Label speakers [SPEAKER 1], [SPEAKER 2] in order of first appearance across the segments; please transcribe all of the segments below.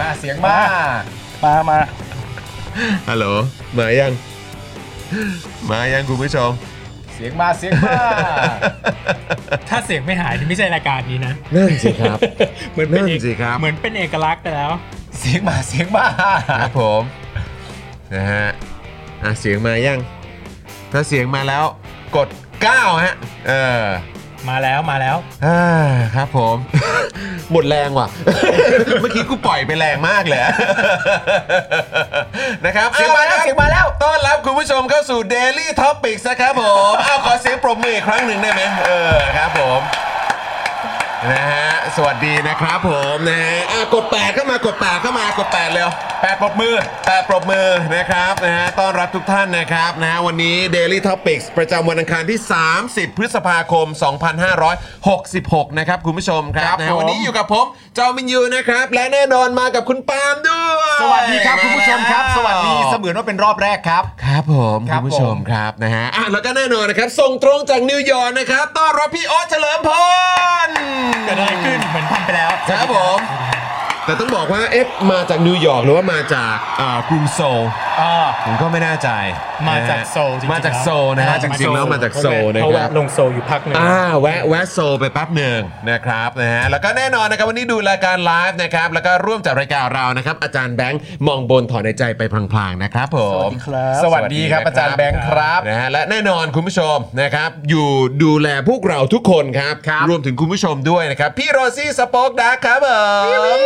[SPEAKER 1] มาเสียงมา
[SPEAKER 2] มามา
[SPEAKER 3] ฮัลโหล มายัง มายังคุณผู้ชม
[SPEAKER 1] เสียงมาเสียงมา
[SPEAKER 4] ถ้าเสียงไม่หายนี่ไม่ใช่รายการนี้นะ
[SPEAKER 5] นั่นสิครับ
[SPEAKER 4] เหมือนเป็นเอก
[SPEAKER 5] นั่นสิครับ
[SPEAKER 4] เหมือนเป็นเอกลักษณ์ไปแล้ว
[SPEAKER 1] เสียงมาเสียงมา
[SPEAKER 3] ครับผม นะฮะอ่ะเสียงมายัง ถ้าเสียงมาแล้วกด 9 ฮะ เออ
[SPEAKER 4] มาแล้วมาแล้ว
[SPEAKER 3] อ่าครับผม หมดแรงว่ะ เมื่อกี้กูปล่อยไปแรงมากเลยอะ นะครับ
[SPEAKER 1] เสียงมาแล้ว
[SPEAKER 3] อ
[SPEAKER 1] เสียงมาแล้ว
[SPEAKER 3] ต้อนรับคุณผู้ชมเข้าสู่ Daily Topics นะครับ ผมเอาขอเสียงปรบมืออีกครั้งหนึ่งได้ไหมเออครับผม นะฮะ สวัสดีนะครับผมนะฮะอ่ะกดแปดเข้ามากดแปดเข้ามากดแปดเร็วแปดปรบมือแปดปรบมือนะครับนะฮะต้อนรับทุกท่านนะครับนะฮะวันนี้ Daily Topics ประจำวันอังคารที่ 30 พฤษภาคม 2566 นะครับ คุณผู้ชมครับ
[SPEAKER 2] ครับ
[SPEAKER 3] นะฮะ
[SPEAKER 2] ผม
[SPEAKER 3] วันนี้อยู่กับผมจอมินยูนะครับ และแน่นอนมากับคุณปาล์มด้วย
[SPEAKER 1] สวัสดีครับคุณผู้ชมครับ
[SPEAKER 3] าแล้ว
[SPEAKER 1] สวัสดีเสมือนว่าเป็นรอบแรกครับ
[SPEAKER 3] ครับผม
[SPEAKER 1] ค
[SPEAKER 3] คุ
[SPEAKER 1] รับ
[SPEAKER 3] ณผู้ชมครับนะฮะอ่ะแล้วก็แน่นอนนะครับส่งตรงจากนิวยอร์กนะครับต้อนรับพี่โอ๊ตเฉลิมพล
[SPEAKER 4] เกิดอะไรขึ้นเหมือนทำไปแล้ว
[SPEAKER 3] ครับผม แต่ต้องบอกว่าเอ๊ะมาจากนิวยอร์กหรือว่ามาจากอ่ากรุงโซล
[SPEAKER 4] อ่า
[SPEAKER 3] ผมก็ไม่แน่ใจ
[SPEAKER 4] มาจากโซลจริงๆ
[SPEAKER 3] มาจากโซลนะฮะ
[SPEAKER 4] มาจาก
[SPEAKER 3] จริงๆแล้ว
[SPEAKER 4] โซล
[SPEAKER 3] มาจากโซลนะ
[SPEAKER 4] เขา
[SPEAKER 3] ครั
[SPEAKER 4] แวะ
[SPEAKER 3] บ
[SPEAKER 4] ลงโซลอยู่พักหนึ่ง
[SPEAKER 3] อ่าแวะแวะโซลไปแป๊บหนึ่งนะครับนะฮะแล้วก็แน่นอนนะครับวันนี้ดูรายการไลฟ์นะครับแล้วก็ร่วมจัดรายการเรานะครับ อาจารย์แบงค์มองบนถอนในใจไปพลางๆนะครับผม
[SPEAKER 2] ครับ
[SPEAKER 1] สวัสดีครับอาจารย์แบงค์ครับ
[SPEAKER 3] นะฮะและแน่นอนคุณผู้ชมนะครับ อยู่ดูแลพวกเราทุกคนครับ รวมถึงคุณผู้ชมด้วยนะครับ พี่โรซี่สป็อกดาร์คครับผม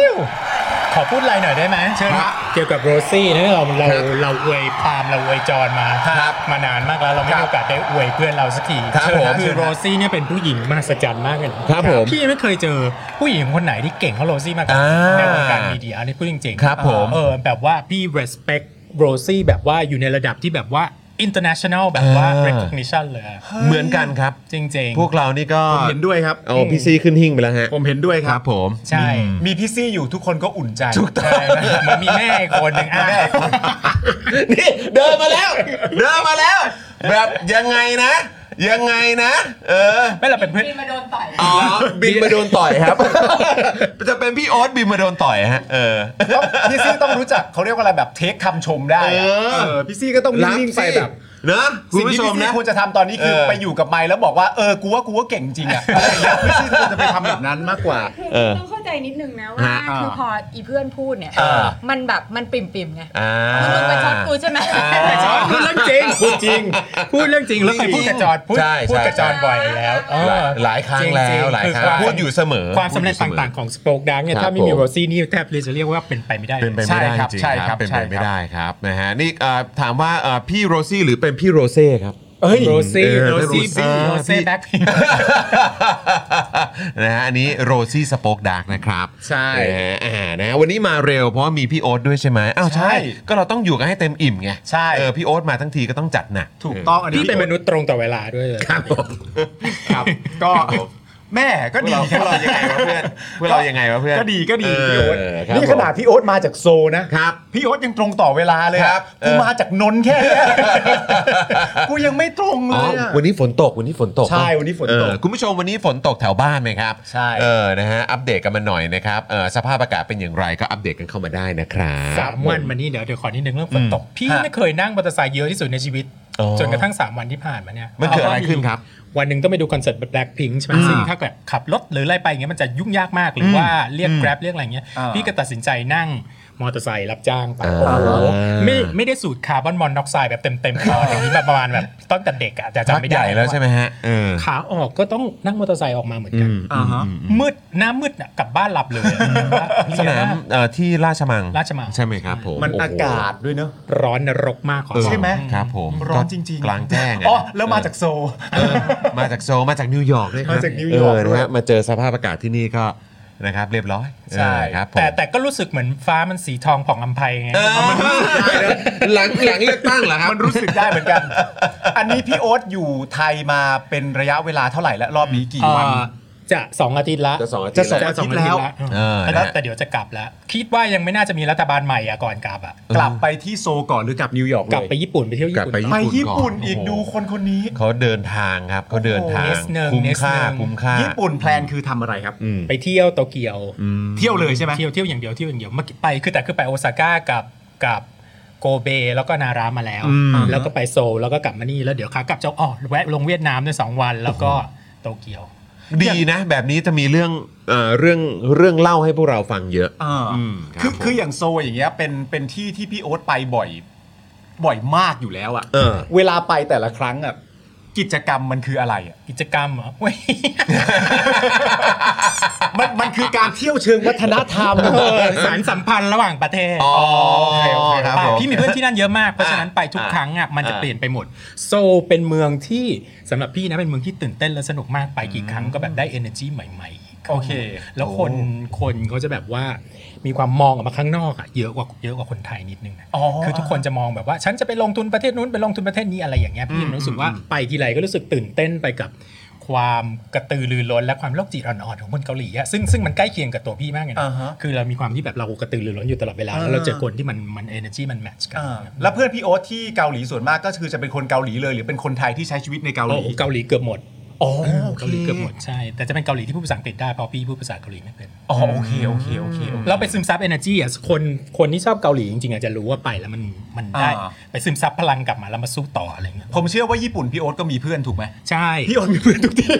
[SPEAKER 4] ขอพูดอะไรหน่อยได้ไหมเชิญครับเกี่ยวกับโรซี่นะเราเรา
[SPEAKER 3] ครับ
[SPEAKER 4] เราอวยพามเราอวยจอนมา
[SPEAKER 3] ครับ
[SPEAKER 4] มานานมากแล้วเราไม่
[SPEAKER 3] ครั
[SPEAKER 4] มี
[SPEAKER 3] บ
[SPEAKER 4] โอกาสได้อวยเพื่อนเราสักที
[SPEAKER 3] ครับ
[SPEAKER 4] เชิ
[SPEAKER 3] ผ
[SPEAKER 4] ญ
[SPEAKER 3] ม
[SPEAKER 4] คือโรซี่เนี่ยเป็นผู้หญิงมหัศจรรย์มากเลยนะครับ
[SPEAKER 3] ผม
[SPEAKER 4] พี่ไม่เคยเจอผู้หญิงคนไหนที่เก่งเท่าโรซี่มากกว่า
[SPEAKER 3] อ่า
[SPEAKER 4] ในวงการมีเดียอันนี้พูดจริงๆ
[SPEAKER 3] ครับผม
[SPEAKER 4] เออแบบว่าพี่ respect โรซี่แบบว่าอยู่ในระดับที่แบบว่า international แบบว่า
[SPEAKER 3] อ่า
[SPEAKER 4] recognition เลยอะ
[SPEAKER 3] เหมือนกันครับ
[SPEAKER 4] จริง
[SPEAKER 3] พวกเรานี่ก็
[SPEAKER 1] ผมเห็นด้วยครับ
[SPEAKER 3] เอาพี่ซี่ขึ้นหิ้งไปแล้วฮะ
[SPEAKER 1] ผมเห็นด้วย
[SPEAKER 3] ค
[SPEAKER 1] ค
[SPEAKER 3] รั
[SPEAKER 1] รั
[SPEAKER 3] บบ ผม
[SPEAKER 4] ๆ ใช่
[SPEAKER 1] มีพี่ซี่อยู่ทุกคนก็อุ่นใจ
[SPEAKER 3] ถูกต้อง
[SPEAKER 4] ใช่เหมันมีแม่อีกคนหนึ่งอ่ะ
[SPEAKER 3] นี่เดินมาแล้ว เดินมาแล้ว แบบยังไงนะ ยังไงนะ เออ
[SPEAKER 4] ไม่เราเป็นเพื่อน
[SPEAKER 3] อ๋อ บินมาโดนต่อย ครับ จะเป็นพี่โอ๊ตบินมาโดนต่อยฮะ เออ
[SPEAKER 1] ต้องพี่ซี่ต้องรู้จักเขาเรียกว่าอะไรแบบเทคคำชมได้อะ
[SPEAKER 3] เออ
[SPEAKER 1] เออพี่ซี่ก็ต้องนิ่งๆไปแบบ
[SPEAKER 3] เนอะคุณ
[SPEAKER 1] สิ่งที่
[SPEAKER 3] ผู้ชม
[SPEAKER 1] พี่
[SPEAKER 3] นะ
[SPEAKER 1] ซี่ควรจะทำตอนนี้คือ
[SPEAKER 3] เออ
[SPEAKER 1] ไปอยู่กับไมค์แล้วบอกว่าเออกูว่ากูว่าเก่งจริ งอะอะไรอย่างเงี้ยพี่ซี่ควรจะไปทำแบบนั้นมากกว่า
[SPEAKER 3] เออ
[SPEAKER 6] ต้องเข้าใจนิดนึงนะ
[SPEAKER 3] ฮะ
[SPEAKER 6] ว่าคือพออีเพื่อนพูดเนี่ย
[SPEAKER 3] อ่า
[SPEAKER 6] มันแบบมันปริ่มๆไง
[SPEAKER 3] อ่า
[SPEAKER 6] มึงไปช็อตกูใช่ไหม
[SPEAKER 4] พูดเรื่องจริงพูดจริง พูดเรื่องจริงแล้วเคยพูดกับจอนพูด
[SPEAKER 3] ใช่
[SPEAKER 4] พูดกับ
[SPEAKER 3] ใช่
[SPEAKER 4] จอนบ่อยแล้วเอ
[SPEAKER 3] หลาย
[SPEAKER 4] อ
[SPEAKER 3] หลายครั้ง
[SPEAKER 4] จ
[SPEAKER 3] แล้
[SPEAKER 4] ริ
[SPEAKER 3] ว
[SPEAKER 4] ๆ
[SPEAKER 3] หลายครั้ง
[SPEAKER 4] อวม
[SPEAKER 3] พูดอยู่เสมอ
[SPEAKER 4] ความสำเร็จ
[SPEAKER 3] พูดอยู่สมอ
[SPEAKER 4] ต่างๆของสป o อ e ดังเนี่
[SPEAKER 3] ค
[SPEAKER 4] ย
[SPEAKER 3] รับ
[SPEAKER 4] ถ้าไม่มี
[SPEAKER 3] ผม
[SPEAKER 4] โรซี่นี่แทบเลยจะเรียกว่าเป็นไปไม่ได้ลย
[SPEAKER 3] เป็นไป
[SPEAKER 1] ใช่
[SPEAKER 3] ไม่ได้
[SPEAKER 1] ครับ
[SPEAKER 3] จริง
[SPEAKER 1] ใช่
[SPEAKER 3] ๆค
[SPEAKER 1] ครั
[SPEAKER 3] รับบ เป็น
[SPEAKER 1] ใช่ค
[SPEAKER 3] ไป
[SPEAKER 1] รับ
[SPEAKER 3] ไม่ได้ครับนะฮะนี่เอ่อถามว่าเอ่อพี่โรซี่หรือเป็นพี่โรเซ่ครับ
[SPEAKER 4] เอ้ยโรซี่
[SPEAKER 3] เออ
[SPEAKER 4] โรซี่
[SPEAKER 3] เออ
[SPEAKER 4] โรซี่แบ็คพิง
[SPEAKER 3] นะฮะอันนี้โรซี่สป็อกดาร์กนะครับ
[SPEAKER 1] ใช่
[SPEAKER 3] นะฮะอ่านะฮะวันนี้มาเร็วเพราะว่ามีพี่โอ๊ตด้วยใช่ไหมอ้าวใช่
[SPEAKER 1] ใช่
[SPEAKER 3] ก็เราต้องอยู่กันให้เต็มอิ่มไง
[SPEAKER 1] ใช่
[SPEAKER 3] เออพี่โอ๊ตมาทั้งทีก็ต้องจัดหนัก
[SPEAKER 1] ถูกต้องอันนี้
[SPEAKER 4] พี่เป็นมนุษย์ตรงต่อเวลาด้วยเลย
[SPEAKER 3] ครับผม
[SPEAKER 1] ครับก็
[SPEAKER 7] แม่ก็
[SPEAKER 3] พวก
[SPEAKER 7] ดี
[SPEAKER 3] เราพวกเรายังไงวะเพื่อนพวกเรายังไงวะเพื่อน
[SPEAKER 7] ก็ดีก็ดี
[SPEAKER 3] เอ
[SPEAKER 7] พี่โอ๊ต
[SPEAKER 3] อครับ
[SPEAKER 7] นี่ขนาด
[SPEAKER 3] ผม
[SPEAKER 7] พี่โอ๊ตมาจากโซลนะครับ พี่โอ๊ตยังตรงต่อเวลาเลย
[SPEAKER 3] ครับเออ
[SPEAKER 7] กูมาจากนนท์แค่เนี้ยกูยังไม่ตรงเลยอะ
[SPEAKER 3] วันนี้ฝนตกวันนี้ฝนตก
[SPEAKER 7] ใช่วันนี้ฝนตก
[SPEAKER 3] เออคุณผู้ชมวันนี้ฝนตกแถวบ้านไหมครับ
[SPEAKER 7] ใช่
[SPEAKER 3] เออนะฮะอัปเดตกันมาหน่อยนะครับเออสภาพอากาศเป็นอย่างไรก็อัปเดตกันเข้ามาได้นะครับ
[SPEAKER 4] สามวันมานี่เดี๋ยวเดี๋ยวขอนิดนึงเรื่องฝนตก พี่
[SPEAKER 7] ฮะ
[SPEAKER 4] ไม่เคยนั่งมอเตอร์ไซค์เยอะที่สุดในชีวิต จนกระทั่ง 3 วันที่ผ่านมาเนี่ย
[SPEAKER 3] มันเกิดอะไรขึ้นครับ
[SPEAKER 4] วันหนึ่งต้องไปดูคอนเสิร์ตแบล็คพิงค์ใช่ไหมซึ่งถ้าเกิดขับรถหรืออะไรไปอย่างเงี้ยมันจะยุ่งยากมากหรือว่าเรียกแกร็บเรียกอะไรเงี้ย
[SPEAKER 7] อ่า
[SPEAKER 4] พี่ก็ตัดสินใจนั่งมอเตอร์ไซค์รับจ้างไป
[SPEAKER 3] อ่า
[SPEAKER 4] โอ้โหไม่ไม่ได้สูดคาร์บอนมอนอกไซด์แบบเต็มเต็มๆคออย่างนี้แบบประมาณแบบตั้งแต่เด็กอะแต่จำ
[SPEAKER 3] พัก
[SPEAKER 4] ไม่
[SPEAKER 3] ให
[SPEAKER 4] ได้
[SPEAKER 3] ญ่แล้วใช่ไหมฮะเออ
[SPEAKER 4] ขาออกก็ต้องนั่งมอเตอร์ไซค์ออกมาเหมือนกัน
[SPEAKER 7] อ่าฮะ
[SPEAKER 4] มืดหน้ามืดอะกลับบ้านหลับเลยอะ
[SPEAKER 3] สนามเอ่อที่ราชมัง
[SPEAKER 4] ราชมัง
[SPEAKER 3] ใช่ไหมครับผม
[SPEAKER 7] มัน
[SPEAKER 3] โโห
[SPEAKER 7] อากาศด้วยเนอะ
[SPEAKER 4] ร้อนนรกมากขอ
[SPEAKER 3] เออ
[SPEAKER 4] บอก
[SPEAKER 7] ใช่ไหม
[SPEAKER 3] ครับผม
[SPEAKER 7] ร้อนจริงๆ
[SPEAKER 3] กลางแจ้งะ
[SPEAKER 7] อ๋อแล้วมาจากโซล
[SPEAKER 3] เออมาจากโซลมาจากนิวยอร์กด้วยครับ
[SPEAKER 7] มาจากนิวยอร์ก
[SPEAKER 3] เนะ
[SPEAKER 7] ด้วย
[SPEAKER 3] ฮะมาเจอสภาพอากาศที่นี่ก็นะครับเรียบร้อย
[SPEAKER 4] ใช่
[SPEAKER 3] เออครับผม
[SPEAKER 4] แต่แต่ก็รู้สึกเหมือนฟ้ามันสีทองผ่องอำไพไง
[SPEAKER 3] หลังหลังเลือกตั้งเหรอครับ
[SPEAKER 7] มันรู้สึกได้เหมือน กัน อันนี้พี่โอ๊ตอยู่ไทยมาเป็นระยะเวลาเท่าไหร่และรอบนี้กี่วัน
[SPEAKER 4] เอ่อจะสองอาทิตย์ละ
[SPEAKER 3] จะสองอาทิตย์
[SPEAKER 4] จะสอง
[SPEAKER 3] แล้ว
[SPEAKER 4] อาทิตย์แล้ว
[SPEAKER 3] เออ
[SPEAKER 4] แต่ก็
[SPEAKER 3] นะ
[SPEAKER 4] แต่เดี๋ยวจะกลับแล้ว คิดว่ายังไม่น่าจะมีรัฐบาลใหม่อะก่อนกลับอะ
[SPEAKER 7] กลับไปที่โซลก่อนหรือกลับนิวยอร์ก
[SPEAKER 4] กลับไปญี่ปุ่นไปเที่ยวญี่
[SPEAKER 3] กลับ
[SPEAKER 4] ปุ่น
[SPEAKER 3] ไป
[SPEAKER 7] ไป
[SPEAKER 3] ญี่
[SPEAKER 7] ญี่
[SPEAKER 3] ปุ่
[SPEAKER 7] ปุ่
[SPEAKER 3] น
[SPEAKER 7] น
[SPEAKER 3] ก่
[SPEAKER 7] อีก
[SPEAKER 3] โโห
[SPEAKER 7] ดูคนคนนี้
[SPEAKER 3] เขาเดินทางครับเขาเดินทาง
[SPEAKER 4] เนสเนิง
[SPEAKER 3] คุ้มค่า
[SPEAKER 4] เนสเนิง
[SPEAKER 3] คุ้มค่า
[SPEAKER 7] ญี่ปุ่นแพลนคือทำอะไรครับ
[SPEAKER 3] อืม
[SPEAKER 4] ไปเที่ยวโตเกียว
[SPEAKER 7] เที่ยวเลยใช่ไหม
[SPEAKER 4] เที่ยวเที่ยวอย่างเดียวเที่ยวอย่างเดียวเมื่อกี้ไปคือแต่คือไปโอซาก้ากับกับโกเบแล้วก็นารามาแล้ว
[SPEAKER 7] อืม
[SPEAKER 4] แล้วก็ไปโซลแล้วก็กลับมานี่แล้วเดี๋ยวขากลับจะอ๋อแวะลงเวียดนามด้วยสองวัน แล้วก็โตเกียว
[SPEAKER 3] ดีนะ แบบนี้จะมีเรื่องเอ่อเรื่องเรื่องเล่าให้พวกเราฟังเยอะ
[SPEAKER 7] อ่า
[SPEAKER 3] อืมครับ
[SPEAKER 7] คือ
[SPEAKER 3] ผม
[SPEAKER 7] คืออย่างโซลอย่างเงี้ยเป็นเป็นที่ที่พี่โอ๊ตไปบ่อย บ่อยมากอยู่แล้วอะ
[SPEAKER 3] เออ
[SPEAKER 7] เวลาไปแต่ละครั้งอะกิจกรรมมันคืออะไรอะ
[SPEAKER 4] กิจกรรมเหรอเว้ย
[SPEAKER 7] มันมันคือการเที่ยวเชิงวัฒนธรรม
[SPEAKER 4] เออสารสัมพันธ์ระหว่างประเทศ
[SPEAKER 3] อ๋อ
[SPEAKER 4] โอเคโอเค
[SPEAKER 3] ครับ
[SPEAKER 4] ไป
[SPEAKER 3] ผม
[SPEAKER 4] พี่มีเพื่อนที่นั่นเยอะมาก เพราะฉะนั้นไปทุก
[SPEAKER 3] อ่า
[SPEAKER 4] ครั้งอ่ะมันจะ
[SPEAKER 3] อ่า
[SPEAKER 4] เปลี่ยนไปหมด โซลเป็นเมืองที่สำหรับพี่นะเป็นเมืองที่ตื่นเต้นและสนุกมากไปกี่ครั้งก็แบบได้ energy ใหม่ๆ
[SPEAKER 7] โอเค
[SPEAKER 4] แล้วคนคนเขาจะแบบว่ามีความมองออกมาข้างนอกอ่ะเยอะกว่าเยอะกว่าคนไทยนิดนึงนะ
[SPEAKER 7] อ๋อ
[SPEAKER 4] คือทุกคนจะมองแบบว่า ฉันจะไปลงทุนประเทศนู้นไปลงทุนประเทศนี้อะไรอย่างเงี้ยพี่รู้สึกว่าไปทีไรก็รู้สึกตื่นเต้นไปกับความกระตือรือร้นและความโรคจิตอ่อนๆของคนเกาหลีอะซึ่งซึ่งมันใกล้เคียงกับตัวพี่มากเลยนะ
[SPEAKER 7] อ่าฮะ
[SPEAKER 4] คือเรามีความที่แบบเรากระตือรือร้นอยู่ตลอดเวลา
[SPEAKER 7] อ่า
[SPEAKER 4] แล้วเราเจอคนที่มันมันเอเนอร์จีมันแมทช์กัน
[SPEAKER 7] อ่าแล้วเพื่อนพี่โอ๊ตที่เกาหลีส่วนมากก็คือจะเป็นคนเกาหลีเลย หรือเป็นคนไทยที่ใช้ชีวิตในเกาห
[SPEAKER 4] โอ้
[SPEAKER 7] ลี
[SPEAKER 4] โหเกาหลีเกือบหมด
[SPEAKER 7] อ๋อโอค
[SPEAKER 4] เกาหลีเกือบหมดใช่แต่จะเป็นเกาหลีที่พูดภาษาอังกฤษได้เพราะพี่พูดภาษาเกาหลีไม่เป็น
[SPEAKER 7] อ๋อโอเคโอเคโอเคโอเค
[SPEAKER 4] เราไปซึมซับเอเนอร์จีอ่ะคนคนที่ชอบเกาหลีจริงๆอาจจะรู้ว่าไปแล้วมันมันได้
[SPEAKER 7] อ่า
[SPEAKER 4] ไปซึมซับพลังกลับมาแล้วมาสู้ต่ออะไรอย่างเงี้ย
[SPEAKER 7] ผมเชื่อว่าญี่ปุ่นพี่โอ๊ตก็มีเพื่อนถูกไหม
[SPEAKER 4] ใช่
[SPEAKER 7] พี่โอ๊ตมีเพื่อนทุกที่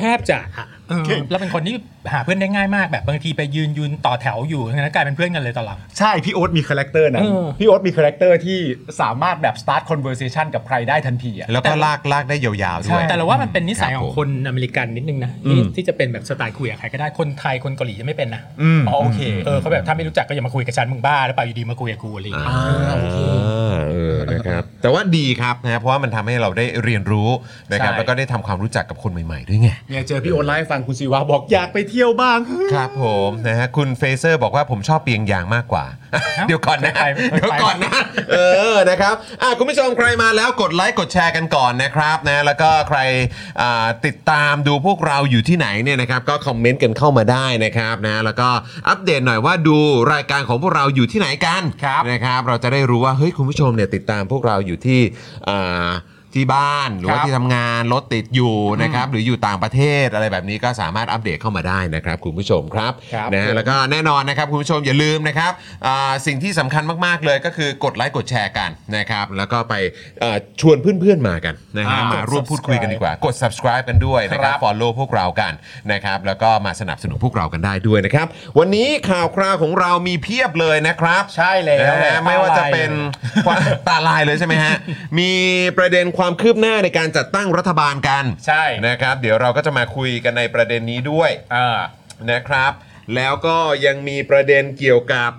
[SPEAKER 4] แทบจะอะเออแล้วเป็นคนที่หาเพื่อนได้ง่ายมากแบบบางทีไปยืนยืนต่อแถวอยู่งั้นกลายเป็นเพื่อนกันเลยตอนหลัง
[SPEAKER 7] ใช่ พี่โอ๊ตมีคาแรคเตอร์นะ
[SPEAKER 4] เออ
[SPEAKER 7] พี่โอ๊ตมีคาแรคเตอร์ที่สามารถแบบ start conversation กับใครได้ทันทีอ่ะ
[SPEAKER 3] แล้วก็ลากลากได้ยาวๆด้วย
[SPEAKER 4] แต่เราว่ามันเป็นนิสัย
[SPEAKER 3] ครับ
[SPEAKER 4] ข
[SPEAKER 3] ผ
[SPEAKER 4] อง
[SPEAKER 3] ม
[SPEAKER 4] คนอเมริกันนิดนึงนะที่ที่จะเป็นแบบสไตล์คุยกับใครก็ได้คนไทยคนเกาหลีจะไม่เป็นนะ
[SPEAKER 7] อ๋อโอเค
[SPEAKER 4] เออเขาแบบถ้าไม่รู้จักก็อย่ามาคุยกับฉันมึงบ้าหรือเปล่าอยู่ดีมาคุยกับกูอะไรอย่างเงี้ย
[SPEAKER 3] อ่าเออนะครับแต่ว่าดีครับนะเพราะว่ามันทำให้เราได้เรียนรู้นะครับ
[SPEAKER 7] ใช่
[SPEAKER 3] แล้วก็ได้ทำความรู้จักกับคนใหม่ๆด้วยไง
[SPEAKER 7] เนี่ยเจอพี่โอ๊ตไลฟ์ฟังคุณศิวะบอกอยากไปเที่ยวบ้าง
[SPEAKER 3] ครับผมนะฮะคุณเฟเซอร์บอกว่าผมชอบเปียงยางมากกว่า เดี๋ยวก่อนนะ
[SPEAKER 4] ไปไป
[SPEAKER 3] เดี๋ยวก่อนนะเออนะครับอ่ะคุณผู้ชมใครมาแล้วกดไลค์กดแชร์กันก่อนนะครับนะแล้วก็ใครอ่าติดตามดูพวกเราอยู่ที่ไหนเนี่ยนะครับก็คอมเมนต์กันเข้ามาได้นะครับนะแล้วก็อัปเดตหน่อยว่าดูรายการของพวกเราอยู่ที่ไหนกัน
[SPEAKER 7] ครับ
[SPEAKER 3] นะครับเราจะได้รู้ว่าเฮ้ยคุณผู้ชมเนี่ยติดตามพวกเราอยู่ที่อ่าที่บ้านหรือว่า
[SPEAKER 7] ครับ
[SPEAKER 3] ที่ทำงานรถติดอยู่นะครับหรืออยู่ต่างประเทศอะไรแบบนี้ก็สามารถอัปเดตเข้ามาได้นะครับคุณผู้ชมครับ
[SPEAKER 7] ครับ
[SPEAKER 3] นะฮะแล้วก็แน่นอนนะครับคุณผู้ชมอย่าลืมนะครับอ่าสิ่งที่สำคัญมากๆเลยก็คือกดไลค์กดแชร์กันนะครับแล้วก็ไปเอ่อชวนเพื่อนๆมากันนะฮะ
[SPEAKER 7] อ่าม
[SPEAKER 3] มาร่วมพูดคุยกันดีกว่า กด subscribe กันด้วยนะครับ
[SPEAKER 7] ครับ
[SPEAKER 3] follow พวกเรากันนะครับแล้วก็มาสนับสนุนพวกเรากันได้ด้วยนะครับ วันนี้ข่าวคราวของเรามีเพียบเลยนะครับ
[SPEAKER 7] ใช่แล้ว
[SPEAKER 3] นะฮะไม่ว่าจะเป็นความ ตาลายเลยใช่ไหมฮะ มีประเด็นความคืบหน้าในการจัดตั้งรัฐบาลกัน
[SPEAKER 7] ใช่
[SPEAKER 3] นะครับ เดี๋ยวเราก็จะมาคุยกันในประเด็นนี้ด้วย
[SPEAKER 7] อ่า
[SPEAKER 3] นะครับ แล้วก็ยังมีประเด็นเกี่ยวกับ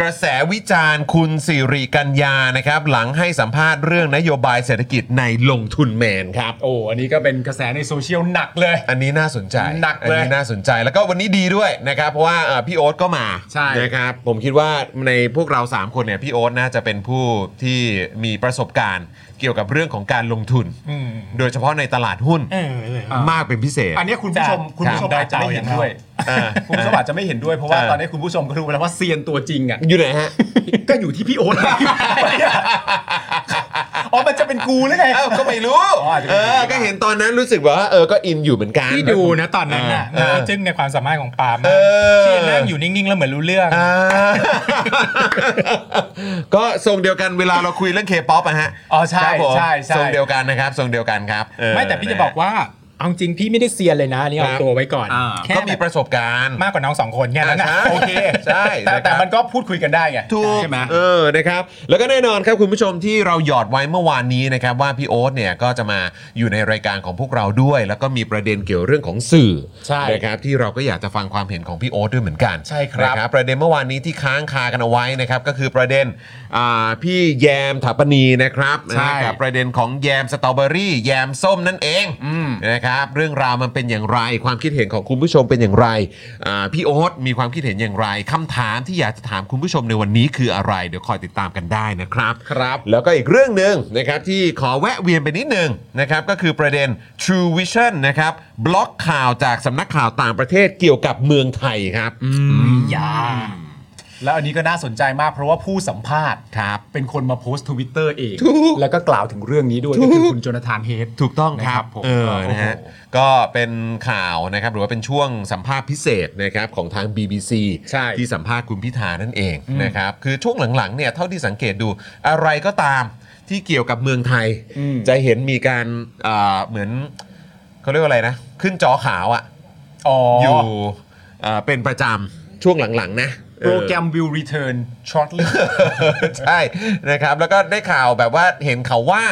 [SPEAKER 3] กระแสวิจารณ์คุณสิริกัญญานะครับ หลังให้สัมภาษณ์เรื่องนโยบายเศรษฐกิจในลงทุนแมนครับ
[SPEAKER 7] โอ้อันนี้ก็เป็นกระแสในโซเชียลหนักเลย
[SPEAKER 3] อันนี้น่าสนใจ
[SPEAKER 7] หนักเล
[SPEAKER 3] อัน
[SPEAKER 7] ย
[SPEAKER 3] นี้น่าสนใจ แล้วก็วันนี้ดีด้วยนะครับ เพราะว่าเอ่อพี่โอ๊ตก็มา
[SPEAKER 7] ใช่
[SPEAKER 3] นะครับ ผมคิดว่าในพวกเรา 3 คนเนี่ยพี่โอ๊ตน่าจะเป็นผู้ที่มีประสบการณ์เกี่ยวกับเรื่องของการลงทุน
[SPEAKER 4] อืม
[SPEAKER 3] โดยเฉพาะในตลาดหุ้น
[SPEAKER 4] เออเออ
[SPEAKER 3] มากเป็นพิเศษ
[SPEAKER 7] อันนี้คุณผู้ชมคุณผู้ชม
[SPEAKER 4] ได้
[SPEAKER 7] อาจจะไม่เห็น
[SPEAKER 4] เตาอย่างเรา
[SPEAKER 7] ด้วย
[SPEAKER 3] อ่า
[SPEAKER 7] คุณผู้ชมอาจจะไม่เห็นด้วยเพราะว่า
[SPEAKER 3] อ่า
[SPEAKER 7] ตอนนี้คุณผู้ชมก็รู้แล้วว่าเซียนตัวจริงอ่ะ
[SPEAKER 3] อยู่ไหนฮะ
[SPEAKER 7] ก็อยู่ที่พี่โอ๊ต อ๋อ มันจะเป็นกูหรือไง
[SPEAKER 3] เอ้าก็ไม่รู้
[SPEAKER 7] อ๋ออาจจะเป็
[SPEAKER 3] เอน
[SPEAKER 7] อ
[SPEAKER 3] อ
[SPEAKER 7] ย่างนี้
[SPEAKER 3] ก็เห็นตอนนั้นรู้สึกว่าเออก็อินอยู่เหมือนกัน
[SPEAKER 4] ที่ดูนะตอนนั้นน่ะ
[SPEAKER 3] เออ
[SPEAKER 4] น่าจึ้งในความสามารถของปาล์ม
[SPEAKER 3] เออ
[SPEAKER 4] ที่นั่งอยู่นิ่งๆแล้วเหมือนรู้เรื่อง
[SPEAKER 3] อ่า ก็ทรงเดียวกันเวลาเราคุยเรื่องเคป๊อปอะฮะ
[SPEAKER 7] อ๋อใช่
[SPEAKER 3] ครับผม
[SPEAKER 7] ใช่ใช่
[SPEAKER 3] ทรงเดียวกันนะครับทรงเดียวกันครับเ
[SPEAKER 4] ไม่แต่พี่จะบอกว่าเอาจริงพี่ไม่ได้เซียนเลยนะอันนี่
[SPEAKER 3] ค
[SPEAKER 4] เอา
[SPEAKER 3] รับ
[SPEAKER 4] ตัวไว้ก่อน
[SPEAKER 7] อ่า
[SPEAKER 4] แค่
[SPEAKER 3] ก็มี
[SPEAKER 4] แบ
[SPEAKER 3] ป
[SPEAKER 4] บ
[SPEAKER 3] ระสบการณ์
[SPEAKER 4] มากกว่าน้องสองคนแค่นั้นนะ
[SPEAKER 3] อ่าใช่
[SPEAKER 4] โอเค
[SPEAKER 3] ใช่
[SPEAKER 7] แต่
[SPEAKER 3] นะครับ
[SPEAKER 7] แต่มันก็พูดคุยกันได้ไง
[SPEAKER 3] ถูก
[SPEAKER 7] ใช่ไหม
[SPEAKER 3] เออนะครับแล้วก็แน่นอนครับคุณผู้ชมที่เราหยอดไว้เมื่อวานนี้นะครับว่าพี่โอ๊ตเนี่ยก็จะมาอยู่ในรายการของพวกเราด้วย แล้วก็มีประเด็นเกี่ยวเรื่องของสื่อ
[SPEAKER 4] ใช่
[SPEAKER 3] นะครับที่เราก็อยากจะฟังความเห็นของพี่โอ๊ตด้วยเหมือนกัน
[SPEAKER 7] ใช่ครับ
[SPEAKER 3] นะประเด็นเมื่อวานนี้ที่ค้างคากันเอาไว้นะครับก็คือประเด็นอ่าพี่แยมถัปนีนะครับ
[SPEAKER 7] ใช่
[SPEAKER 3] นะกับประเด็นของแยมสตรอเบอรี่แยมส้มนั่นเอง
[SPEAKER 7] อืม
[SPEAKER 3] นะครับเรื่องราวมันเป็นอย่างไร ความคิดเห็นของคุณผู้ชมเป็นอย่างไรอ่าพี่โอ๊ตมีความคิดเห็นอย่างไรคำถามที่อยากจะถามคุณผู้ชมในวันนี้คืออะไร เดี๋ยวคอยติดตามกันได้นะครับ
[SPEAKER 7] ครับ
[SPEAKER 3] แล้วก็อีกเรื่องหนึ่งนะครับที่ขอแวะเวียนไปนิดหนึงนะครับก็คือประเด็น True Vision นะครับบล็อกข่าวจากสำนักข่าวต่างประเทศเกี่ยวกับเมืองไทยครับ
[SPEAKER 4] ยา
[SPEAKER 7] แล้วอันนี้ก็น่าสนใจมากเพราะว่าผู้สัมภาษณ์
[SPEAKER 3] ครับ
[SPEAKER 7] เป็นคนมาโพสต์ทวิตเตอร์เอง
[SPEAKER 3] ถูก
[SPEAKER 7] แล้วก็กล่าวถึงเรื่องนี้ด้วยก็คือคุณโจนาธานเฮด
[SPEAKER 3] ถูกต้องครับ
[SPEAKER 7] นะครับผม
[SPEAKER 3] เออนะฮะ
[SPEAKER 7] โอ้โห
[SPEAKER 3] ก็เป็นข่าวนะครับหรือว่าเป็นช่วงสัมภาษณ์พิเศษนะครับของทาง BBC
[SPEAKER 7] ใช่
[SPEAKER 3] ที่สัมภาษณ์คุณพิธานั่นเองนะครับคือช่วงหลังๆเนี่ยเท่าที่สังเกตดูอะไรก็ตามที่เกี่ยวกับเมืองไทย
[SPEAKER 7] อืม
[SPEAKER 3] จะเห็นมีการเอ่อเหมือนเขาเรียกว่าอะไรนะ ขึ้นจอขาวอะ
[SPEAKER 7] อ๋อ
[SPEAKER 3] อ
[SPEAKER 7] อยู่
[SPEAKER 3] เอ่อเป็นประจำช่วงหลังๆนะเออ
[SPEAKER 7] โปรแกรม will return shortly
[SPEAKER 3] ใช่นะครับแล้วก็ได้ข่าวแบบว่าเห็นเขาว่า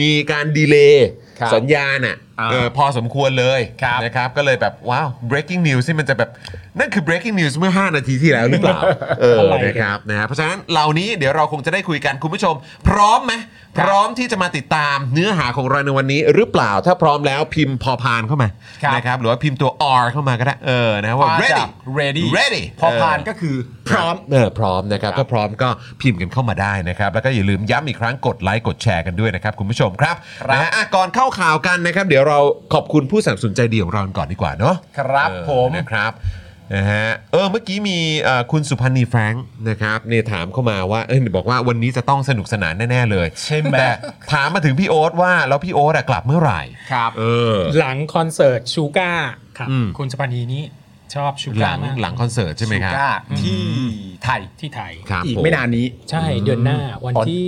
[SPEAKER 3] มีการดีเลย์
[SPEAKER 7] ครับ
[SPEAKER 3] สัญญาณอ่ะ
[SPEAKER 7] อ่า
[SPEAKER 3] เออพอสมควรเลย
[SPEAKER 7] ครับ
[SPEAKER 3] นะครับก็เลยแบบว้าว breaking news ที่มันจะแบบนั่นคือ breaking news เมื่อ 5 นาทีที่แล้วหรือเปล่า เออ
[SPEAKER 4] อะไรเนี่ย
[SPEAKER 3] นะครับนะฮะเพราะฉะนั้นเหล่านี้เดี๋ยวเราคงจะได้คุยกันคุณผู้ชม พร้อมไหมพร้อมที่จะมาติดตามเนื้อหาของเราในวันนี้หรือเปล่าถ้าพร้อมแล้วพิมพ์พอพานเข้ามา
[SPEAKER 7] ครับ
[SPEAKER 3] นะครับหรือว่าพิมพ์ตัว R เข้ามาก็ได้เออนะว่า
[SPEAKER 7] มาจา
[SPEAKER 3] ready
[SPEAKER 7] ก ready
[SPEAKER 3] ready
[SPEAKER 7] พอผ่าน
[SPEAKER 3] เ
[SPEAKER 7] ก็คือ
[SPEAKER 3] พ
[SPEAKER 7] พร้อม
[SPEAKER 3] เออพร้อมนะครับถ้าพร้อมก็พิมพ์กันเข้ามาได้นะครับ แล้วก็อย่าลืมย้ำอีกครั้งกดไลค์กดแชร์กันด้วยนะครับ คุณผู้ชมครับ
[SPEAKER 7] ครับ
[SPEAKER 3] นะฮะอ่ะก่อนเข้าข่าวกันนะครับ เดี๋ยวเราขอบคุณผู้สนับสนุนใจดีของเราก่อนดีกว่าเนาะ
[SPEAKER 7] ครับ
[SPEAKER 3] เออ
[SPEAKER 7] ผม
[SPEAKER 3] นะครับนะฮะเออเมื่อกี้มีเอ่อคุณสุพันธ์นีแฟรงค์นะครับเนี่ยถามเข้ามาว่าเออบอกว่าวันนี้จะต้องสนุกสนานแน่ ๆ เลย
[SPEAKER 7] ใช่ไหม
[SPEAKER 3] แต่ถามมาถึงพี่โอ๊ตว่าแล้วพี่โอ๊ตอะกลับเมื่อไหร่
[SPEAKER 7] ครับ
[SPEAKER 3] เออ
[SPEAKER 4] หลังคอนเสิร์ตชูก้าครับ
[SPEAKER 3] อืม
[SPEAKER 4] คุณสปานีนี้ชอบชู
[SPEAKER 3] ห
[SPEAKER 4] ก้า
[SPEAKER 3] ลัง
[SPEAKER 4] มาก
[SPEAKER 3] หลังคอนเสิร์ตใช่ไหมครับ
[SPEAKER 7] Suga ที่ไทย
[SPEAKER 4] ที่ไทย
[SPEAKER 3] ครับ
[SPEAKER 7] อีก
[SPEAKER 3] ผ
[SPEAKER 7] ไม่นานนี้
[SPEAKER 4] ใช่เดือนหน้าวัน
[SPEAKER 7] ตอน
[SPEAKER 4] ที่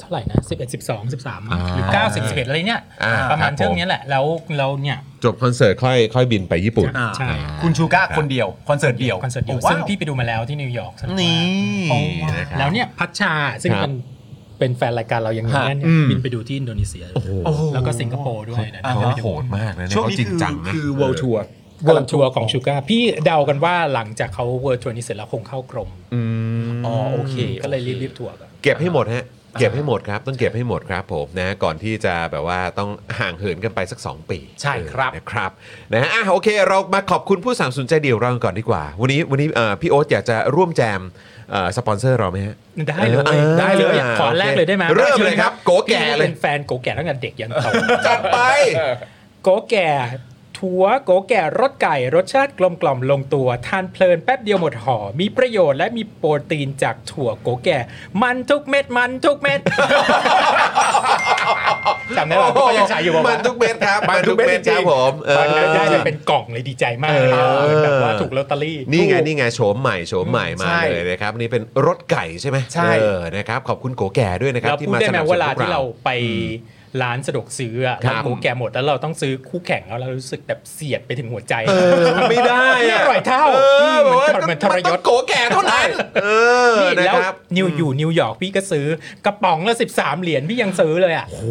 [SPEAKER 4] เท่าไหร่นะ 11 12 13มั้ง
[SPEAKER 3] อ่า
[SPEAKER 4] หรือ9 10 11อะไรเนี่ย
[SPEAKER 3] อ่า
[SPEAKER 4] ประมา
[SPEAKER 3] ครั
[SPEAKER 4] ณ
[SPEAKER 3] บผม
[SPEAKER 4] เท่านี้แหละ แล้วเราเนี่ย
[SPEAKER 3] จบคอนเสิร์ตค่อยค่อยบินไปญี่ปุ่น
[SPEAKER 7] อ่า
[SPEAKER 4] ใช่
[SPEAKER 7] คุณชูก้าคนเดียว คอนเสิร์ตเดียว
[SPEAKER 4] คอนเสิร์ตเดียว
[SPEAKER 7] โว้า
[SPEAKER 4] ซึ่งพี่ไปดูมาแล้วที่นิวยอร์กสกว่า
[SPEAKER 3] นี่
[SPEAKER 4] โอ้ว้าว
[SPEAKER 3] นะครับ
[SPEAKER 4] แล้วเนี่ยพัชชาซึ่ง
[SPEAKER 3] ครับ
[SPEAKER 4] มันเป็นแฟนรายการเราอย่าง
[SPEAKER 7] ฮะ
[SPEAKER 4] แน่นเนี่ย
[SPEAKER 7] อืม
[SPEAKER 4] บินไปดูที่อินโดนีเซียเลยแล้วก็สิงคโปร์ด้วยนะ
[SPEAKER 7] อ่าฮะ
[SPEAKER 3] เขาโหดมากนะเนี่ย
[SPEAKER 7] ช่วง
[SPEAKER 3] เขา
[SPEAKER 7] นี้
[SPEAKER 3] จริง
[SPEAKER 7] คือ
[SPEAKER 3] จังนะ
[SPEAKER 7] คือ world tour
[SPEAKER 4] เวิร์ลทัวร์ของชูก้าพี่เดากันว่าหลังจากเขาเวิร์ลทัวร์นี้เสร็จแล้วคงเข้ากรม
[SPEAKER 3] อืม
[SPEAKER 7] อ๋อโอเค
[SPEAKER 4] ก็เลยรีบๆทัวร์กัน
[SPEAKER 3] เก็บให้หมดฮะ เก็บให้หมดครับ ต้องเก็บให้หมดครับผมนะก่อนที่จะแบบว่าต้องห่างเหินกันไปสัก 2 ปี
[SPEAKER 7] ใช่ครับ
[SPEAKER 3] เออนะครับนะฮะอ่ะโอเค เรามาขอบคุณผู้สามสนุนใจเดียวเรากันก่อนดีกว่า วันนี้วันนี้เอ่อพี่โอ๊ตอยากจะร่วมแจมเอ่อสปอนเซอร์เราไหมฮะ
[SPEAKER 4] ได้เลย
[SPEAKER 3] เออ
[SPEAKER 4] ได้เลย
[SPEAKER 3] อ่า
[SPEAKER 4] ขอแรกเลยได้ไหม
[SPEAKER 3] เริ่มเลยครับโกแก่เลย
[SPEAKER 4] พี่เป็นแฟนโกแก่ตั้งแต่เด็กยันโต
[SPEAKER 3] จัดไป
[SPEAKER 4] โกแก่ถั่วโกแก่รสไก่ รสชาติกลมกล่อมลงตัว ทานเพลินแป๊บเดียวหมดห่อ มีประโยชน์และมีโปรตีนจากถั่วโกแก่ มันทุกเม็ดมันทุกเม็ด จำได้ป่ะก็ยังใช้อยู่ป่ะ
[SPEAKER 3] มันทุกเม็ดครับมันทุกเม็ดครับผมเออ
[SPEAKER 4] ตอนนั้นได้เป็นกล่องเลยดีใจมากเลยนะเหมือนแบบว่าถูกลอตเตอรี่
[SPEAKER 3] นี่ไงนี่ไงโฉมใหม่โฉมใหม่มา
[SPEAKER 7] ใช่
[SPEAKER 3] เลยนะครับนี่เป็นรถไก่ใช่ไหม
[SPEAKER 7] ใช่
[SPEAKER 3] เออนะครับขอบคุณโกแก่ด้วยนะครับ
[SPEAKER 4] เรา
[SPEAKER 3] ที่
[SPEAKER 4] พูด
[SPEAKER 3] มา
[SPEAKER 4] ได้
[SPEAKER 3] ส
[SPEAKER 4] ไหม
[SPEAKER 3] นับสนุนพว
[SPEAKER 4] เว
[SPEAKER 3] ก
[SPEAKER 4] ลาที่
[SPEAKER 3] เรา
[SPEAKER 4] เราไป ร้านสะดวกซื้ออะ
[SPEAKER 3] ครับ
[SPEAKER 4] ร้านโกแก่หมดแล้วเราต้องซื้อคู่แข่งแล้วเรารู้สึกแบบเสียดไปถึงหัวใจ
[SPEAKER 3] เออมันไม่ได้
[SPEAKER 4] ไม่อร่อยเท่า
[SPEAKER 3] เออแบบว่า
[SPEAKER 4] เหมือนทรยศ
[SPEAKER 3] ต้งโกแก่เท่านั้น เออ
[SPEAKER 4] นี่
[SPEAKER 3] นะ
[SPEAKER 4] แล้ว
[SPEAKER 3] ครับ
[SPEAKER 4] นิวอยู่นิวยอร์กพี่ก็ซื้อกระป๋องละ13 เหรียญพี่ยังซื้อเลยอ่ะ
[SPEAKER 3] โอ้โห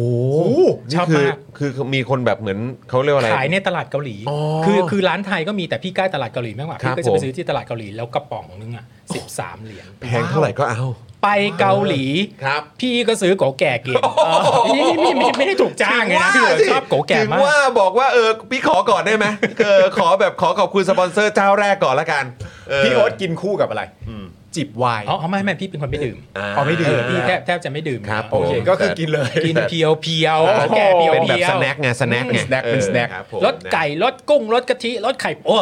[SPEAKER 4] ชอบ
[SPEAKER 3] นี่คือ
[SPEAKER 4] มาก
[SPEAKER 3] คือมีคนแบบเหมือนเขาเรียกว่าอะไร
[SPEAKER 4] ขายในตลาดเกาหลี
[SPEAKER 3] อ๋อ
[SPEAKER 4] คือคือร้านไทยก็มีแต่พี่ใกล้ตลาดเกาหลีมากกว่า
[SPEAKER 3] ครั
[SPEAKER 4] พี่
[SPEAKER 3] บ
[SPEAKER 4] ก็จะ
[SPEAKER 3] ผ
[SPEAKER 4] ไป
[SPEAKER 3] ม
[SPEAKER 4] ซื้อที่ตลาดเกาหลีแล้วกระป๋องนึงอ่ะ13 เหรียญ
[SPEAKER 3] แพงเท่าไหร่ก็เอา
[SPEAKER 4] ไปเกาหลี
[SPEAKER 3] ครับ
[SPEAKER 4] พี่ก็ซื้อโกแก่กินนี่ไม่ไม่ไม่ได้ถูกจ้างไงนะคือชอบโกแก่
[SPEAKER 3] ถึง
[SPEAKER 4] มา
[SPEAKER 3] ว่าก บอกว่าเออพี่ขอก่อนได้ไหมเออขอแบบ ขอขอบคุณสปอนเซอร์เจ้าแรกก่อนละกันเ
[SPEAKER 7] พี่โอ๊ตกินคู่กับอะไร จิบไวน์
[SPEAKER 4] อ๋อไม่ไม่พี่เป็นคนไม่ดื่ม
[SPEAKER 3] อ่า
[SPEAKER 7] อ๋อไม่ดื่ม
[SPEAKER 4] เพี่แทบแทบจะไม่ดื่ม
[SPEAKER 3] ครับ
[SPEAKER 4] โอ
[SPEAKER 3] ผ
[SPEAKER 4] เค
[SPEAKER 3] ม
[SPEAKER 7] ก็คือกินเลย
[SPEAKER 4] กินเพียวเพียว
[SPEAKER 3] อ่า
[SPEAKER 4] แก่เพียว
[SPEAKER 3] เป็นแบบ
[SPEAKER 4] เพีย
[SPEAKER 3] ส
[SPEAKER 4] ว
[SPEAKER 3] แน็คไงสแน็คไง
[SPEAKER 7] สแน็คเป็น
[SPEAKER 3] ออ
[SPEAKER 7] สแน็ค
[SPEAKER 3] ครับผม
[SPEAKER 4] รสไก่รสกุ้งรสกะทิรสไข่โอ้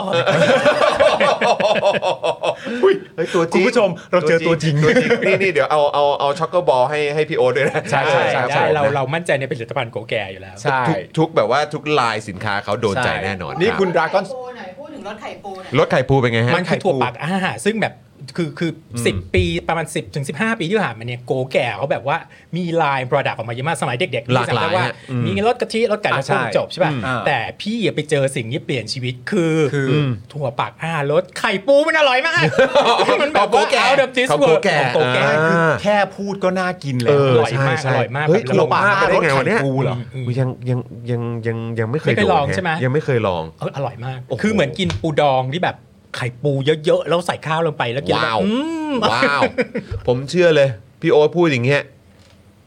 [SPEAKER 3] เฮ้ยตัวจริง
[SPEAKER 7] คุณผู้ชมเราเจอตัวจริง
[SPEAKER 3] ตัวจริงนี่นี่เดี๋ยวเอาเอาเอาช็อกโกบอลให้ให้พี่โอ๊ตด้วยนะ
[SPEAKER 4] ใช่ใช่ใช่
[SPEAKER 3] คบ
[SPEAKER 4] ได
[SPEAKER 3] ผม
[SPEAKER 4] ้เราเรามั่นใจในผลิตภัณฑ์โกแก่อยู่แล้ว
[SPEAKER 7] ใช่
[SPEAKER 3] ทุกทุกแบบว่าทุกลายสินค้าเขาโดนใจแน่นอน
[SPEAKER 7] นี่
[SPEAKER 3] รับ
[SPEAKER 7] คุณดราก้อน
[SPEAKER 8] ปูหน่อยพูดถึงรถไข่ปูหน่อย
[SPEAKER 3] รถไข่ปูเป็นไงฮะ
[SPEAKER 4] มันคือถั่วปักอ่าซึ่งแบบคือคืออสิบปีประมาณ 10ถึง15 ปีที่ผ่านมาเนี่ยโกแก่เขาแบบว่ามีไลน์ product ออกมาเยอะมากสมัยเด็กๆ
[SPEAKER 3] หลากหลาย
[SPEAKER 4] พี่จำได้ว่า
[SPEAKER 3] ฮะอืม
[SPEAKER 4] มีรถกะทิรถไก่ร
[SPEAKER 7] อ่า
[SPEAKER 4] ถกุ้ง
[SPEAKER 7] ใช่
[SPEAKER 4] จบใช่ป่ะ
[SPEAKER 7] อืมอ่า
[SPEAKER 4] แต่พี่ไปเจอสิ่งที่เปลี่ยนชีวิตคือ
[SPEAKER 7] คือ
[SPEAKER 4] ถั่วปักอ่ารสไข่ปูมันอร่อย มากมันแบ
[SPEAKER 3] ขอ
[SPEAKER 4] บ
[SPEAKER 3] งโก
[SPEAKER 4] ว่า
[SPEAKER 3] แก่
[SPEAKER 4] out of this
[SPEAKER 3] ของโก
[SPEAKER 4] world
[SPEAKER 3] แก่
[SPEAKER 4] ของโกแก่
[SPEAKER 3] อ่า
[SPEAKER 7] คือแค่พูดก็น่ากินแล้ว
[SPEAKER 3] เออ
[SPEAKER 4] ร่อยมาก
[SPEAKER 3] ใช่
[SPEAKER 4] อร่อยมาก
[SPEAKER 3] เฮ้ย
[SPEAKER 4] แบบ
[SPEAKER 3] ถั่วปัก
[SPEAKER 7] เรา
[SPEAKER 3] เป็น
[SPEAKER 7] รส
[SPEAKER 3] ไง
[SPEAKER 7] ไข่
[SPEAKER 3] วะเนี่ย
[SPEAKER 7] ปูเหรอ
[SPEAKER 3] มยังยังยังยังยังไม่เคย
[SPEAKER 4] ไม่ไปลอง
[SPEAKER 3] โดนฮะ
[SPEAKER 4] ใช่ไหม
[SPEAKER 3] ยังไม่เคยลอง
[SPEAKER 4] เอออร่อยมาก
[SPEAKER 3] โอ้โห
[SPEAKER 4] คือเหมือนกินปูดองที่แบบไข่ปูเยอะๆแล้วใส่ข้าวลงไปแล้วกินแล้
[SPEAKER 3] ว้าว
[SPEAKER 4] อืม
[SPEAKER 3] ว้าว ผมเชื่อเลย พี่โอ๊ตพูดอย่างเงี้ย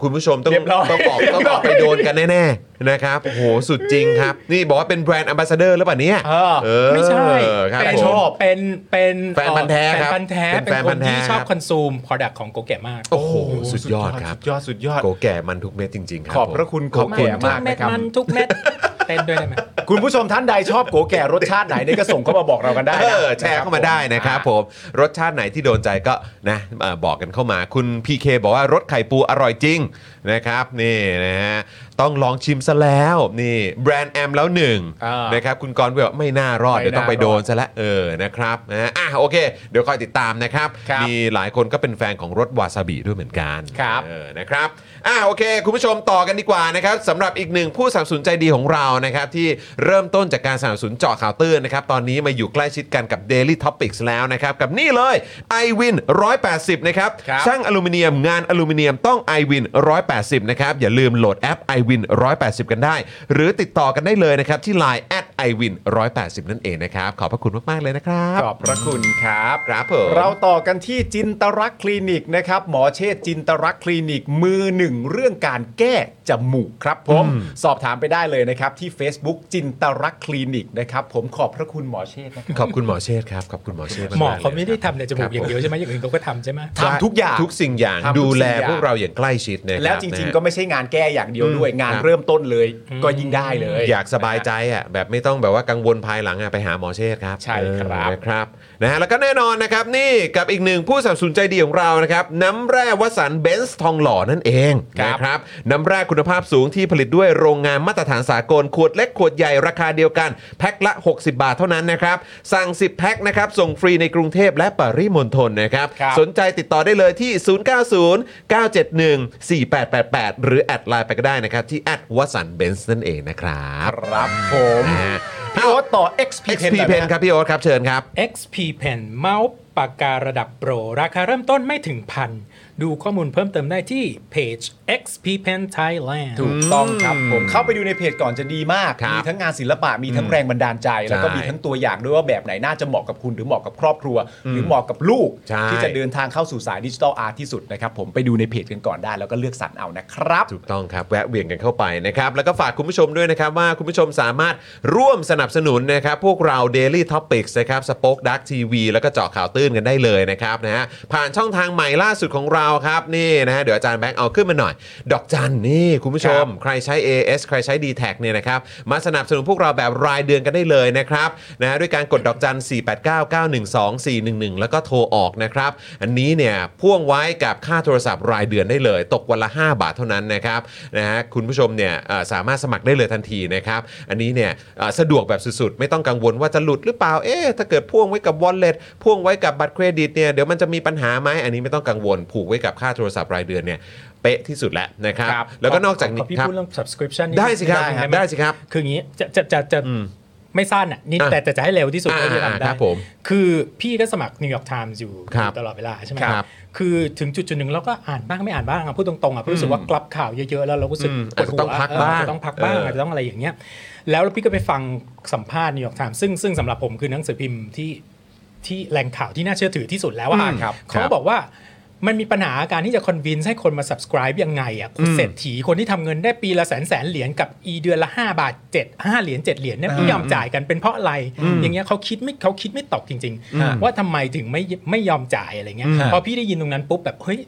[SPEAKER 3] คุณผู้ชมต้อง
[SPEAKER 4] เรียบร้อย
[SPEAKER 3] ต้องบอกต้องบอกไปโดนกันแน่ๆนะครับโอ้โหสุดจริงครับ นี่บอกว่าเป็นแบรนด์ a อ b a s s a d o r หรือเปล่าเนี่ย
[SPEAKER 4] เออ
[SPEAKER 3] เออ
[SPEAKER 4] ไม่ใช่
[SPEAKER 3] ครับ
[SPEAKER 4] เป็น
[SPEAKER 3] ผม
[SPEAKER 4] เป็นเป็น
[SPEAKER 3] แฟนพันธุ์แท้ค
[SPEAKER 4] แฟน
[SPEAKER 3] รับ
[SPEAKER 4] พันธุ์แท้
[SPEAKER 3] เป็น
[SPEAKER 4] เป็น
[SPEAKER 3] แฟน
[SPEAKER 4] ค
[SPEAKER 3] พัน
[SPEAKER 4] น
[SPEAKER 3] ธุ์แท้
[SPEAKER 4] ที่ชอบ
[SPEAKER 3] ครับ
[SPEAKER 4] คอนซูม product ของโกแก่มาก
[SPEAKER 3] โอ้โหสุดยอดครับ
[SPEAKER 7] สุดยอดสุดยอด
[SPEAKER 3] โกแก่มันทุกเม็ดจริงๆ ครับ
[SPEAKER 7] ขอบ
[SPEAKER 3] ผม
[SPEAKER 7] พระคุณโก
[SPEAKER 3] ขอบคุณ
[SPEAKER 7] แก่มาก
[SPEAKER 4] เม็ด
[SPEAKER 7] นะครับ
[SPEAKER 4] มันทุกเม็ดเต้นด้วยได้ไหม
[SPEAKER 7] คุณผู้ชมท่านใดชอบโกแก่รสชาติไหนเนี่ยก็ส่งเข้ามาบอกเรากันได้นะ
[SPEAKER 3] เออแชร์เข้ามาได้นะครับผม รสชาติไหนที่โดนใจก็นะเอ่อบอกกันเข้ามา คุณ PK บอกว่ารสไข่ปูอร่อยจริงนะครับนี่นะฮะต้องลองชิมซะแล้วนี่แบรนด์แอมแล้วหนึ่ง
[SPEAKER 7] อ่า
[SPEAKER 3] นะครับคุณกรณ์บอกว่าไม่น่ารอด
[SPEAKER 7] ไม่
[SPEAKER 3] เดี๋ยวต้องไป
[SPEAKER 7] น่ารอด
[SPEAKER 3] โดนซะและเออนะครับนะฮะอ่ะโอเค เดี๋ยวคอยติดตามนะครับ
[SPEAKER 7] ครับ
[SPEAKER 3] มีหลายคนก็เป็นแฟนของรสวาซาบิด้วยเหมือนกัน
[SPEAKER 7] ครับ
[SPEAKER 3] เออนะครับอ่ะโอเค คุณผู้ชมต่อกันดีกว่านะครับสำหรับอีกหนึ่งผู้สนับสนุนใจดีของเรานะครับ ที่เริ่มต้นจากการสนับสนุนเจาะข่าวตื้นนะครับ ตอนนี้มาอยู่ใกล้ชิดกันกับ Daily Topics แล้วนะครับ กับนี่เลย i w i n 180 นะครับ
[SPEAKER 7] ครับ
[SPEAKER 3] ช่างอลูมิเนียมงานอลูมิเนียมต้อง i w i n 180 นะครับ อย่าลืมโหลดแอป i w i n 180 กันได้ หรือติดต่อกันได้เลยนะครับ ที่ Line at i w i n 180นั่นเองนะครับ ขอบพระคุณมาก ๆ เลยนะครับ
[SPEAKER 7] ขอบพระคุณครับ
[SPEAKER 3] ครับผม
[SPEAKER 7] เราต่อกันที่จินตรักษณ์คลินิกนะครับ หมอเชษจินตรักษณ์คลินิกมือหนึ่งเรื่องการแก้จมูกครับผม สอบถามไปได้เลยนะครับ ที่ Facebook จินตรักษณ์คลินิกนะครับผมขอบพระคุณหมอเชษนะครับ
[SPEAKER 3] ขอบคุณหมอเชษฐ์ครับขอบคุณหมอเชษฐ์กๆ
[SPEAKER 4] หมอเขาไม่ได้ทำในจ
[SPEAKER 3] ค
[SPEAKER 4] มู
[SPEAKER 3] รั
[SPEAKER 4] ก
[SPEAKER 3] บ
[SPEAKER 4] อย่างเดียวใช่ไหมอย่างอื่นเขาก็ทำใช่ไหม
[SPEAKER 7] ทำทุกอย่าง
[SPEAKER 3] ทุกสิ่งอย่าง
[SPEAKER 7] ทำทุกสิ่งอย่าง
[SPEAKER 3] ดูแลพวกเราอย่างใกล้ชิดนะคบ
[SPEAKER 7] แล้วจริง
[SPEAKER 3] นะ
[SPEAKER 7] ๆ ก็ไม่ใช่งานแก้อย่างเดียวด้วย งานเริ่มต้นเลย ก็ยิ่งได้เลย
[SPEAKER 3] อยากสบายใจอ่ะแบบไม่ต้องแบบว่ากังวลภายหลังอ่ะไปหาหมอเชษฐ์ครับ
[SPEAKER 7] ใช่ครับ
[SPEAKER 3] เออนะครับนะฮะแล้วก็แน่นอนนะครับนี่กับอีกหนึ่งผู้สนับสนุนใจดีของเรานะครับน้ำแร่วสันเบนซ์ทองหล่อนั่นเองนะครับน้ำแร่คุณภาพสูงที่ผลิตด้วยโรงงานมาตรฐานสากลขวดเล็กขวดใหญ่ราคาเดียวกันแพ็คละ 60 บาทเท่านั้นนะครับสั่ง 10แพ็คนะครับส่งฟรีในกรุงเทพและปริมณฑลนะครับ
[SPEAKER 7] ครับ
[SPEAKER 3] สนใจติดต่อได้เลยที่ 090-971-4888 หรือ แอดไลน์ไปก็ได้นะครับ ที่แอดวัสันเบนซ์นั่นเองนะครับ
[SPEAKER 7] ครับผม
[SPEAKER 3] นะฮะ
[SPEAKER 7] พี่โอ๊ตต่อ XP
[SPEAKER 3] XP
[SPEAKER 7] Pen หน่อยไหม
[SPEAKER 3] Pen ครับพี่โอ๊ตครับเชิญครับ
[SPEAKER 4] XP Pen เมาส์ปากการะดับโปร ราคาเริ่มต้นไม่ถึงพัน ดูข้อมูลเพิ่มเติมได้ที่เพจ XP Pen Thailand
[SPEAKER 7] ถูกต้องครับผมเข้าไปดูในเพจก่อนจะดีมาก
[SPEAKER 3] ครับ
[SPEAKER 7] มีทั้งงานศิลปะมีทั้งแรงบันดาลใจ แล้วก็
[SPEAKER 3] ใช่
[SPEAKER 7] มีทั้งตัวอย่างด้วยว่าแบบไหนน่าจะเหมาะกับคุณหรือเหมาะกับครอบครัว หรือเหมาะกับลูก
[SPEAKER 3] ใช่
[SPEAKER 7] ที่จะเดินทางเข้าสู่สายดิจิทัลอาร์ที่สุดนะครับ ผมไปดูในเพจกันก่อนได้ แล้วก็เลือกสรรเอานะครับ
[SPEAKER 3] ถูกต้องครับ แวะเวียนกันเข้าไปนะครับ แล้วก็ฝากคุณผู้ชมด้วยนะครับ ว่าคุณผู้ชมสามารถร่วมสนับสนุนนะครับ พวกเรา Daily Topics นะครับสป็อคดักทีวีแล้วก็เจาะข่าวตื้นกันได้เลยนะครับนะฮะผ่านช่องทางใหม่ล่าสุดของเราครับ นี่นะฮะเดี๋ยวอาจารย์แบงค์เอาขึ้นมาหน่อย ดอกจันนี่คุณผู้ชม ใครใช้ AS ใครใช้ d t แทเนี่ยนะครับ มาสนับสนุนพวกเราแบบรายเดือนกันได้เลยนะครับนะฮะด้วยการกดดอกจัน 489912411 แล้วก็โทรออกนะครับ อันนี้เนี่ยพ่วงไว้กับค่าโทรศัพท์รายเดือนได้เลย ตกวันละ 5 บาทเท่านั้นนะครับนะฮะคุณผู้ชมเนี่ยเอ่อสามารถสมัครได้เลยทันทีนะครับ อันนี้เนี่ยเอ่อสะดวกแบบสุดๆ ไม่ต้องกังวลว่าจะหลุดหรือเปล่าเอ๊ะถ้าเกิดพ่วงไว้กับวอลเล็ตพ่วงไว้กับบัตรเครดิตเนี่ยเดี๋ยวมันจะมีปัญหาไหมอันนี้ไม่ต้องกังวลผูกไว้กับค่าโทรศัพท์รายเดือนเนี่ย เป๊ะที่สุดแล้วนะครับ
[SPEAKER 7] ครับ
[SPEAKER 3] แล้วก็นอกจากนี้
[SPEAKER 4] ขพี่
[SPEAKER 3] ครับ
[SPEAKER 4] พูดเรื่อง subscription นิ
[SPEAKER 3] ได้สิครับ
[SPEAKER 4] หนึ่ง
[SPEAKER 3] ได้ครับ
[SPEAKER 4] หม
[SPEAKER 3] ได้สิครับ
[SPEAKER 4] คืออย่างนี้จะจะจะจะไม่สั้นอ่ะนิด
[SPEAKER 3] อ่ะ
[SPEAKER 4] แต่แต่จะให้เร็วที่สุด
[SPEAKER 3] อ่า
[SPEAKER 4] เท่าที่จะทำได้
[SPEAKER 3] ครับผม
[SPEAKER 4] คือพี่ก็สมัคร New York Times อยู่
[SPEAKER 3] ครับ
[SPEAKER 4] อยู่ตลอดเวลาใช่ไหม
[SPEAKER 3] ครับ
[SPEAKER 4] คือถึงจุดจุดหนึ่งเราก็อ่านบ้างไม่อ่านบ้างอะพูดตรงๆอ่ะเพราะรู้สึกว่ากลับข่าวเยอะๆแล้วเราก็รู้สึก
[SPEAKER 3] อืม
[SPEAKER 4] ปวดหัว
[SPEAKER 3] อาจจะต้องพักบ้าง
[SPEAKER 4] เอออจจะต้องพักบ้าง
[SPEAKER 3] เอออ
[SPEAKER 4] อาจจะต้องอะไรอย่างเงี้ย แล้วพี่ก็ไปฟังสัมภาษณ์ New York Times ซึ่งซึ่งสำหรับผมคือหนังสือพิมพ์ที่ที่แหล่งข่าวที่น่าเชื่อถือที่สุดแล้ว
[SPEAKER 3] อื
[SPEAKER 4] อ่ะ
[SPEAKER 3] มครับ
[SPEAKER 4] เขา
[SPEAKER 3] ครับ
[SPEAKER 4] บอกว่า มันมีปัญหาการที่จะคอนวินให้คนมา subscribe ยังไงอ่ะคุณเศรษฐีคนที่ทำเงินได้ปีละแสนแสนเหรียญกับอีเดือนละ 5 บาท 7 5 เหรียญ7เหรียญเนี่ยไม่ยอมจ่ายกันเป็นเพราะอะไร อย่างเงี้ยเขาคิดไม่เขาคิดไม่ตกจริง ๆ ว่าทำไมถึงไม่ไม่ยอมจ่ายอะไรเงี้ยพอพี่ได้ยินตรงนั้นปุ๊บแบบเฮ้ย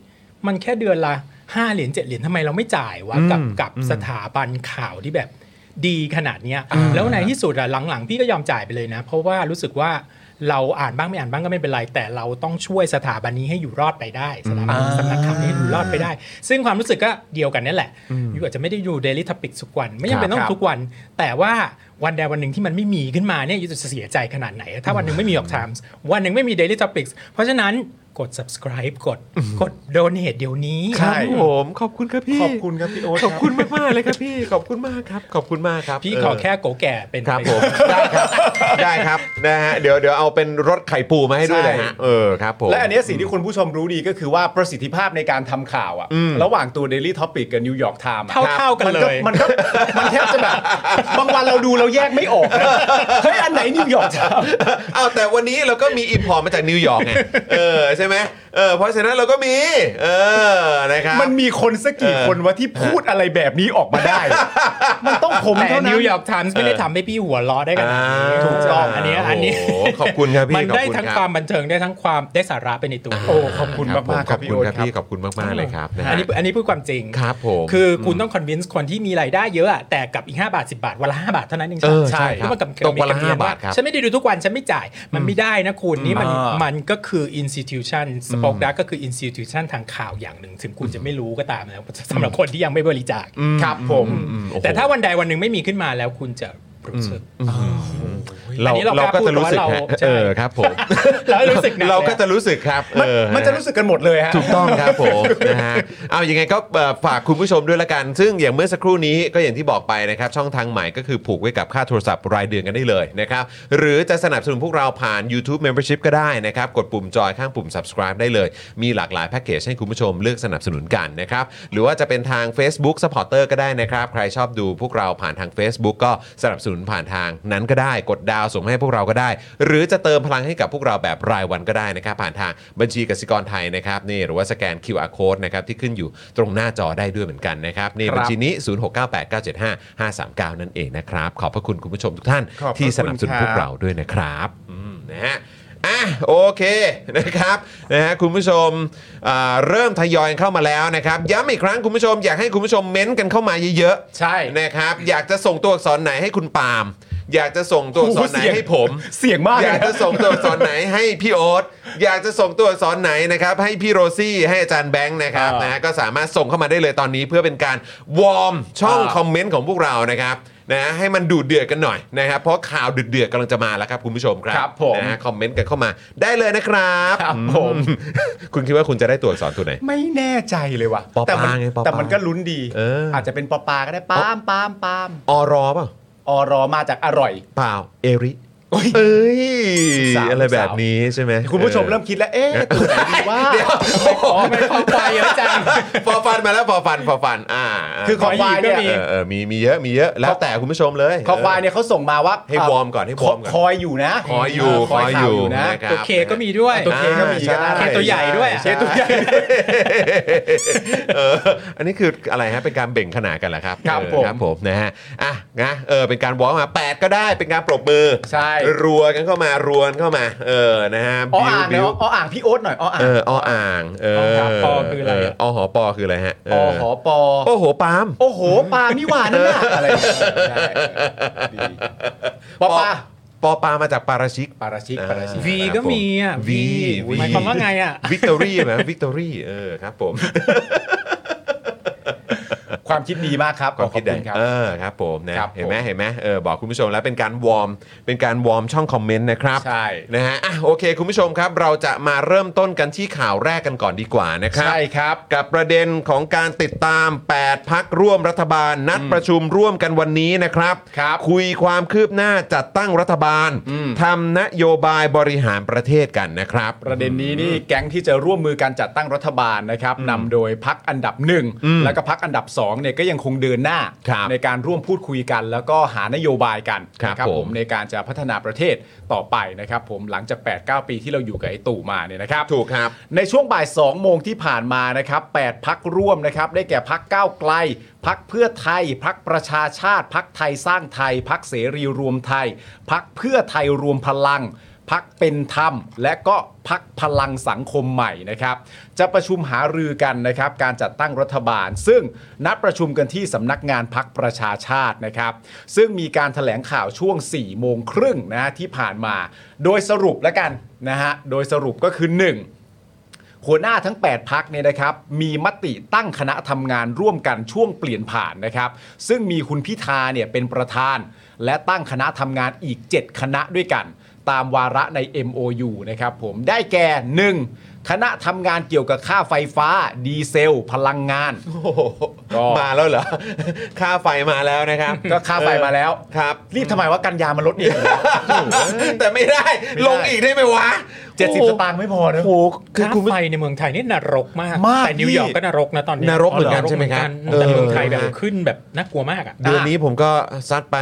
[SPEAKER 4] มันแค่เดือนละ 5 เหรียญ7เหรียญทำไมเราไม่จ่ายวะกับกับสถาบันข่าวที่แบบดีขนาดเนี้ยแล้วในที่สุดอะหลังๆพี่ก็ยอมจ่ายไปเลยนะ เพราะว่ารู้สึกว่า เราอ่านบ้างไม่อ่านบ้างก็ไม่เป็นไร แต่เราต้องช่วยสถาบันนี้ให้อยู่รอดไปได้สถาบันสำนักข่าวนี้อยู่รอดไปได้ ซึ่งความรู้สึกก็เดียวกันนี่แหละยูอาจจะไม่ได้ดู Daily Topic ทุกวัน ไม่จำเป็นต้อ
[SPEAKER 7] ค
[SPEAKER 4] ง
[SPEAKER 7] รับ
[SPEAKER 4] ทุกวัน แต่ว่าวันใดวันหนึ่งที่มันไม่มีขึ้นมาเนี่ยยูจะเสียใจขนาดไหน ถ้าวันหนึ่งไม่มี York Times วันหนึ่งไม่มี Daily Topics เพราะฉะนั้นกด subscribe กดกด donate เดี๋ยวนี้
[SPEAKER 3] ครับผมขอบคุณครับพี่
[SPEAKER 7] ขอบคุณครับพี่โอ๊ต
[SPEAKER 3] ขอบคุณมากมากๆเลยครับพี่ขอบคุณมากครับ ขอบคุณมากครับ
[SPEAKER 4] พี่
[SPEAKER 3] เ
[SPEAKER 4] ขอแค่โกแก่เป็น
[SPEAKER 3] ครับ
[SPEAKER 4] ไป
[SPEAKER 3] ผมได้ครับได้ครับนะฮะเดี๋ยวเดี๋ยวเอาเป็นรถไข่ปูมาให้ด้วยเลยฮะเออครับผม
[SPEAKER 7] และอันเนี้ยสิ่งที่คุณผู้ชมรู้ดีก็คือว่าประสิทธิภาพในการทำข่าวอะระหว่างตัว Daily Topic กับ New York Times อะ
[SPEAKER 4] เท่าๆกันเลย
[SPEAKER 7] มันก็มันแทบจะแบบ บางวันเราดูเราแยกไม่ออก นะเฮ้ยอันไหน New York Times
[SPEAKER 3] เอาแต่วันนี้เราก็มีอินพอร์ตมาจากนิวยอร์กไงเออใช่ไหมเออเพราะฉะนั้นเราก็มี เออนะครับ
[SPEAKER 7] มันมีคนสักกี่
[SPEAKER 3] เออ
[SPEAKER 7] คนวะที่พูดอะไรแบบนี้ออกมาได้ มันต้องผม
[SPEAKER 4] แต่
[SPEAKER 7] เท่านั้น
[SPEAKER 4] New York Times ไม่ได้ทำให้พี่หัวเราะได้ขนาดนี้
[SPEAKER 3] อ่า
[SPEAKER 4] ถูกต้องอันเนี้ยอันนี้
[SPEAKER 3] โโหขอบคุณครับพี่
[SPEAKER 4] มันได้ทั้ง
[SPEAKER 3] ข
[SPEAKER 4] ค
[SPEAKER 3] อ
[SPEAKER 4] วา
[SPEAKER 3] บ
[SPEAKER 4] ม
[SPEAKER 3] ณรับ
[SPEAKER 4] บันเทิงได้ทั้งความได้สาระไปในตัว
[SPEAKER 7] โอ้ขอบคุณมากมากๆค
[SPEAKER 3] ขอ
[SPEAKER 7] รับบ พี่
[SPEAKER 3] คุณ
[SPEAKER 7] โอ๊ต
[SPEAKER 3] ครับ
[SPEAKER 7] ครับ
[SPEAKER 3] พี่ขอบคุณมากมากๆเลยครับนะฮะ
[SPEAKER 4] อันนี้อันนี้พูดความจริง
[SPEAKER 3] ครับผม
[SPEAKER 4] คือคุณต้องคอนวินส์คนที่มีรายได้เยอะอะแต่กับอีก 5 บาท 10 บาท วันละ 5 บาทเท่านั้นเอง
[SPEAKER 3] เออใช่
[SPEAKER 4] เพราะมันกับ
[SPEAKER 3] ตกวันละ
[SPEAKER 4] เมีย
[SPEAKER 3] 5บาทครับ
[SPEAKER 4] ฉันไม่ได้ดูทุกวันฉันไม่จ่ายมันไม่ได้นะคุณนี่มัน
[SPEAKER 7] อ่ามั
[SPEAKER 4] มันก็คือ institution สปอคดักก็คือ institution ทางข่าวอย่างหนึ่ง ถึงคุณจะไม่รู้ก็ตามแล้วสำหรับคนที่ยังไม่บริจาค
[SPEAKER 7] ครับผม
[SPEAKER 3] อืมโอ้โห
[SPEAKER 4] แต่ถ้าวันใดวันหนึ่งไม่มีขึ้นมาแล้วคุณจะรู้สึก
[SPEAKER 3] เรา
[SPEAKER 4] อันนี้เรา
[SPEAKER 3] เราก็
[SPEAKER 4] กล้าพู
[SPEAKER 3] จะ
[SPEAKER 4] ด
[SPEAKER 3] รู้สึกฮะ
[SPEAKER 4] ว่าเราใช่
[SPEAKER 3] เออครับผม
[SPEAKER 4] เราให้รู้สึกนะ
[SPEAKER 3] เราก็จะรู้สึกครับ
[SPEAKER 7] มัน
[SPEAKER 3] เออ
[SPEAKER 7] มันจะรู้สึกกันหมดเลยฮะ
[SPEAKER 3] ถูกต้องครับผม นะฮะเอายังไงก็เอ่อฝากคุณผู้ชมด้วยละกัน ซึ่งอย่างเมื่อสักครู่นี้ก็อย่างที่บอกไปนะครับ ช่องทางใหม่ก็คือผูกไว้กับค่าโทรศัพท์รายเดือนกันได้เลยนะครับ หรือจะสนับสนุนพวกเราผ่าน YouTube Membership ก็ได้นะครับ กดปุ่มจอยข้างปุ่ม subscribe ได้เลย มีหลากหลายแพ็กเกจให้คุณผู้ชมเลือกสนับสนุนกันนะครับ หรือว่าจะเป็นทาง Facebook Supporter ก็ได้นะครับ ใครชอบดูพวกเราผ่านทาง Facebook ก็สนับสนุนผ่านทางนั้นก็ได้กดดาวส่งให้พวกเราก็ได้ หรือจะเติมพลังให้กับพวกเราแบบรายวันก็ได้นะครับ ผ่านทางบัญชีกสิกรไทยนะครับนี่หรือว่าสแกน QR code นะครับที่ขึ้นอยู่ตรงหน้าจอได้ด้วยเหมือนกันนะครับนี่
[SPEAKER 7] ครับ
[SPEAKER 3] บัญชีนี้ 0698975539 นั่นเองนะครับ ขอบพระคุณคุณผู้ชมทุกท่าน
[SPEAKER 7] ขอบพระ
[SPEAKER 3] ที่สนับสนุน
[SPEAKER 7] คุ
[SPEAKER 3] พว
[SPEAKER 7] ณครับ
[SPEAKER 3] กเราด้วยนะครับอืมนะฮะอ่ะโอเคนะครับนะฮะคุณผู้ชมอ่าเริ่มทยอยเข้ามาแล้วนะครับย้ำอีกครั้งคุณผู้ชมอยากให้คุณผู้ชมเม้นต์กันเข้ามาเยอะๆ
[SPEAKER 7] ใช่
[SPEAKER 3] นะครับอยากจะส่งตัวอักษรไหนให้คุณปาล์มอยากจะส่งตัวอักษรไหน
[SPEAKER 7] โอ้โหเสี่ยง
[SPEAKER 3] ให้ผม
[SPEAKER 7] เสียงมาก
[SPEAKER 3] อ
[SPEAKER 7] เลย
[SPEAKER 3] ยาก
[SPEAKER 7] นะ
[SPEAKER 3] จะส่งตัวอักษรไหนให้พี่โอ๊ ตอยากจะส่งตัวอักษรไหนนะครับให้พี่โรซี่ให้อาจารย์แบงค์นะครับ
[SPEAKER 7] อ่าน
[SPEAKER 3] นะฮะก็สามารถส่งเข้ามาได้เลยตอนนี้เพื่อเป็นการวอร์มช่อง
[SPEAKER 7] อ่า
[SPEAKER 3] คอมเมนต์ของพวกเรานะครับนะให้มันดูเดือดกันหน่อยนะครับเพราะข่าวเดือดๆกำลังจะมาแล้วครับคุณผู้ชมครับ
[SPEAKER 7] ครับผม
[SPEAKER 3] นะฮะคอมเมนต์กันเข้ามาได้เลยนะครับ
[SPEAKER 7] ครับผม
[SPEAKER 3] อืคุณคิดว่าคุณจะได้ตัวอักษรตัวไหน
[SPEAKER 7] ไม่แน่ใจเลยว่ะ
[SPEAKER 3] ปอปา
[SPEAKER 7] แต่มั
[SPEAKER 3] ไงปอปา
[SPEAKER 7] แต่มันก็ลุ้นดี
[SPEAKER 3] เอออ
[SPEAKER 7] อาจจะเป็นปอปาก็ได้ปามปามปาม
[SPEAKER 3] อรอเปล่า
[SPEAKER 7] อรอมาจากอร่อย
[SPEAKER 3] เปล่าเอริเอ้ย
[SPEAKER 7] สาว
[SPEAKER 3] อะไรแบบนี้ใช่ไหม
[SPEAKER 7] คุณผู้ชมเริ่มคิดแล้ว เอ๊ะตัวไหนดีว่า
[SPEAKER 4] อ๋อไม่เข้าใจเยอะจัง
[SPEAKER 3] ฟอฟันมาแล้วฟอฟันฟอฟันอ่า
[SPEAKER 7] คือของวายเนี่ย
[SPEAKER 3] เออเออมีมีเยอะมีเยอะแล้วแต่คุณผู้ชมเลย
[SPEAKER 7] คอควายเนี่ยเขาส่งมาว่า
[SPEAKER 3] ให้วอร์มก่อนให้วอร์มก่อน
[SPEAKER 7] คอยอยู่นะ
[SPEAKER 3] คอยอยู่
[SPEAKER 7] คอย
[SPEAKER 3] คอยอยู่
[SPEAKER 7] ข่าวอยู่นะ
[SPEAKER 3] นะครับ
[SPEAKER 4] ตัวเคก็มีด้วย
[SPEAKER 7] ตัวเคก็มี
[SPEAKER 3] อ่า
[SPEAKER 7] ก็ได้
[SPEAKER 3] ช่
[SPEAKER 4] เคตัวใหญ่ด้วยอะ
[SPEAKER 3] ช่ตัวใหญ่เอออันนี้คืออะไรฮะเป็นการเบ่งขนาดกันเหรอครับ
[SPEAKER 7] ครับ
[SPEAKER 3] เออ
[SPEAKER 7] ผม
[SPEAKER 3] ครับผมนะฮะอ่ะนะเออเป็นการวอล์กมาแปดก็ได้เป็นการปรบมือ
[SPEAKER 7] ใช่
[SPEAKER 3] รัวกันเข้ามารวนเข้ามาเออนะฮะ
[SPEAKER 7] อ้อ
[SPEAKER 3] บิ้วบิ้
[SPEAKER 7] อ่างเนาะ
[SPEAKER 3] ว
[SPEAKER 7] อ้ออ่างพี่โอ๊ตหน่อยอ้ออ่าง
[SPEAKER 3] เออออ่างเออ
[SPEAKER 4] อหอปอคืออะไร
[SPEAKER 3] เออหอปอคืออะไรฮะเ
[SPEAKER 7] อหอปอ
[SPEAKER 3] โอ้โหปาล์ม
[SPEAKER 7] โอ้โหปานี่หวานนั่นน่ะอะไรอย่างเงี้ยใช่ดีปอปา
[SPEAKER 3] ปอปามาจากปาราชิก
[SPEAKER 7] ปาราชิกปาราชิก
[SPEAKER 3] อ่า
[SPEAKER 4] V ก็มีอ่ะ V หมายความว่าไงอ่ะ
[SPEAKER 3] วิกตอรี่ไหมวิกตอรี่เออครับผม
[SPEAKER 7] ค ความคิดดีมากครับ
[SPEAKER 3] ความคิดใด
[SPEAKER 7] ขอบณรับ
[SPEAKER 3] เออครับผมนะครับ
[SPEAKER 7] ผม
[SPEAKER 3] เห็นไหมเห็นไหมเออบอกคุณผู้ชมแล้วเป็นการวอร์มเป็นการวอร์มช่องคอมเมนต์นะครับ
[SPEAKER 7] ใช่
[SPEAKER 3] นะฮะอ่ะโอเค คุณผู้ชมครับ เราจะมาเริ่มต้นกันที่ข่าวแรกกันก่อนดีกว่านะครับ
[SPEAKER 7] ใช่ครับ
[SPEAKER 3] กับประเด็นของการติดตาม 8 พักร่วมรัฐบาล นัดประชุมร่วมกันวันนี้นะครับ
[SPEAKER 7] ครับ
[SPEAKER 3] คุยความคืบหน้าจัดตั้งรัฐบาล
[SPEAKER 7] อืม
[SPEAKER 3] ทำนโยบายบริหารประเทศกันนะครับ
[SPEAKER 7] ประเด็นนี้นี่แก๊งที่จะร่วมมือการจัดตั้งรัฐบาลนะครับนำโดยพักอันดับหนึ่ง
[SPEAKER 3] อืม
[SPEAKER 7] แล้วก็พักอันดับ2เนี่ยก็ยังคงเดินหน้า
[SPEAKER 3] ครับ
[SPEAKER 7] ในการร่วมพูดคุยกัน แล้วก็หานโยบายกัน
[SPEAKER 3] ครับ
[SPEAKER 7] นะ
[SPEAKER 3] ผม
[SPEAKER 7] ในการจะพัฒนาประเทศต่อไปนะครับ ผมหลังจาก 8-9 ปีที่เราอยู่กับไอ้ตู่มาเนี่ยนะครับ
[SPEAKER 3] ถูกครับ
[SPEAKER 7] ในช่วงบ่าย 2 โมงที่ผ่านมานะครับ 8 พักร่วมนะครับ ได้แก่พักก้าวไกล พักเพื่อไทย พักประชาชาติ พักไทยสร้างไทย พักเสรีรวมไทย พักเพื่อไทยรวมพลัง พักเป็นธรรม และก็พักพลังสังคมใหม่นะครับ จะประชุมหารือกันนะครับ การจัดตั้งรัฐบาล ซึ่งนัดประชุมกันที่สำนักงานพักประชาชาตินะครับ ซึ่งมีการถแถลงข่าวช่วง 4 โมงครึ่งนะฮะที่ผ่านมา โดยสรุปแล้วกันนะฮะ โดยสรุปก็คือ 1 หัวหน้าทั้ง 8 พักเนี่ยนะครับมีมติตั้งคณะทำงานร่วมกันช่วงเปลี่ยนผ่านนะครับ ซึ่งมีคุณพิธาเนี่ยเป็นประธาน และตั้งคณะทำงานอีก 7 คณะด้วยกัน ตามวาระใน MOU นะครับผมได้แก่ 1. คณะทำงานเกี่ยวกับค่าไฟฟ้า ดีเซล พลังงาน
[SPEAKER 3] โอ้โห
[SPEAKER 7] ก็
[SPEAKER 3] มาแล้วเหรอ ค่าไฟมาแล้วนะครับ
[SPEAKER 7] ก็ค่าไฟมาแล้ว
[SPEAKER 3] ครับ
[SPEAKER 7] รีบทำไมว่ากันยามันลดอีก
[SPEAKER 3] แต่ไม่ได้
[SPEAKER 7] ไม่ได้
[SPEAKER 3] ลงอีกได้ไหมวะ
[SPEAKER 7] เจ็ดสิบสตางค์ไม่พอนะ
[SPEAKER 3] โอ้โหคือ
[SPEAKER 4] ค่า
[SPEAKER 3] คุณผู้
[SPEAKER 4] ไฟในเมืองไทยนี่นรกมาก
[SPEAKER 7] มาก
[SPEAKER 4] แต่นิว
[SPEAKER 7] พี่
[SPEAKER 4] ยอร์กก็นรกนะตอนนี้
[SPEAKER 3] นรกเหมือนกันใช่ไหมครับ
[SPEAKER 4] นกเหมือนกันแต่
[SPEAKER 3] เออ
[SPEAKER 4] เมืองไทยแบบขึ้นแบบน่ากลัวมากอ่ะ
[SPEAKER 3] เดือนนี้ผมก็ซัดไป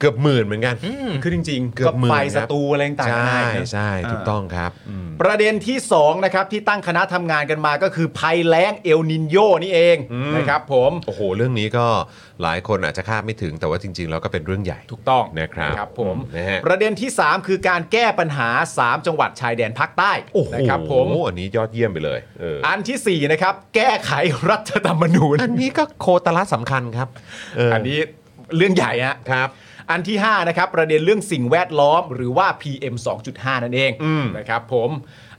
[SPEAKER 3] เกือบหมื่นเหมือนกัน
[SPEAKER 7] คือจริง
[SPEAKER 3] เกื
[SPEAKER 7] ๆ
[SPEAKER 3] อ
[SPEAKER 7] ก็
[SPEAKER 3] บหมื่น
[SPEAKER 7] ไฟ
[SPEAKER 3] นะ
[SPEAKER 7] สตูอะไรต่างๆ
[SPEAKER 3] ใช่
[SPEAKER 7] นานาอีกนะ
[SPEAKER 3] ใช่ถูกต้องครับ
[SPEAKER 7] ประเด็นที่ 2 นะครับ ที่ตั้งคณะทำงานกันมาก็คือภัยแล้งเอลนินโยนี่เองนะครับผม
[SPEAKER 3] โอ้โห เรื่องนี้ก็หลายคนอาจจะคาดไม่ถึงแต่ว่าจริง ๆ แล้วก็เป็นเรื่องใหญ่
[SPEAKER 7] ถูกต้อง
[SPEAKER 3] นะครับ
[SPEAKER 7] ผม
[SPEAKER 3] นะฮะ
[SPEAKER 7] ประเด็นที่ 3 คือการแก้ปัญหา 3 จังหวัดชายแดนภาคใต้นะครับผม
[SPEAKER 3] โอ้โหอันนี้ยอดเยี่ยมไปเลยเออ
[SPEAKER 7] อันทีสี่4นะครับแก้ไขรัฐธรรมนูญ
[SPEAKER 3] อันนี้ก็โคตรละสำคัญครับเ
[SPEAKER 7] อันนี้เรื่องใหญ่ฮะ
[SPEAKER 3] ครับ
[SPEAKER 7] อันที่ 5 นะครับ ประเด็นเรื่องสิ่งแวดล้อม หรือว่า PM 2.5 นั่นเอง
[SPEAKER 3] อืม
[SPEAKER 7] นะครับผม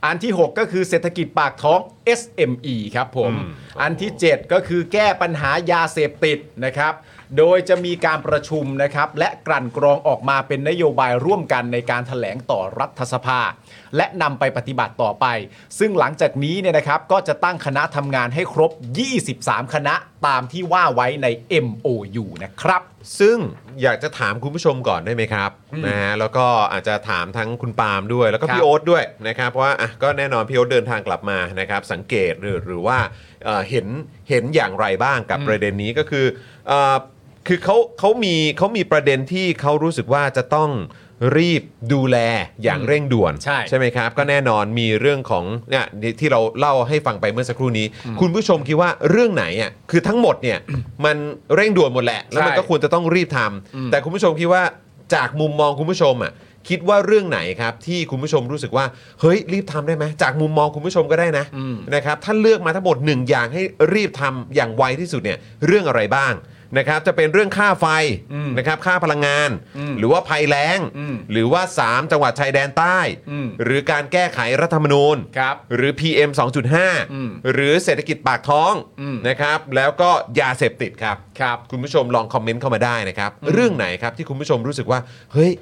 [SPEAKER 7] อันที่ 6 ก็คือเศรษฐกิจปากท้อง SME ครับผม
[SPEAKER 3] อืม
[SPEAKER 7] อันที่ 7 ก็คือแก้ปัญหายาเสพติดนะครับ โดยจะมีการประชุมนะครับ และกลั่นกรองออกมาเป็นนโยบายร่วมกันในการถแถลงต่อรัฐสภา และนำไปปฏิบัติต่อไป ซึ่งหลังจากนี้เนี่ยนะครับก็จะตั้งคณะทำงานให้ครบ 23 คณะตามที่ว่าไว้ใน MOU นะครับ
[SPEAKER 3] ซึ่งอยากจะถามคุณผู้ชมก่อนได้ไหมครับนะฮะแล้วก็อาจจะถามทั้งคุณปาล์มด้วย แล้วก็
[SPEAKER 7] ครับ
[SPEAKER 3] พี่โอ๊ตด้วยนะครับเพราะว่าอ่ะก็แน่นอนพี่โอ๊ตเดินทางกลับมานะครับสังเกตหรือหรือว่าเอ่อเห็นเห็นอย่างไรบ้างกับ
[SPEAKER 7] อืม
[SPEAKER 3] ประเด็นนี้ก็คือเอ่อคือเขาเขามีเขามีประเด็นที่เขารู้สึกว่าจะต้องรีบดูแลอย่าง
[SPEAKER 7] อืม
[SPEAKER 3] เร่งด่วน
[SPEAKER 7] ใช่
[SPEAKER 3] ใช่ไหมครับ ก็แน่นอนมีเรื่องของเนี่ยที่เราเล่าให้ฟังไปเมื่อสักครู่นี้ คุณผู้ชมคิดว่าเรื่องไหนอ่ะคือทั้งหมดเนี่ยมันเร่งด่วนหมดแหละ แล้วมัน
[SPEAKER 7] ใช่
[SPEAKER 3] ก็ควรจะต้องรีบทำแต่คุณผู้ชมคิดว่าจากมุมมองคุณผู้ชมอ่ะคิดว่าเรื่องไหนครับที่คุณผู้ชมรู้สึกว่าเฮ้ยรีบทำได้ไหมจากมุมมองคุณผู้ชมก็ได้นะ
[SPEAKER 7] อืม
[SPEAKER 3] นะครับถ้าเลือกมาทั้งหมดหนึ่งอย่างให้รีบทำอย่างไวที่สุดเนี่ยเรื่องอะไรบ้างนะครับจะเป็นเรื่องค่าไฟนะครับค่าพลังงาน หรือว่าภัยแล้ง หรือว่า 3 จังหวัดชายแดนใต้ หรือการแก้ไขรัฐธรรมนูญ
[SPEAKER 7] ครับ
[SPEAKER 3] หรือ PM 2.5 หรือเศรษฐกิจปากท้องนะครับ แล้วก็ยาเสพติดครับ
[SPEAKER 7] ครับ
[SPEAKER 3] คุณผู้ชมลองคอมเมนต์เข้ามาได้นะครับ เรื่องไหนครับที่คุณผู้ชมรู้สึกว่า เฮ้ย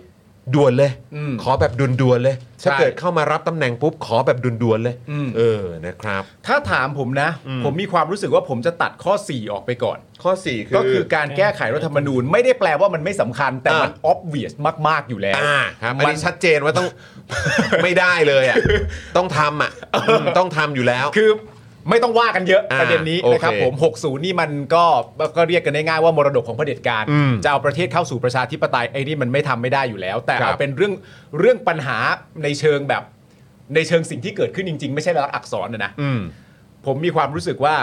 [SPEAKER 3] ด่วนเลย
[SPEAKER 7] อืม
[SPEAKER 3] ขอแบบด่วนๆเลย
[SPEAKER 7] ใช่
[SPEAKER 3] ถ้าเกิดเข้ามารับตำแหน่งปุ๊บ ขอแบบด่วนๆเลย เออนะครับ
[SPEAKER 7] ถ้าถามผมนะ
[SPEAKER 3] อืม
[SPEAKER 7] ผมมีความรู้สึกว่าผมจะตัดข้อ 4 ออกไปก่อน
[SPEAKER 3] ข้อ 4 คือ
[SPEAKER 7] ก็คือการแก้ไขรัฐธรรมนูญไม่ได้แปลว่ามันไม่สำคัญ แต่
[SPEAKER 3] อ่ามั
[SPEAKER 7] มัน obvious มาก ๆ อยู่แล้ว
[SPEAKER 3] อ่าครับอัน
[SPEAKER 7] มัน
[SPEAKER 3] นี้ชัดเจนว่าต้อง ไม่ได้เลยอ่ะต้องทำอ่ะอืมต้องทำอยู่แล้ว
[SPEAKER 7] คือไม่ต้องว่ากันเยอะ
[SPEAKER 3] อ่า
[SPEAKER 7] ประเด็นนี้นะครับ
[SPEAKER 3] โอเค
[SPEAKER 7] ผม 60 นี่มันก็ก็เรียกกันได้ง่ายว่ามรดกของเผด็จการ
[SPEAKER 3] อืม
[SPEAKER 7] จะเอาประเทศเข้าสู่ประชาธิปไตยไอ้นี่มันไม่ทำไม่ได้อยู่แล้ว แต่
[SPEAKER 3] ครับ
[SPEAKER 7] เอาเป็นเรื่องเรื่องปัญหาในเชิงแบบในเชิงสิ่งที่เกิดขึ้นจริง ๆ ไม่ใช่ลักษณ์อักษรนะนะ
[SPEAKER 3] อืม
[SPEAKER 7] ผมมีความรู้สึกว่า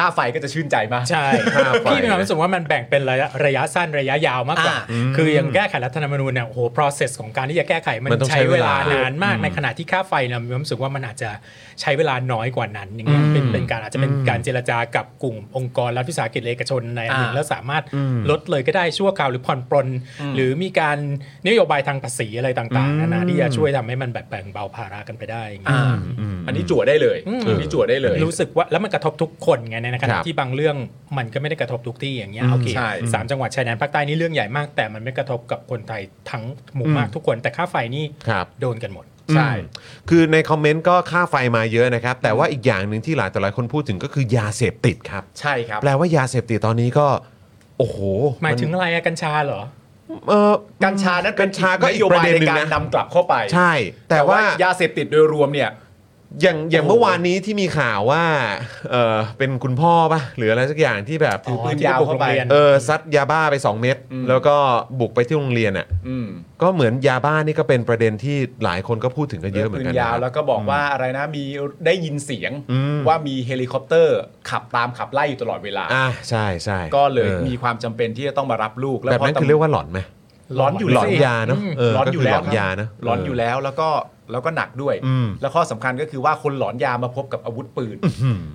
[SPEAKER 7] ค่าไฟก็จะชื่นใจมาก
[SPEAKER 4] ใช่
[SPEAKER 3] ค่าไฟ
[SPEAKER 4] พี่มีความรู้สึกว่ามันแบ่งเป็นระยะระยะสั้นระยะยาวมากกว่า
[SPEAKER 7] อ่า
[SPEAKER 4] คืออย่างแก้ไขรัฐธรรมนูญเนี่ยโอ้โห process ของการที่จะแก้ไขมัน
[SPEAKER 3] มันต้องใช้
[SPEAKER 4] ใช้เวลา
[SPEAKER 3] เวลาน
[SPEAKER 4] นานมากในขณะที่ค่าไฟเนี่ยมีความรู้สึกว่ามันอาจจะใช้เวลาน้อยกว่านั้นอย่างเงี้ย
[SPEAKER 3] อืม
[SPEAKER 4] เป็นเป็นการอาจจะเป็นการเจรจากับกลุ่มองค์กรรัฐวิสาหกิจเอกชนในอันหนึ่ง
[SPEAKER 7] อ่า
[SPEAKER 4] แล้วสามารถลดเลยก็ได้ชั่วคราวหรือผ่อนปรนหรือมีการนโยบายทางภาษีอะไรต่างๆนานาที่จะช่วยทำให้มันแบบแบ่งเบาภาระกันไปได้อย่างเงี้ย
[SPEAKER 7] าอันนี้จั่วได้เลย
[SPEAKER 4] อืม
[SPEAKER 7] อันนี้จั่วได้เลย
[SPEAKER 4] รู้สึกว่าแล้วมันกระทบทุกคนไง ใน
[SPEAKER 3] ค
[SPEAKER 4] ข
[SPEAKER 3] รั
[SPEAKER 4] ณะ
[SPEAKER 3] บ
[SPEAKER 4] ที่บางเรื่องมันก็ไม่ได้กระทบทุกที่อย่างเงี้ยโอเค
[SPEAKER 7] ใช่
[SPEAKER 4] สามจังหวัดชายแดนภาคใต้นี่เรื่องใหญ่มาก แต่มันไม่กระทบกับคนไทยทั้งหมู่มากทุกคน แต่ค่าไฟนี่
[SPEAKER 3] ครับ
[SPEAKER 4] โดนกันหมด
[SPEAKER 7] ใช่
[SPEAKER 3] อืมคือในคอมเมนต์ก็ค่าไฟมาเยอะนะครับ แต่ว่าอีกอย่างหนึ่งที่หลายต่อหลายคนพูดถึงก็คือยาเสพติดครับ
[SPEAKER 7] ใช่ครับ
[SPEAKER 3] แปลว่ายาเสพติดตอนนี้ก็ โอ้โห
[SPEAKER 4] หมายถึง
[SPEAKER 3] น
[SPEAKER 4] อะไรอะกัญชาเหรอ
[SPEAKER 3] เออ
[SPEAKER 7] กัญชานั้นเป็น
[SPEAKER 3] กัญชาก็
[SPEAKER 7] นโยบายใน
[SPEAKER 3] อีกประเด็นหนึ่ง
[SPEAKER 7] การ
[SPEAKER 3] นะ
[SPEAKER 7] นำกลับเข้าไป
[SPEAKER 3] ใช่ แต่ว่าย
[SPEAKER 7] าเสพติดโดยรวมเนี่ย
[SPEAKER 3] อย่างอย่าง
[SPEAKER 7] โอ้โห
[SPEAKER 3] เมื่อวานนี้ที่มีข่าวว่าเออเป็นคุณพ่อปะหรืออะไรสักอย่างที่แบบ
[SPEAKER 7] ถือปืนยาวเข้าไป
[SPEAKER 4] โรงเรียน
[SPEAKER 3] เออซัดยาบ้าไป 2 เม็ดแล้วก็บุกไปที่โรงเรียนอ่ะ
[SPEAKER 7] อืม
[SPEAKER 3] ก็เหมือนยาบ้านี่ก็เป็นประเด็นที่หลายคนก็พูดถึงกันเยอะเหมือนกัน
[SPEAKER 7] ปืยาว
[SPEAKER 3] นะ
[SPEAKER 7] แล้วก็บอกว่าอะไรนะมีได้ยินเสียง
[SPEAKER 3] อืม
[SPEAKER 7] ว่ามีเฮลิคอปเตอร์ ขับตามขับไล่อยู่ตลอดเวลา
[SPEAKER 3] อ่าใช่ใช่
[SPEAKER 7] ก็เลย
[SPEAKER 3] ออ
[SPEAKER 7] มีความจำเป็นที่จะต้องมารับลูก
[SPEAKER 3] แบบนั้น
[SPEAKER 7] พตำ
[SPEAKER 3] คือเรียกว่าหลอนไหม
[SPEAKER 7] ร้อนอยู่
[SPEAKER 3] หล
[SPEAKER 7] แว
[SPEAKER 3] อนยาเนอะเออ
[SPEAKER 7] ร้อน
[SPEAKER 3] ก็
[SPEAKER 7] อ
[SPEAKER 3] คื
[SPEAKER 7] ยู่
[SPEAKER 3] อ
[SPEAKER 7] แล้
[SPEAKER 3] ห
[SPEAKER 7] ว
[SPEAKER 3] ลอนยาเนอะ
[SPEAKER 7] ร้อนอยู่แล้วแล้วก็แล้วก็หนักด้วย
[SPEAKER 3] อืม
[SPEAKER 7] แล้วข้อสำคัญก็คือว่าคนหลอนยามาพบกับอาวุธปืน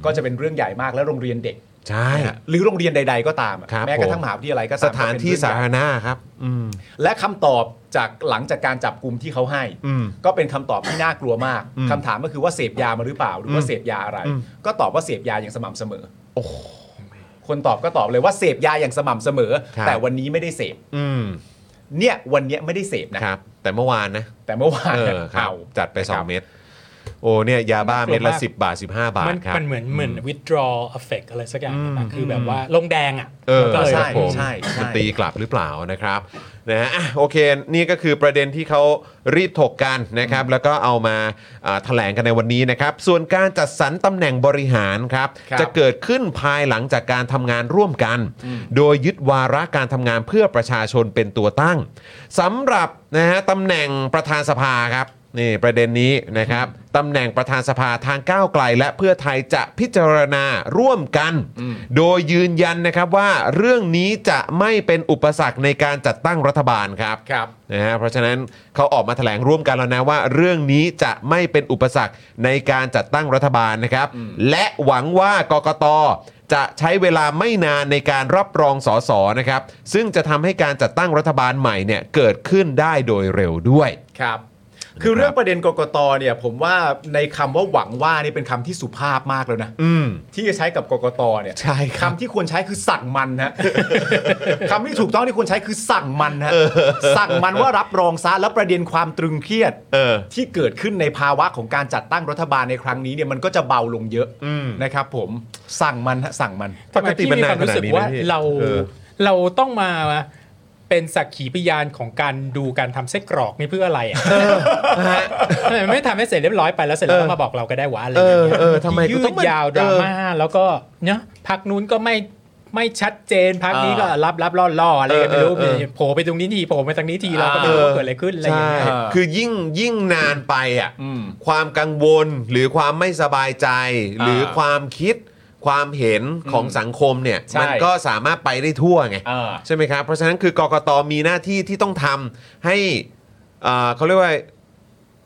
[SPEAKER 7] ก็จะเป็นเรื่องใหญ่มากและโรงเรียนเด็ก
[SPEAKER 3] ใช่
[SPEAKER 7] หรือโรงเรียนใด ๆ ก็ตามอะ
[SPEAKER 3] ครับ
[SPEAKER 7] แม้กระทั่
[SPEAKER 3] ผม
[SPEAKER 7] งมหาวิทยาลัยก็ตม
[SPEAKER 3] สถานที่สาธา
[SPEAKER 7] ก็เป็
[SPEAKER 3] ร
[SPEAKER 7] เรื่องใหญ
[SPEAKER 3] ณะครับ อืม
[SPEAKER 7] ่และคำตอบจากหลังจากการจับกลุ่มที่เขาให้
[SPEAKER 3] อืม
[SPEAKER 7] ก็เป็นคำตอบที่น่ากลัวมาก
[SPEAKER 3] อืม
[SPEAKER 7] คำถามก็คือว่าเสพยามาหรือเปล่า หรือว่า
[SPEAKER 3] อืม
[SPEAKER 7] เสพยาอะไร
[SPEAKER 3] อืม
[SPEAKER 7] ก็ตอบว่าเสพยาอย่างสม่ำเสมอ คนตอบก็ตอบเลยว่าเสพยาอย่างสม่ำเสมอ แต่วันนี้ไม่ได้เสพ
[SPEAKER 3] อืม
[SPEAKER 7] เนี่ยวันเนี้ยไม่ได้เสพนะ
[SPEAKER 3] ครับ แต่เมื่อวานนะ
[SPEAKER 7] แต่เมื่อวาน
[SPEAKER 3] เอ
[SPEAKER 7] นี่ย
[SPEAKER 3] อครับ
[SPEAKER 7] เอา
[SPEAKER 3] จัดไป
[SPEAKER 7] ครับ
[SPEAKER 3] 2 เม็ดโอ้เนี่ยยาบ้าเม็ดละ
[SPEAKER 4] มันกลัวมาก
[SPEAKER 3] 10 บาท 15 บาท
[SPEAKER 4] มัน
[SPEAKER 3] ครับ
[SPEAKER 4] มันเหมือนเหมือน withdraw effect อะไรสักอย่างนะ
[SPEAKER 3] อืม
[SPEAKER 4] คือแบบว่าลงแดงอ่ะ
[SPEAKER 3] เออ
[SPEAKER 4] ก็เลย
[SPEAKER 7] ใช่
[SPEAKER 4] แบบผม
[SPEAKER 7] ใช่ใช่
[SPEAKER 3] มันตีกลับหรือเปล่านะครับนะฮะอ่ะโอเค นี่ก็คือประเด็นที่เขารีบถกกันนะครับ แล้วก็เอามาอ่าแถลงกันในวันนี้นะครับ ส่วนการจัดสรรตำแหน่งบริหารครับ
[SPEAKER 7] ครับ
[SPEAKER 3] จะเกิดขึ้นภายหลังจากการทำงานร่วมกัน โดยยึดวาระการทำงานเพื่อประชาชนเป็นตัวตั้งสำหรับนะฮะตำแหน่งประธานสภาครับนี่ประเด็นนี้นะครับตำแหน่งประธานสภาทางก้าวไกล และเพื่อไทยจะพิจารณาร่วมกัน โดยยืนยันนะครับว่าเรื่องนี้จะไม่เป็นอุปสรรคในการจัดตั้งรัฐบาลครับ
[SPEAKER 7] ครับ
[SPEAKER 3] นะฮะเพราะฉะนั้นเขาออกมาแถลงร่วมกันแล้วนะว่า เรื่องนี้จะไม่เป็นอุปสรรคในการจัดตั้งรัฐบาลนะครับ และหวังว่ากกตจะใช้เวลาไม่นานในการรับรองสสนะครับ ซึ่งจะทำให้การจัดตั้งรัฐบาลใหม่เนี่ยเกิดขึ้นได้โดยเร็วด้วย
[SPEAKER 7] ครับ คือเรื่องประเด็นกกตเนี่ย ผมว่าในคำว่าหวังว่านี่เป็นคำที่สุภาพมากแล้วนะ
[SPEAKER 3] อืม
[SPEAKER 7] ที่จะใช้กับกกตเนี่ย
[SPEAKER 3] ใช่ครับ
[SPEAKER 7] คำที่ควรใช้คือสั่งมัน ฮะ คำที่ถูกต้องที่ควรใช้คือสั่งมันฮะสั่งมันว่ารับรองซะแล้วประเด็นความตรึงเครียด
[SPEAKER 3] เออ
[SPEAKER 7] ที่เกิดขึ้นในภาวะของการจัดตั้งรัฐบาลในครั้งนี้เนี่ยมันก็จะเบาลงเยอะ
[SPEAKER 3] อืม
[SPEAKER 7] นะครับ ผมสั่งมันฮะสั่งมัน
[SPEAKER 4] ทำไมพี่มีความรู้สึกว่า
[SPEAKER 3] ปกติมันนานขนาดนี้นะพี่
[SPEAKER 4] เรา
[SPEAKER 3] เออ
[SPEAKER 4] เราต้องมาเป็นสักขีพยานของการดูการทำไส้กรอกนี่เพื่ออะไรอ่ะทำไมไม่ทำให้เสร็จเรียบร้อยไปแล้วเสร็จแล้วก็มาบอกเราก็ได้วะอะไรอย่างเงี้ย
[SPEAKER 3] เออเออทำไมกู
[SPEAKER 4] ยื
[SPEAKER 3] ต้อ
[SPEAKER 4] ด
[SPEAKER 3] งมาย
[SPEAKER 4] าวดราม่าแล้วก็เนาะพักนู้นก็ไม่ไม่ชัดเจนพักนี้ก็รับรับล่อล่ออะไรก็ไม่รู้
[SPEAKER 3] เออเออเออ
[SPEAKER 4] โผล่ไปตรงนี้ทีโผล่ไปตรงนี้ทีเราก็ไม่รู้ว่าเกิดอะไรขึ้นอะไรอย่างเงี้ย
[SPEAKER 3] ใช่คือยิ่งยิ่งนานไปอ่ะ
[SPEAKER 7] อืม
[SPEAKER 3] ความกังวลหรือความไม่สบายใจ
[SPEAKER 7] อ่า
[SPEAKER 3] หรือความคิดความเห็นของสังคมเนี่ย
[SPEAKER 7] ใช่
[SPEAKER 3] มัก็สามารถไปได้ทั่วไง
[SPEAKER 7] อ่า
[SPEAKER 3] ใช่ไหมครับ เพราะฉะนั้นคือกกตมีหน้าที่ที่ต้องทำให้อ่าเขาเรียกว่า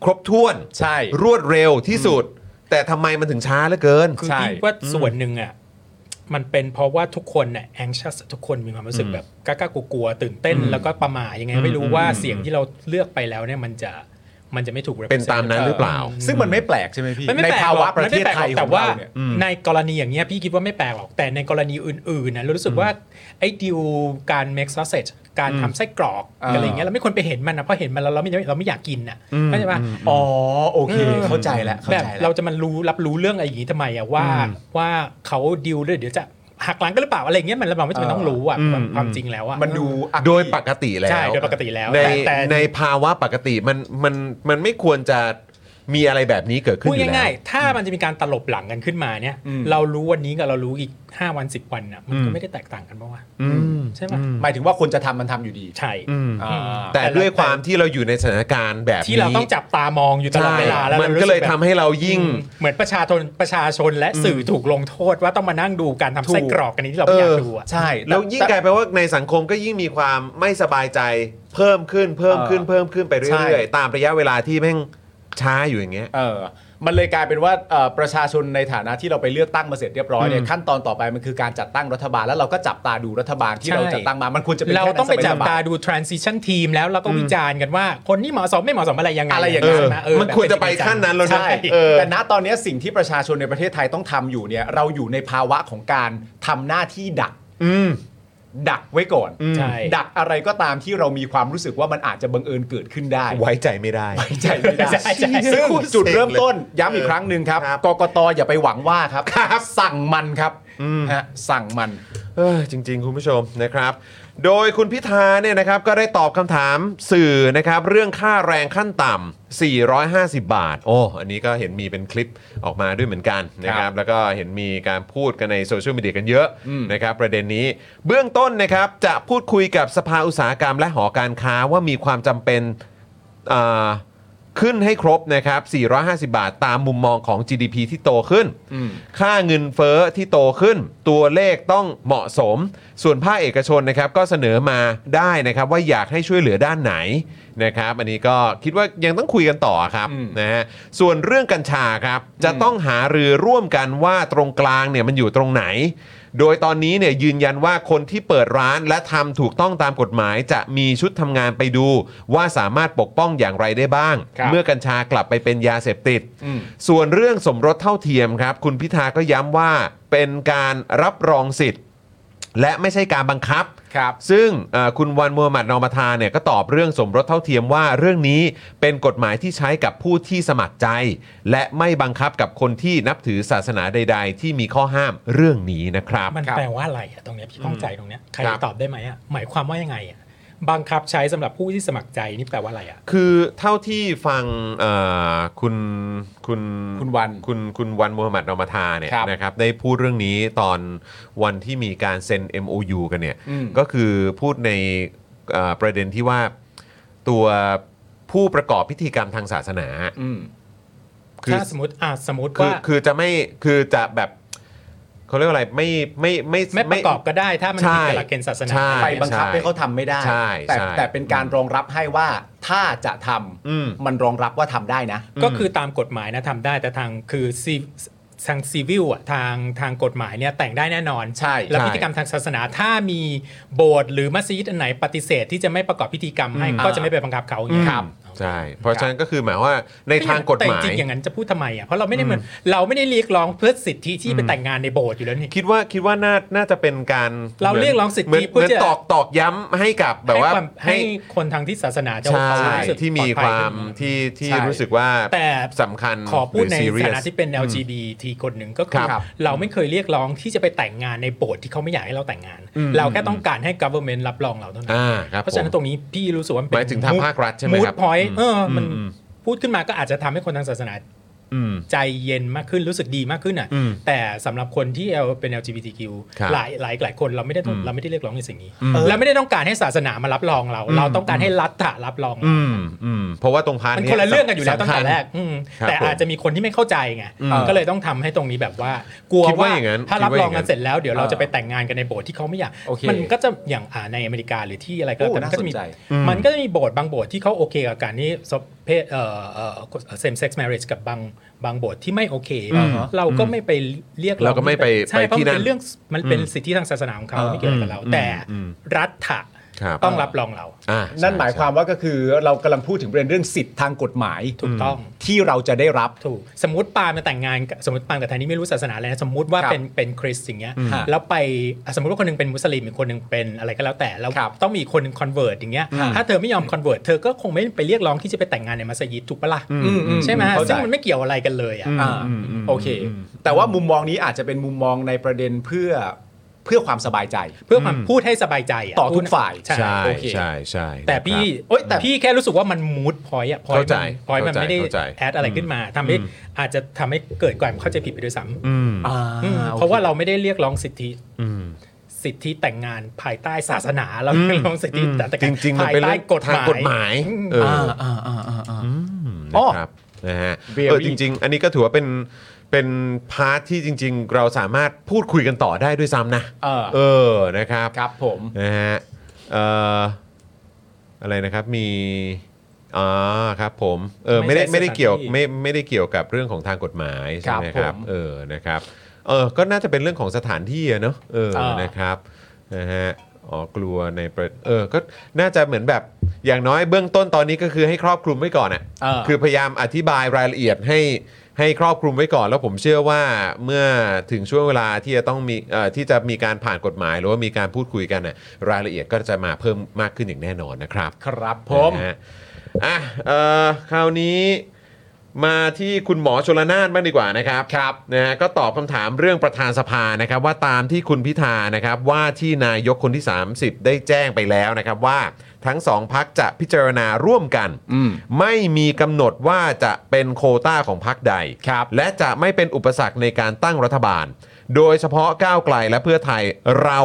[SPEAKER 3] ครบถ้วน
[SPEAKER 7] ใช่
[SPEAKER 3] รวดเร็วที่สุด แต่ทำไมมันถึงช้าเหลือเกิน
[SPEAKER 4] คือ
[SPEAKER 7] ใช่
[SPEAKER 4] พี่ว่าส่วนหนึ่งอ่ะมันเป็นเพราะว่าทุกคนเนี่ย anxious ทุกคนมีความรู้สึกแบบกล้ากลัวๆตื่นเต้นแล้วก็ประหม่ายังไง ไม่รู้ว่าเสียงที่เราเลือกไปแล้วเนี่ยมันจะมันจะไม่ถูก represent
[SPEAKER 3] เป็นตามนั้นหรือเปล่า
[SPEAKER 7] ซึ่งมันไม่แปลกใช่ไหมพี่
[SPEAKER 4] มันไม่
[SPEAKER 7] ใน
[SPEAKER 4] แปลก
[SPEAKER 7] ภา
[SPEAKER 4] หร
[SPEAKER 7] วะ
[SPEAKER 4] อก
[SPEAKER 7] ประ
[SPEAKER 4] มัน
[SPEAKER 7] เท
[SPEAKER 4] ไม่
[SPEAKER 7] ศ
[SPEAKER 4] แปลก
[SPEAKER 7] ไทย
[SPEAKER 4] หรอก
[SPEAKER 7] ข
[SPEAKER 4] แต่
[SPEAKER 7] อง
[SPEAKER 4] ว่า
[SPEAKER 7] เราเนี่ย
[SPEAKER 4] ในกรณีอย่างเงี้ยพี่คิดว่าไม่แปลกหรอกแต่ในกรณีอื่นๆนะเรารู้สึกว่าไอ้ดิวการ make sausage การทำไส้กรอก
[SPEAKER 7] อ่า
[SPEAKER 4] อะไรเงี้ยเราไม่ควรไปเห็นมันนะเพราะเห็นมันแล้วเราไม่เราไม่อยากกินอ่ะเข้าใจปะ
[SPEAKER 7] อ๋อโอเค เข้าใจแล้วเข้า
[SPEAKER 4] แบบ
[SPEAKER 7] ใจแล้
[SPEAKER 4] เรา
[SPEAKER 7] ว
[SPEAKER 4] จะมันรู้รับรู้เรื่องอะไรอย่างนี้ทำไมอะว่าว่าเขาดิวด้วยเดี๋ยวจะหักหลังกันหรือเปล่าอะไรอย่างเงี้ยมันเราไม่จำเป็น
[SPEAKER 7] เออ
[SPEAKER 4] ต้องรู้อะแบบความจริงแล้วอะ
[SPEAKER 7] มันดูอัก
[SPEAKER 3] โดย
[SPEAKER 7] อี
[SPEAKER 3] ปกติแล้ว
[SPEAKER 4] ใช่โดยปกติแล้ว
[SPEAKER 3] ใน
[SPEAKER 4] แต่แต่
[SPEAKER 3] ในภาวะปกติมันมันมันไม่ควรจะมีอะไรแบบนี้เกิดขึ้น
[SPEAKER 4] พูด
[SPEAKER 3] อยู่แล้ว
[SPEAKER 4] ง่ายๆ ถ้ามันจะมีการตลบหลังกันขึ้นมาเนี่ย
[SPEAKER 7] อืม
[SPEAKER 4] เรารู้วันนี้กับเรารู้อีก 5 วัน 10 วันอะมัน
[SPEAKER 3] อื
[SPEAKER 4] ก็
[SPEAKER 3] ม
[SPEAKER 4] ไม่ได้แตกต่างกันปะวะ
[SPEAKER 3] อืม
[SPEAKER 4] ใช่ปะ
[SPEAKER 7] หมายถึงว่าคนจะทำมันทำอยู่ดี
[SPEAKER 4] ใช่
[SPEAKER 3] อืม
[SPEAKER 7] อ่า
[SPEAKER 3] แต่ด้วยความที่เราอยู่ในสถานการณ์แบบนี้
[SPEAKER 4] ที่เราต้องจับตามองอยู่ตลอดเวลาแล้ว
[SPEAKER 3] ใช่มัน
[SPEAKER 4] รารู้
[SPEAKER 3] ก็
[SPEAKER 4] สึ
[SPEAKER 3] เลย
[SPEAKER 4] แบบ
[SPEAKER 3] ทำให้เรายิ่ง
[SPEAKER 4] เหมือนประชาชนประชาชนและสื่อถูกลงโทษว่าต้องมานั่งดูการทำไส้
[SPEAKER 7] ถูก
[SPEAKER 4] กรอกกันนี้ที่เราไม่อยา
[SPEAKER 3] เออ
[SPEAKER 4] กดูอะ
[SPEAKER 7] ใช่
[SPEAKER 3] แล้วยิ่งกลายไปนว่าในสังคมก็ยิ่งมีความไม่สบายใจเพิ่มขึ้นเพิ่มขึ้นเพิ่มขึ้นไปเรื่อยๆ ตามระยะเวลาที่แม่ง ช้าอยู่อย่างเงี้ย
[SPEAKER 7] เออมันเลยกลายเป็นว่าเอ่อประชาชนในฐานะที่เราไปเลือกตั้งมาเสร็จเรียบร้อยเนี่ยขั้นตอนต่อไปมันคือการจัดตั้งรัฐบาลแล้วเราก็จับตาดูรัฐบาลที่
[SPEAKER 4] ใช่
[SPEAKER 7] เราจัดตั้งมามันควรจะเป็น
[SPEAKER 4] เรา
[SPEAKER 7] แค่นั้น
[SPEAKER 4] ต้องไปจับ
[SPEAKER 7] สมัยรัฐ
[SPEAKER 4] ตา
[SPEAKER 7] บาล
[SPEAKER 4] ดู transition team แล้วเราก็วิจารณ์กันว่า คนนี้เหมาะสมไม่เหมาะสมอะไรยังไง
[SPEAKER 7] อะไรอย่างนั้
[SPEAKER 4] เงี้
[SPEAKER 7] น
[SPEAKER 4] ใช่ไหมเออ
[SPEAKER 3] มันควรจะไปขั้นนั้นแล้วนะ
[SPEAKER 7] ใช่
[SPEAKER 3] เออ
[SPEAKER 7] แต่ณตอนเนี้ยสิ่งที่ประชาชนในประเทศไทยต้องทำอยู่เนี่ยเราอยู่ในภาวะของการทำหน้าที่ดักดักไว้ก่อน
[SPEAKER 4] ใช่
[SPEAKER 7] ดักอะไรก็ตามที่เรามีความรู้สึกว่ามันอาจจะบังเอิญเกิดขึ้นได้
[SPEAKER 3] ไว้ใจไม่ได้
[SPEAKER 7] ไว้ใจไม่ได้
[SPEAKER 4] ใช่ใช่
[SPEAKER 7] ซึ่งจุดเริ่มต้นย้ำอีกครั้งหนึ่งครับ
[SPEAKER 3] ครับ
[SPEAKER 7] กกตอย่าไปหวังว่าครับ สั่งมันครับ
[SPEAKER 3] อืม
[SPEAKER 7] ฮะสั่งมัน
[SPEAKER 3] เอ้ยจริง ๆ คุณผู้ชมนะครับ โดยคุณพิธาเนี่ยนะครับก็ได้ตอบคำถามสื่อนะครับ เรื่องค่าแรงขั้นต่ำ 450 บาท โอ้ อันนี้ก็เห็นมีเป็นคลิปออกมาด้วยเหมือนกันนะค
[SPEAKER 7] ครั
[SPEAKER 3] รับ
[SPEAKER 7] บ
[SPEAKER 3] แล้วก็เห็นมีการพูดกันในโซเชียลมีเดียกันเยอะนะครับ ประเด็นนี้เบื้องต้นนะครับ จะพูดคุยกับสภาอุตสาหกรรมและหอการค้าว่ามีความจำเป็นอ่าขึ้นให้ครบนะครับ 450 บาทตามมุมมองของ GDP ที่โตขึ้น ค่าเงินเฟ้อที่โตขึ้น ตัวเลขต้องเหมาะสม ส่วนภาคเอกชนนะครับก็เสนอมาได้นะครับ ว่าอยากให้ช่วยเหลือด้านไหนนะครับ อันนี้ก็คิดว่ายังต้องคุยกันต่อครับนะฮะส่วนเรื่องกัญชาครับ จะต้องหารือร่วมกันว่าตรงกลางเนี่ยมันอยู่ตรงไหน โดยตอนนี้เนี่ยยืนยันว่าคนที่เปิดร้านและทำถูกต้องตามกฎหมาย จะมีชุดทำงานไปดู ว่าสามารถปกป้องอย่างไรได้บ้าง
[SPEAKER 7] ครับ
[SPEAKER 3] เมื่อกัญชากลับไปเป็นยาเสพติด ส่วนเรื่องสมรสเท่าเทียมครับ คุณพิธาก็ย้ำว่าเป็นการรับรองสิทธิ์ และไม่ใช่การบังคับ
[SPEAKER 7] ครับ
[SPEAKER 3] ซึ่งเอ่อคุณวันมูฮัมหมัดนอมาธาเนี่ยก็ตอบเรื่องสมรสเท่าเทียมว่าเรื่องนี้เป็นกฎหมายที่ใช้กับผู้ที่สมัครใจ และไม่บังคับกับคนที่นับถือศาสนาใด ๆ ที่มีข้อห้ามเรื่องนี้นะครับ
[SPEAKER 4] มันแปลว่าอะไรอะตรงเนี้ยพี่ข้องใจตรงเนี้ยใครจะตอบได้ไหมอะหมายความว่ายังไงอะบังคับใช้สำหรับผู้ที่สมัครใจนี่แปลว่าอะไรอะ
[SPEAKER 3] คือเท่าที่ฟังเอ่อคุณคุณ
[SPEAKER 7] คุณวัน
[SPEAKER 3] คุณคุณวันมูฮัมหมัดนอมาธาเนี่ย
[SPEAKER 7] ครับ
[SPEAKER 3] นะครับได้พูดเรื่องนี้ตอนวันที่มีการเซ็น MOU กันเนี่ย
[SPEAKER 7] อืม
[SPEAKER 3] ก็คือพูดในเอ่อประเด็นที่ว่าตัวผู้ประกอบพิธีกรรมทางศาสนา
[SPEAKER 7] อืม
[SPEAKER 3] คือ
[SPEAKER 4] ถ้าสมมติอ่ะสมมติ
[SPEAKER 3] คือ
[SPEAKER 4] ว่า
[SPEAKER 3] คือจะไม่คือจะแบบเขาเรียกว่าอะไรไม่ไม่ไม่
[SPEAKER 4] ไม่ประกอบก็ได้ถ้ามันผิดกับหลักเกณฑ์ศาสนา
[SPEAKER 3] ใช่
[SPEAKER 7] ไปบังคับให้เขาทำไม่ได้
[SPEAKER 3] ใช่
[SPEAKER 7] แต่
[SPEAKER 3] ใช่
[SPEAKER 7] แต่เป็นการรองรับให้ว่าถ้าจะทำ
[SPEAKER 3] อืม
[SPEAKER 7] มันรองรับว่าทำได้นะ
[SPEAKER 4] ก็คือตามกฎหมายนะทำได้แต่ทางคือซีทางซีวิลอ่ะทางทางกฎหมายเนี่ยแต่งได้แน่นอน
[SPEAKER 7] ใช่
[SPEAKER 4] แล้ว
[SPEAKER 3] ใช่
[SPEAKER 4] พิธีกรรมทางศาสนาถ้ามีโบสถ์หรือมัสยิดอันไหนปฏิเสธที่จะไม่ประกอบพิธีกรรมให้ก็จะไม่ไปบังคับเขาอย่างเงี้ย
[SPEAKER 3] ใช่เพราะฉะนั้นก็คือหมายว่าในทางกฎหมา
[SPEAKER 4] แต่จริ
[SPEAKER 3] ย
[SPEAKER 4] งๆอย่างนั้นจะพูดทำไมอ่ะเพราะเราไม่ได้เหมือนเราไม่ได้เรียกร้องเพื่อสิทธิที่ไปแต่งงานในโบสถ์อยู่แล้วนี่
[SPEAKER 3] คิดว่าคิดว่าน่าน่าจะเป็นการ
[SPEAKER 4] เราเรียกร้องสิทธิ
[SPEAKER 3] เหมืน
[SPEAKER 4] เพื่
[SPEAKER 3] เหมือน
[SPEAKER 4] อจะ
[SPEAKER 3] ตอกตอกย้ำให้กับแบบว่า
[SPEAKER 4] ให้ควมให้คนทางที่ศาสนาจะ
[SPEAKER 3] ใช่
[SPEAKER 4] เขารู้สึก
[SPEAKER 3] ที่มี
[SPEAKER 4] ปลอดภั
[SPEAKER 3] ค
[SPEAKER 4] ย
[SPEAKER 3] วาม
[SPEAKER 4] ขึ้น
[SPEAKER 3] ที่ที่
[SPEAKER 7] ใช่
[SPEAKER 3] รู้สึกว่า
[SPEAKER 4] แต่
[SPEAKER 3] สำคัญ
[SPEAKER 4] ขอพูดใน
[SPEAKER 3] หรือ
[SPEAKER 4] ฐา
[SPEAKER 3] serious
[SPEAKER 4] นะที่เป็น LGBT คนหนึ่งก็
[SPEAKER 3] ค
[SPEAKER 4] คื
[SPEAKER 3] รั
[SPEAKER 4] อบ เราไม่เคยเรียกร้องที่จะไปแต่งงานในโบสถ์ที่เขาไม่อยากให้เราแต่งงาน เราแค่ต้องการให้ government รับรองเราเท่านั้น
[SPEAKER 3] อ่าครับ
[SPEAKER 4] เพราะฉะนั้น
[SPEAKER 3] ผม
[SPEAKER 4] ตรงนี้พี่รู้สึกว่ามันเป็
[SPEAKER 3] ห
[SPEAKER 4] น
[SPEAKER 3] มายถึงทางภาครัฐใช่ไหมครับ
[SPEAKER 4] พอยต์เออมัน
[SPEAKER 3] อืม
[SPEAKER 4] พูดขึ้นมาก็อาจจะทำให้คนทางศาสนา
[SPEAKER 3] อืม
[SPEAKER 4] ใจเย็นมากขึ้นรู้สึกดีมากขึ้นอ่ะ
[SPEAKER 3] อืม
[SPEAKER 4] แต่สำหรับคนที่เอาเป็น LGBTQ
[SPEAKER 3] ครับ
[SPEAKER 4] หลายหลายหลายคนเราไม่ได้ต้องเราไม่ได้เรียกร้องในสิ่งนี้
[SPEAKER 3] อืม
[SPEAKER 4] เราไม่ได้ต้องการให้ศาสนามารับรองเรา เราต้องการให้รัฐอะรับรองเรา
[SPEAKER 3] อืมอืมเพราะว่าตรงพาร์ท
[SPEAKER 4] มัน
[SPEAKER 3] เนี้ย
[SPEAKER 4] คนละเรื่องกันอยู่แล้ว
[SPEAKER 3] สำ
[SPEAKER 4] ตั้ง
[SPEAKER 3] คัญ
[SPEAKER 4] แต่แรกอืม
[SPEAKER 3] ครับ
[SPEAKER 4] แต่อาจจะมีคนที่ไม่เข้าใจไงก็เลยต้องทำให้ตรงนี้แบบว่า กลัว
[SPEAKER 3] คิดว่า
[SPEAKER 4] ว่า
[SPEAKER 3] อย่างนั้น
[SPEAKER 4] ถ้ารับ
[SPEAKER 3] คิดว่าอ
[SPEAKER 4] ร
[SPEAKER 3] ย่า
[SPEAKER 4] อง
[SPEAKER 3] งนั้
[SPEAKER 4] กัน นเสร็จแล้วเดี๋ยวเราจะไปแต่งงานกันในโบสถ์ที่เขาไม่อยาก
[SPEAKER 7] โอเค
[SPEAKER 4] มันก็จะอย่างอ่าในอเมริกาหรือที่อะไรก็แล้วแต่
[SPEAKER 7] โอ้
[SPEAKER 4] มั
[SPEAKER 7] น่าน
[SPEAKER 4] ก็จะมี
[SPEAKER 7] สนใจ
[SPEAKER 4] มันก็จะมีโบสถ์บางโบสถ์ที่เขาโอเคกับการนี้ซบเพศเอ่อเอ่อ same sex marriage กับบางบางโบสถ์ที่ไม่โอเค
[SPEAKER 7] อ่าฮะ
[SPEAKER 4] เราก็ไม่ไปเรียกอง
[SPEAKER 3] เราก็ไม่ไป
[SPEAKER 4] ใช่
[SPEAKER 3] ไป
[SPEAKER 4] เพราะ
[SPEAKER 3] ที่
[SPEAKER 4] มั
[SPEAKER 3] นั่
[SPEAKER 4] นเป็น
[SPEAKER 3] น
[SPEAKER 4] เรื่องมันเป็นสิทธิทางศาสนาของเขาไม่เกี่ยวกับเรา แต่รัฐะ
[SPEAKER 3] ครับ
[SPEAKER 4] ต้องรับรองเรา
[SPEAKER 3] อ่า
[SPEAKER 7] นั่
[SPEAKER 3] นั่
[SPEAKER 7] นหมายความว่าก็คือเรากำลังพูดถึงประเด็นเรื่องสิทธิ์ทางกฎหมาย
[SPEAKER 4] ถูกต้อง
[SPEAKER 7] ที่เราจะได้รับ
[SPEAKER 4] ถูกสมมติปาล์มจะแต่งงานกับสมมติปาล์มกับทางนี้ไม่รู้ศาสนาเลยนะสมมติว่า
[SPEAKER 7] ครับ
[SPEAKER 4] เป็นเป็นคริสต์อย่างเงี้ย
[SPEAKER 7] ฮะ
[SPEAKER 4] แล้วไปอ่ะสมมติว่าคนหนึงเป็นมุสลิมอีกคนหนึงเป็นอะไรก็แล้วแต่แล้ว
[SPEAKER 7] ครับ
[SPEAKER 4] ต้องมีอีกคนหนึงคอนเวิร์ตอย่างเงี้ย
[SPEAKER 7] ฮะ
[SPEAKER 4] ถ้าเธอไม่ยอมคอนเวิร์ตเธอก็คงไม่ไปเรียกร้องที่จะไปแต่งงานในมัสยิดถูกปะล่ะ
[SPEAKER 7] อืมอืม
[SPEAKER 4] ใช่ไหม
[SPEAKER 7] เข้าใจ
[SPEAKER 4] ซึ่งมันไม่เกี่ยวอะไรกันเลยอ่ะ
[SPEAKER 7] อ่าโอเค แต่ว่ามุมมองนี้อาจจะเป็นมุมมองในประเด็นเพื่อเพื่อความสบายใจ
[SPEAKER 4] เพื่อความพูดให้สบายใจะ
[SPEAKER 7] ต่อทุกฝ่าย
[SPEAKER 4] ใช่
[SPEAKER 3] ใช่
[SPEAKER 4] โอเค
[SPEAKER 3] ใช่ใช่
[SPEAKER 4] แต่พี่
[SPEAKER 3] นะครับ
[SPEAKER 4] เอ้ยแต่พี่แค่รู้สึกว่ามันมูดพอยต์อะพอย
[SPEAKER 3] เข้าใจ
[SPEAKER 4] พอยมัน
[SPEAKER 3] เข้าใจ
[SPEAKER 4] ไม่ได้
[SPEAKER 3] เข้าใจ
[SPEAKER 4] แอดอะไรขึ้นมาทำให้อาจจะทำให้เกิดความเข้าใจผิดไปด้วยซ้ำ
[SPEAKER 3] อืม
[SPEAKER 7] อ่า
[SPEAKER 4] อืม
[SPEAKER 7] โอค
[SPEAKER 4] เพราะว่าเราไม่ได้เรียกร้องสิทธิ
[SPEAKER 3] อืม
[SPEAKER 4] สิทธิแต่งงานภายใต้ศาสนาเราเรียกร้องสิทธิแต่แต่
[SPEAKER 3] จริงๆมัน
[SPEAKER 4] ภาย
[SPEAKER 3] เป็น
[SPEAKER 4] ใต้
[SPEAKER 3] เรื่อง
[SPEAKER 4] กฎห
[SPEAKER 3] ทาง
[SPEAKER 4] มาย
[SPEAKER 3] กฎหมายเออ
[SPEAKER 7] อ่าอ่าอ่าอ่า
[SPEAKER 3] อืม
[SPEAKER 7] อ๋อ
[SPEAKER 3] นะครับนะฮะเออ
[SPEAKER 7] Very
[SPEAKER 3] จริง ๆ อันนี้ก็ถือว่าเป็นเป็นพาร์ทที่จริง ๆ เราสามารถพูดคุยกันต่อได้ด้วยซ้ำนะ
[SPEAKER 7] เออ
[SPEAKER 3] เออนะครับ
[SPEAKER 7] ครับผม
[SPEAKER 3] นะฮะเอ่ออะไรนะครับมี อ่าครับผมเออไม่ได้
[SPEAKER 4] ไม่ใช่
[SPEAKER 3] ไม่ได้เกี่ยว
[SPEAKER 4] สถานที่
[SPEAKER 3] ไม่ไม่ได้เกี่ยวกับเรื่องของทางกฎหมายใช่ไหมค
[SPEAKER 7] ครั
[SPEAKER 3] รั
[SPEAKER 7] บบ ผม
[SPEAKER 3] เออนะครับเออก็น่าจะเป็นเรื่องของสถานที่อะเนอะเออ
[SPEAKER 4] เออ
[SPEAKER 3] นะครับนะฮะอ๋อกลัวในประเออก็น่าจะเหมือนแบบอย่างน้อยเบื้องต้นตอนนี้ก็คือให้ครอบคลุมไว้ก่อนอ่ะ
[SPEAKER 7] เออ
[SPEAKER 3] คือพยายามอธิบายรายละเอียดให้ให้ครอบคลุมไว้ก่อน แล้วผมเชื่อว่าเมื่อถึงช่วงเวลาที่จะต้องมีเอ่อที่จะมีการผ่านกฎหมาย หรือว่ามีการพูดคุยกันน่ะรายละเอียดก็จะมาเพิ่มมากขึ้นอย่างแน่นอนนะครับ
[SPEAKER 7] ครับผม
[SPEAKER 3] นะฮะอ่ะเอ่อคราวนี้มาที่คุณหมอชลนานบ้างดีกว่านะครับครับนะฮะก็ตอบคำถามเรื่องประธานสภานะครับ ว่าตามที่คุณพิธานะครับ ว่าที่นายกคนที่ 30 ได้แจ้งไปแล้วนะครับ ว่าทั้งสองพักจะพิจารณาร่วมกัน
[SPEAKER 7] อืม
[SPEAKER 3] ไม่มีกำหนดว่าจะเป็นโควต้าของพรรคใด
[SPEAKER 7] ครับ
[SPEAKER 3] และจะไม่เป็นอุปสรรคในการตั้งรัฐบาล โดยเฉพาะก้าวไกลและเพื่อไทยเรา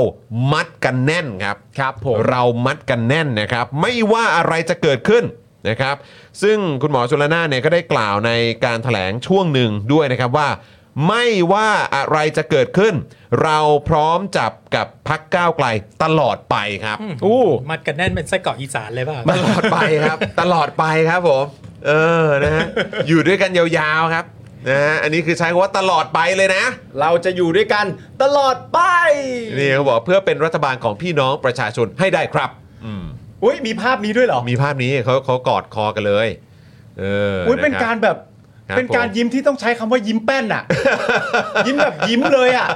[SPEAKER 3] มัดกันแน่นครับ
[SPEAKER 7] ครับผม
[SPEAKER 3] เรามัดกันแน่นนะครับ ไม่ว่าอะไรจะเกิดขึ้นนะครับ ซึ่งคุณหมอชลนานเนี่ยก็ได้กล่าวในการถแถลงช่วงหนึ่งด้วยนะครับว่า ไม่ว่าอะไรจะเกิดขึ้น เราพร้อมจับกับพักก้าวไกลตลอดไปครับ
[SPEAKER 7] อู้
[SPEAKER 4] มัดกันแน่นเป็นไส้กรอกอีสานเลยเปล่า
[SPEAKER 3] ตลอดไปครับ ตลอดไปครับผม เออนะฮะอยู่ด้วยกันยาวๆครับนะฮะอันนี้คือใช้คำว่าตลอดไปเลยนะ
[SPEAKER 7] เราจะอยู่ด้วยกันตลอดไป
[SPEAKER 3] นี่เขาบอกเพื่อเป็นรัฐบาลของพี่น้องประชาชนให้ได้ครับ
[SPEAKER 7] อุ้ยมีภาพนี้ด้วยเหรอ
[SPEAKER 3] มีภาพนี้เขาเขากอดคอกันเลยเออ
[SPEAKER 7] อุ้ย
[SPEAKER 3] นะ
[SPEAKER 7] เป็น
[SPEAKER 3] คบ
[SPEAKER 7] การแบบ
[SPEAKER 3] ครับ
[SPEAKER 7] เป็นการ
[SPEAKER 3] ผม
[SPEAKER 7] ยิ้มที่ต้องใช้คำว่ายิ้มแป้นอะ ยิ้มแบบยิ้มเลยอะ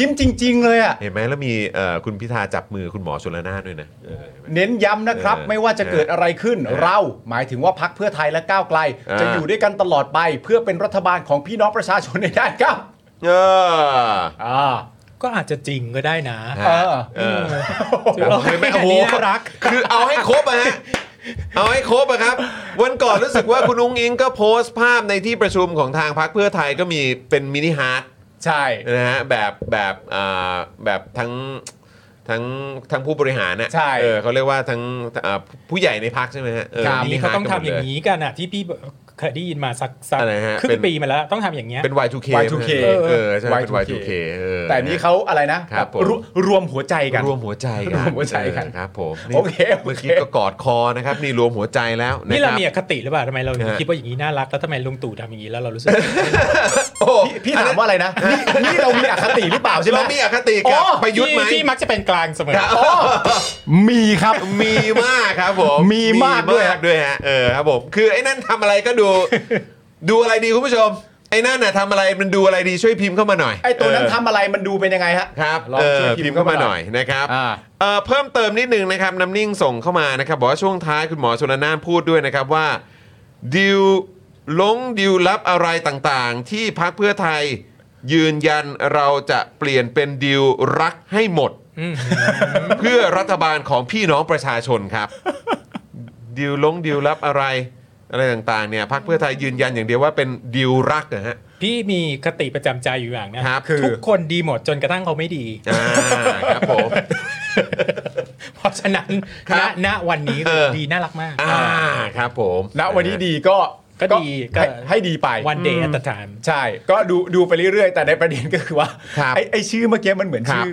[SPEAKER 7] ยิ้มจริง ๆ เลยอะ
[SPEAKER 3] เห็นไหมแล้วมีเอ่อคุณพิธาจับมือคุณหมอชลนานด้วยนะเออ
[SPEAKER 7] เน้นย้ำนะครับ
[SPEAKER 3] เออ
[SPEAKER 7] ไม่ว่าจะเกิดอะไรขึ้น
[SPEAKER 3] เออ
[SPEAKER 7] เราหมายถึงว่าพักเพื่อไทยและก้าวไกล
[SPEAKER 3] เออ
[SPEAKER 7] จะอยู่ด้วยกันตลอดไป เพื่อเป็นรัฐบาลของพี่น้องประชาชนในด้าน ครับ
[SPEAKER 3] เออ
[SPEAKER 7] อ่า
[SPEAKER 4] ก็อาจจะจริงก็ได้นะ
[SPEAKER 7] เออ
[SPEAKER 3] เออ
[SPEAKER 4] ถือว่า
[SPEAKER 3] หรือไม่โอ้โห
[SPEAKER 4] อันนี้น่ารัก
[SPEAKER 3] คือเอาให้ครบอะฮะเอาให้ครบอะครับ วันก่อนรู้สึกว่าคุณอุ้งอิงก็โพสต์ภาพในที่ประชุมของทางพรรคเพื่อไทยก็มีเป็นมินิฮาร์ด
[SPEAKER 7] ใช่
[SPEAKER 3] นะฮะแบบแบบอ่าแบบทั้งทั้งทั้งผู้บริหารน่ะ
[SPEAKER 7] ใช่
[SPEAKER 3] เออเขาเรียกว่าทั้งอ่าผู้ใหญ่ในพักใช่ไหมฮะเออ
[SPEAKER 7] ครับ
[SPEAKER 3] มิ
[SPEAKER 4] นี่
[SPEAKER 3] นิฮ
[SPEAKER 4] เขา
[SPEAKER 3] ร์ด
[SPEAKER 4] ต้องทำอย่าง
[SPEAKER 3] นี้
[SPEAKER 4] นี้กันอ่ะที่พี่เคยได้ยินมาสักสัก
[SPEAKER 3] อะไรฮะ
[SPEAKER 4] ครึ่
[SPEAKER 3] เป็
[SPEAKER 4] ง
[SPEAKER 3] น
[SPEAKER 4] ปีมาแล้วต้องทำอย่างเงี้ย
[SPEAKER 3] เป็น Y2K
[SPEAKER 7] Y2K
[SPEAKER 3] เออเออใช่เป็น
[SPEAKER 7] Y2K
[SPEAKER 3] Y2K เออ
[SPEAKER 7] แต่อันนี้เขาอะไรนะครับ
[SPEAKER 3] ผม
[SPEAKER 7] วรวมหัวใจกัน
[SPEAKER 3] รวมหัวใจกัน
[SPEAKER 7] รวมหัวใจกัน
[SPEAKER 3] เออครับผม
[SPEAKER 7] โอเคโอเค
[SPEAKER 3] เมื่อกี้ก็กอดคอนะครับนี่รวมหัวใจแล้วนะ
[SPEAKER 4] นี่
[SPEAKER 3] ค
[SPEAKER 4] เรา
[SPEAKER 3] รับ
[SPEAKER 4] มีอคติหรือเปล่าทำไมเราถึง
[SPEAKER 3] ฮะ
[SPEAKER 4] คิดว่าอย่างนี้น่ารักแล้วทำไมลุงตู่ทำอย่างนี้แล้วเรารู้สึก
[SPEAKER 3] โอ้
[SPEAKER 7] พี่พี่ถามว่าอะไรนะนี่นี่เรามีอคติหรือเปล่าใช่ไหม
[SPEAKER 3] เรามีอคติกับ
[SPEAKER 7] อ๋อ
[SPEAKER 3] ประยุทธ์ไหม
[SPEAKER 4] ที่มักจะเป็นกลางเสม
[SPEAKER 3] ค
[SPEAKER 4] อ
[SPEAKER 3] รับ
[SPEAKER 7] มีครับ
[SPEAKER 3] มีมากครับผม
[SPEAKER 7] มีมากด้วย
[SPEAKER 3] ด้วยฮะเออครับผมคือไอ้นั่นทำอะไรก็ ดู ดูอะไรดีคุณผู้ชมไอ้นั่นน่ะทำอะไรมันดูอะไรดีช่วยพิมพ์เข้ามาหน่อย
[SPEAKER 7] ไอตัวนั้นทำอะไรมันดูเป็นยังไงฮะ
[SPEAKER 3] ครับ
[SPEAKER 7] ลอง
[SPEAKER 3] เออ
[SPEAKER 7] ช่วย
[SPEAKER 3] พิมพ์เข้ามาหน่อยนะครับ
[SPEAKER 7] อ่า
[SPEAKER 3] เอ่อเพิ่มเติมนิดนึงนะครับน้ำนิ่งส่งเข้ามานะครับ บอกว่าช่วงท้ายคุณหมอชนน่านพูดด้วยนะครับว่าดิวลงดิวลับอะไรต่างๆ ที่พักเพื่อไทย ยืนยันเราจะเปลี่ยนเป็นดิวรักให้หมด เพื่อรัฐบาลของพี่น้องประชาชนครับ ดิวลงดิวลับอะไรอะไรต่างๆเนี่ยพักเพื่อไทยยืนยันอย่างเดียวว่าเป็นดิวรักนะฮะ
[SPEAKER 4] พี่มีคติประจำใจอยู่อย่างนะครับ
[SPEAKER 3] คือ
[SPEAKER 4] ทุกคนดีหมดจนกระทั่งเขาไม่ดี
[SPEAKER 3] อ่าครับผม
[SPEAKER 4] เพราะฉะนั้น
[SPEAKER 3] ครั
[SPEAKER 4] ณ
[SPEAKER 3] บ
[SPEAKER 4] ณวันนี้
[SPEAKER 3] เออ
[SPEAKER 4] ดีน่ารักมาก
[SPEAKER 3] อ่าครับผม
[SPEAKER 7] ณวันนี้ดีก็
[SPEAKER 4] ก็ดีก็
[SPEAKER 7] ให้ให้ดีไป
[SPEAKER 4] วันเดย์อัตถาม
[SPEAKER 7] ใช่ ก็ดูดูไปเรื่อยๆ แต่ในประเด็นก็คือว่า
[SPEAKER 3] ครับ
[SPEAKER 7] ไอไอชื่อเมื่อกี้มันเหมือน
[SPEAKER 3] ครับ
[SPEAKER 7] ชื่อ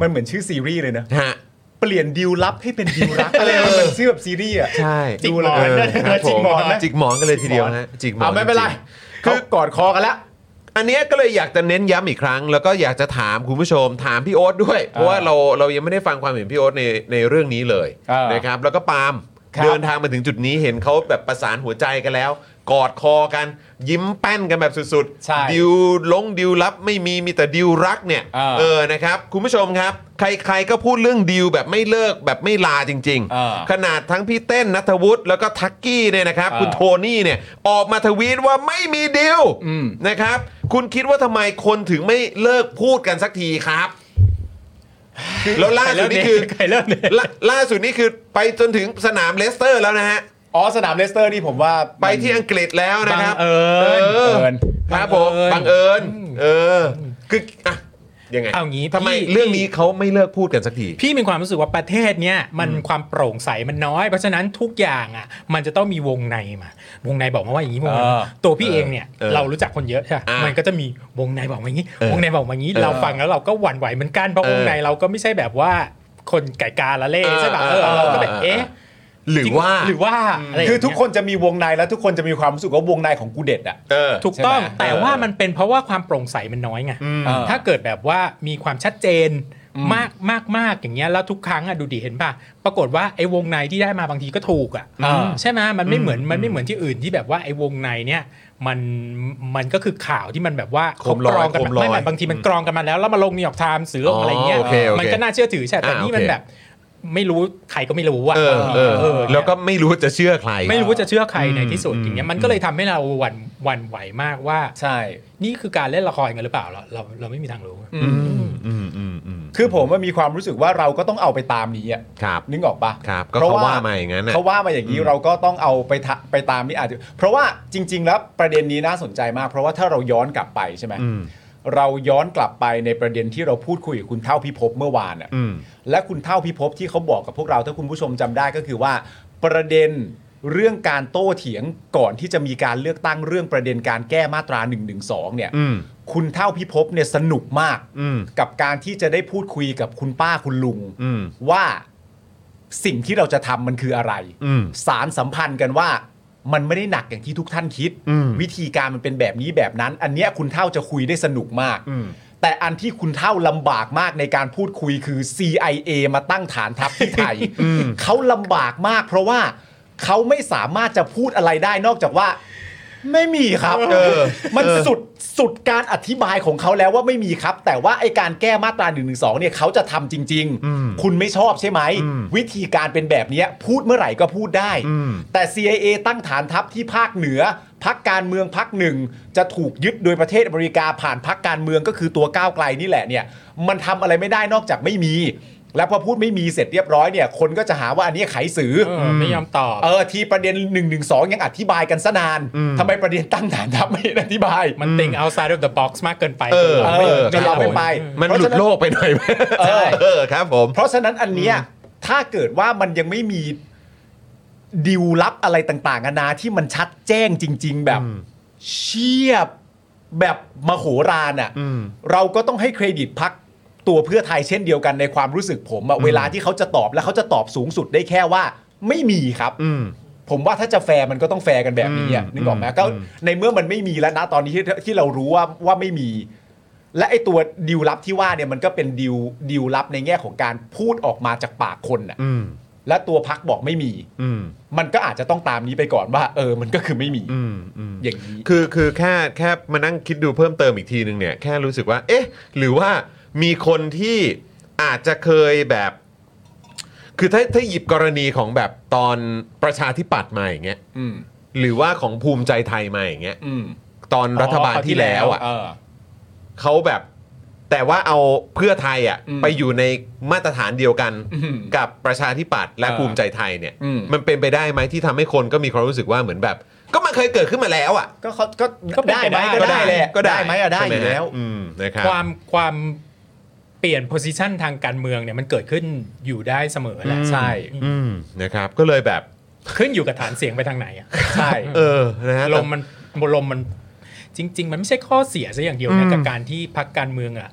[SPEAKER 7] มันเหมือนชื่อซีรีส์เลยนะ
[SPEAKER 3] ฮะ
[SPEAKER 7] เปลี่ยนดิวลับให้เป็นดิวรักอะไรมันเหมือนชื่อแบบซีรีส์อ่ะ
[SPEAKER 3] ใช่
[SPEAKER 7] จิกหมอน
[SPEAKER 3] ดูเล
[SPEAKER 7] นะ
[SPEAKER 3] ยครับ
[SPEAKER 7] จิกหมอน
[SPEAKER 3] ผ
[SPEAKER 7] นะ
[SPEAKER 3] จิกหมอนกันเลยทีเดียวนะจิกหมอน
[SPEAKER 7] เอาไม่เป็นไร
[SPEAKER 3] จง
[SPEAKER 7] เขากอดคอกันแล้ว
[SPEAKER 3] ๆอันเนี้ยก็เลยอยากจะเน้นย้ำอีกครั้ง แล้วก็อยากจะถามคุณผู้ชมถามพี่โอ๊ตด้วย เพราะว่าเราเรายังไม่ได้ฟังความเห็นพี่โอ๊ตในในเรื่องนี้เลย
[SPEAKER 7] อ่าน
[SPEAKER 3] นะครับ แล้วก็ปาล์ม
[SPEAKER 7] ครับ
[SPEAKER 3] เดินทางมาถึงจุดนี้เห็นเขาแบบประสานหัวใจกันแล้ว กอดคอกัน ยิ้มแป้นกันแบบสุด
[SPEAKER 7] ใช่
[SPEAKER 3] ดิวลงดิวลับไม่มีมีแต่ดิวรักเนี่ย
[SPEAKER 7] อ่า
[SPEAKER 3] เออนะครับคุณผู้ชมครับ ใครๆก็พูดเรื่องดิวแบบไม่เลิกแบบไม่ลาจริง
[SPEAKER 7] อ่า
[SPEAKER 3] ๆ ขนาดทั้งพี่เต้นนัทวุฒิแล้วก็ทักกี้เนี่ยนะครับ
[SPEAKER 7] อ่า
[SPEAKER 3] คุณโทนี่เนี่ยออกมาทวีตว่าไม่มีดิว
[SPEAKER 7] อืม
[SPEAKER 3] นะครับ คุณคิดว่าทำไมคนถึงไม่เลิกพูดกันสักทีครับ แล้วล่าสุดนี่คือ
[SPEAKER 4] ใครเริ่มเนี่ย
[SPEAKER 3] ล่าล่าสุดนี่คือไปจนถึงสนามเลสเตอร์แล้วนะฮะ
[SPEAKER 7] อ๋อสนามเลสเตอร์นี่ผมว่า
[SPEAKER 3] ไปที่อังกฤษแล้วนะครับ
[SPEAKER 4] เออ
[SPEAKER 3] เออ
[SPEAKER 7] เอิญ
[SPEAKER 3] ครับผม
[SPEAKER 4] บั
[SPEAKER 3] บั
[SPEAKER 4] ง
[SPEAKER 3] ง
[SPEAKER 4] เอิ
[SPEAKER 3] เอิ
[SPEAKER 4] ญ
[SPEAKER 3] ญเออคืออ่ะยังไง
[SPEAKER 4] เอางี้
[SPEAKER 3] ทำไม
[SPEAKER 4] พี่
[SPEAKER 3] เรื่องนี้เขาไม่เลิกพูดกันสักที
[SPEAKER 4] พี่มีความรู้สึกว่าประเทศเนี้ยมันความโปร่งใสมันน้อย เพราะฉะนั้นทุกอย่างอ่ะมันจะต้องมีวงในมา วงในบอกมาว่าอย่างนี้วงใน
[SPEAKER 7] เออ
[SPEAKER 4] ตัวพี่เองเนี่ย
[SPEAKER 3] เออ
[SPEAKER 4] เรารู้จักคนเยอะใช่ปะ
[SPEAKER 3] อ่ามั
[SPEAKER 4] มันก็จะมีวงในบอกมาอย่างนี้
[SPEAKER 3] เออ
[SPEAKER 4] วงในบอกมาอย่างนี้เราฟังแล้วเราก็หวั่นไหวเหมือนกันเพราะ
[SPEAKER 3] เออ
[SPEAKER 4] วงในเราก็ไม่ใช่แบบว่าคนไก่กาละเล่ใช่ปะ
[SPEAKER 3] เอ
[SPEAKER 4] เอ
[SPEAKER 3] อ
[SPEAKER 4] อเราก็แบบ
[SPEAKER 3] เออ
[SPEAKER 4] เอ๊ะ
[SPEAKER 3] หรือว่า
[SPEAKER 4] หรือว่าอะไร
[SPEAKER 7] คือทุกคนจะมีวงในและทุกคนจะมีความรู้สึกว่าวงในของกูเด็ดอ่ะ
[SPEAKER 3] เออ
[SPEAKER 4] ถูกต้อง
[SPEAKER 7] ใช่ไหม
[SPEAKER 4] แต่ว่ามันเป็นเพราะว่าความโปร่งใสมันน้อยไง
[SPEAKER 3] อืม
[SPEAKER 4] เออถ้าเกิดแบบว่ามีความชัดเจนมากมากมากอย่างเงี้ยแล้วทุกครั้งอะดูดิเห็นป่ะปรากฏว่าไอ้วงในที่ได้มาบางทีก็ถูกอะ
[SPEAKER 7] อ่า
[SPEAKER 4] ใช่ไหมมันไม่เหมือนมันไม่เหมือนที่อื่นที่แบบว่าไอ้วงในเนี่ยมันมันก็คือข่าวที่มันแบบว่า
[SPEAKER 3] โคมลอย
[SPEAKER 4] กรองกัน
[SPEAKER 3] โคมลอย
[SPEAKER 4] ไม่ไม่บางทีมันกรองกันมาแล้วแล้วมาลงนิวยอร์กไทม์สือออกอะไรเงี้ย
[SPEAKER 3] อ๋อโอเคโอเค
[SPEAKER 4] มันก็น่าเชื่อถือใช่แต่
[SPEAKER 3] อ่า
[SPEAKER 4] นี่มัน
[SPEAKER 3] โอเค
[SPEAKER 4] แบบ ไม่รู้ใครก็ไม่รู้อะ
[SPEAKER 3] เออเออ
[SPEAKER 4] เออ
[SPEAKER 3] แล้วก็ไม่รู้จะเชื่อใคร
[SPEAKER 4] ไม่รู้ว่าจะเชื่อใครในที่สุด
[SPEAKER 3] อืม
[SPEAKER 4] อย่างเงี้ยมันก็เลยทำให้เราหวั่นหวั่นไหวมากว่า
[SPEAKER 7] ใช่
[SPEAKER 4] นี่คือการเล่นละครกันหรือเปล่าเราเราเราไม่มีทางรู้
[SPEAKER 7] คือผมว่ามีความรู้สึกว่าเราก็ต้องเอาไปตามนี้อ่ะ
[SPEAKER 3] ครับ
[SPEAKER 7] นึกออกปะ
[SPEAKER 3] ครับก็
[SPEAKER 7] พระ
[SPEAKER 3] เขาว่ามาอย่างนั้นน่ะ
[SPEAKER 7] เขาว่ามาอย่างนี้เราก็ต้องเอาไปทะไปตามนี้อาจจะเพราะว่าจริง ๆ แล้วประเด็นนี้น่าสนใจมาก เพราะว่าถ้าเราย้อนกลับไปใช่ไหม
[SPEAKER 3] อืม
[SPEAKER 7] เราย้อนกลับไปในประเด็นที่เราพูดคุยกับคุณเท่าพิภพเมื่อวานอ่ะ
[SPEAKER 3] อืม
[SPEAKER 7] และคุณเท่าพิภพที่เขาบอกกับพวกเราถ้าคุณผู้ชมจำได้ก็คือว่า ประเด็นเรื่องการโต้เถียงก่อนที่จะมีการเลือกตั้งเรื่องประเด็นการแก้มาตรา1นึเนี่ย
[SPEAKER 3] อืม
[SPEAKER 7] คุณเท่าพิภพเนี่ยสนุกมาก
[SPEAKER 3] อืม
[SPEAKER 7] กับการที่จะได้พูดคุยกับคุณป้าคุณลุง
[SPEAKER 3] อืม
[SPEAKER 7] ว่าสิ่งที่เราจะทำมันคืออะไร
[SPEAKER 3] อืม
[SPEAKER 7] สารสัมพันธ์กันว่ามันไม่ได้หนักอย่างที่ทุกท่านคิด
[SPEAKER 3] อืม
[SPEAKER 7] วิธีการมันเป็นแบบนี้แบบนั้น อันเนี้ยคุณเท่าจะคุยได้สนุกมาก
[SPEAKER 3] อืม
[SPEAKER 7] แต่อันที่คุณเท่าลำบากมากในการพูดคุยคือ CIA มาตั้งฐานทัพที่ไทยเขาลำบากมาก เพราะว่าเขาไม่สามารถจะพูดอะไรได้นอกจากว่า ไม่มีครับ
[SPEAKER 3] เออ
[SPEAKER 7] มัน
[SPEAKER 3] เออ
[SPEAKER 7] สุดสุดการอธิบายของเขาแล้วว่าไม่มีครับ แต่ว่าไอการแก้มาตรา1นึเนี่ยเขาจะทำจริง ๆ คุณไม่ชอบใช่ไหม วิธีการเป็นแบบเนี้ยพูดเมื่อไหร่ก็พูดได้ แต่ CIA ตั้งฐานทัพที่ภาคเหนือพักการเมืองพักหนึ่ง จะถูกยึดโดยประเทศอเมริกาผ่านพักการเมืองก็คือตัวก้าวไกลนี่แหละเนี่ย มันทำอะไรไม่ได้นอกจากไม่มี แล้วพอพูดไม่มีเสร็จเรียบร้อยเนี่ย คนก็จะหาว่าอันนี้ไขสือ
[SPEAKER 4] เออไม่ยอมตอบ
[SPEAKER 7] เออทีประเด็น1นึยังอธิบายกันซะนานทำไมประเด็นตั้งฐานทัพไม่อธิบาย
[SPEAKER 4] มัน think outside of the box มากเกินไป
[SPEAKER 3] เออ
[SPEAKER 7] เออจนเราไม่ไป
[SPEAKER 3] มันหลุดโลกไปหน่อยไหม
[SPEAKER 7] เออ
[SPEAKER 3] เออครับผม
[SPEAKER 7] เพราะฉะนั้นอันเนี้ยถ้าเกิดว่ามันยังไม่มีดิวลับอะไรต่างๆนานาที่มันชัดแจ้งจริง ๆ แบบเชียบแบบมโหฬารอ่ะเราก็ต้องให้เครดิตพักตัวเพื่อไทยเช่นเดียวกันในความรู้สึกผมอะเวลาที่เขาจะตอบแล้วเขาจะตอบสูงสุดได้แค่ว่า ไม่มีครับ
[SPEAKER 3] อืม
[SPEAKER 7] ผมว่าถ้าจะแฟร์มันก็ต้องแฟร์กันแบบนี้อะ
[SPEAKER 3] อืม
[SPEAKER 7] นึกออกไหม
[SPEAKER 3] อืม
[SPEAKER 7] ก็
[SPEAKER 3] อืม
[SPEAKER 7] ในเมื่อมันไม่มีแล้วนะตอนนี้ที่ที่เรารู้ว่าว่าไม่มี และไอตัวดิวลับที่ว่าเนี่ยมันก็เป็นดิวดิวลับในแง่ของการพูดออกมาจากปากคนน่ะ
[SPEAKER 3] อืม
[SPEAKER 7] และตัวพักบอกไม่มี
[SPEAKER 3] อืม
[SPEAKER 7] มันก็อาจจะต้องตามนี้ไปก่อนว่า เออมันก็คือไม่มี
[SPEAKER 3] อืมอืม
[SPEAKER 7] อย่างนี้
[SPEAKER 3] คือคือแค่แค่มานั่งคิดดูเพิ่มเติมอีกทีนึงเนี่ยแค่รู้สึกว่า เอ๊ะ หรือว่ามีคนที่อาจจะเคยแบบ คือถ้าถ้าหยิบกรณีของแบบตอนประชาธิปัตย์มาอย่างเงี้ย
[SPEAKER 7] อืม
[SPEAKER 3] หรือว่าของภูมิใจไทยมาอย่างเงี้ย
[SPEAKER 7] อืม
[SPEAKER 3] ตอนรัฐบาลที่แล้วอ่ะ
[SPEAKER 7] เออ
[SPEAKER 3] เขาแบบ แต่ว่าเอาเพื่อไทยอ่ะ
[SPEAKER 7] อืม
[SPEAKER 3] ไปอยู่ในมาตรฐานเดียวกัน
[SPEAKER 7] อืม
[SPEAKER 3] กับประชาธิปัตย์และ
[SPEAKER 7] เออ
[SPEAKER 3] ภูมิใจไทยเนี่ย
[SPEAKER 7] อืม
[SPEAKER 3] มันเป็นไปได้ไหมที่ทำให้คนก็มีความรู้สึกว่าเหมือนแบบ ก็มันเคยเกิดขึ้นมาแล้วอ่ะ
[SPEAKER 7] ก็เขาก็
[SPEAKER 4] ก็เป็น
[SPEAKER 7] ได้
[SPEAKER 4] ไป
[SPEAKER 7] ไหม
[SPEAKER 4] ได้
[SPEAKER 7] ก็ได้แหละ
[SPEAKER 3] ก็ได้
[SPEAKER 7] ไหมอะได้
[SPEAKER 3] ใช่หม
[SPEAKER 7] อยู่แล้ว
[SPEAKER 3] อืมนะครับ
[SPEAKER 4] ความความเปลี่ยน position ทางการเมืองเนี่ยมันเกิดขึ้นอยู่ได้เสมอแหละ
[SPEAKER 3] อืม
[SPEAKER 4] ใช่
[SPEAKER 3] อืมนะครับ ก็เลยแบบ
[SPEAKER 4] ขึ้นอยู่กับฐานเสียงไปทางไหนอะ
[SPEAKER 7] ใช่
[SPEAKER 3] เออนะฮะ
[SPEAKER 4] ลมมันลมมันจริง ๆ มันไม่ใช่ข้อเสียซะอย่างเดียวนะกับการที่พักการเมืองอะ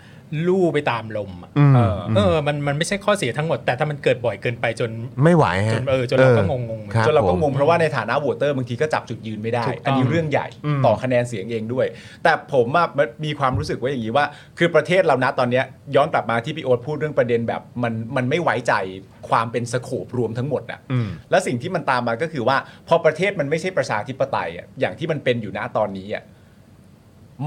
[SPEAKER 4] ลู่ไปตามลมอะ
[SPEAKER 3] อืม
[SPEAKER 7] เออ
[SPEAKER 4] เออมันมันไม่ใช่ข้อเสียทั้งหมด แต่ถ้ามันเกิดบ่อยเกินไปจน
[SPEAKER 3] ไม่ไหวฮะ
[SPEAKER 4] จนเออจนเราก็งงๆ
[SPEAKER 3] คบ
[SPEAKER 7] จนเราก็
[SPEAKER 3] ผม
[SPEAKER 7] งงเพราะว่าในฐานะโหวตเตอร์บางทีก็จับจุดยืนไม่ได้
[SPEAKER 4] ถูกต้อง
[SPEAKER 7] อันนี้เรื่องใหญ่ต่อคะแนนเสียงเองด้วย แต่ผมอะมันมีความรู้สึกว่าอย่างนี้ว่า คือประเทศเรานะตอนเนี้ยย้อนกลับมาที่พี่โอ๊ตพูดเรื่องประเด็นแบบมันมันไม่ไว้ใจความเป็นสโคปรวมทั้งหมดอ่ะ
[SPEAKER 3] อืม
[SPEAKER 7] และสิ่งที่มันตามมาก็คือว่า พอประเทศมันไม่ใช่ประชาธิปไตยอะอย่างที่มันเป็นอยู่นะตอนนี้อ่ะ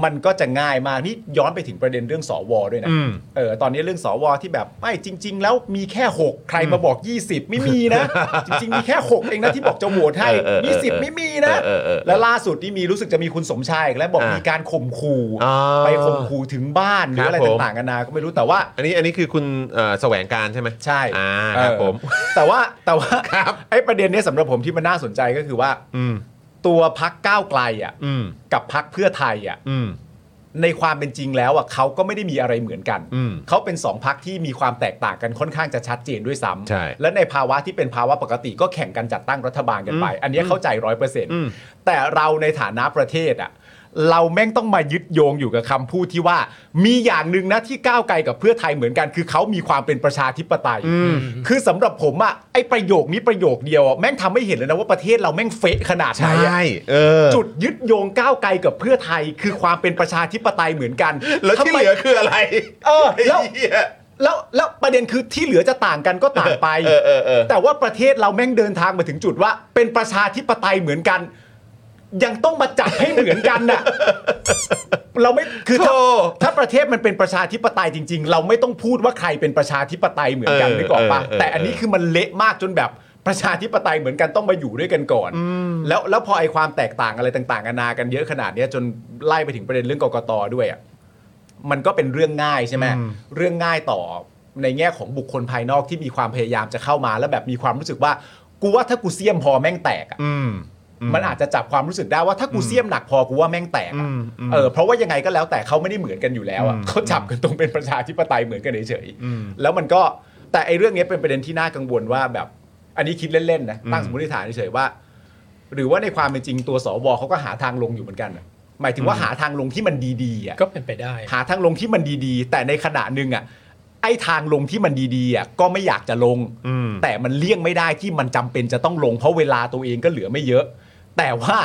[SPEAKER 7] มันก็จะง่ายมากนี่ย้อนไปถึงประเด็นเรื่องสวด้วยนะ
[SPEAKER 3] อืม
[SPEAKER 7] เออตอนนี้เรื่องสวที่แบบไม่จริง ๆ แล้วมีแค่ 6 ใครมาบอก 20 ไม่มี นะ จริง ๆ มีแค่ 6 เองนะที่บอกจะโหวตให้
[SPEAKER 3] เออเออเออ
[SPEAKER 7] 20 ไม่มีนะ
[SPEAKER 3] เออเออเออ
[SPEAKER 7] แล้วล่าสุดนี่มีรู้สึกจะมีคุณสมชายอีกแล้วบอก
[SPEAKER 3] อ่ะ
[SPEAKER 7] มีการข่มขู่
[SPEAKER 3] อ่า
[SPEAKER 7] ไปข่มขู่ถึงบ้านหรืออะไร
[SPEAKER 3] ครับผม
[SPEAKER 7] ต่างๆกันานาก็ไม่รู้แต่ว่า
[SPEAKER 3] อันนี้อันนี้คือคุณเอ่อแสวงการใช่ไหม
[SPEAKER 7] ใช่
[SPEAKER 3] อ่า
[SPEAKER 7] เอ
[SPEAKER 3] ครับ
[SPEAKER 7] อ
[SPEAKER 3] ผม
[SPEAKER 7] แต่ว่าแต่ว่า
[SPEAKER 3] ครับ
[SPEAKER 7] ไอ้ประเด็นเนี้ยสำหรับผมที่มันน่าสนใจก็คือว่า
[SPEAKER 3] อืม
[SPEAKER 7] ตัวพักก้าวไกลอ่ะ
[SPEAKER 3] อืม
[SPEAKER 7] กับพักเพื่อไทยอ่ะ
[SPEAKER 3] อืม
[SPEAKER 7] ในความเป็นจริงแล้วอ่ะเขาก็ไม่ได้มีอะไรเหมือนกัน
[SPEAKER 3] อืม
[SPEAKER 7] เขาเป็นสองพักที่มีความแตกต่างกันค่อนข้างจะชัดเจนด้วยซ้ำ
[SPEAKER 3] ใช่
[SPEAKER 7] และในภาวะที่เป็นภาวะปกติก็แข่งกันจัดตั้งรัฐบาลกันไป อันเนี้ยเข้าใจร้อยเปอร์เซ็นต์แต่เราในฐานะประเทศอ่ะ เราแม่งต้องมายึดโยงอยู่กับคำพูดที่ว่า มีอย่างหนึ่งนะที่ก้าวไกลกับเพื่อไทยเหมือนกัน คือเขามีความเป็นประชาธิปไตย คือสำหรับผมอะไอประโยคนี้ประโยคเดียวอะแม่งทำให้เห็นเลยนะว่าประเทศเราแม่งเฟะขนาดไหน
[SPEAKER 3] ใช่
[SPEAKER 7] อะ
[SPEAKER 3] เออ
[SPEAKER 7] จุดยึดโยงก้าวไกลกับเพื่อไทยคือความเป็นประชาธิปไตยเหมือนกัน
[SPEAKER 3] แล้วที่
[SPEAKER 7] ำไม
[SPEAKER 3] เหลือคืออะไร
[SPEAKER 7] เออแล้ว
[SPEAKER 3] ไอ้เหี้ย
[SPEAKER 7] แล้วแล้วประเด็นคือที่เหลือจะต่างกันก็ต่างไป
[SPEAKER 3] เออเออเออ
[SPEAKER 7] แต่ว่าประเทศเราแม่งเดินทางมาถึงจุดว่า เป็นประชาธิปไตยเหมือนกัน ยังต้องมาจับให้เหมือนกันน่ะ เราไม่คือถ้า
[SPEAKER 3] โธ่
[SPEAKER 7] ถ้าประเทศมันเป็นประชาธิปไตยจริง ๆ เราไม่ต้องพูดว่าใครเป็นประชาธิปไตยเหมือนกัน
[SPEAKER 3] เออ
[SPEAKER 7] นึกออกปะ
[SPEAKER 3] เออเออ
[SPEAKER 7] แต่อันนี้คือมันเละมากจนแบบประชาธิปไตยเหมือนกันต้องมาอยู่ด้วยกันก่อน แล้วแล้วพอไอความแตกต่างอะไรต่างๆนานากันเยอะขนาดเนี้ยจนไล่ไปถึงประเด็นเรื่องกกตด้วยอ่ะ มันก็เป็นเรื่องง่ายใช่ไหมเรื่องง่ายต่อในแง่ของบุคคลภายนอกที่มีความพยายามจะเข้ามาแล้วแบบมีความรู้สึกว่า กูว่าถ้ากูเสียมพอแม่งแตกอะ
[SPEAKER 3] อืม
[SPEAKER 7] มันอาจจะจับความรู้สึกได้ว่าถ้ากูเสียมหนักพอกูว่าแม่งแตกอะ
[SPEAKER 3] อืมอืม
[SPEAKER 7] เออเพราะว่ายังไงก็แล้วแต่เขาไม่ได้เหมือนกันอยู่แล้วอะเขาจับกันตรงเป็นประชาธิปไตยเหมือนกันเฉย
[SPEAKER 3] อืม
[SPEAKER 7] ๆแล้วมันก็แต่ไอ้เรื่องเนี้ยเป็นประเด็นที่น่ากังวลว่าแบบ อันนี้คิดเล่นๆนะตั้ง
[SPEAKER 3] อืม
[SPEAKER 7] สมมติฐานเฉยๆว่า หรือว่าในความเป็นจริงตัวสวเขาก็หาทางลงอยู่เหมือนกันอะหมายถึงว่าหาทางลงที่มันดีๆอะ
[SPEAKER 4] ก็เป็นไปได้
[SPEAKER 7] หาทางลงที่มันดีๆ แต่ในขณะหนึ่งอ่ะไอ้ทางลงที่มันดีๆอ่ะก็ไม่อยากจะลง
[SPEAKER 3] อืม
[SPEAKER 7] แต่มันเลี่ยงไม่ได้ที่มันจำเป็นจะต้องลงเพราะเวลาตัวเองก็เหลือไม่เยอะ แต่ว่า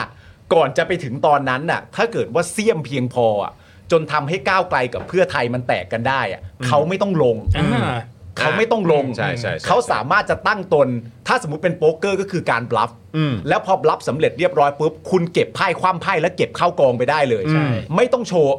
[SPEAKER 7] ก่อนจะไปถึงตอนนั้นน่ะ ถ้าเกิดว่าเสี่ยมเพียงพออ่ะจนทำให้ก้าวไกลกับเพื่อไทยมันแตกกันได้อ่ะเขาไม่ต้องลง
[SPEAKER 4] อ่า
[SPEAKER 7] เขาไม่ต้องลง
[SPEAKER 3] ใช่ใช่ใช่
[SPEAKER 7] เขาสามารถจะตั้งตน ถ้าสมมติเป็นโป๊กเกอร์ก็คือการบลัฟ
[SPEAKER 3] อืม
[SPEAKER 7] แล้วพอบลัฟสำเร็จเรียบร้อยปุ๊บ คุณเก็บไพ่คว่ำไพ่แล้วเก็บเข้ากองไปได้เลย
[SPEAKER 3] ใช่
[SPEAKER 7] ไม่ต้องโชว์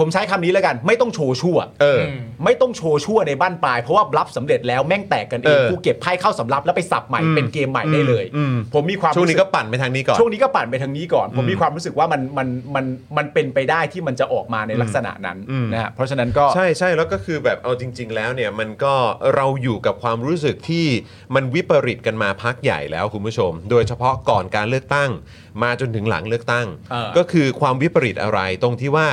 [SPEAKER 7] ผมใช้คำนี้แล้วกัน ไม่ต้องโชว์ชั่ว
[SPEAKER 3] เออ
[SPEAKER 4] ม
[SPEAKER 7] ไม่ต้องโชว์ชั่วในบ้านปลาย เพราะว่าบลัฟสำเร็จแล้วแม่งแตกกันเอง
[SPEAKER 3] เออ
[SPEAKER 7] กูเก็บไพ่เข้าสำรับแล้วไปสับใหม่
[SPEAKER 3] อืม
[SPEAKER 7] เป็นเกมใหม่ได้เลย
[SPEAKER 3] อืม
[SPEAKER 7] ผมมีความ
[SPEAKER 3] ช่วงนี้
[SPEAKER 7] รู้สึ
[SPEAKER 3] ก็ปั่นไปทางนี้ก่อน
[SPEAKER 7] ช่วงนี้ก็ปั่นไปทางนี้ก่อน ผมมีความรู้สึกว่ามันมันมันมันเป็นไปได้ที่มันจะออกมาในลักษณะนั้น
[SPEAKER 3] อืม
[SPEAKER 7] นะฮะเพราะฉะนั้นก็
[SPEAKER 3] ใช่ใช่แล้วก็คือแบบเอาจริง ๆ แล้วเนี่ยมันก็เราอยู่กับความรู้สึกที่มันวิปริตกันมาพักใหญ่แล้วคุณผู้ชม โดยเฉพาะก่อนการเลือกตั้ง มาจนถึงหลังเลือกตั้ง
[SPEAKER 7] เออ
[SPEAKER 3] ก็คือความวิปริตอะไรตรงที่ว่า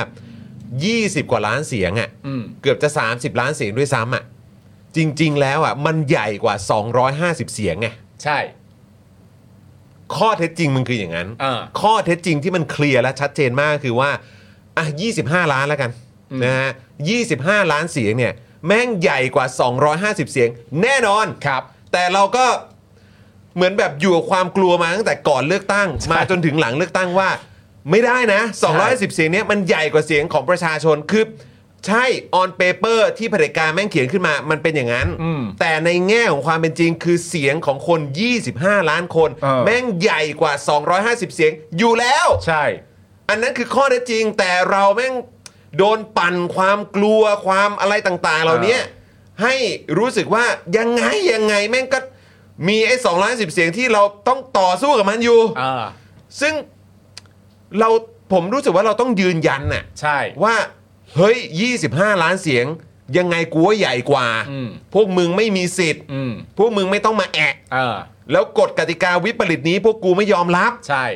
[SPEAKER 3] 20 กว่าล้านเสียงอะ่ะ
[SPEAKER 7] อืม
[SPEAKER 3] เกือบจะ 30 ล้านเสียงด้วยซ้ำอะ่ะจริง ๆ แล้วอะ่ะมันใหญ่กว่า 250 เสียงไง
[SPEAKER 7] ใช่
[SPEAKER 3] ข้อเท็จจริงมันคืออย่างนั้น
[SPEAKER 7] เออ
[SPEAKER 3] ข้อเท็จจริงที่มันเคลียร์และชัดเจนมากคือว่าอ่ะ25 ล้านแล้วกัน นะฮะ25 ล้านเสียงเนี่ย แม่งใหญ่กว่า 250 เสียง แน่นอน
[SPEAKER 7] ครับ
[SPEAKER 3] แต่เราก็เหมือนแบบอยู่กับความกลัวมาตั้งแต่ก่อนเลือกตั้ง มาจนถึงหลังเลือกตั้งว่า ไม่ได้นะ 210 เสียงเนี้ยมันใหญ่กว่าเสียงของประชาชน คือ ใช่ on paper ที่เผด็จการแม่งเขียนขึ้นมามันเป็นอย่างนั้น
[SPEAKER 7] อืม
[SPEAKER 3] แต่ในแง่ของความเป็นจริงคือเสียงของคน 25 ล้านคน
[SPEAKER 7] เออ
[SPEAKER 3] แม่งใหญ่กว่า 250 เสียงอยู่แล้ว
[SPEAKER 7] ใช่
[SPEAKER 3] อันนั้นคือข้อเท็จจริงแต่เราแม่งโดนปั่นความกลัวความอะไรต่างๆ เหล่านี้
[SPEAKER 7] อ่า
[SPEAKER 3] ให้รู้สึกว่ายังไงยังไงแม่งก็มีไอ้สองล้านสิบเสียงที่เราต้องต่อสู้กับมันอยู่
[SPEAKER 7] อ่า
[SPEAKER 3] ซึ่งเราผมรู้สึกว่าเราต้องยืนยันน่ะ
[SPEAKER 7] ใช่
[SPEAKER 3] ว่าเฮ้ย 25 ล้านเสียง ยังไงกูว่าใหญ่กว่า
[SPEAKER 7] อืม
[SPEAKER 3] พวกมึงไม่มีสิทธิ์
[SPEAKER 7] อืม
[SPEAKER 3] พวกมึงไม่ต้องมาแอะ
[SPEAKER 7] อ่า
[SPEAKER 3] แล้วกฎกติกาวิปริตนี้พวกกูไม่ยอมรับ
[SPEAKER 7] ใช่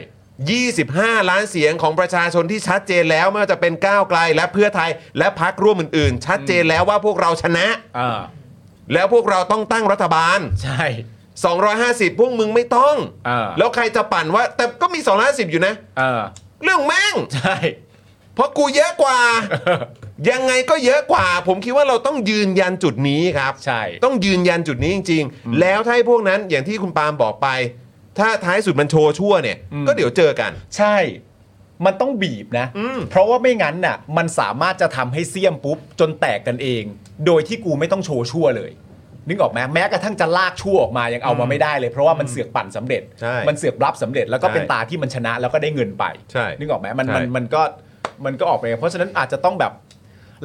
[SPEAKER 3] 25 ล้านเสียงของประชาชนที่ชัดเจนแล้วไม่ว่าจะเป็นก้าวไกลและเพื่อไทยและพักร่วมอื่น ๆ ชัดเจนแล้วว่าพวกเราชนะ
[SPEAKER 7] อ่า
[SPEAKER 3] แล้วพวกเราต้องตั้งรัฐบาล
[SPEAKER 7] ใช่
[SPEAKER 3] 250 พวกมึงไม่ต้อง
[SPEAKER 7] เออ
[SPEAKER 3] แล้วใครจะปั่นว่า แต่ก็มี 250 อยู่นะ
[SPEAKER 7] อ่า
[SPEAKER 3] เรื่องแม่ง
[SPEAKER 7] ใช่
[SPEAKER 3] เพราะกูเยอะกว่า ยังไงก็เยอะกว่า ผมคิดว่าเราต้องยืนยันจุดนี้ครับ
[SPEAKER 7] ใช่
[SPEAKER 3] ต้องยืนยันจุดนี้จริง ๆ แล้วถ้าให้พวกนั้นอย่างที่คุณปาล์มบอกไป ถ้าท้ายสุดมันโชว์ชั่วเนี่ย ก็เดี๋ยวเจอกัน
[SPEAKER 7] ใช่ มันต้องบีบนะ
[SPEAKER 3] อืม
[SPEAKER 7] เพราะว่าไม่งั้นน่ะ มันสามารถจะทำให้เสี่ยมปุ๊บ จนแตกกันเอง โดยที่กูไม่ต้องโชว์ชั่วเลย นึกออกไหมแม้กระทั่งจะลากชั่วออกมายังเอามาไม่ได้เลย เพราะว่ามันเสือกปั่นสำเร็จ
[SPEAKER 3] ใช่
[SPEAKER 7] มันเสือกรับสำเร็จแล้วก็เป็น
[SPEAKER 3] ใช่
[SPEAKER 7] ตาที่มันชนะแล้วก็ได้เงินไป
[SPEAKER 3] ใช่
[SPEAKER 7] นึกออกไหมมันมัน
[SPEAKER 3] ใช่
[SPEAKER 7] มันก็มันก็ออกไป เพราะฉะนั้นอาจจะต้องแบบ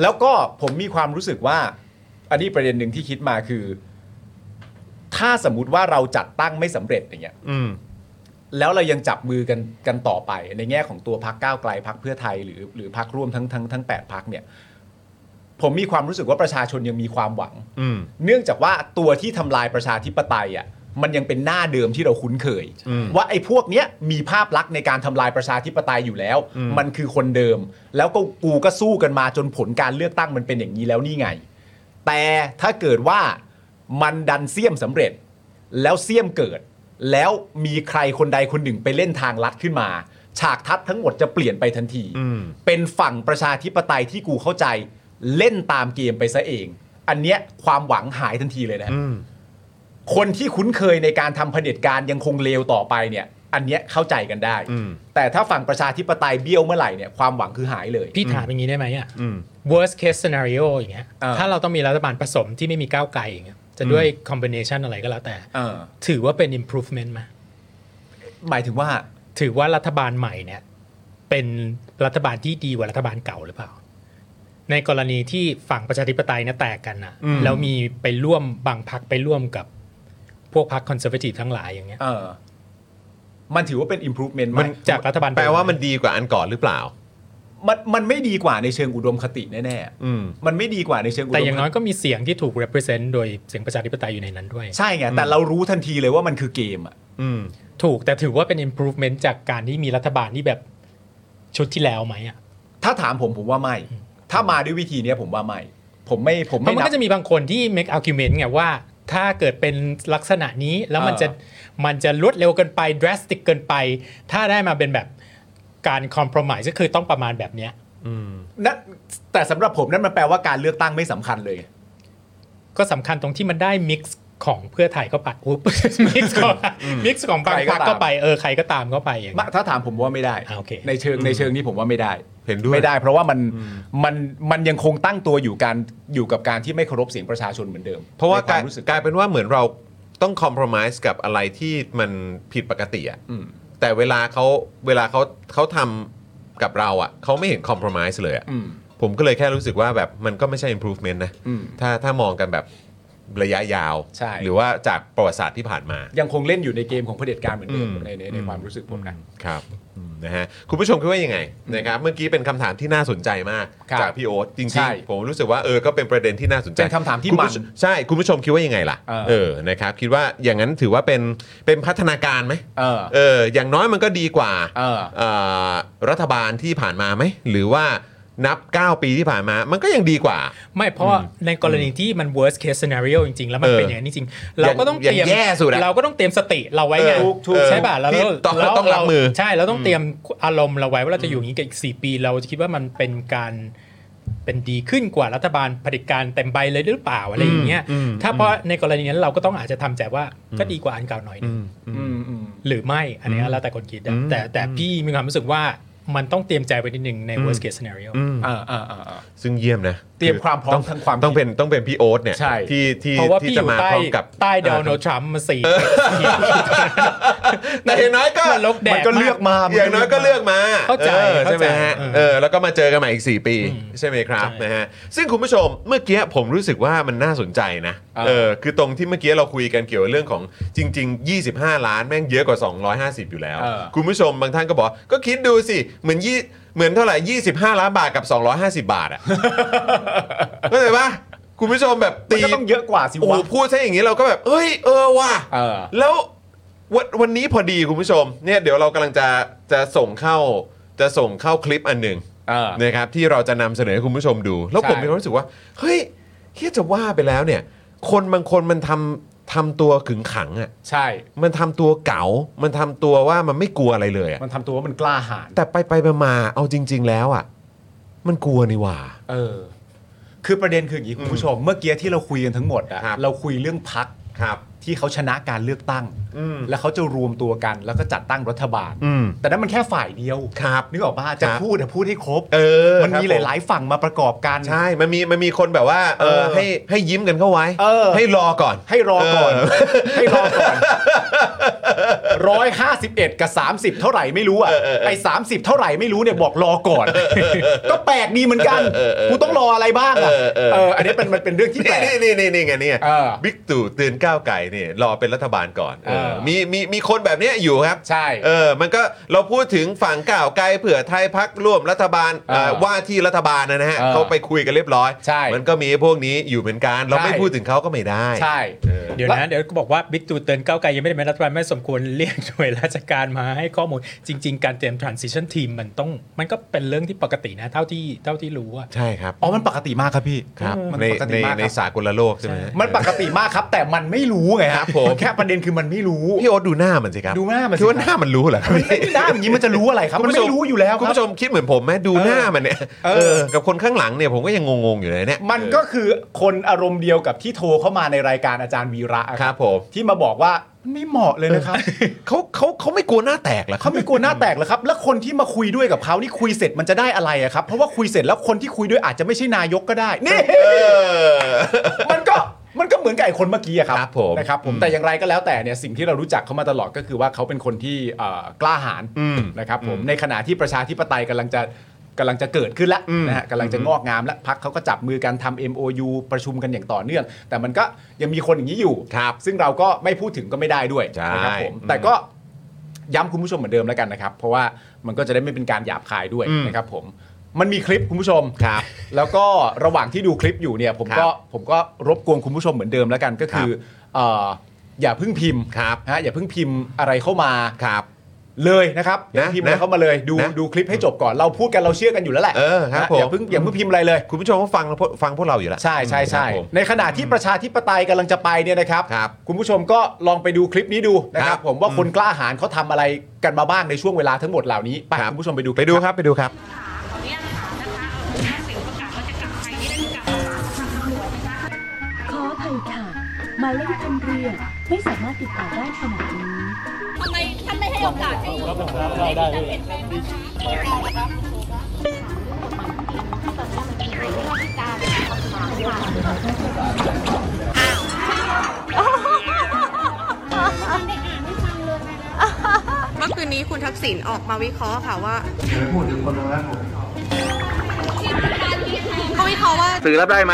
[SPEAKER 7] แล้วก็ผมมีความรู้สึกว่า อันนี้ประเด็นหนึ่งที่คิดมาคือ ถ้าสมมติว่าเราจัดตั้งไม่สำเร็จอย่างเงี้ย
[SPEAKER 3] อืม
[SPEAKER 7] แล้วเรายังจับมือกันกันต่อไป ในแง่ของตัวพักก้าวไกลพักเพื่อไทยหรือหรือพักร่วมทั้งทั้งทั้งแปดพักเนี่ย ผมมีความรู้สึกว่าประชาชนยังมีความหวัง
[SPEAKER 3] อืม
[SPEAKER 7] เนื่องจากว่าตัวที่ทำลายประชาธิปไตยอ่ะมันยังเป็นหน้าเดิมที่เราคุ้นเคย ว่าไอ้พวกเนี้ยมีภาพลักษณ์ในการทำลายประชาธิปไตยอยู่แล้ว มันคือคนเดิม แล้วก็กูก็สู้กันมาจนผลการเลือกตั้งมันเป็นอย่างนี้แล้วนี่ไง แต่ถ้าเกิดว่ามันดันเสี้ยมสำเร็จ แล้วเสี้ยมเกิด แล้วมีใครคนใดคนหนึ่งไปเล่นทางลัดขึ้นมา ฉากทัศน์ทั้งหมดจะเปลี่ยนไปทันที
[SPEAKER 3] อืม
[SPEAKER 7] เป็นฝั่งประชาธิปไตยที่กูเข้าใจเล่นตามเกมไปซะเอง อันเนี้ยความหวังหายทันทีเลยนะ
[SPEAKER 3] อืม
[SPEAKER 7] คนที่คุ้นเคยในการทำเผด็จการยังคงเลวต่อไปเนี่ย อันเนี้ยเข้าใจกันได้
[SPEAKER 3] อืม
[SPEAKER 7] แต่ถ้าฝั่งประชาธิปไตยเบี้ยวเมื่อไหร่เนี่ยความหวังคือหายเลย
[SPEAKER 4] พี่ถามอย่างนี้ได้ไหมอ่ะ
[SPEAKER 3] อืม
[SPEAKER 4] worst case scenario อย่างเงี้ย
[SPEAKER 7] เออ
[SPEAKER 4] ถ้าเราต้องมีรัฐบาลผสมที่ไม่มีก้าวไกลอย่างเงี้ยจะด้วย combination อะไรก็แล้วแต่
[SPEAKER 7] เออ
[SPEAKER 4] ถือว่าเป็น improvement ไหม
[SPEAKER 7] หมายถึงว่า
[SPEAKER 4] ถือว่ารัฐบาลใหม่เนี่ยเป็นรัฐบาลที่ดีกว่ารัฐบาลเก่าหรือเปล่า ในกรณีที่ฝั่งประชาธิปไตยเนี่ยแตกกันนะ
[SPEAKER 3] อืม
[SPEAKER 4] แล้วมีไปร่วมบางพักไปร่วมกับพวกพักคอนเซอร์ t ทีฟทั้งหลายอย่างเงี้ย
[SPEAKER 7] เออ มันถือว่าเป็น improvement ไหม
[SPEAKER 3] มัน
[SPEAKER 4] จากรัฐบาลเดิม
[SPEAKER 3] แปลว่ามันดีกว่าอันก่อนหรือเปล่า
[SPEAKER 7] มันมันไม่ดีกว่าในเชิงอุดมคติแน่
[SPEAKER 3] อืม
[SPEAKER 7] ๆ มันไม่ดีกว่าในเชิงอุดม
[SPEAKER 4] แต่อย่างน้อย
[SPEAKER 7] คติ
[SPEAKER 4] ก็มีเสียงที่ถูก represent โดยเสียงประชาธิปไตยอยู่ในนั้นด้วย
[SPEAKER 7] ใช่ไง แต่เรารู้ทันทีเลยว่ามันคือเกมอ่ะ
[SPEAKER 3] อืม
[SPEAKER 4] ถูกแต่ถือว่าเป็น improvement จากการที่มีรัฐบาลที่แบบชุดที่แล้วไหมอ่ะ
[SPEAKER 7] ถ้าถามผมผมว่าไม่ ถ้ามาด้วยวิธีเนี้ยผมว่าไม่ ผมไม่ผม
[SPEAKER 4] เพราะ
[SPEAKER 7] ไม่
[SPEAKER 4] มัน
[SPEAKER 7] นับ
[SPEAKER 4] ก็จะมีบางคนที่ make argument ไงว่า ถ้าเกิดเป็นลักษณะนี้แล้วมัน
[SPEAKER 7] เออ
[SPEAKER 4] จะมันจะรวดเร็วเกินไป drastic เกินไป ถ้าได้มาเป็นแบบการ compromise ก็คือต้องประมาณแบบเนี้ย
[SPEAKER 7] นั่นแต่สำหรับผมนั่นมันแปลว่าการเลือกตั้งไม่สำคัญเลย
[SPEAKER 4] ก็สำคัญตรงที่มันได้ mix ของเพื่อไทยเข้า ไปอุ๊บ mix ของ mix ของบางพรรคเข้าไปเออใครก็ตามเข้าไปอย่างเงี้ย
[SPEAKER 7] ถ้าถามผมว่าไม่ได้
[SPEAKER 4] อ่าโอเค
[SPEAKER 7] ในเชิงในเชิงนี้ผมว่าไม่ได้
[SPEAKER 3] เห็นด้วย
[SPEAKER 7] ไม่ได้ เพราะว่ามันมันมันยังคงตั้งตัวอยู่การอยู่กับการที่ไม่เคารพเสียงประชาชนเหมือนเดิม
[SPEAKER 3] เพราะว่าก
[SPEAKER 7] ในค
[SPEAKER 3] ลา
[SPEAKER 7] วย มรู้สึก
[SPEAKER 3] กลายเป็นว่าเหมือนเราต้องคอม p r o m i s e กับอะไรที่มันผิดปกติอะ
[SPEAKER 7] อืม
[SPEAKER 3] แต่เวลาเขาเวลาเขาเขาทำกับเราอะเขาไม่เห็นคอม p r o m i s e เลยอะ
[SPEAKER 7] อืม
[SPEAKER 3] ผมก็เลยแค่รู้สึกว่าแบบมันก็ไม่ใช่ improvement นะ
[SPEAKER 7] อืม
[SPEAKER 3] ถ้าถ้ามองกันแบบระยะยาว
[SPEAKER 7] ใช่
[SPEAKER 3] หรือว่าจากประวัติศาสตร์ที่ผ่านมา
[SPEAKER 7] ยังคงเล่นอยู่ในเกมของเผด็จการเหมือนเดิม
[SPEAKER 3] อืม
[SPEAKER 7] ในในในความรู้สึกผมนะ
[SPEAKER 3] ครับอืมนะฮะคุณผู้ชมคิดว่ายังไงนะครับเมื่อกี้เป็นคำถามที่น่าสนใจมาก
[SPEAKER 7] ครับ
[SPEAKER 3] จากพี่โอ๊ตจริ
[SPEAKER 7] ใช่
[SPEAKER 3] งๆ ผมรู้สึกว่าเออก็เป็นประเด็นที่น่าสนใจ
[SPEAKER 7] เป็นคำถามที่
[SPEAKER 3] คุณ
[SPEAKER 7] มัน
[SPEAKER 3] ผู้ชใช่คุณผู้ชมคิดว่ายังไงล่ะ
[SPEAKER 7] เออ
[SPEAKER 3] เออนะครับคิดว่าอย่างนั้นถือว่าเป็นเป็นพัฒนาการไหม
[SPEAKER 7] เออ
[SPEAKER 3] เอออย่างน้อยมันก็ดีกว่า
[SPEAKER 7] เออ
[SPEAKER 3] เอ่อรัฐบาลที่ผ่านมาไหมหรือว่านับ 9 ปีที่ผ่านมา มันก็ยังดีกว่า
[SPEAKER 4] ไม่เพราะในกรณีที่มัน worst case scenario จริง ๆ แล้วมัน
[SPEAKER 3] เออ
[SPEAKER 4] เป็นอย่างนั้นจริงๆเราก็ต้อง
[SPEAKER 3] อย่าง
[SPEAKER 4] เตรียม
[SPEAKER 3] แย่สุดอะ
[SPEAKER 4] เราก็ต้องเตรียมสติเราไว้ไง
[SPEAKER 3] เออถูก
[SPEAKER 4] ใช่ป่ะแล้ว
[SPEAKER 3] ที่ต้อง
[SPEAKER 4] แล้ว
[SPEAKER 3] ต้องรับมือ
[SPEAKER 4] ใช่เราต้องเตรียมอารมณ์เราไว้ว่าเราจะอยู่อย่างนี้กับอีก 4 ปี เราจะคิดว่ามันเป็นการเป็นดีขึ้นกว่ารัฐบาลเผด็จการเต็มใบเลยหรือเปล่าอะไรอย่างเงี้ยถ้าเพราะในกรณีนั้นเราก็ต้องอาจจะทำใจว่าก็ดีกว่าอันเก่าหน่อยนึง
[SPEAKER 7] อืมอืม
[SPEAKER 4] หรือไม่อันนี้แล้วแต่คนคิดอะแต่แต่พี่มีความรู้สึกว่ามันต้องเตรียมใจไว้นิดนึงใน worst case scenario
[SPEAKER 7] อ่าอ่าอ่าอ่า
[SPEAKER 3] ซึ่งเยี่ยมนะ
[SPEAKER 7] เตรียมความพร้อม
[SPEAKER 3] ต้
[SPEAKER 7] ทางความ
[SPEAKER 3] ต้องเป็นต้องเป็นพี่โอ๊ตเนี่ย
[SPEAKER 7] ใช่
[SPEAKER 3] ที่ที่
[SPEAKER 4] เพราะว่า
[SPEAKER 3] ที่
[SPEAKER 4] พี่อ
[SPEAKER 3] จะ
[SPEAKER 4] ยู่
[SPEAKER 3] มา
[SPEAKER 4] ใต้
[SPEAKER 3] พร้อมกับ
[SPEAKER 4] ใต้โด
[SPEAKER 3] เอ่อ
[SPEAKER 4] นัลด์ทรัมป์มาสี่
[SPEAKER 3] แต่อย่างน้อยก็
[SPEAKER 4] มันลบแดด
[SPEAKER 3] มันก็เลือกมาอย่างน้อยก็เลือกมา
[SPEAKER 4] เข้าใจ
[SPEAKER 3] ออใช่ไหมฮะ
[SPEAKER 4] เข้าใจ
[SPEAKER 3] เออแล้วก็มาเจอกันใหม่อีก 4 ปี
[SPEAKER 4] อืม
[SPEAKER 3] ใช่ไหมครับ
[SPEAKER 4] ใช่
[SPEAKER 3] นะฮะซึ่งคุณผู้ชมเมื่อกี้ผมรู้สึกว่ามันน่าสนใจนะ
[SPEAKER 7] อ่า
[SPEAKER 3] เออคือตรงที่เมื่อกี้เราคุยกันเกี่ยวกับเรื่องของจริง ๆ 25 ล้านแม่งเยอะกว่า 250 อยู่แล้ว คุณผู้ชมบางท่านก็บอกก็คิดดูสิเหมือนยี่เหมือนเท่าไหร่ 25 ล้านบาทกับ 250 บาทอ่ะ เข้าใจปะคุณผู้ชมแบบ
[SPEAKER 7] มัน
[SPEAKER 3] ตี
[SPEAKER 7] ก็ต้องเยอะกว่าสิ
[SPEAKER 3] โอ้โห
[SPEAKER 7] วะ
[SPEAKER 3] พูดซะอย่างนี้เราก็แบบ เอ้ย เออว่ะ
[SPEAKER 7] เออ
[SPEAKER 3] แล้ววันวันนี้พอดีคุณผู้ชม เนี่ยเดี๋ยวเรากำลังจะจะส่งเข้าจะส่งเข้าคลิปอันหนึ่ง
[SPEAKER 7] เออ
[SPEAKER 3] นะครับที่เราจะนำเสนอให้คุณผู้ชมดู แล้ว
[SPEAKER 7] ใช่
[SPEAKER 3] ผมมีความรู้สึกว่า เฮ้ยเฮียจะว่าไปแล้วเนี่ย คนบางคนมันทำทำตัวขึงขังอะ่ะ
[SPEAKER 7] ใช่
[SPEAKER 3] มันทำตัวเก๋า มันทำตัวว่ามันไม่กลัวอะไรเลยอะ
[SPEAKER 7] มันทำตัวว่ามันกล้าหาญ
[SPEAKER 3] แต่ไปไปมามาเอาจริง ๆ แล้วอะ่ะ มันกลัวนี่หว่า
[SPEAKER 7] เออ คือประเด็นคืออย่างนี้คุณผู้ชม เมื่อกี้ที่เราคุยกันทั้งหมดอะ
[SPEAKER 3] ครับ
[SPEAKER 7] เราคุยเรื่องพัก
[SPEAKER 3] ครับ
[SPEAKER 7] ที่เขาชนะการเลือกตั้ง
[SPEAKER 3] อืม
[SPEAKER 7] แล้วเขาจะรวมตัวกันแล้วก็จัดตั้งรัฐบาล
[SPEAKER 3] อืม
[SPEAKER 7] แต่นั้นมันแค่ฝ่ายเดียว
[SPEAKER 3] ครับ
[SPEAKER 7] นึกออกป่ะจะ
[SPEAKER 3] ครับ
[SPEAKER 7] พูดอะพูดให้ครบ
[SPEAKER 3] เออ
[SPEAKER 7] มันมี
[SPEAKER 3] ค
[SPEAKER 7] ห
[SPEAKER 3] รับผ
[SPEAKER 7] ลาย ๆ ฝั่งมาประกอบกัน
[SPEAKER 3] ใช่ มันมี มันมีคนแบบว่า เออ
[SPEAKER 7] เออ
[SPEAKER 3] ให้ ให้ยิ้มกันเข้าไว้
[SPEAKER 7] เออ
[SPEAKER 3] ให้รอก่อน
[SPEAKER 7] ให้รอก่อน
[SPEAKER 3] เออ
[SPEAKER 7] ให้รอก่อนร้อยห้าสิบเอ็ดกับสามสิบเท่าไหร่ไม่รู้อ่ะไอ้สามสิบเท่าไหร่ไม่รู้เนี่ยบอกรอก่อน ก็แปลกดีเหมือนกันกูต้องรออะไรบ้างอ่ะเอออันนี้เป็นมันเป็นเรื่องที่แปลก
[SPEAKER 3] นี่นี่นี่นี่ไงเนี่ย
[SPEAKER 7] เออ
[SPEAKER 3] บิ๊กตู่เตือนก้าวไก่เนี่ยรอเป็นรัฐบาลก่อน
[SPEAKER 7] เออ
[SPEAKER 3] เออมีมีมีคนแบบเนี้ยอยู่ครับ
[SPEAKER 7] ใช่
[SPEAKER 3] เออ มันก็เราพูดถึงฝั่งก้าวไกลเผื่อไทยพักร่วมรัฐบาล
[SPEAKER 7] เออ
[SPEAKER 3] เอ่อว่าที่รัฐบาลนะฮะ
[SPEAKER 7] เออ
[SPEAKER 3] เขาไปคุยกันเรียบร้อย
[SPEAKER 7] ใช่
[SPEAKER 3] มันก็มีพวกนี้อยู่เหมือนกัน เราไม่
[SPEAKER 7] ใช่
[SPEAKER 3] พูดถึงเขาก็ไม่ได้
[SPEAKER 7] ใช่
[SPEAKER 4] เดี๋ยวนะเดี๋ยวก็บอกว่าบิ๊กตู่เตือนก้าวไกลยังไม่ได้เป็นรัฐบาลไม่สมควรเรียกหน่วยราชการมาให้ข้อมูล จริง ๆ การเตรียม transition team มันต้องมันก็เป็นเรื่องที่ปกตินะ เท่าที่เท่าที่รู้อะ
[SPEAKER 3] ใช่ครับ
[SPEAKER 7] อ๋อมันปกติมากครับพี่
[SPEAKER 3] ครับ
[SPEAKER 7] มัน
[SPEAKER 3] ใน
[SPEAKER 7] ปกติ
[SPEAKER 3] ใน
[SPEAKER 7] มาก
[SPEAKER 3] ใน
[SPEAKER 7] ครับ
[SPEAKER 3] สากลโลกใช่ไหมฮะ
[SPEAKER 7] มันปกติมากครับ แต่มันไม่รู้ไง ม
[SPEAKER 3] ครับผม
[SPEAKER 7] แค่ประเด็นคือมันไม่รู้
[SPEAKER 3] พี่โอ๊ตดูหน้ามันสิครับ
[SPEAKER 7] ดูหน้ามันสิ
[SPEAKER 3] คิดว่าห
[SPEAKER 7] ครับ
[SPEAKER 3] น้ามันรู้เหรอครับ
[SPEAKER 7] มันไม่ได้อย่างนี้มันจะรู้อะไรครับ
[SPEAKER 3] คุณ
[SPEAKER 7] มัน
[SPEAKER 3] ผู้ช
[SPEAKER 7] ไม่รู้อยู่แล้วค
[SPEAKER 3] คุณ
[SPEAKER 7] รับ
[SPEAKER 3] ผู้ชมคิดเหมือนผมไหมดูหน้ามันเนี่ย
[SPEAKER 7] เออ
[SPEAKER 3] เออกับคนข้างหลังเนี่ยผมก็ยังงงๆอยู่เลยเนี่ย
[SPEAKER 7] มันก็คือคนอารมณ์เดียวกับที่โทรเข้ามาในรายการอาจารย์วีระอะ
[SPEAKER 3] ครับผม
[SPEAKER 7] ที่มาบอกว่ามันไม่เหมาะเลย นะครับ
[SPEAKER 3] เขาเขาเขาไม่กลัวหน้าแตกเหรอครับ
[SPEAKER 7] เขาไม่กลัวหน้าแตกเหรอครับ แล้วคนที่มาคุยด้วยกับเขานี่คุยเสร็จมันจะได้อะไรอะครับ เพราะว่าคุยเสร็จแล้วคนที่คุยด้วยอาจจะไม่ใช่นายกก็ได้นี่ มันก็มันก็เหมือนกับไอ้คนเมื่อกี้อะครับ
[SPEAKER 3] ครับผม
[SPEAKER 7] นะครับผมแต่อย่างไรก็แล้วแต่เนี่ยสิ่งที่เรารู้จักเขามาตลอดก็คือว่าเขาเป็นคนที่เอ่อกล้าหาญ
[SPEAKER 3] อืม
[SPEAKER 7] นะครับผมในขณะที่ประชาธิปไตยกำลังจะกำลังจะเกิดขึ้นแล้ว
[SPEAKER 3] อืม
[SPEAKER 7] นะฮะกำลังจะงอกงามและพักเขาก็จับมือกันทำ MOU ประชุมกันอย่างต่อเนื่อง แต่มันก็ยังมีคนอย่างนี้อยู่
[SPEAKER 3] ครับ
[SPEAKER 7] ซึ่งเราก็ไม่พูดถึงก็ไม่ได้ด้วย
[SPEAKER 3] ใช่
[SPEAKER 7] นะครับผม
[SPEAKER 3] อืม
[SPEAKER 7] แต่ก็ย้ำคุณผู้ชมเหมือนเดิมแล้วกันนะครับ เพราะว่ามันก็จะได้ไม่เป็นการหยาบคายด้วย
[SPEAKER 3] อืม
[SPEAKER 7] นะครับผมมันมีคลิปคุณผู้ชม
[SPEAKER 3] ครับ
[SPEAKER 7] แล้วก็ระหว่างที่ดูคลิปอยู่เนี่ยผมก็
[SPEAKER 3] ครับ
[SPEAKER 7] ผมก็รบกวนคุณผู้ชมเหมือนเดิมแล้วกันก็คือเอ่ออย่าเพิ่งพิมพ์
[SPEAKER 3] ครับ
[SPEAKER 7] ฮะอย่าเพิ่งพิมพ์อะไรเข้ามา
[SPEAKER 3] ครับ
[SPEAKER 7] เลยนะครับอย่า
[SPEAKER 3] นะ
[SPEAKER 7] เพิ่งพิมพ์อะไร
[SPEAKER 3] นะ
[SPEAKER 7] เข้ามาเลย ดู
[SPEAKER 3] นะ
[SPEAKER 7] ดูคลิปให้จบก่อนเราพูดกันเราเชื่อกันอยู่แล้วแหละ
[SPEAKER 3] เออครับ
[SPEAKER 7] นะ
[SPEAKER 3] ผม
[SPEAKER 7] อย่าเพิ่งอย่าเพิ่งพิมพ์อะไรเลย
[SPEAKER 3] คุณผู้ชมก็ฟังฟังพวกเราอยู่แล้ว
[SPEAKER 7] ใช่ใช่ใช่
[SPEAKER 3] ครับผม
[SPEAKER 7] ในขณะที่ประชาธิปไตยกำลังจะไปเนี่ยนะครับ
[SPEAKER 3] ครับ
[SPEAKER 7] คุณผู้ชมก็ลองไปดูคลิปนี้ดูนะค
[SPEAKER 3] ครั
[SPEAKER 7] รั
[SPEAKER 3] บบ
[SPEAKER 7] ผมว่าคนกล้าหาญเขาทำอะไรกันมาบ้างในช่วงเวลาทั้งหมดเหล่านี้ไป
[SPEAKER 3] ครับ
[SPEAKER 7] คุณผู้ชมไปดู
[SPEAKER 3] ไปดูครับไปดูครับ
[SPEAKER 9] ขออภัยค่ะหมายเลขที่ท่านเรียกไม่สามารถติดต่อได้ขณะนี้
[SPEAKER 6] ทำไมท่านไม่ให้โอกาสให้
[SPEAKER 8] เมื่อคืนนี้คุณทักษิณออกมาวิเคราะห์ค่ะว่าเขาวิเคราะห์ว่า
[SPEAKER 10] สื่อรับได้ไหม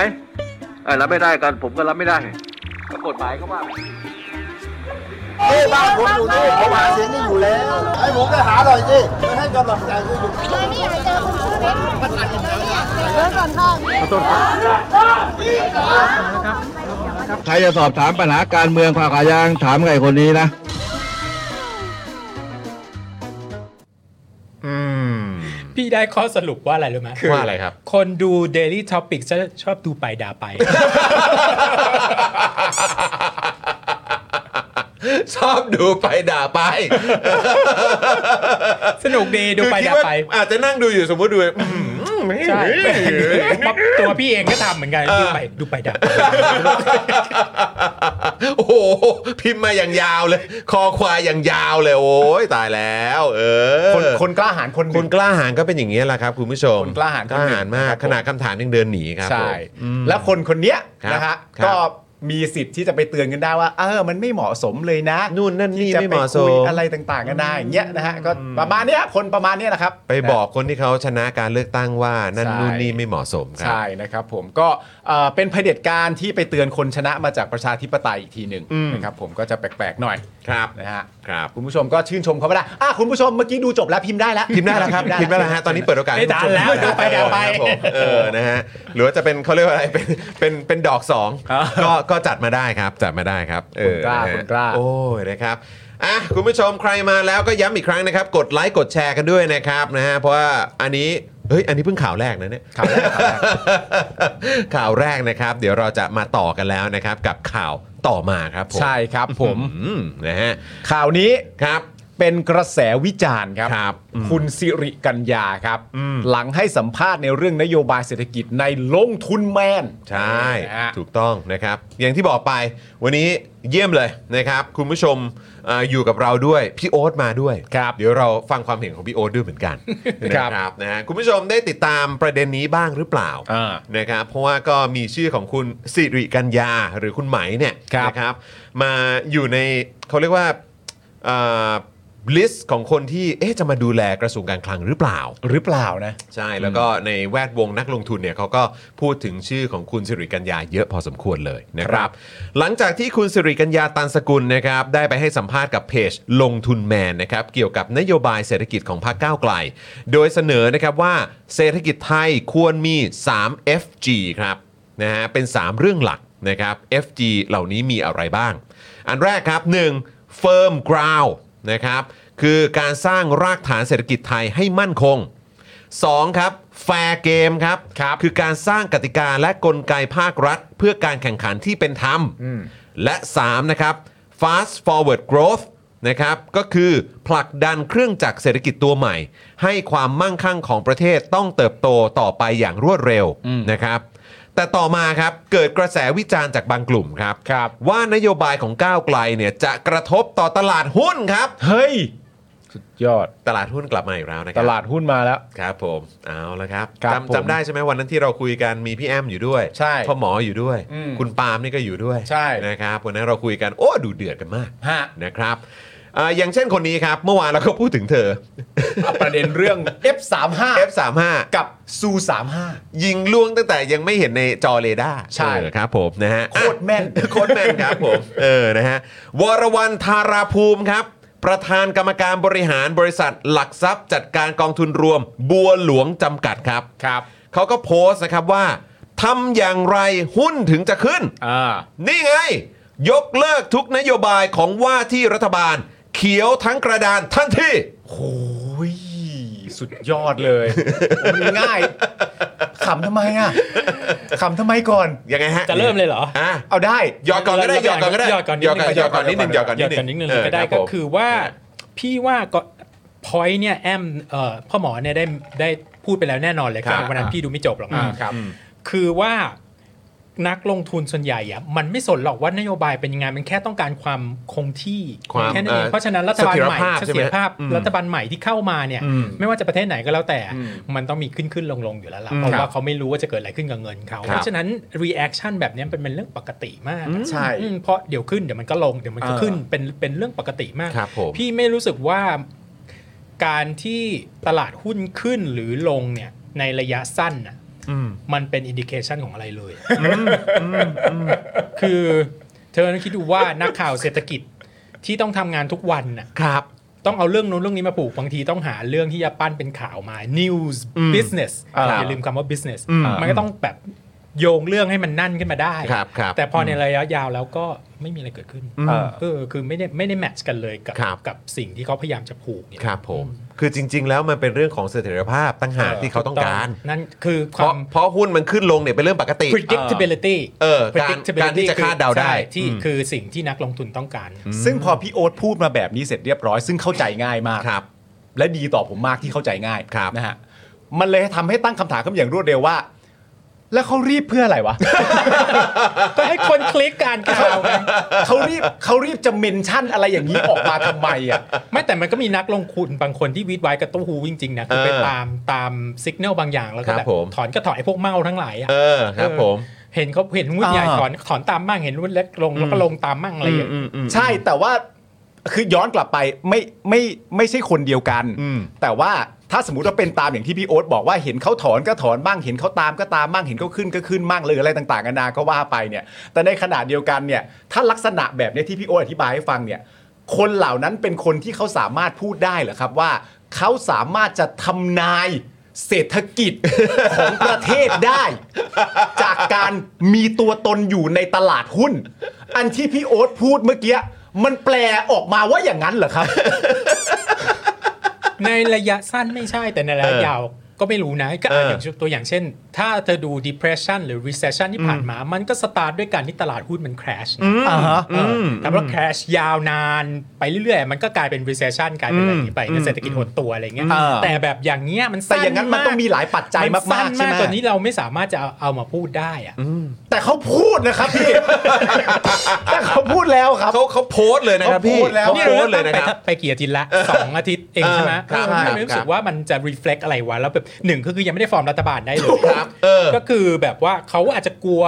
[SPEAKER 10] เอ่อรับไม่ได้กันผมก็รับไม่ได้ก็กฎหมายก็ว่า
[SPEAKER 11] ใครจะสอบถามปัญหาการเมืองผ่าขายางถามไอ้คนนี้นะ
[SPEAKER 3] อืม
[SPEAKER 4] พี่ได้ข้อสรุปว่าอะไรรู้ไหม
[SPEAKER 3] คือว่าอะไรครับ
[SPEAKER 4] คนดู Daily Topic จะชอบดูไปด่าไป
[SPEAKER 3] ชอบดูไปด่าไป
[SPEAKER 4] สนุกดีดูไป
[SPEAKER 3] คือคิ
[SPEAKER 4] ด่า
[SPEAKER 3] ว่
[SPEAKER 4] ไป
[SPEAKER 3] อาจจะนั่งดูอยู่สมมติดูอืมไม่
[SPEAKER 4] ใช่
[SPEAKER 3] ไม่
[SPEAKER 4] ตัวพี่เองก็ทำเหมือนกัน
[SPEAKER 3] เออ
[SPEAKER 4] ดูไปดูไปด่าไป
[SPEAKER 3] โอ้โหพิมพ์มาอย่างยาวเลย คอควายอย่างยาวเลย โอ้ยตายแล้ว เออ
[SPEAKER 7] คนคนกล้าหาญคนห
[SPEAKER 3] ค
[SPEAKER 7] นึ่
[SPEAKER 3] น
[SPEAKER 7] ง
[SPEAKER 3] กล้าหาญก็เป็นอย่างนี้ยแหละครับคุณผู้ชม
[SPEAKER 7] คนกล้าหาญ
[SPEAKER 3] กล้าหาญมาก
[SPEAKER 7] คนห
[SPEAKER 3] ขนา
[SPEAKER 7] นึ่ง
[SPEAKER 3] ดคำถามยังเดินหนีครับ
[SPEAKER 7] ใช่
[SPEAKER 3] ผมอืม
[SPEAKER 7] แล้วคนคนเนี้ย
[SPEAKER 3] ครับ
[SPEAKER 7] นะฮะ
[SPEAKER 3] ครับ
[SPEAKER 7] ก็มีสิทธิ์ที่จะไปเตือนกันได้ว่าเออมันไม่เหมาะสมเลยนะ
[SPEAKER 3] นู่นนั่นนี่
[SPEAKER 7] จะ
[SPEAKER 3] ไม่
[SPEAKER 7] ไป
[SPEAKER 3] เหมาะส
[SPEAKER 7] คุ
[SPEAKER 3] ม
[SPEAKER 7] ยอะไรต่างๆกันได้อย่างเงี้ยนะฮะก็ประมาณเนี้ยคนประมาณเนี้ยนะครับ
[SPEAKER 3] ไปบอกคนที่เขาชนะการเลือกตั้งว่านั่น
[SPEAKER 7] ใช่
[SPEAKER 3] นู่นนี่ไม่เหมาะสมครั
[SPEAKER 7] ใช่นะครับผมก็เอ่อเป็นเผด็จการที่ไปเตือนคนชนะมาจากประชาธิปไตยอีกทีหนึ่งนะครับผมก็จะแปลกๆหน่อย
[SPEAKER 3] ครับ
[SPEAKER 7] นะฮะ
[SPEAKER 3] ครับ
[SPEAKER 7] คุณผู้ชมก็ชื่นชมเขาไม่ได้อ่ะคุณผู้ชมเมื่อกี้ดูจบแล้วพิมพ์ได้แล้ว
[SPEAKER 3] พิมพ์ได้แล้วครับพิมพ์ได้แล้วฮะตอนนี้เปิดโอกาส
[SPEAKER 4] ไม่ทันแล้ว
[SPEAKER 3] ให้คุณผู้ชม
[SPEAKER 4] เดี๋ยวไปเดี๋ยวไป
[SPEAKER 3] ครับผมเออนะฮะหรือว่าจะเป็นเขาเรียกว่าอะไรเป็นเป็นเป็นดอกสองก็ก็จัดมาได้ครับจัดมาได้ครับเออ
[SPEAKER 7] คุณ
[SPEAKER 3] ก
[SPEAKER 7] ล้า
[SPEAKER 3] นะฮะ
[SPEAKER 7] คุณกล้า
[SPEAKER 3] โอ้ยนะครับอ่ะคุณผู้ชมใครมาแล้วก็ย้ำอีกครั้งนะครับ กดไลค์กดแชร์กันด้วยนะครับนะฮะเพราะว่าอันนี้เฮ้ยอันนี้เพิ่งข่าวแรกนะเนี่ยข่าวแรก ข่าวแรกนะครับ เดี๋ยวเราจะมาต่อกันแล้วนะครับ กับข่าวต่อมาครับผม
[SPEAKER 7] ใช่ครับผม
[SPEAKER 3] อืมนะฮะ
[SPEAKER 7] ข่าวนี้
[SPEAKER 3] ครับ
[SPEAKER 7] เป็นกระแสวิจารณ์ครับ
[SPEAKER 3] ครับอืม
[SPEAKER 7] คุณสิริกัญญาครับ
[SPEAKER 3] อืม
[SPEAKER 7] หลังให้สัมภาษณ์ในเรื่องนโยบายเศรษฐกิจในลงทุนแมน
[SPEAKER 3] ใช่
[SPEAKER 7] นะฮะ
[SPEAKER 3] ถูกต้องนะครับ อย่างที่บอกไปวันนี้เยี่ยมเลยนะครับ คุณผู้ชมเอออยู่กับเราด้วย พี่โอ๊ตมาด้วย
[SPEAKER 7] ครับ
[SPEAKER 3] เดี๋ยวเราฟังความเห็นของพี่โอ๊ตด้วยเหมือนกัน
[SPEAKER 7] ครับ
[SPEAKER 3] นะครับนะฮะคุณผู้ชมได้ติดตามประเด็นนี้บ้างหรือเปล่า
[SPEAKER 7] อ่า
[SPEAKER 3] นะครับเพราะว่าก็มีชื่อของคุณสิริกัญญาหรือคุณไหมเนี่ย
[SPEAKER 7] ครับ
[SPEAKER 3] นะครับ มาอยู่ในเขาเรียกว่าลิสต์ของคนที่เอ๊ะจะมาดูแลกระทรวงการคลังหรือเปล่า
[SPEAKER 7] หรือเปล่านะ
[SPEAKER 3] ใช่แล้วก็ในแวดวงนักลงทุนเนี่ยเขาก็พูดถึงชื่อของคุณสิริกัญญาเยอะพอสมควรเลยนะค
[SPEAKER 7] ครั
[SPEAKER 3] รับ
[SPEAKER 7] บ
[SPEAKER 3] หลังจากที่คุณสิริกัญญาตันสกุลนะครับได้ไปให้สัมภาษณ์กับเพจลงทุนแมนนะครับเกี่ยวกับนโยบายเศรษฐกิจของพรรคก้าวไกล โดยเสนอนะครับว่าเศรษฐกิจไทยควรมี 3 FG ครับนะฮะเป็น 3 เรื่องหลักนะครับ FG เหล่านี้มีอะไรบ้าง อันแรกครับ 1. firm ground นะครับคือการสร้างรากฐานเศรษฐกิจไทยให้มั่นคง 2ครับแฟร์เกมครับคือการสร้างกติกาและกลไกภาครัฐ เพื่อการแข่งขันที่เป็นธรรม และ3นะครับ fast forward growth นะครับก็คือผลักดันเครื่องจักรเศรษฐกิจตัวใหม่ ให้ความมั่งคั่งของประเทศต้องเติบโตต่อไปอย่างรวดเร็วนะครับ แต่ต่อมาครับเกิดกระแสวิจารณ์จากบางกลุ่มครับ ว่านโยบายของก้าวไกลเนี่ยจะกระทบต่อตลาดหุ้นครับ
[SPEAKER 7] เฮ้ย สุดยอด
[SPEAKER 3] ตลาดหุ้นกลับมาอีกแล้วนะค
[SPEAKER 7] ต
[SPEAKER 3] รับ
[SPEAKER 7] ลาดหุ้นมาแล้ว
[SPEAKER 3] ครับผมเอาละครับ
[SPEAKER 7] ครับผม
[SPEAKER 3] จำจำได้ใช่ไหมวันนั้นที่เราคุยกันมีพี่แอมอยู่ด้วย
[SPEAKER 7] ใช่
[SPEAKER 3] พ่อหมออยู่ด้วย
[SPEAKER 7] อืม
[SPEAKER 3] คุณปาล์มนี่ก็อยู่ด้วย
[SPEAKER 7] ใช่
[SPEAKER 3] นะครับวันนั้นเราคุยกันโอ้ดูเดือดกันมาก
[SPEAKER 7] ฮะ
[SPEAKER 3] นะครับอ่าอย่างเช่นคนนี้ครับ เมื่อวานเราก็พูดถึงเธอ
[SPEAKER 7] เอาประเด็นเรื่อง F35
[SPEAKER 3] F35
[SPEAKER 7] กับซู35
[SPEAKER 3] ยิงล่วงตั้งแต่ยังไม่เห็นในจอเรดาร์
[SPEAKER 7] ใช่
[SPEAKER 3] เออครับผมนะฮะ
[SPEAKER 7] โคตรแม่น
[SPEAKER 3] โคตรแมนครับ ผม เออนะฮะวรวันธาราภูมิครับ ประธานกรรมการบริหารบริษัทหลักทรัพย์จัดการกองทุนรวม บัวหลวงจำกัดครับ
[SPEAKER 7] ครับ
[SPEAKER 3] เขาก็โพสต์นะครับว่าทำอย่างไรหุ้นถึงจะขึ้น
[SPEAKER 7] อ่า
[SPEAKER 3] นี่ไง ยกเลิกทุกนโยบายของว่าที่รัฐบาล เขียวทั้งกระดานทันที
[SPEAKER 7] โอ้ยสุดยอดเลย มันง่ายขำทำไมอ่ะขำทำไมก่อน
[SPEAKER 3] ยังไงฮะ
[SPEAKER 4] จะเริ่มเลยเหรอ
[SPEAKER 3] อ่ะ
[SPEAKER 7] เอาได้
[SPEAKER 3] หยอดก่อนก็ได้หยอดก่อนก็ได้
[SPEAKER 4] หยอดก่อนนิ
[SPEAKER 3] หย
[SPEAKER 4] ด
[SPEAKER 3] อด
[SPEAKER 4] นึ
[SPEAKER 3] ก่อน
[SPEAKER 4] ง
[SPEAKER 3] หยอดก่อนนิดนึงหยอดก่อน
[SPEAKER 4] หย
[SPEAKER 3] นิ
[SPEAKER 4] อ
[SPEAKER 3] ดนึง
[SPEAKER 4] ดกันนิดนึงเลยก็ได้
[SPEAKER 3] รับผ
[SPEAKER 4] ก็
[SPEAKER 3] ม
[SPEAKER 4] คือว่า
[SPEAKER 3] เออ
[SPEAKER 4] พี่ว่าก็พอยเนี่ยแอมเอ่อพ่อหมอเนี่ยได้ได้พูดไปแล้วแน่นอนเลยครับ
[SPEAKER 7] ครับ
[SPEAKER 4] วันนั้นพี่ดูไม่จบหรอก
[SPEAKER 7] อ่าครับ
[SPEAKER 4] คือว่านักลงทุนส่วนใหญ่อะมันไม่สนหรอกว่านโยบายเป็นยังไงมันแค่ต้องการความคงที่
[SPEAKER 3] ความ
[SPEAKER 4] แค่นั้นเอง
[SPEAKER 3] เอ่อ
[SPEAKER 4] เพราะฉะนั้นรัฐบาลใหม่
[SPEAKER 3] เสถียรภาพ
[SPEAKER 4] เส
[SPEAKER 3] ใช่ไหม
[SPEAKER 4] ถียรภาพ
[SPEAKER 3] อืม
[SPEAKER 4] รัฐบาลใหม่ที่เข้ามาเนี่ย
[SPEAKER 7] อืม
[SPEAKER 4] ไม่ว่าจะประเทศไหนก็แล้วแต่
[SPEAKER 7] อืม
[SPEAKER 4] มันต้องมีขึ้นขึ้นลงลงอยู่แล้วล่ะ
[SPEAKER 7] อืม
[SPEAKER 4] เพราะ
[SPEAKER 7] ครั
[SPEAKER 4] ว่า
[SPEAKER 7] บ
[SPEAKER 4] เขาไม่รู้ว่าจะเกิดอะไรขึ้นกับเงินเขา
[SPEAKER 3] ครับ
[SPEAKER 4] เพราะฉะนั้น reaction แบบเนี้ยเป็นเป็นเรื่องปกติมากอะ
[SPEAKER 7] ใช่
[SPEAKER 4] อืมเพราะเดี๋ยวขึ้นเดี๋ยวมันก็ลงเดี๋ยวมันก็
[SPEAKER 7] เออ
[SPEAKER 4] ขึ้นเป็นเป็นเรื่องปกติมาก
[SPEAKER 3] ครับผม
[SPEAKER 4] พี่ไม่รู้สึกว่าการที่ตลาดหุ้นขึ้นหรือลงเนี่ยในระยะสั้นน่ะมันเป็นอินดิเคชันของอะไรเลยคือเธอต้องคิดดูว่านักข่าวเศรษฐกิจที่ต้องทำงานทุกวันน่ะ
[SPEAKER 3] ครับ
[SPEAKER 4] ต้องเอาเรื่องนู้นเรื่องนี้มาปลูกบางทีต้องหาเรื่องที่จะปั้นเป็นข่าวมา news
[SPEAKER 3] อืม
[SPEAKER 4] business
[SPEAKER 7] อ่า
[SPEAKER 4] อย่าลืมคำว่า business
[SPEAKER 3] อืม
[SPEAKER 4] มันก็ต้องแบบโยงเรื่องให้มันนั่นขึ้นมาได้
[SPEAKER 3] ครับครับ
[SPEAKER 4] แต่พอในระยะยาวแล้วก็ไม่มีอะไรเกิดขึ้น
[SPEAKER 3] อืม
[SPEAKER 4] เออคือไม่ได้ไม่ได้แมทช์กันเลยกับ
[SPEAKER 3] ครับ
[SPEAKER 4] กับสิ่งที่เขาพยายามจะผูกเนี่ย
[SPEAKER 3] ครับผม คือจริง ๆ แล้วมันเป็นเรื่องของเสถียรภาพตั้งหากที่เขาต้องการ
[SPEAKER 4] นั่นคือ
[SPEAKER 3] เพ
[SPEAKER 4] ค
[SPEAKER 3] ราะ
[SPEAKER 4] วาม
[SPEAKER 3] เพราะหุ้นมันขึ้นลงเนี่ยเป็นเรื่องปกติ
[SPEAKER 4] predictability
[SPEAKER 3] เออการการที่จะคาดเดาได้
[SPEAKER 4] ใช่ที่คือสิ่งที่นักลงทุนต้องการ
[SPEAKER 7] ซึ่งพอพี่โอ๊ตพูดมาแบบนี้เสร็จเรียบร้อย ซึ่งเข้าใจง่ายมาก
[SPEAKER 3] ครับ
[SPEAKER 7] และดีต่อผมมากที่เข้าใจง่าย
[SPEAKER 3] ครับ
[SPEAKER 7] นะฮะมันเลยทำให้ตั้งคำถามขึ้นอย่างรวดเร็วว่า แล้วเขารีบเพื่ออะไร วะ
[SPEAKER 4] ก็ให้คนคลิกการข่าวไง
[SPEAKER 7] เขารีบเขารีบจะเมนชั่นอะไรอย่างนี้ออกมาทำไมอ่ะ
[SPEAKER 4] ไม่แต่มันก็มีนักลงทุนบางคนที่วิดไว้กับตู้ฮูจริงๆนะคือไป
[SPEAKER 3] เออ
[SPEAKER 4] ตามตามสัญญาณบางอย่างแล้ว
[SPEAKER 3] ค
[SPEAKER 4] ก็
[SPEAKER 3] รับ
[SPEAKER 4] แบบ
[SPEAKER 3] ผม
[SPEAKER 4] ถอนก็ถอนไอ้พวกเมาทั้งหลายอะ
[SPEAKER 3] เออครับผม
[SPEAKER 4] เห็นเขาเห็นหุ้นใหญ่
[SPEAKER 7] อ่า
[SPEAKER 4] ถอนถอนตามบ้างเห็นหุ้นเล็กลงแล้วก็ลงตามบ้างอะไรอย่างเงี้ย
[SPEAKER 7] ใช่แต่ว่าคือย้อนกลับไปไม่ไม่ไม่ใช่คนเดียวกัน
[SPEAKER 3] อืม
[SPEAKER 7] แต่ว่าถ้าสมมติว่าเป็นตามอย่างที่พี่โอ๊ตบอกว่าเห็นเขาถอนก็ถอนบ้างเห็นเขาตามก็ตามบ้างเห็นเขาขึ้นก็ขึ้นบ้างหรืออะไรต่างๆนานาก็ว่าไปเนี่ยแต่ในขณะเดียวกันเนี่ยถ้าลักษณะแบบเนี้ยที่พี่โอ๊ตอธิบายให้ฟังเนี่ยคนเหล่านั้นเป็นคนที่เขาสามารถพูดได้เหรอครับว่าเขาสามารถจะทำนายเศรษฐกิจ ของประเทศได้ จากการมีตัวตนอยู่ในตลาดหุ้น อันที่พี่โอ๊ตพูดเมื่อกี้มันแปลออกมาว่าอย่างนั้นเหรอครับ
[SPEAKER 4] ในระยะสั้นไม่ใช่แต่ในระยะ
[SPEAKER 3] เออย
[SPEAKER 4] าวก็ไม่รู้นะก็อาจ
[SPEAKER 3] เอออ
[SPEAKER 4] อย่างตัวอย่างเช่น ถ้าเธอดู depression หรือ recession ที่ผ่านมา มันก็สตาร์ทด้วยการที่ตลาดหุ้นมัน crash นะ
[SPEAKER 7] อ่าฮะ
[SPEAKER 4] เอออแต่ว่า crash ยาวนานไปเรื่อยๆ มันก็กลายเป็น recession กลายเป็นอะไรอย่างนี้ไปเศรษฐกิจหดตัวอะไรเงี้ย
[SPEAKER 7] เออ
[SPEAKER 4] แต่แบบอย่างเงี้ยมัน
[SPEAKER 7] แต่
[SPEAKER 4] สั้น
[SPEAKER 7] อย่างนั้นมันต้องมีหลายปัจจัย
[SPEAKER 4] มัน
[SPEAKER 7] มา
[SPEAKER 4] สั้
[SPEAKER 7] ก
[SPEAKER 4] น
[SPEAKER 7] ๆใช่ไหม
[SPEAKER 4] กว่านี้เราไม่สามารถจะเอาเอามาพูดได้อะ
[SPEAKER 7] แต่เขาพูดนะครับพี่ แต่เขาพูดแล้วครับ
[SPEAKER 3] เขาเขาโพสต์เลยนะครับพี่
[SPEAKER 7] เขาโพสต์แล้ว
[SPEAKER 3] เขา
[SPEAKER 4] นี่
[SPEAKER 3] โพ
[SPEAKER 4] เรา
[SPEAKER 3] ส
[SPEAKER 4] เริ่
[SPEAKER 3] ต์
[SPEAKER 4] ม
[SPEAKER 3] เล
[SPEAKER 4] ต้
[SPEAKER 3] ย
[SPEAKER 4] น
[SPEAKER 3] นะ
[SPEAKER 4] ไป
[SPEAKER 3] ครับ
[SPEAKER 4] ไปกี่อาทิตย์ละสองอาทิตย์เองใช่ไหม
[SPEAKER 3] เออครับ
[SPEAKER 4] เออไม่
[SPEAKER 3] ค
[SPEAKER 4] รู้
[SPEAKER 3] รับ
[SPEAKER 4] สึกว่ามันจะ reflect อะไรวะแล้วแบบหนึ่งก็คือยังไม่ได้ฟอร์มรัฐบาลได้เลย
[SPEAKER 3] ครับเออ
[SPEAKER 4] ก็คือแบบว่าเขาอาจจะกลัว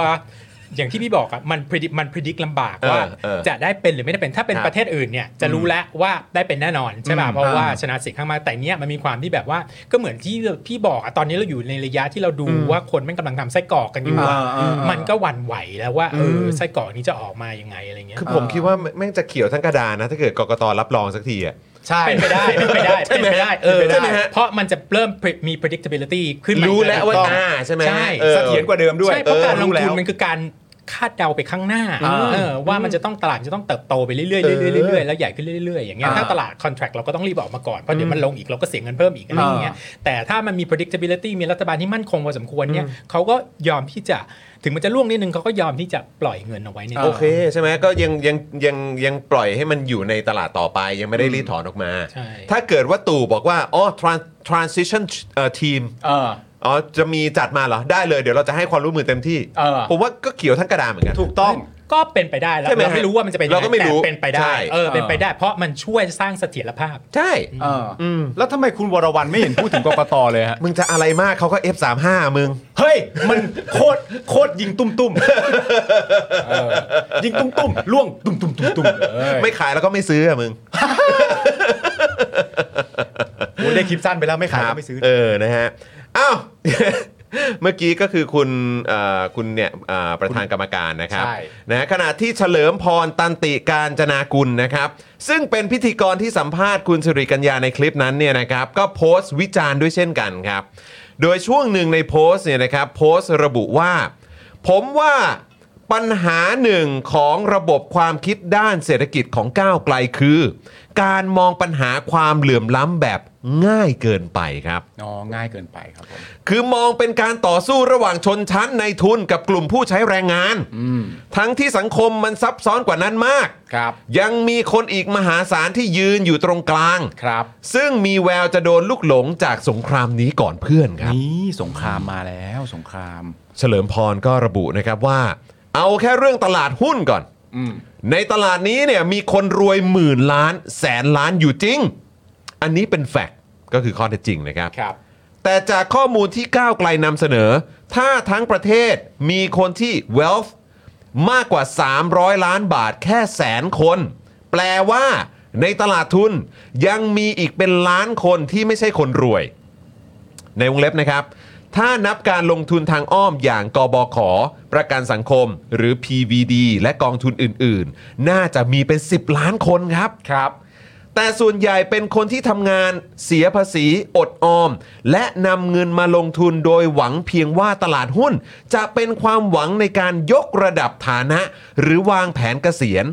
[SPEAKER 4] อย่างที่พี่บอกอะมัน predict มัน predict ลำบากว่า
[SPEAKER 3] เออเออ
[SPEAKER 4] จะได้เป็นหรือไม่ได้เป็นถ้าเป็น
[SPEAKER 3] ครับ
[SPEAKER 4] ประเทศอื่นเนี่ยจะรู้แล้วว่าได้เป็นแน่นอนใช่ป่ะเพราะว่าชนะเสียงข้างมากแต่เนี้ยมันมีความที่แบบว่าก็เหมือนที่พี่บอกอะตอนนี้เราอยู่ในระยะที่เราดูว่าคนแม่งกำลังทำไส้กรอกกันอยู่อะ
[SPEAKER 7] อ่าๆๆ
[SPEAKER 4] มันก็หวั่นไหวแล้วว่าเออไส้กรอกนี้จะออกมายังไงอะไรเงี้ย
[SPEAKER 3] คือผมคิดว่าแม่งจะเขียวทั้งกระดานนะ ถ้าเกิดกกตรับรองสักทีอ่ะ
[SPEAKER 7] ใช่
[SPEAKER 4] เป็นไปได้เป็นไปได้
[SPEAKER 3] ใช่ไหม
[SPEAKER 4] เป็นปด้เออ
[SPEAKER 3] ใช่ไหมฮะ
[SPEAKER 4] เพราะมันจะเริ่มมี predictability ขึ้นมาอีก
[SPEAKER 3] รู้แล้วว่า
[SPEAKER 4] ถูกต้อง
[SPEAKER 3] อ่าใช่ไหม
[SPEAKER 4] ใช่
[SPEAKER 3] ออ
[SPEAKER 7] เสถียรกว่าเดิมด้วย
[SPEAKER 4] ใช่เพราะการลง
[SPEAKER 7] แล้
[SPEAKER 4] ทุน
[SPEAKER 7] ว
[SPEAKER 4] มันคือการ คาดเดาไปข้างหน้า
[SPEAKER 7] อ่า
[SPEAKER 4] เออว่ามันจะต้องตลาดจะต้องเติบโตไปเรื่อยๆเรื่อยๆเรื่อยๆแล้วใหญ่ขึ้นเรื่อยๆอย่างเงี้ย
[SPEAKER 7] อ่า
[SPEAKER 4] ถ้าตลาด contract เราก็ต้องรีบออกมาก่อนเพราะเดี๋ยวมันลงอีกเราก็เสียเงินเพิ่มอีกอะไรอย่างเงี้ย
[SPEAKER 7] อ่
[SPEAKER 4] แต่ถ้ามันมี predictability มีรัฐบาลที่มั่นคงพอสมควรเนี่ยเขาก็ยอมที่จะถึงมันจะล่วงนิดนึงเขาก็ยอมที่จะปล่อยเงินเอาไว้ใน
[SPEAKER 3] โอเคใช่ไหมก็ยังยังยังยังปล่อยให้มันอยู่ในตลาดต่อไปยังไม่ได้รีดถอนออกมา
[SPEAKER 4] ใช่
[SPEAKER 3] ถ้าเกิดว่าตู่บอกว่าอ๋อ tran- transition เอ่อ team
[SPEAKER 7] เออ
[SPEAKER 3] อ๋อจะมีจัดมาเหรอ ได้เลยเดี๋ยวเราจะให้ความร่วมมือเต็มที่
[SPEAKER 7] เออ
[SPEAKER 3] ผมว่าก็เขียวทั้งกระดานเหมือนกัน
[SPEAKER 7] ถูกต้อง
[SPEAKER 4] ก็เป็นไปได้แล้ว
[SPEAKER 3] ใช่ไหม
[SPEAKER 4] เราไม่รู้ว่ามันจะเป็นยังง
[SPEAKER 3] เราก็ไม่รู้
[SPEAKER 4] แต่เป็นไป
[SPEAKER 3] ใช่
[SPEAKER 4] ได้เออเป็นไป
[SPEAKER 7] เออ
[SPEAKER 4] ได้ เพราะมันช่วยสร้างเสถียรภาพ
[SPEAKER 3] ใช่
[SPEAKER 7] เอออแล้วทำไมคุณวรวันไม่เห็นพูดถึงกกตเลยฮะ
[SPEAKER 3] มึงจะอะไรมากเขาก็ F35 มึง
[SPEAKER 7] เฮ้ย มันโคตรโคตรยิงตุ้มตุ้มๆเออยิงตุ้มตุ้มๆล่วงตุ้มตุ้มตุ้มตุ้มเอ้ย
[SPEAKER 3] ไม่ขายแล้วก็ไม่ซื้ออะมึง
[SPEAKER 7] โอ้ยได้คลิปสั้นไปแล้วไม่ขาย
[SPEAKER 3] ครั
[SPEAKER 7] ก็
[SPEAKER 3] บ
[SPEAKER 7] ไม่ซื้อ
[SPEAKER 3] เออนะฮะอ้าว เมื่อกี้ก็คือคุณเอ่อคุณเนี่ยเอ่อประธานกรรมการนะครับ
[SPEAKER 7] ใช่
[SPEAKER 3] นะฮะขณะที่เฉลิมพรตันติการจนากุลนะครับ ซึ่งเป็นพิธีกรที่สัมภาษณ์คุณสิริกัญญาในคลิปนั้นเนี่ยนะครับ ก็โพสต์วิจารณ์ด้วยเช่นกันครับ โดยช่วงหนึ่งในโพสต์เนี่ยนะครับ โพสต์ระบุว่า ผมว่าปัญหาหนึ่งของระบบความคิดด้านเศรษฐกิจของก้าวไกลคือ การมองปัญหาความเหลื่อมล้ำแบบง่ายเกินไปครับ
[SPEAKER 7] อ๋อง่ายเกินไปครับผม
[SPEAKER 3] คือมองเป็นการต่อสู้ระหว่างชนชั้นในทุนกับกลุ่มผู้ใช้แรงงาน ทั้งที่สังคมมันซับซ้อนกว่านั้นมาก
[SPEAKER 7] ครับ
[SPEAKER 3] ยังมีคนอีกมหาศาลที่ยืนอยู่ตรงกลาง
[SPEAKER 7] ครับ
[SPEAKER 3] ซึ่งมีแววจะโดนลูกหลงจากสงครามนี้ก่อนเพื่อนครับ
[SPEAKER 7] นี่สงครามมาแล้วสงคราม
[SPEAKER 3] เฉลิมพรก็ระบุนะครับว่า เอาแค่เรื่องตลาดหุ้นก่อน
[SPEAKER 7] อืม
[SPEAKER 3] ในตลาดนี้เนี่ยมีคนรวยหมื่นล้าน แสนล้านอยู่จริง อันนี้เป็นแฟกต์ก็คือข้อเท็จจริงนะครับ
[SPEAKER 7] ครับ
[SPEAKER 3] แต่จากข้อมูลที่ก้าวไกลนำเสนอ ถ้าทั้งประเทศมีคนที่ wealth มากกว่า 300 ล้านบาทแค่แสนคน แปลว่าในตลาดทุนยังมีอีกเป็นล้านคนที่ไม่ใช่คนรวย ในวงเล็บนะครับ ถ้านับการลงทุนทางอ้อมอย่างกบข ประกันสังคม หรือ PVD และกองทุนอื่นๆ น่าจะมีเป็น 10 ล้านคนครับ
[SPEAKER 7] ครับ
[SPEAKER 3] แต่ส่วนใหญ่เป็นคนที่ทำงานเสียภาษีอดออม และนำเงินมาลงทุนโดยหวังเพียงว่าตลาดหุ้น จะเป็นความหวังในการยกระดับฐานะ หรือวางแผนเกษียณ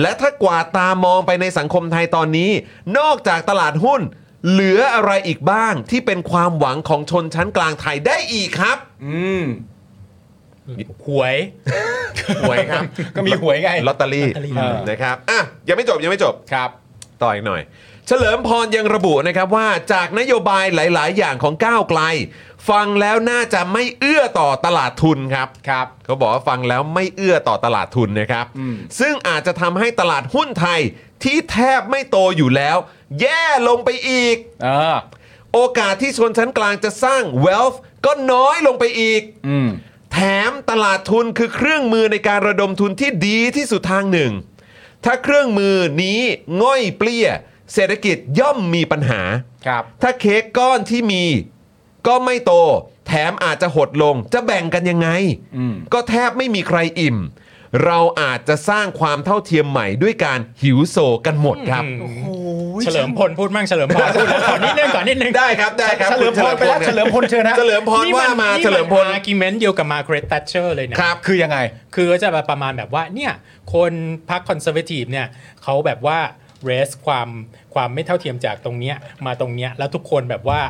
[SPEAKER 3] และถ้ากวาดตามองไปในสังคมไทยตอนนี้ นอกจากตลาดหุ้น เหลืออะไรอีกบ้างที่เป็นความหวังของชนชั้นกลางไทยได้อีกครับ
[SPEAKER 7] อืม
[SPEAKER 4] หวย
[SPEAKER 3] ห วยครับ
[SPEAKER 7] ก็มีหวยไง
[SPEAKER 3] ลอตเตอรี่
[SPEAKER 4] ลอตเตอรี่
[SPEAKER 3] นะครับอ่ะยังไม่จบยังไม่จบ
[SPEAKER 7] ครับ
[SPEAKER 3] ต่ออีกหน่อย เฉลิมพรยังระบุนะครับว่าจากนโยบายหลาย ๆ อย่างของก้าวไกล ฟังแล้วน่าจะไม่เอื้อต่อตลาดทุนครับ
[SPEAKER 7] ครับ
[SPEAKER 3] เขาบอกว่าฟังแล้วไม่เอื้อต่อตลาดทุนนะครับ
[SPEAKER 7] อืม
[SPEAKER 3] ซึ่งอาจจะทำให้ตลาดหุ้นไทยที่แทบไม่โตอยู่แล้ว แย่ลงไปอีก
[SPEAKER 7] เออ
[SPEAKER 3] โอกาสที่ชนชั้นกลางจะสร้าง wealth ก็น้อยลงไปอีก
[SPEAKER 7] อืม
[SPEAKER 3] แถมตลาดทุนคือเครื่องมือในการระดมทุนที่ดีที่สุดทางหนึ่ง ถ้าเครื่องมือนี้ง่อยเปลี้ย เศรษฐกิจย่อมมีปัญหา
[SPEAKER 7] ครับ
[SPEAKER 3] ถ้าเค้กก้อนที่มี ก็ไม่โต แถมอาจจะหดลงจะแบ่งกันยังไง
[SPEAKER 7] อืม
[SPEAKER 3] ก็แทบไม่มีใครอิ่ม เราอาจจะสร้างความเท่าเทียมใหม่ด้วยการหิวโซกันหมดครับ
[SPEAKER 4] เฉลิมพลพูดมั่งเฉลิมพรพูดแล้วขอนิดนึงก่อนนิดนึง
[SPEAKER 3] ได้ครับได้ครับ
[SPEAKER 7] เฉลิมพลไปแล้ว
[SPEAKER 3] คุณ
[SPEAKER 7] เฉลิมพลเชิญนะ
[SPEAKER 3] เฉลิมพรว่ามาเฉลิมพล
[SPEAKER 4] อาร์กิเมนต์เดียวกับมาร์เกร็ตทัชเชอร์เลยนะครับ
[SPEAKER 7] คือยังไง
[SPEAKER 4] คือก็จะแบบประมาณแบบว่าเนี่ยคนพรรคคอนเซอร์ t วทีฟเนี่ยเขาแบบว่าเรสความความไม่เท่าเทียมจากตรงเนี้ยมาตรงเนี้ยแล้วทุกคนแบบว่า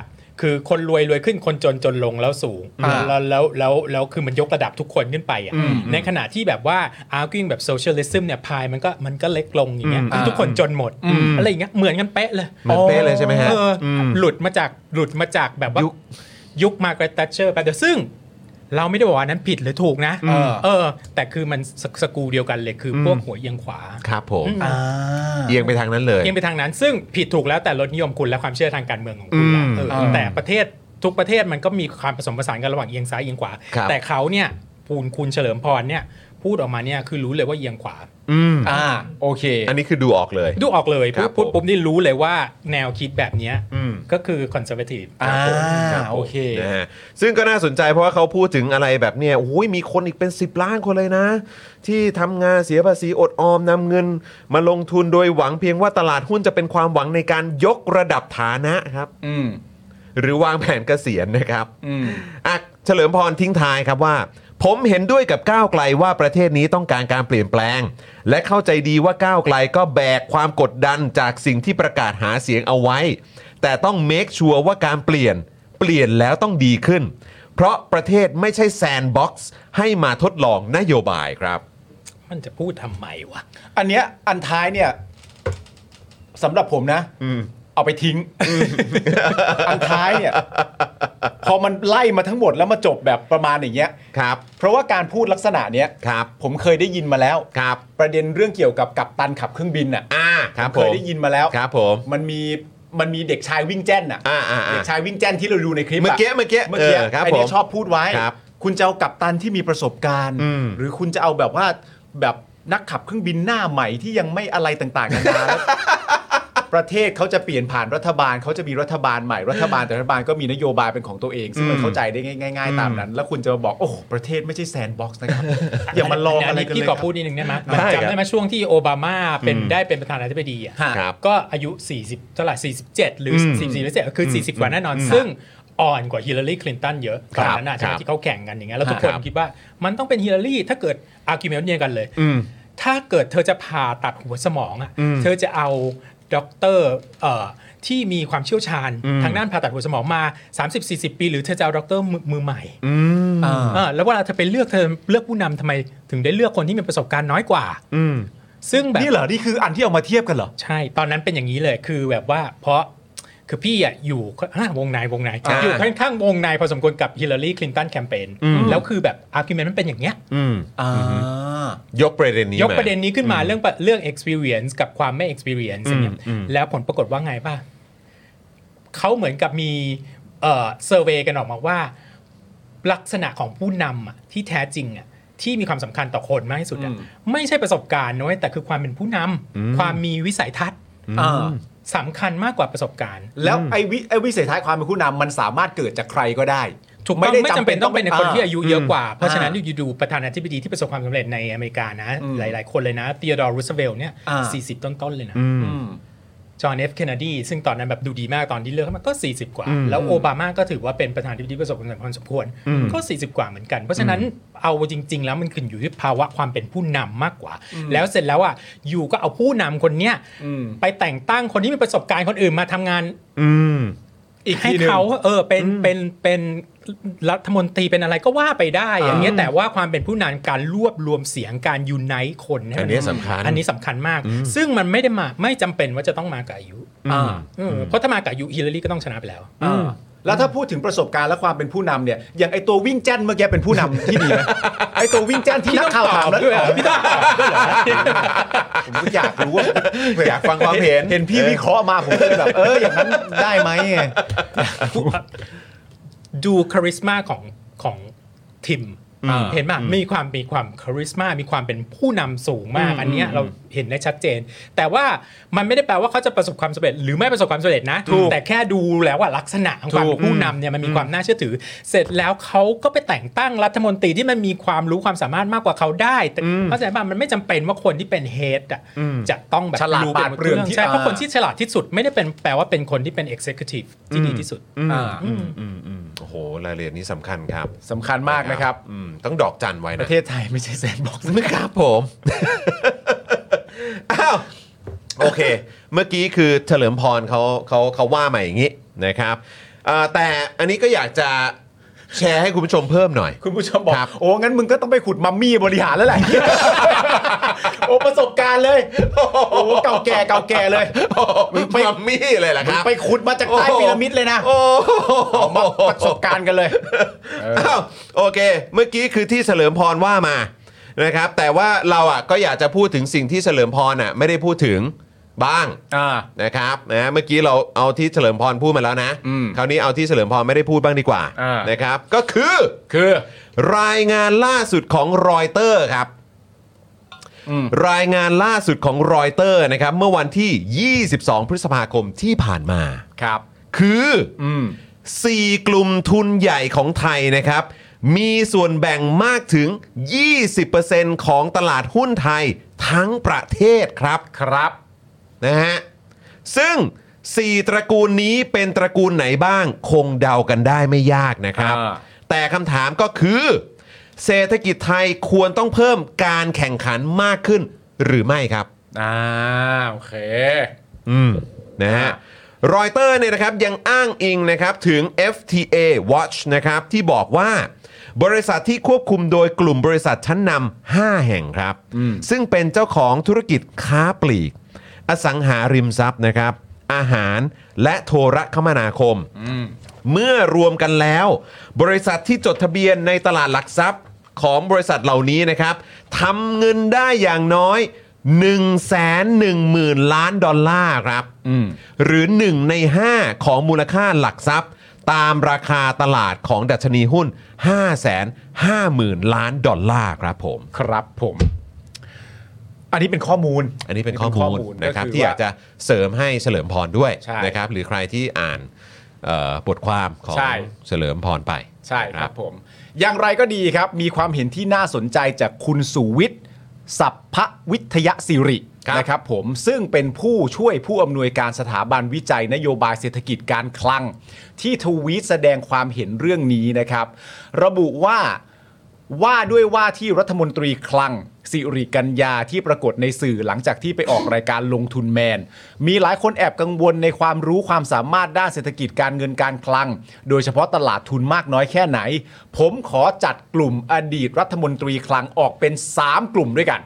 [SPEAKER 4] คือคนรวยรวยขึ้นคนจนจนลงแล้วสูง
[SPEAKER 7] อ่า
[SPEAKER 4] แล้วแล้วแล้วแล้วคือมันยกระดับทุกคนขึ้นไปอ่ะ
[SPEAKER 7] อืม
[SPEAKER 4] ในขณะที่แบบว่าอาร์กิงแบบโซเชียลิซึมเนี่ยพายมันก็มันก็เล็กลงอย่างเงี้ย
[SPEAKER 7] อืม
[SPEAKER 4] ทุกคนจนหมด
[SPEAKER 7] อืม
[SPEAKER 4] อะไรอย่างเงี้ยเหมือนกันเป๊ะเลย
[SPEAKER 3] เหมือนเป๊ะเลยใช่ไหมฮะ
[SPEAKER 4] เอออ
[SPEAKER 3] ม
[SPEAKER 4] หลุดมาจากหลุดมาจากแบบว่า
[SPEAKER 3] ยุค
[SPEAKER 4] ยุคมาเกร e ต t ั a เชอร์ไปแต่ซึ่ง เราไม่ได้บอกว่านั้นผิดหรือถูกนะ
[SPEAKER 7] เออ
[SPEAKER 4] เออ แต่คือมันสสกูเดียวกันเลยคืออพวกหัวเอียงขวา
[SPEAKER 3] ครับผม
[SPEAKER 4] อืม
[SPEAKER 7] อ่า
[SPEAKER 3] เอียงไปทางนั้นเลย
[SPEAKER 4] เอียงไปทางนั้น ซึ่งผิดถูกแล้วแต่รสนิยมคุณและความเชื่อทางการเมืองของคุณละ
[SPEAKER 3] อืม
[SPEAKER 4] เออ
[SPEAKER 7] เออ
[SPEAKER 4] แต่ประเทศทุกประเทศมันก็มีความผสมผสานกันระหว่างเอียงซ้ายเอียงขวา
[SPEAKER 3] ครับ
[SPEAKER 4] แต่เขาเนี่ยปูนคุณเฉลิมพรเนี่ยพูดออกมาเนี่ยคือรู้เลยว่าเอียงขวา
[SPEAKER 3] อืม
[SPEAKER 7] อ่า โอเค
[SPEAKER 3] อันนี้คือดูออกเลย
[SPEAKER 4] ดูออกเลย
[SPEAKER 3] ครั
[SPEAKER 4] พู
[SPEAKER 3] บ
[SPEAKER 4] ดพูด
[SPEAKER 3] ผม
[SPEAKER 4] ปุ๊บนี่รู้เลยว่าแนวคิดแบบเนี้ย
[SPEAKER 3] อืม
[SPEAKER 4] ก็คือคอนเซอร์เวทีฟ
[SPEAKER 7] อ่า
[SPEAKER 3] ครับผม
[SPEAKER 7] โอเค
[SPEAKER 3] นะฮะซึ่งก็น่าสนใจเพราะว่าเขาพูดถึงอะไรแบบเนี่ยโอ้ยมีคนอีกเป็น 10 ล้านคนเลยนะ ที่ทำงานเสียภาษีอดออมนำเงิน มาลงทุนโดยหวังเพียงว่าตลาดหุ้นจะเป็นความหวังในการยกระดับฐานะครับ
[SPEAKER 7] อืม
[SPEAKER 3] หรือวางแผนเกษียณนะครับ
[SPEAKER 7] อืม
[SPEAKER 3] อ่ะเฉลิมพรทิ้งท้ายครับว่า ผมเห็นด้วยกับก้าวไกลว่าประเทศนี้ต้องการการเปลี่ยนแปลง และเข้าใจดีว่าก้าวไกลก็แบกความกดดันจากสิ่งที่ประกาศหาเสียงเอาไว้ แต่ต้องเมคชัวร์ว่าการเปลี่ยน เปลี่ยนแล้วต้องดีขึ้น เพราะประเทศไม่ใช่แซนด์บ็อกซ์ให้มาทดลองนโยบายครับ
[SPEAKER 4] มันจะพูดทำไมวะ
[SPEAKER 7] อันเนี้ยอันท้ายเนี่ยสำหรับผมนะเอาไปทิ้ง อันท้ายเนี่ย พอมันไล่มาทั้งหมดแล้วมาจบแบบประมาณอย่างเงี้ย
[SPEAKER 3] ครับ
[SPEAKER 7] เพราะว่าการพูดลักษณะเนี้ย
[SPEAKER 3] ครับ
[SPEAKER 7] ผมเคยได้ยินมาแล้ว
[SPEAKER 3] ครับ
[SPEAKER 7] ประเด็นเรื่องเกี่ยวกับกัปตันขับเครื่องบินน่ะ
[SPEAKER 3] อ่าครับ
[SPEAKER 7] ผ
[SPEAKER 3] ผ
[SPEAKER 7] มเคย
[SPEAKER 3] ม
[SPEAKER 7] ได้ยินมาแล้ว
[SPEAKER 3] ครับผม
[SPEAKER 7] มันมีมันมีเด็กชายวิ่งแจ้นน่ะ
[SPEAKER 3] อ่าอ่า
[SPEAKER 7] เด็
[SPEAKER 3] อ่า
[SPEAKER 7] กชายวิ่งแจ้นที่เราดูในคลิปะ
[SPEAKER 3] เมื่อกี้เมื่อกี้
[SPEAKER 7] เมื่อกี้
[SPEAKER 3] เออครับ
[SPEAKER 7] ไอ้เนี่
[SPEAKER 3] ผ
[SPEAKER 7] ย
[SPEAKER 3] ม
[SPEAKER 7] ชอบพูดไว้
[SPEAKER 3] ครับ
[SPEAKER 7] คุณจะเอากัปตันที่มีประสบการณ์
[SPEAKER 3] อืม
[SPEAKER 7] หรือคุณจะเอาแบบว่าแบบนักขับเครื่องบินหน้าใหม่ที่ยังไม่อะไรต่างๆนา นาแล้ว ประเทศเขาจะเปลี่ยนผ่านรัฐบาลเขาจะมีรัฐบาลใหม่รัฐบาลแต่รัฐบาลก็มีนโยบายเป็นของตัวเอง ซึ่งมัน
[SPEAKER 3] อืม
[SPEAKER 7] เข้าใจได้ง่ายๆตามนั้น แล้วคุณจะมาบอก โอ้ประเทศไม่ใช่แซนด์บ็อกซ์ นะครับ อย่ามาลองอะไรกันเลย
[SPEAKER 4] พี่
[SPEAKER 7] ค
[SPEAKER 4] ข
[SPEAKER 7] รั
[SPEAKER 4] อบ พูดนิดนึงได้ไหม
[SPEAKER 3] ได้ครับ
[SPEAKER 4] จำได้ไหมช่วงที่โอบามาเป็น
[SPEAKER 3] อืม
[SPEAKER 4] ได้เป็นประธานาธิบดีอ่ะ
[SPEAKER 7] ฮะ
[SPEAKER 3] ครับ
[SPEAKER 4] ก็อายุ 40 เท่าไหร่ 47 หรือ
[SPEAKER 3] อืม
[SPEAKER 4] 44หรือ7คือ 40 กว่าแน่นอน
[SPEAKER 3] อืม
[SPEAKER 4] ซึ่งอ่อนกว่าฮิลลารีคลินตันเยอะ
[SPEAKER 3] ครั
[SPEAKER 4] ต
[SPEAKER 3] บ
[SPEAKER 4] อนนั้นอ่ะใช่ไห
[SPEAKER 3] ค
[SPEAKER 4] ม
[SPEAKER 3] รับ
[SPEAKER 4] ที่เขาแข่งกันอย่างเงี้ยแล้วทุก
[SPEAKER 3] ฮะ
[SPEAKER 4] คน
[SPEAKER 3] ครับ
[SPEAKER 4] คิดว่ามันต้องเป็นฮิลลารีถ้าเกิดอาร์กิวเมนต์เดียวกันเลย
[SPEAKER 3] อืม
[SPEAKER 4] ถ้าเกิดเธอจะผ่าตัดหัวสมองอ่ะ
[SPEAKER 3] อืม
[SPEAKER 4] เธอจะเอาด็อกเตอร์เอ่อที่มีความเชี่ยวชาญ
[SPEAKER 3] อืม
[SPEAKER 4] ทางด้านผ่าตัดหัวสมองมา 30-40 ปี หรือเธอจะเอาด็อกเตอร์มือมือใหม่
[SPEAKER 3] อืม
[SPEAKER 4] อ่าแล้วเวลาเธอไปเลือกเธอเลือกผู้นำทำไมถึงได้เลือกคนที่มีประสบการณ์น้อยกว่า
[SPEAKER 3] อืม
[SPEAKER 4] ซึ่งแบบ
[SPEAKER 7] นี่เหรอ นี่คืออันที่เอามาเทียบกันเหรอ
[SPEAKER 4] ใช่ตอนนั้นเป็นอย่างนี้เลยคือแบบว่าเพราะคือพี่อ่ะอยู่อ่าวงในวงใน
[SPEAKER 3] อ่า
[SPEAKER 4] อยู่ข้างๆวงในพอสมควรกับฮิลลารีคลินตันแคมเปญ
[SPEAKER 3] อืม
[SPEAKER 4] แล้วคือแบบอาร์กิวเมนต์มันเป็นอย่างเงี้ย
[SPEAKER 3] อืม
[SPEAKER 7] อ่า
[SPEAKER 3] ยกประเด็นนี้
[SPEAKER 4] ยก
[SPEAKER 3] มา
[SPEAKER 4] ประเด็นนี้ขึ้นมาเรื่องปะเรื่อง experience กับความไม่ experience
[SPEAKER 3] อืม
[SPEAKER 4] อย่างเงี้ย
[SPEAKER 3] อืม
[SPEAKER 4] แล้วผลปรากฏว่าไงป่ะเขาเหมือนกับมีเอ่อเซอร์เวยกันออกมาว่า ลักษณะของผู้นำอะที่แท้จริงอะที่มีความสำคัญต่อคนมากที่สุดอะ
[SPEAKER 7] อืม
[SPEAKER 4] ไม่ใช่ประสบการณ์นะเว้ยแต่คือความเป็นผู้น
[SPEAKER 3] อืม
[SPEAKER 4] ำความมีวิสัยทัศน์
[SPEAKER 7] อ่า
[SPEAKER 4] สำคัญมากกว่าประสบการณ์
[SPEAKER 7] แล้วไอ้วิไอ้วิสัยทัศน์ความเป็นผู้นำมันสามารถเกิดจากใครก็ได้
[SPEAKER 4] ถูกต้องไม่จำเป็นต้องเป็นคนที่อายุเยอะกว่า เพราะฉะนั้น
[SPEAKER 7] อ่า
[SPEAKER 4] อยู่ดูประธานาธิบดีที่ประสบความสำเร็จในอเมริกานะ
[SPEAKER 7] อืม
[SPEAKER 4] หลาย ๆ คนเลยนะเตียดอร์รูสเวลเนี่ย
[SPEAKER 7] อ่า
[SPEAKER 4] สี่สิบต้น ๆ เลยนะ
[SPEAKER 3] อืม
[SPEAKER 7] อืม
[SPEAKER 4] จอห์นเอฟเคนเนดีซึ่งตอนนั้นแบบดูดีมากตอนที่เลือกเข้ามาก็ 40 กว่า
[SPEAKER 3] อืม
[SPEAKER 4] แล้วโอบามาก็ถือว่าเป็นประธานาธิบดีประสบความสำเร็จพอสมควร
[SPEAKER 3] อืม
[SPEAKER 4] ก็ 40 กว่าเหมือนกัน เพราะฉะนั้นเอาจริง ๆ แล้วมันขึ้นอยู่ที่ภาวะความเป็นผู้นำมากกว่า แล้วเสร็จแล้วอ่ะอยู่ก็เอาผู้นำคนเนี้ย
[SPEAKER 7] อืม
[SPEAKER 4] ไปแต่งตั้งคนที่มีประสบการณ์คนอื่นมาทำงาน
[SPEAKER 3] อืม
[SPEAKER 7] อีก
[SPEAKER 4] ให้
[SPEAKER 7] ทีหนึ่ง
[SPEAKER 4] เขาเออเป็นเป็นเป็นรัฐมนตรีเป็นอะไรก็ว่าไปได้อย่างเงี้ยแต่ว่าความเป็นผู้นำการรวบรวมเสียงการยูไนต์คนให้
[SPEAKER 3] อั
[SPEAKER 4] มั
[SPEAKER 3] นนี้สำคัญ
[SPEAKER 4] อันนี้สำคัญมาก
[SPEAKER 3] อืม
[SPEAKER 4] ซึ่งมันไม่ได้มาไม่จำเป็นว่าจะต้องมากับอายุ
[SPEAKER 7] อ่า
[SPEAKER 4] เออเพราะถ้ามากับอายุฮิลลารีก็ต้องชนะไปแล้ว
[SPEAKER 7] อ่าแล้วถ้าพูดถึงประสบการณ์และความเป็นผู้นำเนี่ย อย่างไอตัววิ่งแจ้นเมื่อกี้เป็นผู้นำที่ดีไหมไอตัววิ่งแจ้นที่นักข่าวถามแล้ว
[SPEAKER 4] พี่ต้องตอบด้วยเหรอพี่ต้องตอบด้วยเหรอ
[SPEAKER 7] ผมก็อยากรู้ว่า
[SPEAKER 3] อยากฟังความเห็น
[SPEAKER 7] เห็นพี่วิเคราะห์มาผมก็เลยแบบเอออย่างนั้นได้ไหม
[SPEAKER 4] ดูคาริสมาของของทิม
[SPEAKER 3] อ่า
[SPEAKER 4] เห็นป่ะมีความมีความคาริสมา มีความเป็นผู้นำสูงมาก
[SPEAKER 3] อืม
[SPEAKER 4] อันเนี้ยเราเห็นได้ชัดเจน แต่ว่ามันไม่ได้แปลว่าเขาจะประสบความสำเร็จ หรือไม่ประสบความสำเร็จนะ
[SPEAKER 3] ถูก
[SPEAKER 4] แต่แค่ดูแล้วว่าลักษณะของความ
[SPEAKER 3] ถูก
[SPEAKER 4] เป็นผู้นำเนี่ยมันมีความน่าเชื่อถือ เสร็จแล้วเขาก็ไปแต่งตั้งรัฐมนตรีที่มันมีความรู้ความสามารถมากกว่าเขาได้แต่
[SPEAKER 3] อืม
[SPEAKER 4] เข้าใจป่ะมันไม่จำเป็นว่าคนที่เป็นเฮดอ่ะ
[SPEAKER 3] อืม
[SPEAKER 4] จะต้องแบบ
[SPEAKER 7] ฉลาด
[SPEAKER 4] รู้
[SPEAKER 7] ปราด
[SPEAKER 4] หมด
[SPEAKER 7] เปรื่อง
[SPEAKER 4] เรื่อง
[SPEAKER 7] ที่
[SPEAKER 4] ใช่เพราะคน
[SPEAKER 7] อ่า
[SPEAKER 4] ที่ฉลาดที่สุดไม่ได้เป็นแปลว่าเป็นคนที่เป็น executive ที่ดีที่สุด
[SPEAKER 3] อืม
[SPEAKER 7] อ่า
[SPEAKER 3] อืมอืมอืมโอ้โหรายละเอียดนี้สำคัญครับ
[SPEAKER 7] สำคัญมากนะครับ
[SPEAKER 3] อืมต้องดอกจันไว้
[SPEAKER 7] ป
[SPEAKER 3] นะ
[SPEAKER 7] ระเทศไทยไม่ใช่แซนด์บ็อกซ์
[SPEAKER 3] นะครับผม อ้าว โอเค เมื่อกี้คือเฉลิมพรเขาเขาเขาว่ามาอย่างนี้นะครับอ่าแต่อันนี้ก็อยากจะแชร์ให้คุณผู้ชมเพิ่มหน่อย
[SPEAKER 7] คุณผู้ชมบอก
[SPEAKER 3] ครับ
[SPEAKER 7] โอ้ งั้นมึงก็ต้องไปขุดมัมมี่บริหาร แล้วแหละ โอ้ ประสบการณ์เลย โอ้เก่าแก่เก่าแก่เลย
[SPEAKER 3] มึงไปมี่เลยเหรอครับ
[SPEAKER 7] ไปขุดมาจากใต้พีระมิดเลยนะ
[SPEAKER 3] โอ้โห
[SPEAKER 7] เอามาประสบการณ์กันเลย
[SPEAKER 3] อ้าวโอเค เมื่อกี้คือที่เฉลิมพรว่ามานะครับ แต่ว่าเราอ่ะก็อยากจะพูดถึงสิ่งที่เฉลิมพรอ่ะไม่ได้พูดถึงบ้าง
[SPEAKER 7] อ่า
[SPEAKER 3] นะครับนะเมื่อกี้เราเอาที่เฉลิมพรพูดมาแล้วนะ
[SPEAKER 7] อืม
[SPEAKER 3] คราวนี้เอาที่เฉลิมพรไม่ได้พูดบ้างดีกว่า
[SPEAKER 7] อ่าน
[SPEAKER 3] นะครับ ก็คือ
[SPEAKER 7] คือ
[SPEAKER 3] รายงานล่าสุดของรอยเตอร์ครับ
[SPEAKER 7] อืม
[SPEAKER 3] รายงานล่าสุดของรอยเตอร์นะครับ เมื่อวันที่ 22 พฤษภาคมที่ผ่านมา
[SPEAKER 7] ครับ
[SPEAKER 3] คือ
[SPEAKER 7] อืม
[SPEAKER 3] 4 กลุ่มทุนใหญ่ของไทยนะครับ มีส่วนแบ่งมากถึง 20%ของตลาดหุ้นไทยทั้งประเทศครับ
[SPEAKER 7] ครับ
[SPEAKER 3] นะฮะ ซึ่ง 4 ตระกูลนี้เป็นตระกูลไหนบ้าง คงเดากันได้ไม่ยากนะครับ
[SPEAKER 7] อ่า
[SPEAKER 3] แต่คำถามก็คือ เศรษฐกิจไทยควรต้องเพิ่มการแข่งขันมากขึ้นหรือไม่ครับ
[SPEAKER 7] อ่าโอเค
[SPEAKER 3] อืมนะฮะรอยเตอร์เนี่ยนะครับยังอ้างอิงนะครับถึง FTA Watch นะครับที่บอกว่า บริษัทที่ควบคุมโดยกลุ่มบริษัทชั้นนำ5แห่งครับ ซึ่งเป็นเจ้าของธุรกิจค้าปลีก อสังหาริมทรัพย์นะครับ อาหารและโทรคมนาคม เมื่อรวมกันแล้ว บริษัทที่จดทะเบียนในตลาดหลักทรัพย์ของบริษัทเหล่านี้นะครับทำเงินได้อย่างน้อย 110,000 ล้านดอลลาร์ครับ หรือ 1 ใน 5 ของมูลค่าหลักทรัพย์ ตามราคาตลาดของดัชนีหุ้น 550,000 ล้านดอลลาร์ครับผม
[SPEAKER 7] ครับผม อันนี้เป็นข้อมูล
[SPEAKER 3] อันนี้เป็นข้อมูลนะครับที่อยากจะเสริมให้เฉลิมพรด้วย
[SPEAKER 7] ใช่
[SPEAKER 3] นะครับหรือใครที่อ่านเอ่อบทความของ
[SPEAKER 7] ใช่
[SPEAKER 3] เฉลิมพรไป
[SPEAKER 7] ใช่ครับผม อย่างไรก็ดีครับ มีความเห็นที่น่าสนใจจากคุณสุวิทย์สัพพวิทยสิริ
[SPEAKER 3] ครับ
[SPEAKER 7] นะครับผมซึ่งเป็นผู้ช่วยผู้อำนวยการสถาบันวิจัยนโยบายเศรษฐกิจการคลัง ที่ทวีตแสดงความเห็นเรื่องนี้นะครับ ระบุว่า ว่าด้วยว่าที่รัฐมนตรีคลัง สิริกัญญาที่ปรากฏในสื่อหลังจากที่ไปออกรายการลงทุนแมน มีหลายคนแอบกังวลในความรู้ความสามารถด้านเศรษฐกิจการเงินการคลัง โดยเฉพาะตลาดทุนมากน้อยแค่ไหน ผมขอจัดกลุ่มอดีตรัฐมนตรีคลังออกเป็น 3 กลุ่มด้วยกัน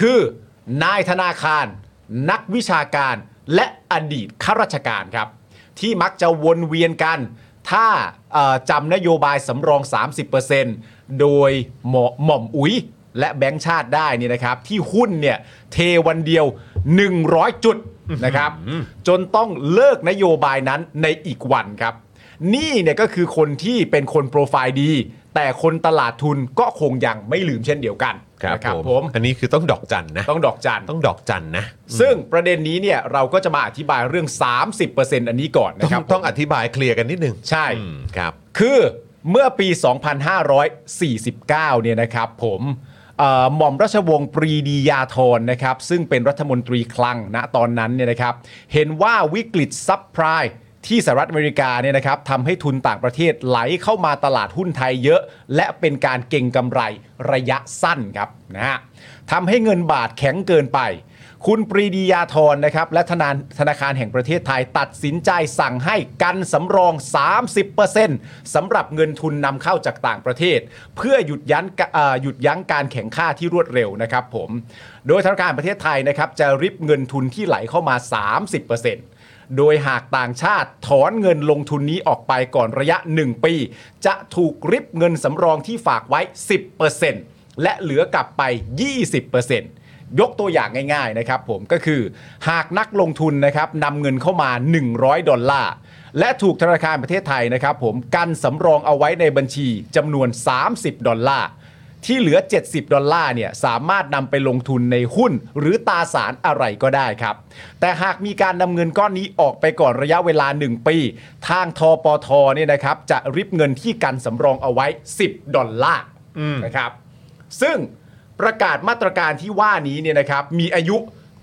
[SPEAKER 7] คือ นายธนาคาร นักวิชาการ และอดีตข้าราชการครับ ที่มักจะวนเวียนกัน ถ้าเอ่อจำนโยบายสำรอง 30%โดยหมอหม่อมอุ๊ย และแบงค์ชาติได้เนี่ยนะครับ ที่หุ้นเนี่ยเทวันเดียว 100 จุดนะครับ จนต้องเลิกนโยบายนั้นในอีกวันครับ นี่เนี่ยก็คือคนที่เป็นคนโปรไฟล์ดี แต่คนตลาดทุนก็คงยังไม่ลืมเช่นเดียวกันนะ
[SPEAKER 3] อันนี้คือต้องดอกจันนะ
[SPEAKER 7] ต้องดอกจัน
[SPEAKER 3] ต้องดอกจันนะ
[SPEAKER 7] ซึ่งประเด็นนี้เนี่ยเราก็จะมาอธิบายเรื่อง 30%อันนี้ก่อนนะ
[SPEAKER 3] ต้อ
[SPEAKER 7] ค
[SPEAKER 3] ง
[SPEAKER 7] รับ
[SPEAKER 3] ต้องอธิบายเคลียร์กันนิดนึง
[SPEAKER 7] ใช่
[SPEAKER 3] อืมครับ
[SPEAKER 7] คือเมื่อปี 2549 เนี่ยนะครับผมเอ่อหม่อมราชวงศ์ปรีดียาธรนะครับ ซึ่งเป็นรัฐมนตรีคลังณตอนนั้นเนี่ยนะครับ เห็นว่าวิกฤตซับไพรม์ที่สหรัฐอเมริกาเนี่ยนะครับทำให้ทุนต่างประเทศไหลเข้ามาตลาดหุ้นไทยเยอะ และเป็นการเก็งกำไรระยะสั้นครับนะฮะทำให้เงินบาทแข็งเกินไป คุณปรีดียาธรนะครับและธนาธนาคารแห่งประเทศไทยตัดสินใจสั่งให้กันสำรอง 30%สำหรับเงินทุนนำเข้าจากต่างประเทศ เพื่อหยุดยั้งกะเอ่อหยุดยั้งการแข่งข้าที่รวดเร็วนะครับผม โดยธนาคารแห่งประเทศไทยนะครับจะริบเงินทุนที่ไหลเข้ามา 30%โดยหากต่างชาติถอนเงินลงทุนนี้ออกไปก่อนระยะ 1 ปี จะถูกริบเงินสำรองที่ฝากไว้ 10%และเหลือกลับไป 20% ยกตัวอย่างง่าย ๆ นะครับผมก็คือหากนักลงทุนนะครับนำเงินเข้ามา 100 ดอลลาร์ และถูกธนาคารประเทศไทยนะครับผมกันสำรองเอาไว้ในบัญชีจำนวน 30 ดอลลาร์ ที่เหลือ 70 ดอลลาร์เนี่ยสามารถนำไปลงทุนในหุ้น หรือตราสารอะไรก็ได้ครับ แต่หากมีการนำเงินก้อนนี้ออกไปก่อนระยะเวลา 1 ปี ทางทปทเนี่ยนะครับจะริบเงินที่กันสำรองเอาไว้ 10 ดอลลาร์นะครับ ซึ่งประกาศมาตรการที่ว่านี้เนี่ยนะครับมีอายุ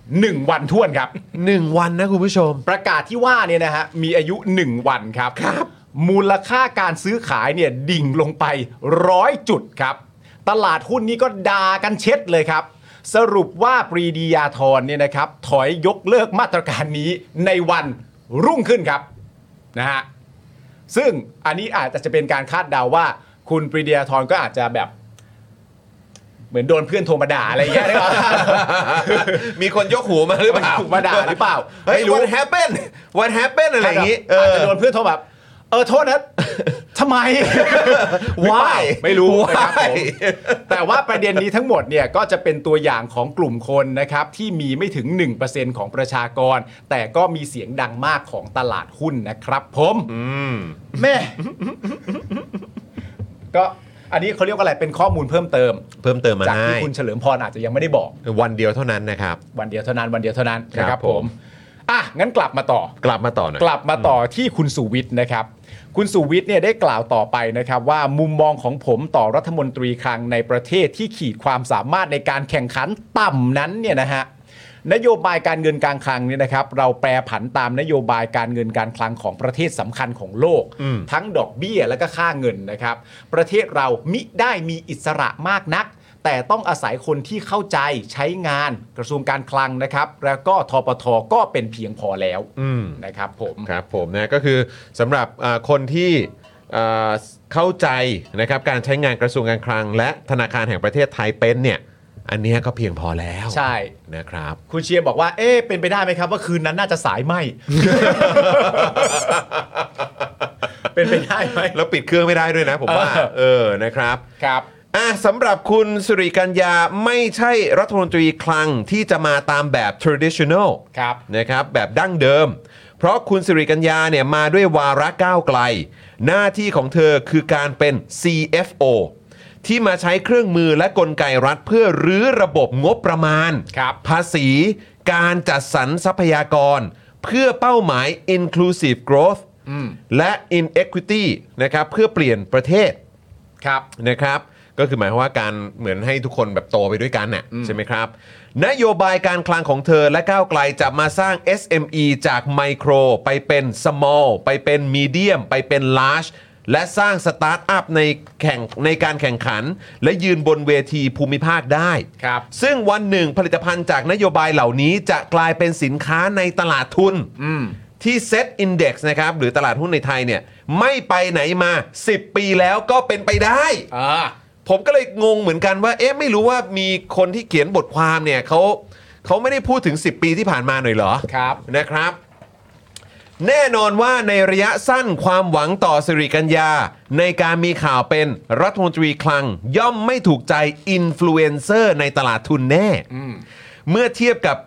[SPEAKER 7] 1 วันท่วนครับ
[SPEAKER 3] 1 วันนะคุณผู้ชม
[SPEAKER 7] ประกาศที่ว่าเนี่ยนะฮะมีอายุ 1 วันครับครับ มูลค่าการซื้อขายเนี่ยดิ่งลงไปร้อยจุดครับ ตลาดหุ้นนี้ก็ด่ากันเช็ดเลยครับ สรุปว่าปรีดียาธรเนี่ยนะครับ ถอยยกเลิกมาตรการนี้ในวันรุ่งขึ้นครับนะฮะ ซึ่งอันนี้อาจจะเป็นการคาดเดาว่า คุณปรีดียาธรก็อาจจะแบบ เหมือนโดนเพื่อนโทรมาด่าอะไรอย่างเงี้ย ได้ปะ
[SPEAKER 3] มีคนยกหูมาหรือเปล่า
[SPEAKER 7] หูมาด่าหรือเปล่า
[SPEAKER 3] เฮ้ย
[SPEAKER 7] ไม่รู้
[SPEAKER 3] what happened what happened อะไรอย่างงี้
[SPEAKER 7] นี้อาจจะโดนเพื่อนโทรแบบเออโทษ นะทำไม
[SPEAKER 3] ว้า
[SPEAKER 7] Why? ไม่รู้นะครับผม
[SPEAKER 3] Why?
[SPEAKER 7] แต่ว่าประเด็นนี้ทั้งหมดเนี่ยก็จะเป็นตัวอย่างของกลุ่มคนนะครับที่มีไม่ถึง 1%ของประชากร แต่ก็มีเสียงดังมากของตลาดหุ้นนะครับผมแม่ ก็อันนี้เขาเรียกว่าอะไรเป็นข้อมูลเพิ่มเติม
[SPEAKER 3] เพิ่มเติมมา
[SPEAKER 7] จาก
[SPEAKER 3] ให้
[SPEAKER 7] ที่คุณเฉลิมพรอาจจะยังไม่ได้บอก
[SPEAKER 3] วันเดียวเท่านั้นนะครับ
[SPEAKER 7] วันเดียวเท่านั้นวันเดียวเท่านั้นนะค
[SPEAKER 3] ครั
[SPEAKER 7] รับบ ผ
[SPEAKER 3] ผม ม
[SPEAKER 7] อ่ะงั้นกลับมาต่อ
[SPEAKER 3] กลับมาต่อหน่อย
[SPEAKER 7] กลับมาต่อที่คุณสุวิทย์นะครับ คุณสุวิทย์เนี่ยได้กล่าวต่อไปนะครับ ว่ามุมมองของผมต่อรัฐมนตรีคลังในประเทศที่ขีดความสามารถในการแข่งขันต่ำนั้นเนี่ยนะฮะ นโยบายการเงินการคลังเนี่ยนะครับเราแปรผันตามนโยบายการเงินการคลังของประเทศสำคัญของโลก
[SPEAKER 3] อืม
[SPEAKER 7] ทั้งดอกเบี้ยและก็ค่าเงินนะครับ ประเทศเรามิได้มีอิสระมากนัก แต่ต้องอาศัยคนที่เข้าใจใช้งานกระทรวงการคลังนะครับ แล้วก็ทปทก็เป็นเพียงพอแล้ว
[SPEAKER 3] อืม
[SPEAKER 7] นะครับผม
[SPEAKER 3] ครับผมนะก็คือสำหรับอ่าคนที่อ่าเข้าใจนะครับการใช้งานกระทรวงการคลัง และธนาคารแห่งประเทศไทยเป็นเนี่ยอันเนี้ยก็เพียงพอแล้ว
[SPEAKER 7] ใช่
[SPEAKER 3] นะครับ
[SPEAKER 7] คุณเชียร์บอกว่า เอ๊ะเป็นไปได้ไหมครับ ว่าคืนนั้นน่าจะสายไหม เป็นไปได้ไหม
[SPEAKER 3] แล้วปิดเครื่องไม่ได้ด้วยนะผมว่า
[SPEAKER 7] เออ
[SPEAKER 3] เออนะครับ
[SPEAKER 7] ครับ
[SPEAKER 3] อ่ะสำหรับคุณสุริกัญญาไม่ใช่รัฐมนตรีคลังที่จะมาตามแบบ traditional
[SPEAKER 7] ครับ
[SPEAKER 3] นะครับแบบดั้งเดิม เพราะคุณสิริกัญญาเนี่ยมาด้วยวาระก้าวไกล หน้าที่ของเธอคือการเป็น CFO ที่มาใช้เครื่องมือและกลไกรัฐเพื่อรื้อระบบงบประมาณ
[SPEAKER 7] ครับ
[SPEAKER 3] ภาษี การจัดสรรทรัพยากร เพื่อเป้าหมาย inclusive growth และ inequity นะครับเพื่อเปลี่ยนประเทศ
[SPEAKER 7] ครับ
[SPEAKER 3] นะครับก็คือหมายความว่าการเหมือนให้ทุกคนแบบโตไปด้วยกันน่ะใช่ไหมครับ นโยบายการคลังของเธอและก้าวไกลจะมาสร้าง SME จากไมโครไปเป็น small ไปเป็น medium ไปเป็น large และสร้างสตาร์ทอัพในแข่งในการแข่งขัน และยืนบนเวทีภูมิภาคได้
[SPEAKER 7] ครับ
[SPEAKER 3] ซึ่งวันหนึ่งผลิตภัณฑ์จากนโยบายเหล่านี้จะกลายเป็นสินค้าในตลาดทุน ที่เซ็ตอินเด็กซ์นะครับหรือตลาดหุ้นในไทยเนี่ยไม่ไปไหนมา 10 ปีแล้วก็เป็นไปได้
[SPEAKER 7] อ่า
[SPEAKER 3] ผมก็เลยงงเหมือนกันว่า เอ๊ะ ไม่รู้ว่ามีคนที่เขียนบทความเนี่ยเขาเขาไม่ได้พูดถึง 10 ปีที่ผ่านมาหน่อยเหรอ
[SPEAKER 7] ครับ
[SPEAKER 3] นะครับ แน่นอนว่าในระยะสั้นความหวังต่อสิริกัญญา ในการมีข่าวเป็นรัฐมนตรีคลัง ย่อมไม่ถูกใจอินฟลูเอนเซอร์ในตลาดทุนแน่ เมื่อเทียบกับ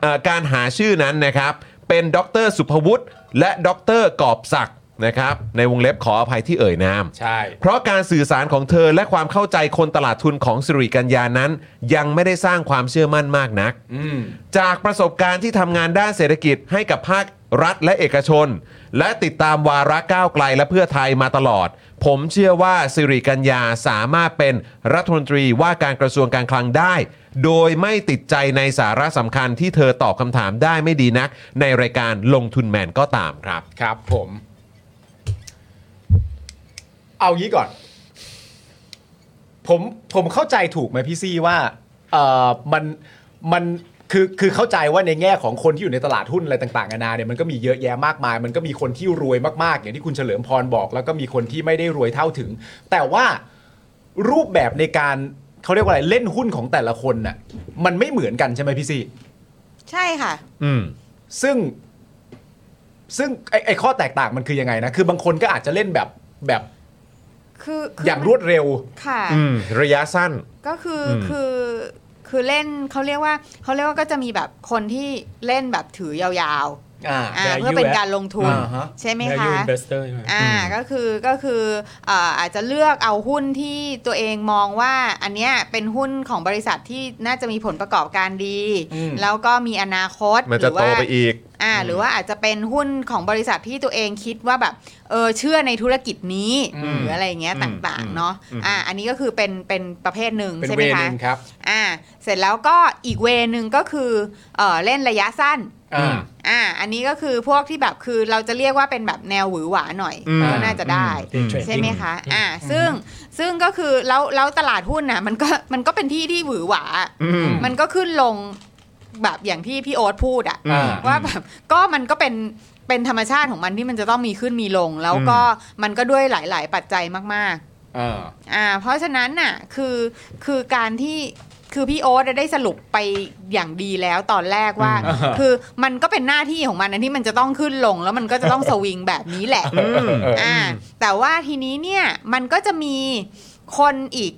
[SPEAKER 3] เอ่อการหาชื่อนั้นนะครับ เป็นดรสุภวุฒิและดรกอบศักดิ์นะครับ ในวงเล็บขออภัยที่เอ่ยนาม
[SPEAKER 7] ใช่
[SPEAKER 3] เพราะการสื่อสารของเธอและความเข้าใจคนตลาดทุนของสิริกัญญานั้น ยังไม่ได้สร้างความเชื่อมั่นมากนัก
[SPEAKER 7] อืม
[SPEAKER 3] จากประสบการณ์ที่ทำงานด้านเศรษฐกิจให้กับภาครัฐและเอกชน และติดตามวาระก้าวไกลและเพื่อไทยมาตลอด ผมเชื่อว่าสิริกัญญาสามารถเป็นรัฐมนตรีว่าการกระทรวงการคลังได้ โดยไม่ติดใจในสาระสำคัญที่เธอตอบคำถามได้ไม่ดีนัก ในรายการลงทุนแมนก็ตามครับ
[SPEAKER 7] ครับผม เอางี้ก่อน ผมผมเข้าใจถูกไหมพี่ซี่ว่าเออมันมันคือคือเข้าใจว่าในแง่ของคนที่อยู่ในตลาดหุ้นอะไรต่างๆนานาเนี่ยมันก็มีเยอะแยะมากมาย มันก็มีคนที่รวยมากๆ อย่างที่คุณเฉลิมพรบอก แล้วก็มีคนที่ไม่ได้รวยเท่าถึง แต่ว่ารูปแบบในการเขาเรียกว่าอะไรเล่นหุ้นของแต่ละคนน่ะมันไม่เหมือนกันใช่ไหมพี่ซี่
[SPEAKER 8] ใช่ค่ะ
[SPEAKER 3] อืม
[SPEAKER 7] ซึ่งซึ่งไอไอข้อแตกต่างมันคือยังไงนะ คือบางคนก็อาจจะเล่นแบบแบบ
[SPEAKER 8] คือคื
[SPEAKER 7] อย่างรวดเร็ว
[SPEAKER 8] ค่ะ
[SPEAKER 3] อืม ระยะสั้น
[SPEAKER 8] ก็คือ
[SPEAKER 3] อืม
[SPEAKER 8] คือคือเล่นเขาเรียกว่าเขาเรียกว่าก็จะมีแบบคนที่เล่นแบบถือยาว
[SPEAKER 7] อ่า
[SPEAKER 8] ๆอ่า
[SPEAKER 4] value
[SPEAKER 8] เพื่อเป็นการลงทุน
[SPEAKER 7] อ่าฮะ
[SPEAKER 8] ใช่ไหมคะ
[SPEAKER 4] value investor ใช่ไหม
[SPEAKER 8] อ่าก็คือก็คือเอ่ออาจจะเลือกเอาหุ้นที่ตัวเองมองว่าอันเนี้ยเป็นหุ้นของบริษัทที่น่าจะมีผลประกอบการดี
[SPEAKER 7] อืม
[SPEAKER 8] แล้วก็มีอนาคต
[SPEAKER 3] มันจะ
[SPEAKER 8] หรือ
[SPEAKER 3] โต
[SPEAKER 8] ว่า
[SPEAKER 3] ไปอีก
[SPEAKER 8] อ่าหรือว่าอาจจะเป็นหุ้นของบริษัทที่ตัวเองคิดว่าแบบเออเชื่อในธุรกิจนี้หรืออะไรอย่างเงี้ย
[SPEAKER 3] อืม
[SPEAKER 8] ต่าง
[SPEAKER 3] อืม
[SPEAKER 8] ๆเนาะ
[SPEAKER 3] อืม
[SPEAKER 8] อ่าอันนี้ก็คือเป็นเป็นประเภทหนึ่ง
[SPEAKER 7] เป็น
[SPEAKER 8] ใช่
[SPEAKER 7] เว
[SPEAKER 8] ไหม
[SPEAKER 7] นึ
[SPEAKER 8] คะ
[SPEAKER 7] งครับ
[SPEAKER 8] อ่าเสร็จแล้วก็อีกเวนึงก็คือเออเล่นระยะสั้น
[SPEAKER 7] อ่า
[SPEAKER 8] อ่า อันนี้ก็คือพวกที่แบบคือเราจะเรียกว่าเป็นแบบแนวหวือหวาหน่อย
[SPEAKER 3] อืม
[SPEAKER 8] ก็น่าจะได้
[SPEAKER 4] อืม
[SPEAKER 8] ใช่ไหมคะ อ่า ซึ่งซึ่งก็คือแล้วแล้วตลาดหุ้นน่ะมันก็มันก็เป็นที่ที่หวือหวา
[SPEAKER 3] อืม
[SPEAKER 8] มันก็ขึ้นลงแบบอย่างที่พี่โอ๊ตพูดอะ
[SPEAKER 3] อ่า
[SPEAKER 8] ว่าแบบก็มันก็เป็นเป็นธรรมชาติของมันที่มันจะต้องมีขึ้นมีลง แล้วก็มันก็ด้วยหลาย ๆ ปัจจัยมาก ๆ
[SPEAKER 7] อ่า
[SPEAKER 8] อ่าเพราะฉะนั้นน่ะคือคือการที่คือพี่โอ๊ตได้สรุปไปอย่างดีแล้วตอนแรกว่า
[SPEAKER 7] อืม
[SPEAKER 8] คือมันก็เป็นหน้าที่ของมันนะที่มันจะต้องขึ้นลง แล้วมันก็จะต้องสวิงแบบนี้แหละอ่าแต่ว่าทีนี้เนี่ยมันก็จะมีคนอีก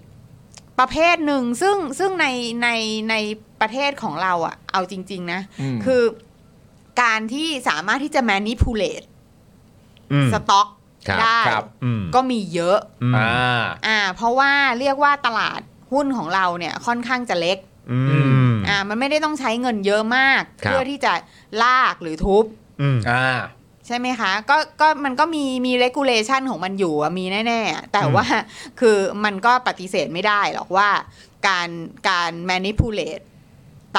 [SPEAKER 8] ประเภทหนึ่งซึ่งซึ่งในในในประเทศของเราอะเอาจริง ๆ นะ
[SPEAKER 7] ม
[SPEAKER 8] คือการที่สามารถที่จะ manipulate
[SPEAKER 3] อืม
[SPEAKER 8] สต็อก
[SPEAKER 3] ครับ
[SPEAKER 8] ได้
[SPEAKER 7] ครับ
[SPEAKER 3] อืม
[SPEAKER 8] ก็มีเยอะ
[SPEAKER 3] อืม
[SPEAKER 7] อ่า
[SPEAKER 8] อ่าเพราะว่าเรียกว่าตลาดหุ้นของเราเนี่ยค่อนข้างจะเล็ก
[SPEAKER 3] อืม
[SPEAKER 8] อ่ามันไม่ได้ต้องใช้เงินเยอะมาก
[SPEAKER 3] ครับ
[SPEAKER 8] เพื่อที่จะลากหรือทุบ
[SPEAKER 3] อืม
[SPEAKER 7] อ่า
[SPEAKER 8] ใช่ไหมคะก็ก็มันก็มีมี regulation ของมันอยู่อะมีแน่ๆอะแต่ว่าคือมันก็ปฏิเสธไม่ได้หรอกว่า การการ manipulate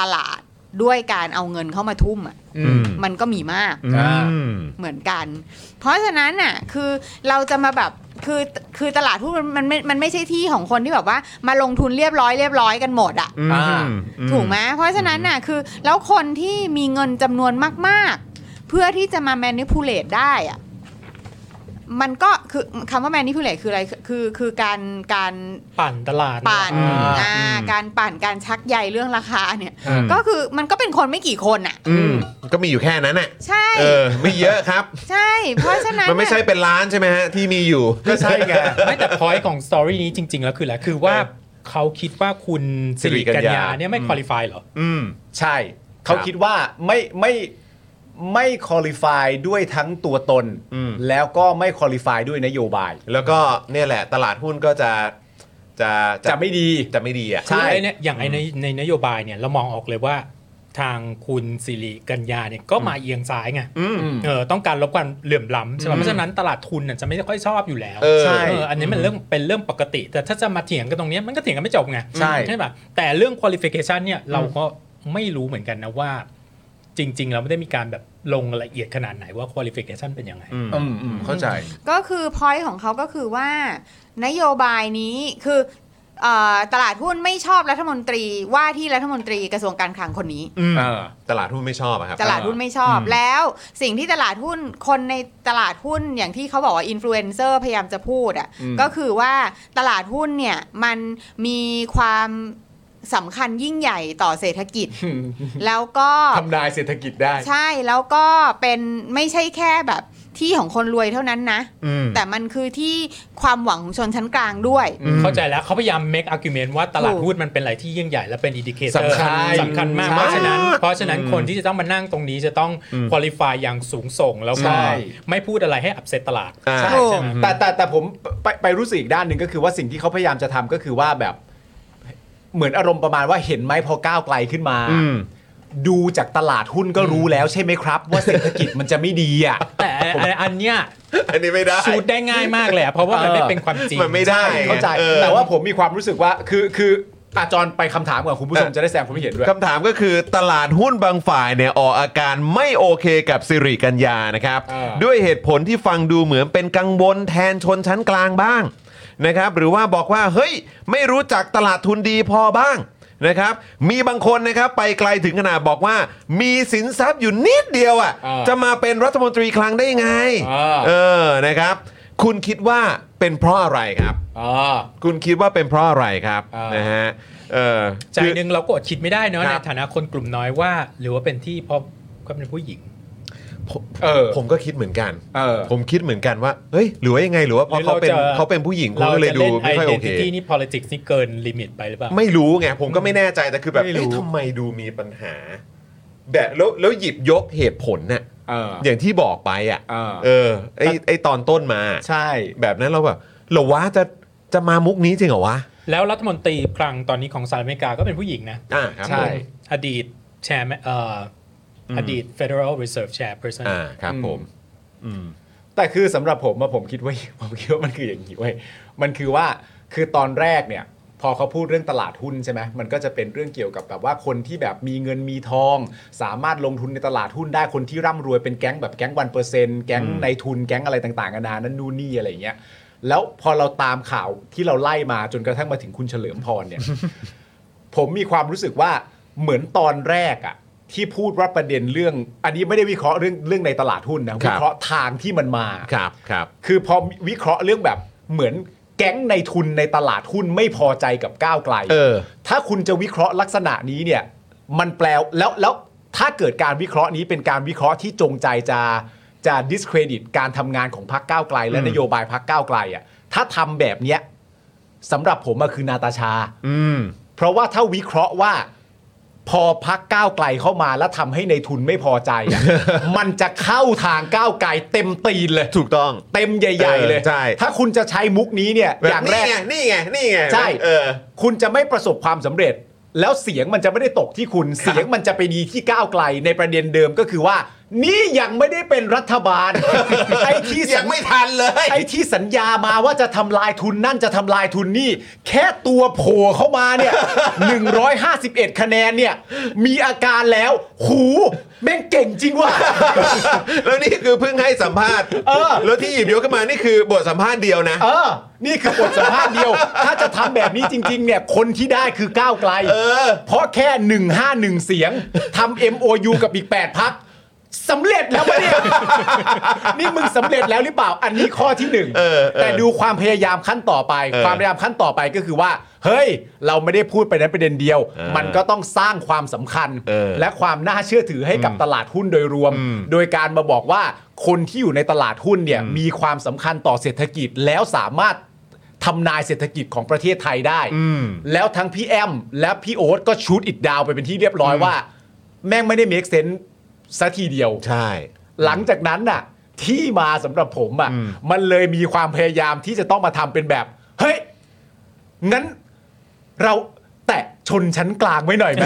[SPEAKER 8] ตลาด ด้วยการเอาเงินเข้ามาทุ่มอะ
[SPEAKER 3] อืม
[SPEAKER 8] มันก็มีมาก
[SPEAKER 3] อืม
[SPEAKER 8] เหมือนกัน เพราะฉะนั้นน่ะคือเราจะมาแบบคือคือตลาดหุ้นมันมันไม่มันไม่ใช่ที่ของคนที่แบบว่ามาลงทุนเรียบร้อยเรียบร้อยกันหมดอ่ะ
[SPEAKER 3] อืมอ่า
[SPEAKER 8] ถูกไหมเพราะฉะนั้นน่ะคือแล้วคนที่มีเงินจำนวนมากๆ เพื่อที่จะมา manipulate ได้อ่ะมันก็คือคำว่า manipulate คืออะไรคือคือการการ
[SPEAKER 4] ปั่นตลาด
[SPEAKER 8] ปั่น
[SPEAKER 4] อ่า
[SPEAKER 8] อ่าการปั่นการชักใยเรื่องราคาเนี่ย
[SPEAKER 3] อืม
[SPEAKER 8] ก็คือมันก็เป็นคนไม่กี่คนอ่ะ
[SPEAKER 3] อืมก็มีอยู่แค่นั้นน่ะ
[SPEAKER 8] ใช่
[SPEAKER 3] เออ ไม่เยอะครับ
[SPEAKER 8] ใช่ เพราะฉะนั้น
[SPEAKER 3] มันไม่ใช่
[SPEAKER 8] น่ะ
[SPEAKER 3] เป็นล้านใช่ไหมฮะ ที่มีอยู่
[SPEAKER 4] ก็ใช่ไงไม่แต่พอยของสตอรี่นี้จริง ๆ แล้วคืออะไรคือว่าเขาคิดว่าคุณสิริกัญญาเนี่ยไม่
[SPEAKER 3] อืม
[SPEAKER 4] คุริฟายเหรอ
[SPEAKER 3] อืม
[SPEAKER 7] ใช่ เขาคิดว่าไม่ไม่ไม่คอลี่ฟายด้วยทั้งตัวตน
[SPEAKER 3] อืม
[SPEAKER 7] แล้วก็ไม่คอลี่ฟายด้วยนโยบาย
[SPEAKER 3] แล้วก็เนี่ยแหละ ตลาดหุ้นก็จะจะ
[SPEAKER 7] จะไม่ดี
[SPEAKER 3] จะไม่ดีอ่ะ
[SPEAKER 7] ใช่
[SPEAKER 4] ใช่เนี่ยอย่างไอ้ในในนโยบายเนี่ยเรามองออกเลยว่าทางคุณสิริกัญญาเนี่ยก็มาเอียงซ้ายไง
[SPEAKER 3] อืม
[SPEAKER 4] เออต้องการลดความเหลื่อมล้ำใช่ไหม
[SPEAKER 3] อืม
[SPEAKER 4] เพราะฉะนั้นตลาดทุนน่ะจะไม่ค่อยชอบอยู่แล้ว
[SPEAKER 3] เออ
[SPEAKER 4] ใช่เอออันนี้มันเรื่องเป็นเรื่องปกติ แต่ถ้าจะมาเถียงกันตรงเนี้ยมันก็เถียงกันไม่จบไง
[SPEAKER 7] ใช่
[SPEAKER 4] ป่ะแต่เรื่อง qualification เนี่ยเราก็ไม่รู้เหมือนกันนะว่า จริง ๆ เราไม่ได้มีการแบบลงละเอียดขนาดไหนว่า qualification เป็นยังไง
[SPEAKER 3] อืม
[SPEAKER 7] อืมอืมเข้าใจ
[SPEAKER 8] ก็คือ point ของเขาก็คือว่า นโยบายนี้คือเอ่อตลาดหุ้นไม่ชอบรัฐมนตรีว่าที่รัฐมนตรีกระทรวงการคลังคนนี้
[SPEAKER 7] เออ
[SPEAKER 3] ตลาดหุ้นไม่ชอบอะครับ
[SPEAKER 8] ตลาดหุ้นไม่ชอบแล้วสิ่งที่ตลาดหุ้นคนในตลาดหุ้นอย่างที่เขาบอกว่าอินฟลูเอนเซอร์พยายามจะพูดอ่ะ
[SPEAKER 7] อืม
[SPEAKER 8] ก็คือว่าตลาดหุ้นเนี่ยมันมีความสำคัญยิ่งใหญ่ต่อเศรษฐกิจ แล้วก็
[SPEAKER 7] ทำนายเศรษฐกิจได้
[SPEAKER 8] ใช่แล้วก็เป็นไม่ใช่แค่แบบที่ของคนรวยเท่านั้นนะ
[SPEAKER 3] อืม
[SPEAKER 8] แต่มันคือที่ความหวังของชนชั้นกลางด้วย
[SPEAKER 3] อืม
[SPEAKER 4] เข้าใจแล้วเขาพยายาม make argument ว่าตลาดหุ้นมันเป็นอะไรที่ยิ่งใหญ่และเป็น indicator
[SPEAKER 7] สำคัญ
[SPEAKER 4] สำคัญมาก
[SPEAKER 7] ใช่
[SPEAKER 4] เพราะฉะนั้น เพราะฉะนั้น
[SPEAKER 7] อืม
[SPEAKER 4] คนที่จะต้องมานั่งตรงนี้จะต้อง
[SPEAKER 3] อืม
[SPEAKER 4] qualify อย่างสูงส่ง แล้ว
[SPEAKER 7] ใช่
[SPEAKER 4] ก็ไม่พูดอะไรให้ upset ตลาด
[SPEAKER 3] อ่า
[SPEAKER 8] ถูก
[SPEAKER 7] แต่แต่แต่ผมไปไปรู้สึกอีกด้านหนึ่งก็คือว่าสิ่งที่เขาพยายามจะทำก็คือว่าแบบเหมือนอารมณ์ประมาณว่าเห็นไหมพอก้าวไกลขึ้นมา
[SPEAKER 3] อืม
[SPEAKER 7] ดูจากตลาดหุ้นก็รู้แล้วใช่ไหมครับ ว่าเศรษฐกิจมันจะไม่ดีอ่ะ
[SPEAKER 4] แต่อันเนี้ย
[SPEAKER 3] อันนี้ไม่ได้
[SPEAKER 4] ชูดได้ง่ายมากเลยอะเพราะว่ามันไม่เป็นความจริง
[SPEAKER 3] มันไม่ได้
[SPEAKER 7] ใช่เข้าใจ
[SPEAKER 3] เออ
[SPEAKER 7] แต่ว่าผมมีความรู้สึกว่าคือคืออาจารย์ไปคำถามก่อนคุณผู้ชมจะได้แสดงความคิดเห็นด้วย
[SPEAKER 3] คำถามก็คือตลาดหุ้นบางฝ่ายเนี่ยออกอาการไม่โอเคกับสิริกัญญานะครับ
[SPEAKER 7] เออ
[SPEAKER 3] ด้วยเหตุผลที่ฟังดูเหมือนเป็นกังวลแทนชนชั้นกลางบ้างนะครับ หรือว่าบอกว่าเฮ้ย ไม่รู้จักตลาดทุนดีพอบ้างนะครับ มีบางคนนะครับไปไกลถึงขนาดบอกว่า มีสินทรัพย์อยู่นิดเดียวอ่ะ
[SPEAKER 7] เออ
[SPEAKER 3] จะมาเป็นรัฐมนตรีคลังได้ไง
[SPEAKER 7] เออ
[SPEAKER 3] เออนะครับ คุณคิดว่าเป็นเพราะอะไรครับ
[SPEAKER 7] อ๋อ
[SPEAKER 3] คุณคิดว่าเป็นเพราะอะไรครับ
[SPEAKER 7] เออ
[SPEAKER 3] นะฮะเออ
[SPEAKER 4] ใจ
[SPEAKER 3] คือ
[SPEAKER 4] หนึ่งเราก็อดคิดไม่ได้เนาะ
[SPEAKER 3] ค
[SPEAKER 4] ใน
[SPEAKER 3] รับ
[SPEAKER 4] ฐานะคนกลุ่มน้อยว่า หรือว่าเป็นที่เพราะเขาเป็นผู้หญิง
[SPEAKER 7] เออ
[SPEAKER 3] ผมก็คิดเหมือนกัน
[SPEAKER 7] เออ
[SPEAKER 3] ผมคิดเหมือนกันว่า เฮ้ย หรือว่ายังไง หรือว่าเพราะ
[SPEAKER 4] หรือ
[SPEAKER 3] เขา
[SPEAKER 4] เรา
[SPEAKER 3] เป็น
[SPEAKER 4] จะ
[SPEAKER 3] เขาเป็นผู้หญิงเขาก็เลยดูไม่ค่อยโอเค
[SPEAKER 4] identity นี่ politics นี่เกินลิมิตไปหรือเปล่า
[SPEAKER 3] ไม่รู้ไง ผมก็ไม่แน่ใจ แต่คือแบบ
[SPEAKER 7] ไม่รู้
[SPEAKER 3] เอ๊ะทำไมดูมีปัญหา แบบแล้วแล้วหยิบยกเหตุผลเนี่ย
[SPEAKER 7] เออ
[SPEAKER 3] อย่างที่บอกไปอ่ะ
[SPEAKER 7] เออ
[SPEAKER 3] เออ ไอไอตอนต้นมา
[SPEAKER 7] ใช่
[SPEAKER 3] แบบนั้นเราแบบเหรอวะจะจะมามุกนี้จริงเหรอวะ
[SPEAKER 4] แล้วรัฐมนตรีคลังตอนนี้ของสหรัฐอเมริกาก็เป็นผู้หญิงนะ
[SPEAKER 3] อ่าครับผ
[SPEAKER 7] ใช่
[SPEAKER 3] ม
[SPEAKER 4] อดีตแชร์เอ่ออ
[SPEAKER 3] ม
[SPEAKER 4] อดีต Federal Reserve Chairperson
[SPEAKER 3] อ่าครับผม
[SPEAKER 7] แต่คือสำหรับผมอะผมคิดว่า ผมคิดว่ามันคืออย่างนี้เว้ยมันคือว่าคือตอนแรกเนี่ย พอเขาพูดเรื่องตลาดหุ้นใช่ไหมมันก็จะเป็นเรื่องเกี่ยวกับแบบว่าคนที่แบบมีเงินมีทอง สามารถลงทุนในตลาดหุ้นได้คนที่ร่ำรวยเป็นแก๊งแบบแก๊งวันเปอร์เซ็นต์แก๊งในทุนแก๊งอะไรต่างๆนานานั่นนู่นนี่อะไรอย่างเงี้ยแล้วพอเราตามข่าวที่เราไล่มาจนกระทั่งมาถึงคุณเฉลิมพรเนี่ย ผมมีความรู้สึกว่าเหมือนตอนแรกอะที่พูดว่าประเด็นเรื่อง อันนี้ไม่ได้วิเคราะห์เรื่องเรื่องในตลาดหุ้นนะ
[SPEAKER 3] ครั
[SPEAKER 7] วิ
[SPEAKER 3] บ
[SPEAKER 7] เคราะห์ทางที่มันมา
[SPEAKER 3] ครับครับ
[SPEAKER 7] คือพอวิเคราะห์เรื่องแบบเหมือนแก๊งในทุนในตลาดหุ้นไม่พอใจกับก้าวไกล
[SPEAKER 3] เออ
[SPEAKER 7] ถ้าคุณจะวิเคราะห์ลักษณะนี้เนี่ย มันแปลแล้วแล้วถ้าเกิดการวิเคราะห์นี้เป็นการวิเคราะห์ที่จงใจจะจะ discredit การทำงานของพรรคก้าวไกล และนโยบายพรรคก้าวไกลอ่ะถ้าทำแบบเนี้ยสำหรับผมอะคือนาตาชา
[SPEAKER 3] อืม
[SPEAKER 7] เพราะว่าถ้าวิเคราะห์ว่าพอพักก้าวไกลเข้ามาแล้วทำให้ในทุนไม่พอใจ อะ มันจะเข้าทางก้าวไกลเต็มตีนเลย
[SPEAKER 3] ถูกต้อง
[SPEAKER 7] เต็มใหญ่ ๆ เลย
[SPEAKER 3] เออใช่
[SPEAKER 7] ถ้าคุณจะใช้มุกนี้เนี่ย
[SPEAKER 3] แบบ
[SPEAKER 7] อย่างแรก
[SPEAKER 3] นี่ไงนี่ไงนี่ไง
[SPEAKER 7] ใช่
[SPEAKER 3] เออ
[SPEAKER 7] คุณจะไม่ประสบความสำเร็จ แล้วเสียงมันจะไม่ได้ตกที่คุณ เสียงมันจะไปดีที่ก้าวไกลในประเด็นเดิมก็คือว่า นี่ยังไม่ได้เป็นรัฐ บาล ไอ้ที่ยังไม่ทันเลย ไอ้ที่สัญญามาว่าจะทำลายทุนนั่นจะทำลายทุนนี่ แค่ตัวโผล่เข้ามา เนี่ย 151 คะแนนเนี่ย มีอาการแล้ว หูแม่งเก่งจริงว่ะ
[SPEAKER 3] แล้วนี่คือเพิ่งให้สัมภาษณ์แล้วที่หยิบยกขึ้นมานี่คือบทสัมภาษณ์เดียวนะ
[SPEAKER 7] เออ นี่คือบทสัมภาษณ์เดียว ถ้าจะทำแบบนี้จริง ๆ เนี่ย คนที่ได้คือก้าวไกล เพราะแค่ 151 เสียงทำ MOU กับอีก 8 พักสำเร็จแล้วปะเนี่ย นี่มึงสำเร็จแล้วหรือเปล่า อันนี้ข้อที่หนึ่งแต่ดูความพยายามขั้นต่อไป
[SPEAKER 3] เออ
[SPEAKER 7] ความพยายามขั้นต่อไปก็คือว่า เฮ้ย เราไม่ได้พูดไปนั้นประเด็นเดียว
[SPEAKER 3] เออ
[SPEAKER 7] มันก็ต้องสร้างความสำคัญ
[SPEAKER 3] เออ
[SPEAKER 7] และความน่าเชื่อถือให้กับตลาดหุ้นโดยรวม โดยการมาบอกว่าคนที่อยู่ในตลาดหุ้นเนี่ยมีความสำคัญต่อเศรษฐกิจแล้วสามารถทำนายเศรษฐกิจของประเทศไทยได้ แล้วทั้งพี่แอม และพี่โอ๊ตก็ชูดอิดดาวไปเป็นที่เรียบร้อยว่า แม่งไม่ได้เมคเซนส์สัทีเดียว
[SPEAKER 3] ใช่
[SPEAKER 7] หลังจากนั้นน่ะ ที่มาสำหรับผมอ่ะมันเลยมีความพยายามที่จะต้องมาทำเป็นแบบ เฮ้ย งั้นเราแตะชนชั้นกลางไว้หน่อย ไหม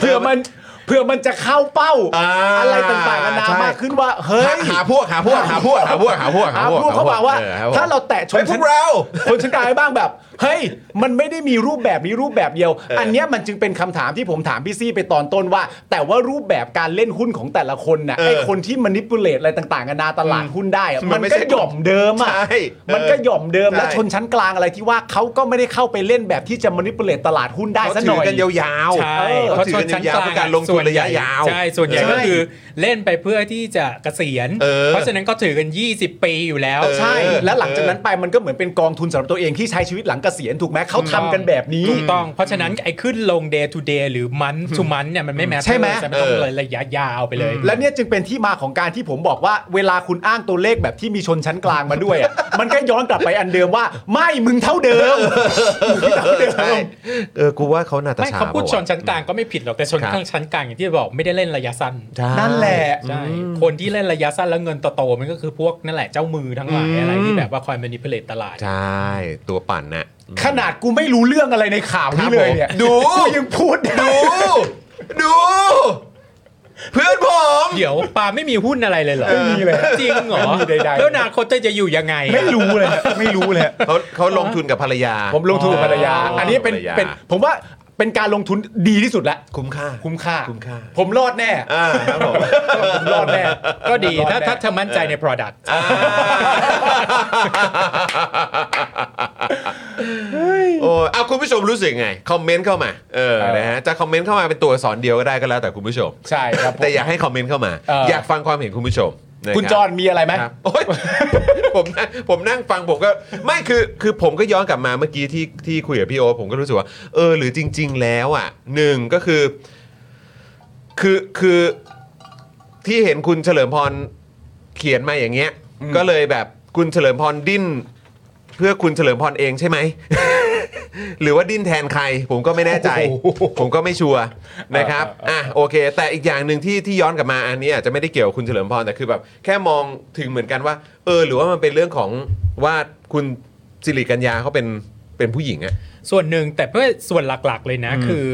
[SPEAKER 7] เพื่อมันเพื่อมันจะเข้าเป้า
[SPEAKER 3] อ่า
[SPEAKER 7] อะไรต่างๆนานา
[SPEAKER 3] ใช่
[SPEAKER 7] มากขึ้นว่า เฮ้ย
[SPEAKER 3] หาพวกหาพวกหาพวกหาพวกหาพวก
[SPEAKER 7] หาพวกเข้ามาว่า
[SPEAKER 3] ออหพก
[SPEAKER 7] ถ้าเราแตะชน
[SPEAKER 3] เฮ้ยพวกเรา
[SPEAKER 7] ชนชั้นกลางบ้างแบบ เฮ้ย มันไม่ได้มีรูปแบบนี้รูปแบบเดียว อันเนี้ยมันจึงเป็นคำถามที่ผมถามพี่ซี่ไปตอนต้นว่า แต่ว่ารูปแบบการเล่นหุ้นของแต่ละคนนะ
[SPEAKER 3] เออ
[SPEAKER 7] ไอ้คนที่มันนิป l เลตอะไรต่างๆกันานาตลาดหุ้นได้อะ
[SPEAKER 3] มั
[SPEAKER 7] มัน น
[SPEAKER 3] ไม่ใช่
[SPEAKER 7] ก็หย่อมเดิมอ่ะ
[SPEAKER 3] ใช่เออ
[SPEAKER 7] มันก็หย่อมเดิมและ
[SPEAKER 3] ใช่
[SPEAKER 7] ชนชั้นกลางอะไรที่ว่าเขาก็ไม่ได้เข้าไปเล่นแบบที่จะมานิป l เลตตลาดหุ้นได้ซะหน่
[SPEAKER 3] เขา
[SPEAKER 7] อย
[SPEAKER 3] ถืกันยาวๆ
[SPEAKER 4] ใช่
[SPEAKER 3] ออ
[SPEAKER 4] เพ
[SPEAKER 3] เขา
[SPEAKER 4] ราะ
[SPEAKER 3] ถือ
[SPEAKER 4] ชน
[SPEAKER 3] กัน
[SPEAKER 4] ชั้น
[SPEAKER 3] ยาก วๆ
[SPEAKER 4] ลาง
[SPEAKER 3] เพื่อการลงทุนระยะยาว
[SPEAKER 4] ใช่ส่วนใหญ่
[SPEAKER 3] เออ
[SPEAKER 4] ก็คือเล่นไปเพื่อที่จะเกษียณ
[SPEAKER 3] เออ
[SPEAKER 4] เพราะฉะนั้นก็ถือกัน 20 ปีอยู่แล้ว
[SPEAKER 7] ใช่
[SPEAKER 3] เออ
[SPEAKER 7] และหลังจากนั้นไปมันก็เหมือนเป็นกองทุนสำหรับตัวเองที่ใช้ชีวิตหลังเกษียณถูกไหมเขาทำกันแบบนี้
[SPEAKER 4] ถูกต้อง เพราะฉะนั้นไอ้ขึ้นลง day to day หรือ month to month เนี่ยมันไม่แมท
[SPEAKER 7] ใช่ไหม
[SPEAKER 4] แต่มันต้องเลยระยะยาวไปเลย
[SPEAKER 7] และเนี่ยจึงเป็นที่มาของการที่ผมบอกว่า เวลาคุณอ้างตัวเลขแบบที่มีชนชั้นกลางมาด้วย อะ มันก็ย้อนกลับไปอันเดิมว่า ไม่มึงเท่าเดิมมึงเท่าเดิ
[SPEAKER 3] ใช่
[SPEAKER 7] ม
[SPEAKER 3] เออกูว่าเขาน่าตา
[SPEAKER 4] ไม่
[SPEAKER 3] ชา
[SPEAKER 4] เขาพูด
[SPEAKER 3] ปะวะ
[SPEAKER 4] ชนชั้นกลางก็ไม่ผิดหรอก แต่ชน
[SPEAKER 3] ครับ
[SPEAKER 4] ข้างชั้นกลางอย่างที่บอกไม่ได้เล่นระยะสั้น
[SPEAKER 3] ใช่
[SPEAKER 7] นั่นแหละ
[SPEAKER 4] ใช่คนที่เล่นระยะสั้นแล้วเงินโตๆมันก็คือพวกนั่นแหละเจ้ามือทั้งหลายอะไรที่แบบว่าคอยมานิเพลตตลาด
[SPEAKER 3] ใช่ ตัวปั่นน่ะ
[SPEAKER 7] ขนาดกูไม่รู้เรื่องอะไรในข่าว
[SPEAKER 3] ครั
[SPEAKER 7] นี่
[SPEAKER 3] บ
[SPEAKER 7] เลยเนี่ย
[SPEAKER 3] ผมดู
[SPEAKER 7] กูยังพูดได้
[SPEAKER 3] ดู ดู เพื่อนผม
[SPEAKER 4] เดี๋ยวปาไม่มีหุ้นอะไรเลยเหรอ
[SPEAKER 7] ไม่มีเลย
[SPEAKER 4] จริงเหรอ
[SPEAKER 7] ไม่มีใดๆ
[SPEAKER 4] แล้วอนาคตจะอยู่ยังไง
[SPEAKER 7] ไม่รู้เลยฮะไม่รู้เลยฮะ
[SPEAKER 3] เขาเขาลงทุนกับภรรยา
[SPEAKER 7] ผมลงทุนกับภรรยา
[SPEAKER 3] อ๋ออั
[SPEAKER 7] อันนี้เป็น
[SPEAKER 3] ภรรยา
[SPEAKER 7] เป็นผมว่าเป็นการลงทุนดีที่สุดละ
[SPEAKER 3] คุ้มค่า
[SPEAKER 7] คุ้มค่า
[SPEAKER 3] คุ้มค่า
[SPEAKER 7] ผมรอดแน่
[SPEAKER 3] อ่าครับผม
[SPEAKER 7] ผมรอดแน่
[SPEAKER 4] ก็ดีถ้าถ้าเธอมั่นใจใน Product
[SPEAKER 3] อ่าโอ้เอาคุณผู้ชมรู้สึกไง คอมเมนต์เข้ามา เออ
[SPEAKER 7] เออ
[SPEAKER 3] นะฮะ จะคอมเมนต์เข้ามาเป็นตัวสอนเดียวก็ได้ก็แล้วแต่คุณผู้ชม
[SPEAKER 7] ใช่ครับผม
[SPEAKER 3] แต่อยากให้คอมเมนต์เข้ามา
[SPEAKER 7] เออ
[SPEAKER 3] อ
[SPEAKER 7] อ
[SPEAKER 3] ยากฟังความเห็นคุณผู้ชมนะ
[SPEAKER 7] คุณ
[SPEAKER 3] รับ
[SPEAKER 7] จอห์นมีอะไรไหม
[SPEAKER 3] ครับโอ๊ย ผมนั่งผมนั่งฟังผมก็ไม่คือคือผมก็ย้อนกลับมาเมื่อกี้ที่ที่คุยกับพี่โอ๊ตผมก็รู้สึกว่า เออ หรือจริง ๆ แล้วอ่ะหนึ่งก็คือ คือคือที่เห็นคุณเฉลิมพรเขียนมาอย่างเงี้ย ก็เลยแบบคุณเฉลิมพรดิ้น เพื่อคุณเฉลิมพรเองใช่ไหม หรือว่าดิ้นแทนใคร ผมก็ไม่แน่ใจ ผมก็ไม่ชัวร์นะครับอ่ะโอเค แต่อีกอย่างหนึ่งที่ที่ย้อนกลับมาอันนี้อาจจะไม่ได้เกี่ยวกับคุณเฉลิมพรแต่คือแบบ แค่มองถึงเหมือนกันว่า เออ หรือว่ามันเป็นเรื่องของว่าคุณสิริกัญญาเขาเป็นเป็นผู้หญิงอะ
[SPEAKER 4] ส่วนหนึ่งแต่เพื่อส่วนหลักๆเลยนะคือ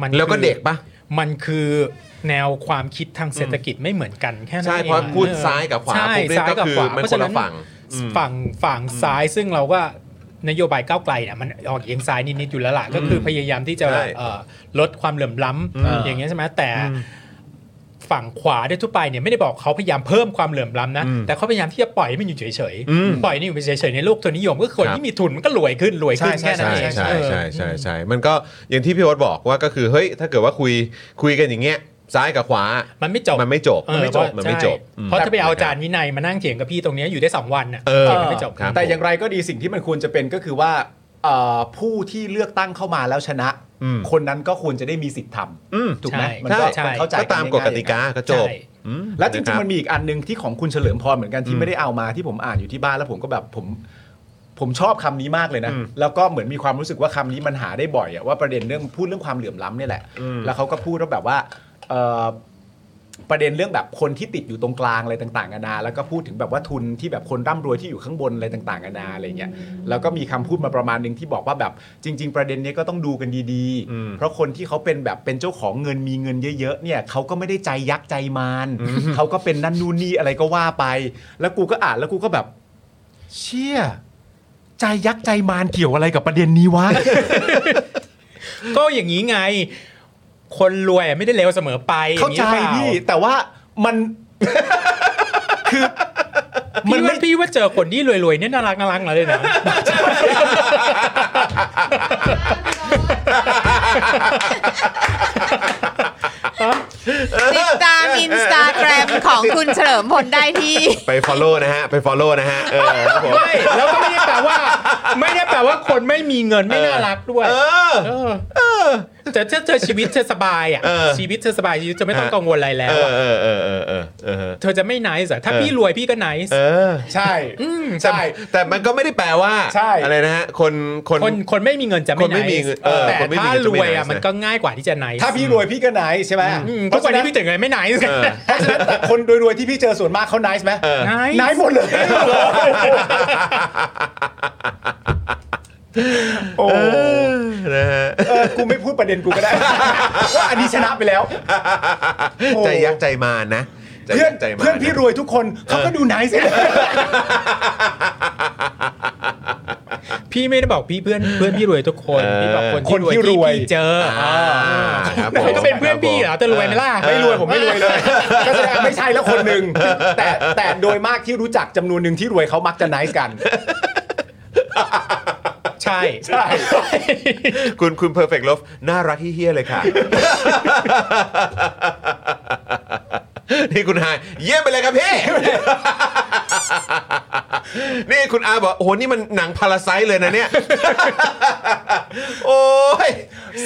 [SPEAKER 4] มัน
[SPEAKER 3] แล้วก็
[SPEAKER 4] คือ
[SPEAKER 3] เด็กปะ
[SPEAKER 4] มันคือแนวความคิดทางเศรษฐกิจไม่เหมือนกันแค่นั้น
[SPEAKER 3] ใช่
[SPEAKER 4] อง
[SPEAKER 3] เพราะพูด
[SPEAKER 4] ออ
[SPEAKER 3] ซ้ายกับขวา
[SPEAKER 4] ใช่
[SPEAKER 3] ปุ๊บเนี่ย
[SPEAKER 4] ซ้าย
[SPEAKER 3] ก็
[SPEAKER 4] กับ
[SPEAKER 3] คือ
[SPEAKER 4] ขวา
[SPEAKER 3] มัน
[SPEAKER 4] เพราะ
[SPEAKER 3] คน
[SPEAKER 4] ฉะ
[SPEAKER 3] ละ
[SPEAKER 4] นั้น
[SPEAKER 3] ฝั่งอืม
[SPEAKER 4] ฝั่งฝั่งซ้ายซึ่งเราก็นโยบายก้าวไกลเนี่ยมันออกเอียงซ้ายนิดๆอยู่แล้วล่ะก็คือพยายามที่จะ
[SPEAKER 3] ใช่
[SPEAKER 4] เอ่อลดความเหลื่อมล้ำ
[SPEAKER 3] อืม
[SPEAKER 4] อย่างเงี้ยใช่ไหมแต่ ฝั่งขวาได้ทั่วไปเนี่ยไม่ได้บอกเขาพยายามเพิ่มความเหลื่อมล้ำนะ แต่เขาพยายามที่จะปล่อยให้มันอยู่เฉยๆปล่อยนี่อยู่เฉยๆในโลกทุนนิยมก็คือคน
[SPEAKER 3] ครับ
[SPEAKER 4] ที่มีทุนมันก็รวยขึ้นรวยขึ้น
[SPEAKER 7] ใช่
[SPEAKER 4] แค่นั้น
[SPEAKER 3] ใช่
[SPEAKER 4] เอง
[SPEAKER 3] ใช่
[SPEAKER 4] เออ
[SPEAKER 3] ใช่ใช่ใช่มันก็อย่างที่พี่โอ๊ตบอกว่าก็คือเฮ้ยถ้าเกิดว่าคุยคุยกันอย่างเงี้ยซ้ายกับขวา
[SPEAKER 4] มันไม่จบ
[SPEAKER 3] มันไม่จบ
[SPEAKER 4] เออ
[SPEAKER 3] มันไม่จบ
[SPEAKER 4] เพราะ
[SPEAKER 3] มันไม่จบ
[SPEAKER 4] ใช่
[SPEAKER 3] อืม
[SPEAKER 4] เพราะถ้าไปเอา
[SPEAKER 3] ครับ
[SPEAKER 4] อาจารย์วินัยมานั่งเถียงกับพี่ตรงเนี้ยอยู่ได้ 2 วันน่ะ
[SPEAKER 3] เออ
[SPEAKER 4] ถียงกันไม่จบ
[SPEAKER 3] ครับ
[SPEAKER 7] แต่
[SPEAKER 3] ผม
[SPEAKER 7] อย่างไรก็ดีสิ่งที่มันควรจะเป็นก็คือว่าเอ่อผู้ที่เลือกตั้งเข้ามาแล้วชนะ คนนั้นก็ควรจะได้มีสิทธิ์ทำถูกไหม
[SPEAKER 4] ใช่
[SPEAKER 7] มันก็
[SPEAKER 4] ใช่
[SPEAKER 7] มันเข้าใจ
[SPEAKER 3] ก็ตามกฎกติกาก็จบ
[SPEAKER 4] ใช่
[SPEAKER 3] อืม
[SPEAKER 7] แล้วจริง
[SPEAKER 3] ะค
[SPEAKER 7] ๆ
[SPEAKER 3] บ
[SPEAKER 7] มันมีอีกอันหนึ่งที่ของคุณเฉลิมพรเหมือนกันที่ไม่ได้เอามาที่ผมอ่านอยู่ที่บ้านแล้วผมก็แบบผมผมชอบคำนี้มากเลยนะ แล้วก็เหมือนมีความรู้สึกว่าคำนี้มันหาได้บ่อยอะว่าประเด็นเรื่องพูดเรื่องความเหลื่อมล้ำเนี่ยแหละ แล้วเขาก็พูดว่าแบบว่าเอ่อ ประเด็นเรื่องแบบคนที่ติดอยู่ตรงกลางอะไรต่างๆนานาแล้วก็พูดถึงแบบว่าทุนที่แบบคนร่ำรวยที่อยู่ข้างบนอะไรต่างๆนานาอะไรเงี้ยแล้วก็มีคำพูดมาประมาณหนึงที่บอกว่าแบบจริง ๆ ประเด็นเนี้ยก็ต้องดูกันดีๆ เพราะคนที่เขาเป็นแบบเป็นเจ้าของเงินมีเงินเยอะๆเนี่ยเขาก็ไม่ได้ใจยักษ์ใจมารเขาก็เป็นนั่นนู่นนี่อะไรก็ว่าไป แล้วกูก็อ่านแล้วกูก็แบบ เชี่ย ใจยักษ์ใจมารเกี่ยวอะไรกับประเด็นนี้วะ
[SPEAKER 4] ก็อย่างนี้ไง คนรวยไม่ได้เลวเสมอไปอย่
[SPEAKER 7] เข้าง
[SPEAKER 4] นี้ห
[SPEAKER 7] ใจ
[SPEAKER 4] รือปล่
[SPEAKER 7] พี่ แต่ว่ามัน คือ
[SPEAKER 4] พี่ว่าพี่ว่าเจอคนที่รวยๆเนี่ยน่ารักน่ารักเลยนะ
[SPEAKER 8] ติดตามอินสตาแกรมของคุณเฉลิมพลได้ที่
[SPEAKER 3] ไป follow นะฮะ ไป follow นะฮะ เออครับผม
[SPEAKER 4] ไม่แล้วก็ไม่ได้แปลว่า ไม่ได้แปลว่าคนไม่มีเงินไม่น่ารักด้วย
[SPEAKER 3] เออ
[SPEAKER 4] เออแต่ถ้าเธอชีวิตเธอสบายอ่ะ
[SPEAKER 3] เออ
[SPEAKER 4] ชีวิตเธอสบายชีวิตจะไม่ต้องกังวลอะไรแล้
[SPEAKER 3] เออ
[SPEAKER 4] วอะ
[SPEAKER 3] เออเออเออเออเออ
[SPEAKER 4] เธอจะไม่ nice เหรอถ้า
[SPEAKER 3] เออ
[SPEAKER 4] พี่รวยพี่ก็ nice
[SPEAKER 3] เออ
[SPEAKER 7] ใช่
[SPEAKER 4] อืม
[SPEAKER 3] ใช่แต่มันก็ไม่ได้แปลว่า
[SPEAKER 7] ใช่
[SPEAKER 3] อะไรนะฮะคนคน
[SPEAKER 4] คนคนไม่มีเงินจะ
[SPEAKER 3] ค
[SPEAKER 4] ไม่
[SPEAKER 3] นไม่มี
[SPEAKER 4] nice
[SPEAKER 3] เงินเออ
[SPEAKER 4] แต่
[SPEAKER 3] คนไม่มี
[SPEAKER 4] ถ้า
[SPEAKER 3] เงิน
[SPEAKER 4] ร
[SPEAKER 3] จะไม่
[SPEAKER 4] วยอ่ะ
[SPEAKER 3] nice
[SPEAKER 4] มันก็ง่ายกว่าที่จะ nice
[SPEAKER 7] ถ้าพี่รวยพี่ก็ไนท์ใช่ไหม
[SPEAKER 4] อืม
[SPEAKER 7] เพ
[SPEAKER 4] ทุก
[SPEAKER 7] ราะ
[SPEAKER 4] วัน
[SPEAKER 7] ฉะ
[SPEAKER 4] นี้
[SPEAKER 7] นั้น
[SPEAKER 4] พี่ถึงไงไม่ nice
[SPEAKER 3] เออ
[SPEAKER 7] เพราะฉะนั้นแต่คนรวยๆที่พี่เจอส่วนมากเขาไนท์ไหม
[SPEAKER 3] เออ
[SPEAKER 4] nice
[SPEAKER 7] ไนท์หมดเลย โอ้
[SPEAKER 3] เออนะฮะ
[SPEAKER 7] เออกูไม่พูดประเด็นกูก็ได้ ว่าอันนี้ชนะไปแล้ว โอ้
[SPEAKER 3] ใจยักษ์ใจมารนะใจ
[SPEAKER 7] เพื่อ
[SPEAKER 3] ยั
[SPEAKER 7] น
[SPEAKER 3] กษ์ใจมาร
[SPEAKER 7] เพื่อนพี่รวยทุกคนเขาก็ดูไนท์เลย
[SPEAKER 4] พี่ไม่ได้บอกพี่เพื่อนเพื่อนพี่รวยทุกคนพี่บอกคนที่รวยที่พี่เจอ
[SPEAKER 3] อ่าครับผม
[SPEAKER 4] ก็เป็นเพื่อนพี่เหรอจะรวยไหมล่ะ
[SPEAKER 7] ไม่รวยผมไม่รวยเลยก็แสดงว่าไม่ใช่แล้วคนหนึ่งแต่แต่โดยมากที่รู้จักจำนวนหนึ่งที่รวยเขามักจะไนท์กัน
[SPEAKER 4] ใช่
[SPEAKER 7] ใช่
[SPEAKER 3] คุณคุณ perfect love น่ารักเฮี้ยๆเลยค่ะ นี่คุณฮายเยี่ยมไปเลยครับพี่ นี่คุณอาบอกโอ้โหนี่มันหนังพาราไซต์เลยนะเนี่ย โอ้ย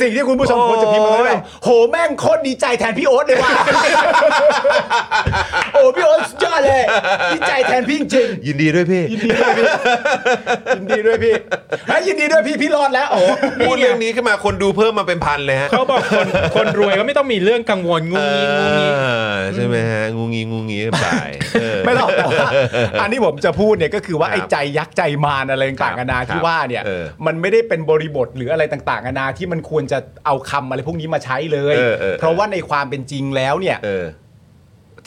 [SPEAKER 7] สิ่งที่คุณผู้ชมควรจะพิมพ์มาเลยว่าโหแม่งโคตรดีใจแทนพี่โอ๊ต เลยว่ะโอ้พี่โอ๊ตสุดยอดเลยดีใจแทนพี่จริง
[SPEAKER 3] ยินดีด้วยพี่
[SPEAKER 7] ๆยินดีด้วยพี่ยินดีด้วยพี่เฮ้ยยินดีด้วยพี่พี่รอดแล้วโอ้โห
[SPEAKER 3] พูดเรื่องนี้ขึ้นมาคนดูเพิ่มมาเป็นพันเลยฮะ
[SPEAKER 4] เขาบอกคนคนรวยก็ไม่ต้องมีเรื่องกังวลงูงี้งูงี้
[SPEAKER 3] เออใช่ไหมฮะ งูงี้งูงี้กันไปเออ
[SPEAKER 7] ไม่หรอกแต่ว่า อันนี้ผมจะพูดเนี่ยก็คือว่า
[SPEAKER 3] ครับ
[SPEAKER 7] ไอ้ใจยักษ์ใจมารอะไรต่างๆนานา
[SPEAKER 3] ครับ
[SPEAKER 7] ที่ว่าเนี่ย
[SPEAKER 3] เออ
[SPEAKER 7] มันไม่ได้เป็นบริบทหรืออะไรต่างๆนานาที่มันควรจะเอาคำอะไรพวกนี้มาใช้เลย
[SPEAKER 3] เออเออเออ
[SPEAKER 7] เพราะว่าในความเป็นจริงแล้วเนี่ย
[SPEAKER 3] เออ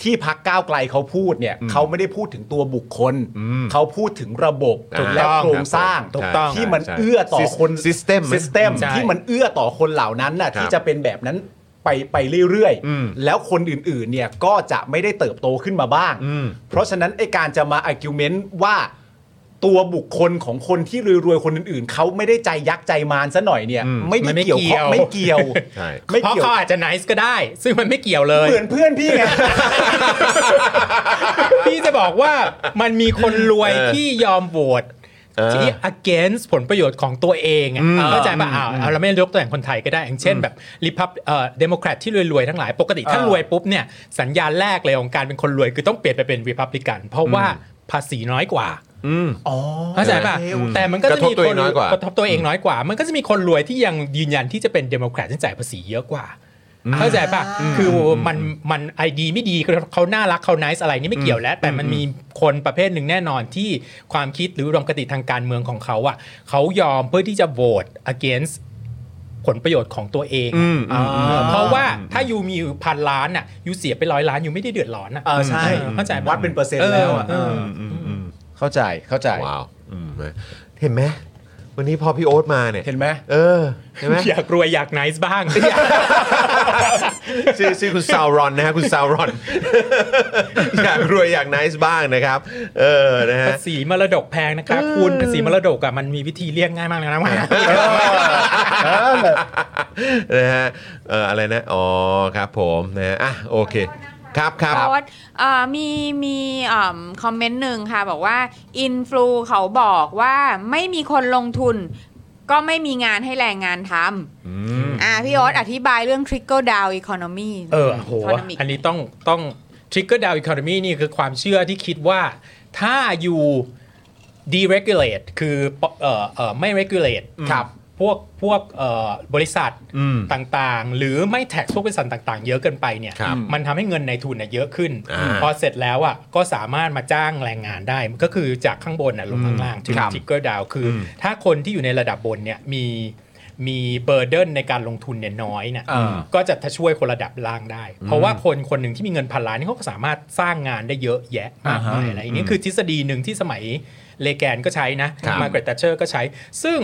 [SPEAKER 7] ที่พักก้าวไกลเขาพูดเนี่ยเขาไม่ได้พูดถึงตัวบุคคล
[SPEAKER 3] อืม
[SPEAKER 7] เขาพูดถึงระบบ
[SPEAKER 3] ถูก
[SPEAKER 7] และ
[SPEAKER 3] ต้อง
[SPEAKER 7] โครงสร้าง
[SPEAKER 3] ถูกต้อง
[SPEAKER 7] ที่มัน
[SPEAKER 3] ใช่
[SPEAKER 7] เอื้อต่อคน
[SPEAKER 3] System
[SPEAKER 7] ซิสเต็ม
[SPEAKER 4] ใช่
[SPEAKER 7] ที่มันเอื้อต่อคนเหล่านั้นน่ะที่จะเป็นแบบนั้นไปไปเรื่อย
[SPEAKER 3] อืม
[SPEAKER 7] ๆ แล้วคนอื่นๆเนี่ยก็จะไม่ได้เติบโตขึ้นมาบ้าง
[SPEAKER 3] อืม
[SPEAKER 7] เพราะฉะนั้นไอการจะมาอ r g u m เ n นต์ว่าตัวบุคคลของคนที่รวยๆคนอื่นๆเขาไม่ได้ใจยักษ์ใจมารซะหน่อยเนี่ย ไม่ได้เกี่ยวข้องไม่เกี่ยว
[SPEAKER 3] ใช่
[SPEAKER 7] ไม่
[SPEAKER 4] เพราะ
[SPEAKER 7] เกี่ยว
[SPEAKER 4] เขาอาจจะ nice ก็ได้ ซึ่งมันไม่เกี่ยวเลย
[SPEAKER 7] เหมือนเพื่อนพี่ไง
[SPEAKER 4] พี่จะบอกว่ามันมีคนรวย
[SPEAKER 3] เออ
[SPEAKER 4] ที่ยอมโหวต
[SPEAKER 3] เออ
[SPEAKER 4] ที่ against ผลประโยชน์ของตัวเองอะ
[SPEAKER 3] อืม
[SPEAKER 4] เข้าใจป่ะอ้าวเอาเราไม่ยกตัวอย่างคนไทยก็ได้อย่างเช่นแบบริพับเอ่อเดโมแครตที่รวยๆทั้งหลายปกติถ้ารวยปุ๊บเนี่ยสัญญาณแรกเลยของการเป็นคนรวยคือต้องเปลี่ยนไปเป็นริพับลิกัน เพราะว่าภาษีน้อยกว่า เข้าใจป่ะ แต่มันก็จะมี
[SPEAKER 3] กระทบตัวเอง
[SPEAKER 4] ค
[SPEAKER 3] น้อยกว่า
[SPEAKER 4] ระทบตัวเองน้อยกว่า มันก็จะมีคนรวยที่ยังยืนยันที่จะเป็นเดโมแครตที่จ่ายภาษีเยอะกว่า เข้าใจป่ะ คือมันมันไอดีไม่ดีคือเขาน่ารักเขา n น c e อะไรนี่ไม่เกี่ยวแล้ว แต่มันมีคนประเภทหนึ่งแน่นอนที่ความคิดหรืออุดมคติทางการเมืองของเขาอ่ะเขายอมเพื่อที่จะโหวต against ผลประโยชน์ของตัวเอง
[SPEAKER 3] อืมอืม
[SPEAKER 4] เออเพราะว่าถ้าอยู่มีอยู่พันล้านอ่ะอยู่เสียไปร้อยล้านอยู่ไม่ได้เดือดร้อนอ่ะ
[SPEAKER 7] เออใช่
[SPEAKER 4] เข้าใจปะ
[SPEAKER 7] วัดเป็นเปอร์เซ็นต์แล้วอะ
[SPEAKER 4] เออเออ
[SPEAKER 7] เข้าใจเข้าใจ
[SPEAKER 3] ว้าวอืมเห็นไหมวันนี้พอพี่โอ๊ตมาเนี่ย
[SPEAKER 7] เห็นไหม
[SPEAKER 3] เออเห็นไหม
[SPEAKER 4] อยากรวยอยากไนซ์ บ้าง
[SPEAKER 3] ชื่อชื่อคุณซาวรอนนะฮะคุณซาวรอน อยากรวยอยากไนซ์บ้างนะครับ เออนะฮะ
[SPEAKER 4] ภาษีมรดกแพงนะคะคุณภาษีมรดกอะมันมีวิธีเลี่ยงง่ายมากเลยนะว่า
[SPEAKER 3] นะฮะเอออะไรนะอ๋อครับผมนะฮะอ่ะโอเค ครับครับ
[SPEAKER 8] โพสต์เอ่อมีมีอ่ำคอมเมนต์หนึ่งค่ะ บอกว่าอินฟลูเขาบอกว่าไม่มีคนลงทุน ก็ไม่มีงานให้แรงงานทำอ่าพี่ออสอธิบายเรื่อง trickle down economy
[SPEAKER 4] เออโห
[SPEAKER 8] Economic
[SPEAKER 4] อันนี้ต้องต้อง trigger down economy นี่คือความเชื่อที่คิดว่าถ้าอยู่ deregulate คือปเอ่อเอ่อไม่ regulate
[SPEAKER 3] ครับ
[SPEAKER 4] พวกพวกเอ่อบริษัทต่างๆ หรือไม่แท็กพวกบริษัทต่างๆ เยอะเกินไปเนี่ย
[SPEAKER 12] ครับ
[SPEAKER 4] มันทำให้เงินในทุนเนี่ยเยอะขึ้น
[SPEAKER 12] อ่า
[SPEAKER 4] พอเสร็จแล้วอ่ะก็สามารถมาจ้างแรงงานได้ก็คือจากข้างบนน่ะลงข้างล่างถึง
[SPEAKER 7] ครับ
[SPEAKER 4] ทิกเกอร์ดาวคืออถ้าคนที่อยู่ในระดับบนเนี่ยมีมีเบอร์เดนในการลงทุนเนี่ยน้อยนะ
[SPEAKER 7] อ่า
[SPEAKER 4] ก็จะช่วยคนระดับล่างได้ เพราะว่าคนคนหนึ่งที่มีเงินพันล้านนี่เขาก็สามารถสร้างงานได้เยอะแยะมากมายอะไรอย่างนี้คือทฤษฎีหนึ่งที่สมัยเลแกนก็ใช้นะครับ มาเกรต t ัชเชอร์ก็ใช้ ซึ่ง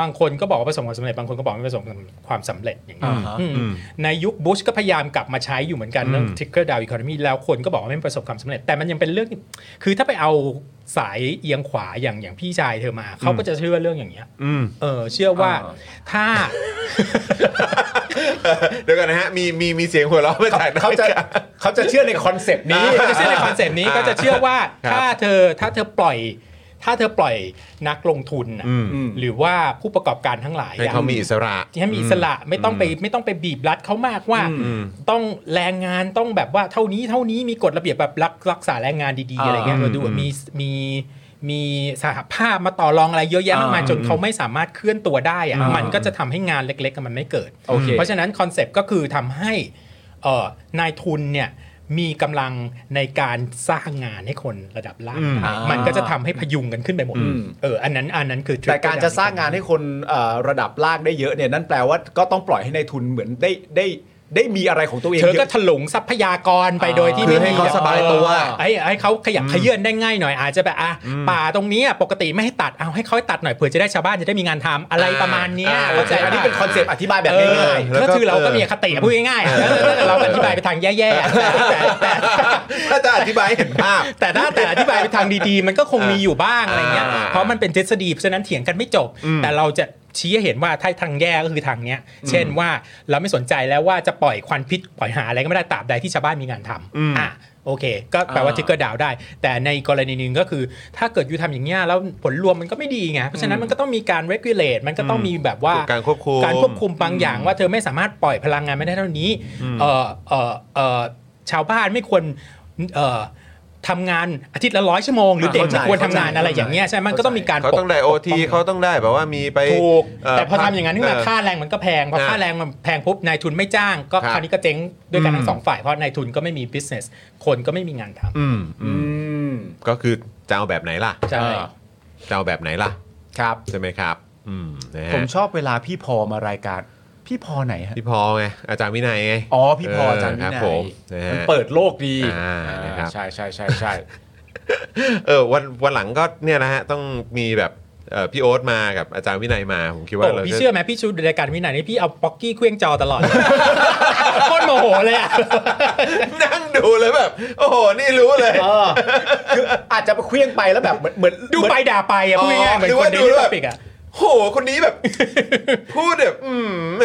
[SPEAKER 4] บางคนก็บอกว่าประสบความสำเร็จ บางคนก็บอกไม่ประสบความสำเร็จอย่างนี้
[SPEAKER 7] อ่าฮะ
[SPEAKER 4] อืม
[SPEAKER 12] อืม
[SPEAKER 4] ในยุคบุชก็พยายามกลับมาใช้อยู่เหมือนกันเรื่อง
[SPEAKER 12] อืม
[SPEAKER 4] ทิกเกอร์ดาวอีโคโนมีแล้วคนก็บอกว่าไม่ประสบความสำเร็จ แต่มันยังเป็นเรื่องคือถ้าไปเอาสายเอียงขวาอย่างอย่างพี่ชายเธอมาเขาก็จะเชื่อเรื่องอย่างเงี้ย
[SPEAKER 12] อืม
[SPEAKER 4] เออเชื่อว่าถ้า
[SPEAKER 3] เดี๋ยวกันนะฮะ มีมีมีเสียงหัวเราะมาจาก
[SPEAKER 7] เขาจะเขาจะเชื่อในคอนเซปต์นี้
[SPEAKER 4] ก็จะเชื่อในคอนเซปต์นี้ก็จะเชื่อว่าถ้าเธอถ้าเธอปล่อย ถ้าเธอปล่อยนักลงทุนน่ะ
[SPEAKER 12] อืม
[SPEAKER 4] หรือว่าผู้ประกอบการทั้งหลาย
[SPEAKER 3] ให้เขามีอิสระ
[SPEAKER 4] ที่ให้มีอิสระไม่ต้องไปไม่ต้องไปบีบรัดเขามากว่า ต้องแรงงานต้องแบบว่าเท่านี้เท่านี้มีกฎระเบียบแบบรักรักษาแรงงานดีๆอะไรเงี้ยเราดูว่ามีมีมีสหภาพมาต่อรองอะไรเยอะแยะมากมายจนเขาไม่สามารถเคลื่อนตัวได้อะ
[SPEAKER 7] อ่ามั
[SPEAKER 4] มันก็จะทำให้งานเล็กๆอะมันไม่เกิด
[SPEAKER 7] โอเค
[SPEAKER 4] เพราะฉะนั้นคอนเซปต์ก็คือทำให้ เอ่อนายทุนเนี่ยมีกำลังในการสร้างงานให้คนระดับล่างได้
[SPEAKER 7] อ่ามั
[SPEAKER 4] มันก็จะทำให้พยุงกันขึ้นไปหมด
[SPEAKER 7] อืม
[SPEAKER 4] เอออันนั้นอันนั้นคือ
[SPEAKER 7] แต่การจะสร้างงานให้คนเอ่อระดับล่างได้เยอะเนี่ยนั่นแปลว่าก็ต้องปล่อยให้ในายทุนเหมือนได้ได้ได้มีอะไรของตัวเอง
[SPEAKER 4] เธอ
[SPEAKER 7] เย
[SPEAKER 4] ก็
[SPEAKER 7] อะ
[SPEAKER 4] ถลุงทรัพยากรไปโดยที่
[SPEAKER 7] คือ
[SPEAKER 4] ไม่
[SPEAKER 7] ให้
[SPEAKER 4] มี
[SPEAKER 7] เขาสบายตัว
[SPEAKER 4] ให้ให้เขาขยับขยื่นได้ง่ายหน่อยอาจจะแบบอ่ะป่าตรงเนี้ยปกติไม่ให้ตัดเอาให้เขาตัดหน่อยเผื่อจะได้ชาวบ้านจะได้มีงานทำอะไรประมาณเนี้ย
[SPEAKER 3] อ่า
[SPEAKER 4] เข้าใจ
[SPEAKER 7] อันนี้เป็นคอนเซปต์อธิบายแบบ
[SPEAKER 4] เออ
[SPEAKER 7] ง่าย
[SPEAKER 3] แล้วก็
[SPEAKER 4] ก็คือเราก็มีอคติพูดง่ายๆอ่ะแล้วเราก็อธิบายไปทางแย่ๆแต่แต่แต่
[SPEAKER 3] ถ้าจะอธิบายให้เห็นภาพ
[SPEAKER 4] แต่ถ้าแต่อธิบายไปทางดีๆ มันก็คงมีอยู่บ้างอะไรเงี้ย
[SPEAKER 3] อ่า
[SPEAKER 4] เพราะมันเป็นทฤษฎีเพราะฉะนั้นเถียงกันไม่จบ แต่เราจะชี้ให้เห็นว่าถ้าทางแย่ก็คือทางเนี้ย เช่นว่าเราไม่สนใจแล้วว่าจะปล่อยควันพิษปล่อยหาอะไรก็ไม่ได้ตราบใดที่ชาวบ้านมีงานทำอ่ะโอเค ก็แปลว่าทิกเกอร์ดาวได้ แต่ในกรณีหนึ่งก็คือ ถ้าเกิดยูทำอย่างเงี้ยแล้วผลรวมมันก็ไม่ดีไง เพราะฉะนั้นมันก็ต้องมีการ regulate มันก็ต้องมีแบบว่า
[SPEAKER 3] การควบคุม
[SPEAKER 4] การควบคุมบางอย่างว่าเธอไม่สามารถปล่อยพลังงานไม่ได้เท่านี้ เออเออเออชาวบ้านไม่ควร เอ่อทำงานอาทิตย์ละร้อยชั่วโมง หรือเด็ก
[SPEAKER 7] เข้าใจ
[SPEAKER 4] ไม่ควรทำงาน
[SPEAKER 7] เข้าใจ
[SPEAKER 4] อะไรอย่างเงี้ยใช่ไหมมันก็ต้องมีการ
[SPEAKER 3] เขาต้องได้โอทีเขาต้องได้แบบว่ามีไป
[SPEAKER 4] ถูก
[SPEAKER 3] เ
[SPEAKER 4] แต่พอทำอย่างนั้นขึ้นมา
[SPEAKER 3] เ
[SPEAKER 4] ค่าแรงมันก็แพงพอ
[SPEAKER 3] เออ
[SPEAKER 4] ค่าแรงมันแพงปุ๊บนายทุนไม่จ้าง ก็
[SPEAKER 3] ครับ
[SPEAKER 4] คราวนี้ก็เจ๊งด้วยกันทั้งสองฝ่ายเพราะนายทุนก็ไม่มี business คนก็ไม่มีงานท
[SPEAKER 3] อืม
[SPEAKER 7] อืม
[SPEAKER 3] ๆก็คือจะเอาแบบไหนล่ะ
[SPEAKER 4] ำใช่
[SPEAKER 3] จะเอาแบบไหนล่ะ
[SPEAKER 7] ครับ
[SPEAKER 3] ใช่ไหมครับ อืมนะฮะ
[SPEAKER 7] ผมชอบเวลาพี่พอมารายการ พี่พอไหนฮะ
[SPEAKER 3] พี่พอไงอาจารย์วินัยไง
[SPEAKER 7] อ๋อพี่พออาจารย์วิ
[SPEAKER 3] เออครั
[SPEAKER 7] นั
[SPEAKER 3] บผม
[SPEAKER 7] ย
[SPEAKER 3] นะฮะ
[SPEAKER 7] มันเปิดโลกดี
[SPEAKER 3] อ่านะครับ
[SPEAKER 7] ใช่ใช่ใช่ใช่
[SPEAKER 3] เออวันวันหลังก็เนี่ยนะฮะต้องมีแบบเอ่อพี่โอ๊ตมากับอาจารย์วินัยมาผมคิดว่า
[SPEAKER 4] โอ้
[SPEAKER 3] เรา
[SPEAKER 4] พี่
[SPEAKER 3] จะ
[SPEAKER 4] เชื่อไหมพี่ชูรายการวินัยนี่พี่เอาป๊อกกี้เคลื่องจอตลอด โคตรโมโหเลยอะ
[SPEAKER 3] นั่งดูแล้วแบบ โอ้โห นี่รู้เลย
[SPEAKER 7] เออคืออาจจะไปเคลี้ยงไปแล้วแบบเหมือนเหมือน
[SPEAKER 4] ดูไปด่าไปอะพูดง่ายๆเหมือนคนดีที่ตอปิกอะ
[SPEAKER 3] โหคนนี้แบบ พูดแบบ อืมแหม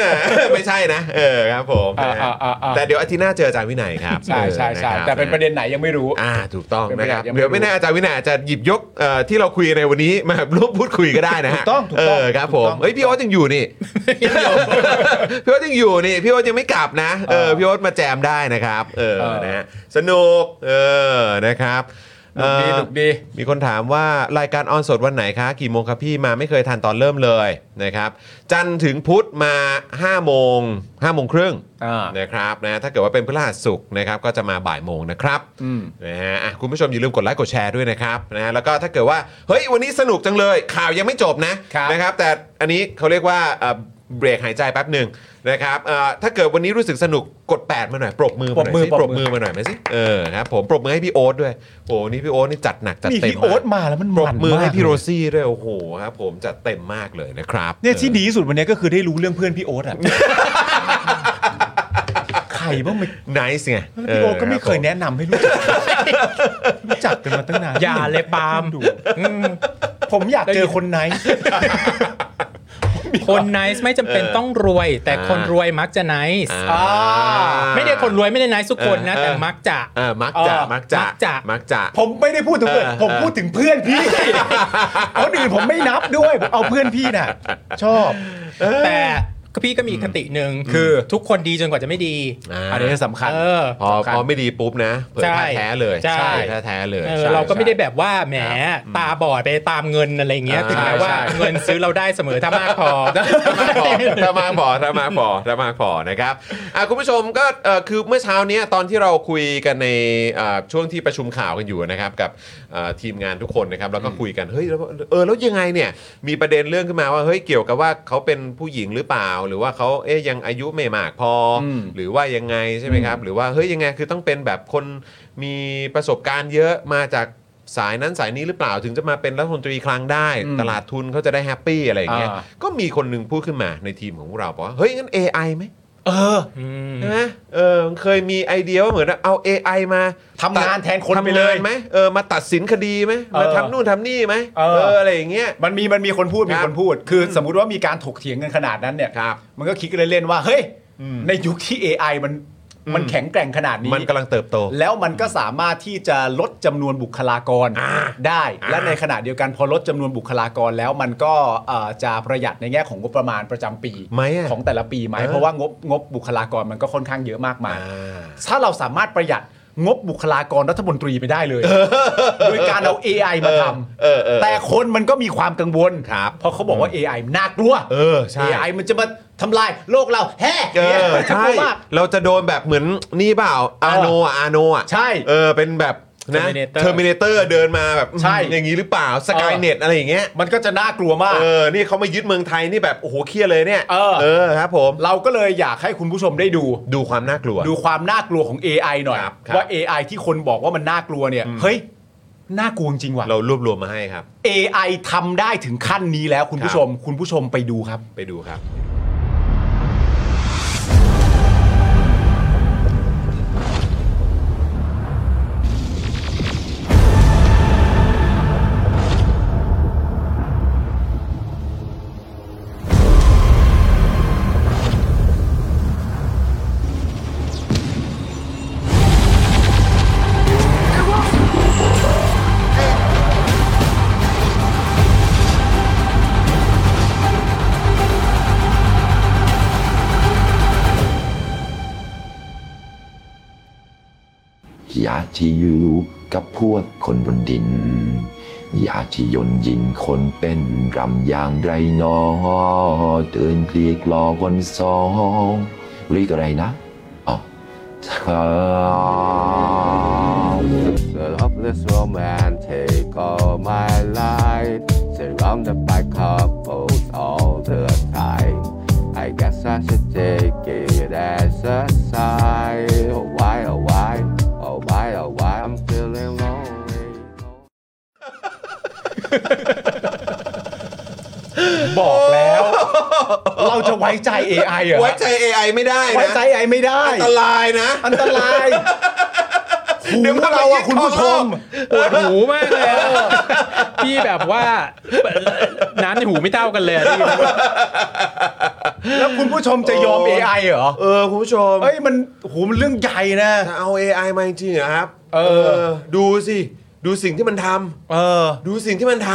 [SPEAKER 3] ไม่ใช่นะ เออครับผม
[SPEAKER 7] อ่า
[SPEAKER 3] นะฮะ
[SPEAKER 7] อ่าอ่าอ่า
[SPEAKER 3] แต่เดี๋ยวอาทิตย์หน้าเจออาจารย์วินัยครับ
[SPEAKER 7] ใช่ใช่ใช่
[SPEAKER 3] ออคบ
[SPEAKER 7] แต่เป็นประเด็นไหนยังไม่รู้
[SPEAKER 3] อ่าถูกต้อง
[SPEAKER 7] เป็นป
[SPEAKER 3] นะ
[SPEAKER 7] ระเด็
[SPEAKER 3] คน รับ
[SPEAKER 7] ยังไม่
[SPEAKER 3] เดี๋ยวไม่แน่อาจารย์วินัยอาจจะหยิบยกเอ่อที่เราคุยในวันนี้ มาร่วมพูดคุยก็ได้นะฮะ
[SPEAKER 7] ถูกต้องถูกต้อง
[SPEAKER 3] เครับ
[SPEAKER 7] ถูก
[SPEAKER 3] ผ
[SPEAKER 7] ต้
[SPEAKER 3] ม
[SPEAKER 7] อง
[SPEAKER 3] เฮ้ยพี่โอ๊ตยังอยู่นี่ พี่โอ๊ตยัง อยู่นี่พี่โอ๊ตยังไม่กลับนะเออพี่โอ๊ตมาแจมได้นะครับ เออ
[SPEAKER 7] เออ
[SPEAKER 3] นะฮะสนุกเออนะครับ
[SPEAKER 7] หนุกดี
[SPEAKER 3] เอ่อ
[SPEAKER 7] หนุกดี
[SPEAKER 3] มีคนถามว่ารายการออนสดวันไหนคะ กี่โมงครับพี่มาไม่เคยทันตอนเริ่มเลยนะครับ จันทร์ถึงพุธมา 5 โมง5โมงครึ่ง
[SPEAKER 7] อ่า
[SPEAKER 3] นะครับนะถ้าเกิดว่าเป็นพฤหัสศุกร์นะครับก็จะมาบ่ายโมงนะครับ
[SPEAKER 7] อืม
[SPEAKER 3] นะฮะอ่ะคุณผู้ชมอย่าลืมกดไลค์กดแชร์ด้วยนะครับนะฮะแล้วก็ถ้าเกิดว่า เฮ้ย วันนี้สนุกจังเลย ข่าวยังไม่จบนะครับ นะครับ แต่อันนี้เขาเรียกว่าเอ่อเบรกหายใจแป๊บหนึ่งนะครับเอ่อถ้าเกิดวันนี้รู้สึกสนุกกดแปดมาหน่อยปรบมือมาหน่อยสิปรบมือมาหน่อยไหมสิเออครับผมปรบมือให้พี่โอ๊ตด้วยโอ้โหนี่พี่โอ๊ตนี่จัดหนักจัด
[SPEAKER 7] นี่
[SPEAKER 3] เต็ม
[SPEAKER 7] พี่โอ๊ต
[SPEAKER 3] มาก
[SPEAKER 7] มาแล้วมัน
[SPEAKER 3] ปรบ
[SPEAKER 7] น
[SPEAKER 3] มือให้
[SPEAKER 7] าก
[SPEAKER 3] พี่โร
[SPEAKER 7] เลย
[SPEAKER 3] ซี่ด้วยโอ้โหครับผมจัดเต็มมากเลยนะครับ
[SPEAKER 7] เนี่ยที่ดีที่สุดวันนี้ก็คือได้รู้เรื่องเพื่อนพี่โอ๊ตอ่ะ ใครบ้างไม่
[SPEAKER 3] ไนส์ไง
[SPEAKER 7] พี่โอ๊ตก็ไม่เคย
[SPEAKER 3] ออรับผ
[SPEAKER 7] แนะนำให้รู้จักรู้จักกันมาตั้งนาน
[SPEAKER 4] อย่าเลยปาล์ม
[SPEAKER 7] ดูผมอยากเจอคนไหน
[SPEAKER 4] คนไนส์ไม่จำเป็นต้องรวย แต่คนรวยมักจะไนส์
[SPEAKER 3] อ่า
[SPEAKER 4] ไม่ได้คนรวยไม่ได้ไนส์ทุกคนนะ
[SPEAKER 3] เออ
[SPEAKER 4] แต่มักจะ
[SPEAKER 3] เออมักจะ
[SPEAKER 7] เออ
[SPEAKER 3] มักจะ
[SPEAKER 4] มักจะ
[SPEAKER 3] มักจะ
[SPEAKER 7] ผมไม่ได้พูดถึงเพื่อน
[SPEAKER 3] เออ
[SPEAKER 7] ผมพูดถึงเพื่อน พี่คนอื่นผมไม่นับด้วยผมเอาเพื่อนพี่น่ะ ชอบ
[SPEAKER 4] แต่ ก็พี่ก็มีคติหนึ่งคือทุกคนดีจนกว่าจะไม่ดี
[SPEAKER 7] อันนี้สำคัญ
[SPEAKER 4] เออ
[SPEAKER 3] พอพอไม่ดีปุ๊บนะเผย
[SPEAKER 4] ใช่
[SPEAKER 3] ท่าแท้เลย
[SPEAKER 4] ใช่
[SPEAKER 3] เผยท่าแท้เลย
[SPEAKER 4] เออ
[SPEAKER 3] ใช่
[SPEAKER 4] เราก็ไม่ได้
[SPEAKER 3] ใช่
[SPEAKER 4] แบบว่าแหมตาบอดไปตามเงินอะไรอย่างเงี้ย
[SPEAKER 3] อ่า
[SPEAKER 4] ถึงแม้ว่า
[SPEAKER 3] ใช่
[SPEAKER 4] เงินซื้อเราได้เสมอถ้ามากพอ
[SPEAKER 3] ถ้ามากพอถ้ามากพอถ้ามากพอนะครับอ่ะคุณผู้ชมก็เอ่อคือเมื่อเช้าเนี้ยตอนที่เราคุยกันในเอ่อช่วงที่ประชุมข่าวกันอยู่นะครับกับเอ่อทีมงานทุกคนนะครับแล้วก็คุยกันเฮ้ยแล้วเออแล้วยังไงเนี่ยมีประเด็นเรื่องขึ้นมาว่าเฮ้ยเกี่ยวกับว่าเขาเป็นผู้หญิงหรือเปล่า หรือว่าเขาเอ๊ยยังอายุไม่มากพออ
[SPEAKER 7] ม
[SPEAKER 3] หรือว่ายังไงใช่ไหมครับหรือว่าเฮ้ยยังไงคือต้องเป็นแบบคนมีประสบการณ์เยอะมาจากสายนั้นสายนี้หรือเปล่าถึงจะมาเป็นรัฐมนตรีคลังได้
[SPEAKER 7] อืม
[SPEAKER 3] ตลาดทุนเขาจะได้แฮปปี้อะไรอย่างเงี้ย
[SPEAKER 7] อ่า
[SPEAKER 3] ก็มีคนหนึ่งพูดขึ้นมาในทีมของพวกเราบอกว่า เฮ้ย งั้น AI ไหม
[SPEAKER 7] เออ
[SPEAKER 3] ใช่ไหมเออเคยมีไอเดียว่าเหมือนเอา AI มา
[SPEAKER 7] ทำงาน
[SPEAKER 3] ตัด
[SPEAKER 7] แทนคนไป
[SPEAKER 3] ทำงา
[SPEAKER 7] เลย
[SPEAKER 3] ไหมเออมาตัดสินคดีไหม
[SPEAKER 7] เออ
[SPEAKER 3] มาทำนู่นทำนี่ไหม
[SPEAKER 7] เออ
[SPEAKER 3] อะไรอย่างเงี้ย
[SPEAKER 7] มันมีมันมีคนพูดมี
[SPEAKER 3] ครับ
[SPEAKER 7] คนพูด คือสมมุติว่ามีการถกเถียงกันขนาดนั้นเนี่ย
[SPEAKER 3] ครับ
[SPEAKER 7] มันก็คิดกันเล่นๆว่าเฮ้ย
[SPEAKER 3] อืม
[SPEAKER 7] ในยุคที่ AI มัน
[SPEAKER 3] อืม
[SPEAKER 7] มันแข็งแกร่งขนาดนี้
[SPEAKER 3] มันกำลังเติบโต
[SPEAKER 7] แล้วมันก็สามารถที่จะลดจำนวนบุคลากรได้ และในขณะเดียวกันพอลดจำนวนบุคลากรแล้วมันก็เอ่อจะประหยัดในแง่ของงบประมาณประจำปี
[SPEAKER 3] ไหมอะ
[SPEAKER 7] ของแต่ละปีไหม
[SPEAKER 3] เออ
[SPEAKER 7] เพราะว่างบงบบุคลากรมันก็ค่อนข้างเยอะมากมาย
[SPEAKER 3] อ่า
[SPEAKER 7] ถ้าเราสามารถประหยัดงบบุคลากรรัฐมนตรีไปได้เลยโดยการเอา AI มาท
[SPEAKER 3] เออเออเออ
[SPEAKER 7] ำแต่คนมันก็มีความกังวลครับเพราะเขาบอกว่า AI น่ากลัว
[SPEAKER 3] เออใช่
[SPEAKER 7] AI มันจะมาทำลายโลกเราแฮ่
[SPEAKER 3] เออ
[SPEAKER 7] น่าก
[SPEAKER 3] ใช่
[SPEAKER 7] ลัวมาก
[SPEAKER 3] เราจะโดนแบบเหมือนนี่เปล่าอาโนอะอาโนอ่ะ
[SPEAKER 7] ใช่
[SPEAKER 3] เออเป็นแบบนะ
[SPEAKER 4] Terminator
[SPEAKER 3] เทอร์มินเตอร์เดินมาแบบ
[SPEAKER 7] ใช่
[SPEAKER 3] อย่างนี้หรือเปล่าสกายเน็ตอะไรอย่างเงี้ย
[SPEAKER 7] มันก็จะน่ากลัวมาก
[SPEAKER 3] เออ นี่เขามายึดเมืองไทยนี่แบบ โอ้โห เครียดเลยเนี่ย
[SPEAKER 7] เออ
[SPEAKER 3] ครับผม
[SPEAKER 7] เราก็เลยอยากให้คุณผู้ชมได้ดู
[SPEAKER 3] ดูความน่ากลัว
[SPEAKER 7] ดูความน่ากลัวของ AI หน่อย
[SPEAKER 3] ครับครับ
[SPEAKER 7] ว่า AI ที่คนบอกว่ามันน่ากลัวเนี่ย เฮ้ย น่ากลัวจริงว่ะ
[SPEAKER 3] เรารวบรวมมาให้ครับ
[SPEAKER 7] AI ทำได้ถึงขั้นนี้แล้วคุณผู้ชม คุณผู้ชมไปดูครับ
[SPEAKER 3] ไปดูครับ
[SPEAKER 13] อย่าที่อยู่กับพวกคนบนดิน อย่าที่ยนยินคนเป็นรำอย่างไรนอเตือนเกลียกลอคนสองเรียกอะไรนะอ๋อ
[SPEAKER 14] The hopeless romantic all my life, surrounded by couples all the time. I guess I should take it as a sign. Oh why, oh why, oh why, oh why I'm feeling lonely.
[SPEAKER 7] บอกแล้ว เราจะไว้ใจ AI เหรอ
[SPEAKER 3] ไว้ใจ AI ไม่ได้
[SPEAKER 7] ไว้
[SPEAKER 3] นะ
[SPEAKER 7] ใจ AI ไม่ได้
[SPEAKER 3] อันตรายนะ
[SPEAKER 7] อันตราย
[SPEAKER 3] เดี๋ยว
[SPEAKER 7] หู
[SPEAKER 3] มันมา
[SPEAKER 7] เรา
[SPEAKER 3] ยึ
[SPEAKER 7] อะ
[SPEAKER 3] ด
[SPEAKER 7] คุณผู้ช
[SPEAKER 3] ของ
[SPEAKER 7] ม
[SPEAKER 3] เรา
[SPEAKER 4] ปวดหูมากเลยอะพี่แบบว่า น้ำในหูไม่เท่ากันเลยอะพี่
[SPEAKER 7] แล้วคุณผู้ชมจะยอม AI เหรอ
[SPEAKER 3] เออ คุณผู้ชม
[SPEAKER 7] เอ้ยมันหูมันเรื่องใหญ่นะ
[SPEAKER 3] จะเอา AI มาจริงเหรอครับ
[SPEAKER 7] เออ
[SPEAKER 3] ดูสิ ดูสิ่งที่มันท
[SPEAKER 7] เออ
[SPEAKER 3] ำ ดูสิ่งที่มันท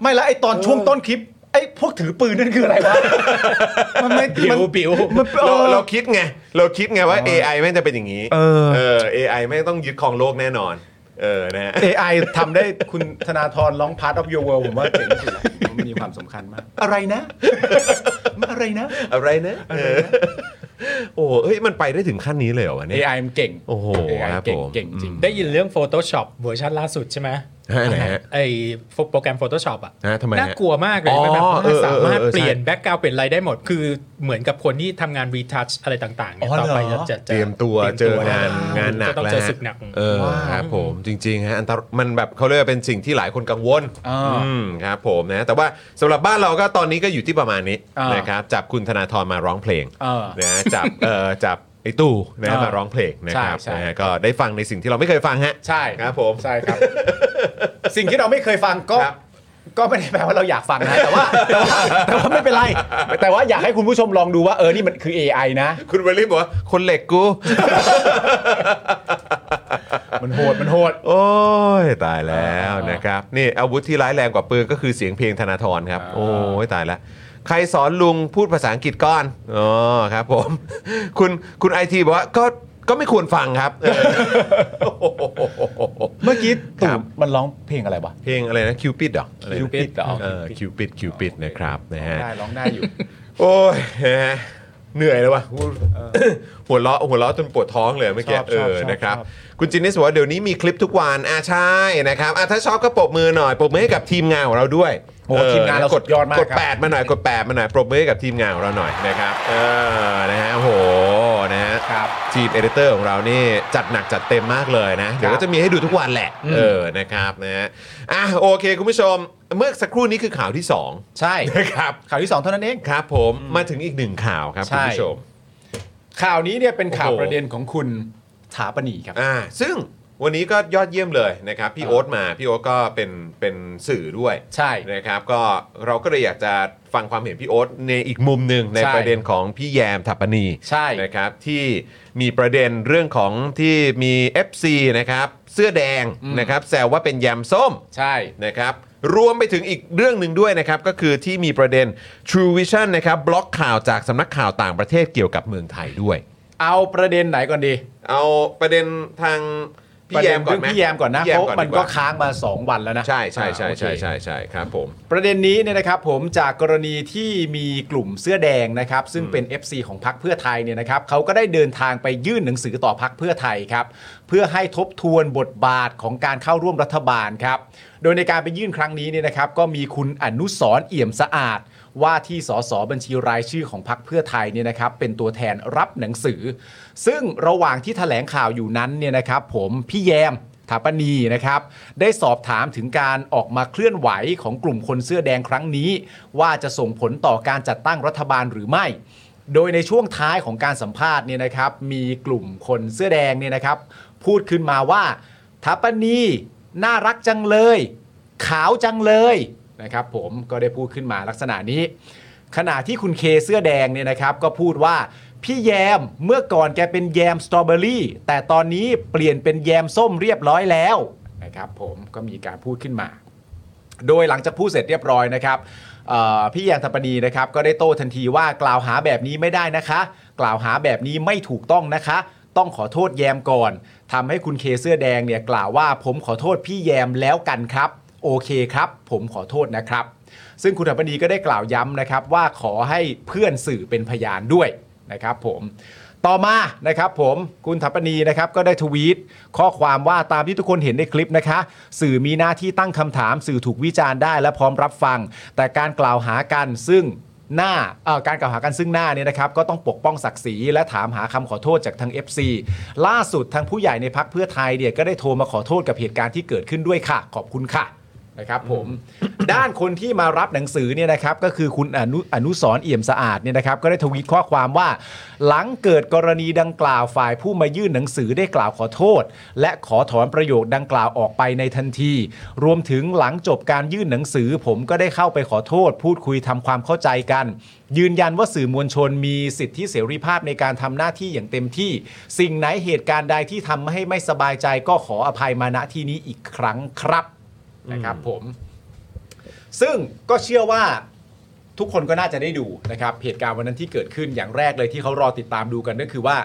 [SPEAKER 7] ไม่แล้วไอ้ตอนช่วงต้นคลิปไอ้พวกถือปืนนั่นคืออะไรวะ มันไม่
[SPEAKER 4] ปิ๋ว
[SPEAKER 7] มัน
[SPEAKER 4] ปิ๋ว
[SPEAKER 7] มัน
[SPEAKER 3] ำ
[SPEAKER 7] เอ
[SPEAKER 3] เรา
[SPEAKER 7] อ
[SPEAKER 3] เราคิดไง เราคิดไงว่า AI แม่งจะเป็นอย่างนี้
[SPEAKER 7] เออ
[SPEAKER 3] เออ AI แม่งต้องยึดครองโลกแน่นอน เออ นะฮะ
[SPEAKER 7] AI ทำได้คุณธนาธรร้อง Part of Your World ผมว่าเจ๋งสุดแล้วมันมีความสำคัญมาก อะไรนะ อะไรนะ
[SPEAKER 3] อะไรนะเออ โอ้โหเฮ้ย มันไปได้ถึงขั้นนี้เลยเหรอวะเนี่ย
[SPEAKER 7] AI มันเก่ง
[SPEAKER 3] โอ้โห
[SPEAKER 7] AI
[SPEAKER 3] ครับ
[SPEAKER 7] เก่
[SPEAKER 3] ผ
[SPEAKER 7] ง
[SPEAKER 3] ม
[SPEAKER 7] เก่งจริง
[SPEAKER 4] ได้ยินเรื่อง Photoshop เวอร์ชันล่าสุดใช่ไหม
[SPEAKER 3] ฮะไหนฮะ
[SPEAKER 4] ไอโปรแกรม Photoshop อ่ะ
[SPEAKER 3] ฮะทำไมฮะ
[SPEAKER 4] น่ากลัวมากเลย
[SPEAKER 3] อ๋อ
[SPEAKER 4] มันแบบ
[SPEAKER 3] เออเออเออ
[SPEAKER 4] ว่าสามารถเปลี่ยน
[SPEAKER 3] ใช่
[SPEAKER 4] แบ็กกราวเปลี่ยนอะไรได้หมด คือเหมือนกับคนที่ทำงานรีทัชอะไรต่างๆเนี่ย
[SPEAKER 7] อ๋อเหรอ
[SPEAKER 4] ต่อไปจะจะจะ
[SPEAKER 3] เตรียมตัว
[SPEAKER 4] ตรียม
[SPEAKER 3] เจองานงานหนัก
[SPEAKER 4] จะต้อง
[SPEAKER 3] แล้ว
[SPEAKER 4] เจอ
[SPEAKER 3] ฮะ
[SPEAKER 4] ศึกหนัก
[SPEAKER 3] เออครับผมจริงๆฮะอันตรมันแบบเขาเรียกว่าเป็นสิ่งที่หลายคนกังวล
[SPEAKER 7] อ่า
[SPEAKER 3] อืมครับผมนะแต่ว่าสำหรับบ้านเราก็ตอนนี้ก็อยู่ที่ประมาณนี้
[SPEAKER 7] อ่าน
[SPEAKER 3] นะครับจับคุณธนาธรมาร้องเพลง
[SPEAKER 7] อ่า
[SPEAKER 3] นะจับเอ่อจับไอ้ตู่นะ
[SPEAKER 7] อ่าม
[SPEAKER 3] มาร้องเพลงนะครับ
[SPEAKER 7] ใช่ใช่
[SPEAKER 3] นะฮะก็ได้ฟังในสิ่งที่เราไม่เคยฟังฮะ
[SPEAKER 7] ใช่
[SPEAKER 3] ครับผม
[SPEAKER 7] ใช่ครับ สิ่งที่เราไม่เคยฟังก็
[SPEAKER 3] ครับ
[SPEAKER 7] ก็ไม่ได้แปลว่าเราอยากฟังนะแต่ว่าแต่ว่า แต่ว่าไม่เป็นไร แต่ว่าอยากให้คุณผู้ชมลองดูว่าเออนี่มันคือ AI นะ
[SPEAKER 3] คุณวลีบอกว่าคนเหล็กกู
[SPEAKER 7] มันโหดมันโหด
[SPEAKER 3] โอ้ยตายแล้วนะครับ นี่อาวุธที่ร้ายแรงกว่าปืนก็คือเสียงเพลงธนาธรครับ โอ้ยตายแล้ว ใครสอนลุงพูดภาษาอังกฤษก่อนอ๋อครับผม คุณคุณไอทีบอกว่าก็ก็ไม่ควรฟังครับเอ อ
[SPEAKER 7] เมื่อกี้ตู่มันร้องเพลงอะไรวะ
[SPEAKER 3] เพลงอะไรนะคิวปิดหรอ
[SPEAKER 7] Cupid เหรอ
[SPEAKER 3] คิวปิดคิวปิดนะครับนะฮะ
[SPEAKER 7] ได้ร้องได้อยู่
[SPEAKER 3] โอ้ยนะฮะเหนื่อยแล้ววะหัวเราะหัวเราะจนปวดท้องเลยเมื่อกี้
[SPEAKER 7] ชอบชอบ
[SPEAKER 3] เออ
[SPEAKER 7] ชอบ
[SPEAKER 3] นะครับ
[SPEAKER 7] ชอบ
[SPEAKER 3] คุณจินนิสบอกว่าเดี๋ยวนี้มีคลิปทุกวันอ่าใช่นะครับอ่าถ้าชอบก็ปรบมือหน่อยปรบมือให้กับทีมงานของเราด้วย
[SPEAKER 7] โอ้
[SPEAKER 3] เออ
[SPEAKER 7] ทีมงานเรา
[SPEAKER 3] ก
[SPEAKER 7] ก
[SPEAKER 3] ด
[SPEAKER 7] ดยอดมาก
[SPEAKER 3] กด
[SPEAKER 7] ครับ
[SPEAKER 3] แปดมาหน่อยกดแปดมาหน่อยปรบมือให้กับทีมงานของเราหน่อยนะครับเออนะฮะโอ้โหนะฮะทีมเอดิเตอร์ของเรานี่จัดหนักจัดเต็มมากเลยนะเดี๋ยวก็จะมีให้ดูทุกวันแหละ
[SPEAKER 7] อืม
[SPEAKER 3] เออนะครับนะฮะอ่ะโอเคคุณผู้ชมเมื่อสักครู่นี้คือข่าวที่สอง
[SPEAKER 7] ใช่
[SPEAKER 3] นะครับ
[SPEAKER 7] ข่าวที่ 2 เท่านั้นเอง
[SPEAKER 3] ครับผมมาถึงอีกหนึ่งข่าวครับ
[SPEAKER 7] ใช่
[SPEAKER 3] คุณผู้ชม
[SPEAKER 7] ข่าวนี้เนี่ยเป็นข่าว
[SPEAKER 3] โอ้โห
[SPEAKER 7] ประเด็นของคุณถาปณีครับ
[SPEAKER 3] อ่าซึ่งวันนี้ก็ยอดเยี่ยมเลยนะครับพี่โอ๊ตมาพี่โอ๊ตก็เป็นเป็นสื่อด้วย
[SPEAKER 7] ใช่
[SPEAKER 3] นะครับ ก็เราก็เลยอยากจะฟังความเห็นพี่โอ๊ตในอีกมุมหนึ่งใน
[SPEAKER 7] ใช่
[SPEAKER 3] ประเด็นของพี่แยมถัปปนี
[SPEAKER 7] ใช่
[SPEAKER 3] นะครับ ที่มีประเด็นเรื่องของที่มี FC นะครับเสื้อแดงนะครับแซวว่าเป็นแยมส้ม
[SPEAKER 7] ใช่
[SPEAKER 3] นะครับรวมไปถึงอีกเรื่องหนึ่งด้วยนะครับ ก็คือที่มีประเด็น True Vision นะครับบล็อกข่าวจากสำนักข่าวต่างประเทศเกี่ยวกับเมืองไทยด้วย
[SPEAKER 7] เอาประเด็นไหนก่อนดี
[SPEAKER 3] เอาประเด็นทางพี่แยมก่อนไหม
[SPEAKER 7] ประเด็เรื่องพี่แยมก่อนนะ
[SPEAKER 3] พี่แย
[SPEAKER 7] เพราะ
[SPEAKER 3] ก่อ
[SPEAKER 7] มัน
[SPEAKER 3] ดี
[SPEAKER 7] ก็
[SPEAKER 3] ว่า
[SPEAKER 7] ค้างมา 2 วันแล้วนะ
[SPEAKER 3] ใช่ใช่ใช่
[SPEAKER 7] อ่าโอเค
[SPEAKER 3] ใช่ใช่ใช่ครับผม
[SPEAKER 7] ประเด็นนี้เนี่ยนะครับผมจากกรณีที่มีกลุ่มเสื้อแดงนะครับ ซึ่งเป็น FC ของพักเพื่อไทยเนี่ยนะครับเขาก็ได้เดินทางไปยื่นหนังสือต่อพักเพื่อไทยครับเพื่อให้ทบทวนบทบาทของการเข้าร่วมรัฐบาลครับ โดยในการไปยื่นครั้งนี้เนี่ยนะครับ ก็มีคุณอนุสรณ์เอี่ยมสะอาด ว่าที่สสบัญชีรายชื่อของพักเพื่อไทยเนี่ยนะครับ เป็นตัวแทนรับหนังสือ ซึ่งระหว่างที่แถลงข่าวอยู่นั้นเนี่ยนะครับ ผมพี่แยม ถาปนีนะครับ ได้สอบถามถึงการออกมาเคลื่อนไหวของกลุ่มคนเสื้อแดงครั้งนี้ ว่าจะส่งผลต่อการจัดตั้งรัฐบาลหรือไม่ โดยในช่วงท้ายของการสัมภาษณ์เนี่ยนะครับ มีกลุ่มคนเสื้อแดงเนี่ยนะครับ พูดขึ้นมาว่าถาปนีน่ารักจังเลย ขาวจังเลยนะครับผมก็ได้พูดขึ้นมาลักษณะนี้ ขณะที่คุณเคเสื้อแดงเนี่ยนะครับ ก็พูดว่าพี่แยมเมื่อก่อนแกเป็นแยมสตรอเบอรี่แต่ตอนนี้เปลี่ยนเป็นแยมส้มเรียบร้อยแล้วนะครับผมก็มีการพูดขึ้นมา โดยหลังจากพูดเสร็จเรียบร้อยนะครับเอ่อพี่แยมทัปนีนะครับก็ได้โต้ทันทีว่ากล่าวหาแบบนี้ไม่ได้นะคะ กล่าวหาแบบนี้ไม่ถูกต้องนะคะ ต้องขอโทษแยมก่อนทำให้คุณเคเสื้อแดงเนี่ยกล่าวว่าผมขอโทษพี่แยมแล้วกันครับ โอเคครับ ผมขอโทษนะครับ ซึ่งคุณถัปนีก็ได้กล่าวย้ำนะครับว่าขอให้เพื่อนสื่อเป็นพยานด้วยนะครับผม ต่อมานะครับผมคุณถัปนีนะครับก็ได้ทวีตข้อความว่าตามที่ทุกคนเห็นในคลิปนะคะ สื่อมีหน้าที่ตั้งคำถามสื่อถูกวิจารณ์ได้และพร้อมรับฟัง แต่การกล่าวหากันซึ่งหน้าเอ่อการกล่าวหากันซึ่งหน้าเนี่ยนะครับ ก็ต้องปกป้องศักดิ์ศรีและถามหาคำขอโทษจากทาง FC ล่าสุดทางผู้ใหญ่ในพักเพื่อไทยเนี่ยก็ได้โทรมาขอโทษกับเหตุการณ์ที่เกิดขึ้นด้วยค่ะ ขอบคุณค่ะ นะครับผม ด้านคนที่มารับหนังสือเนี่ยนะครับก็คือคุณอนุอนุสรณ์เอี่ยมสะอาดเนี่ยนะครับก็ได้ทวีตข้อความว่า หลังเกิดกรณีดังกล่าวฝ่ายผู้มายื่นหนังสือได้กล่าวขอโทษ และขอถอนประโยคดังกล่าวออกไปในทันที รวมถึงหลังจบการยื่นหนังสือ ผมก็ได้เข้าไปขอโทษ พูดคุยทำความเข้าใจกัน ยืนยันว่าสื่อมวลชนมีสิทธิเสรีภาพในการทำหน้าที่อย่างเต็มที่ สิ่งไหนเหตุการณ์ใดที่ทำให้ไม่สบายใจก็ขออภัยมาณที่นี้อีกครั้งครับ นะครับผม ซึ่งก็เชื่อว่าทุกคนก็น่าจะได้ดูนะครับ เหตุการณ์วันนั้นที่เกิดขึ้นอย่างแรกเลยที่เขารอติดตามดูกันก็คือว่า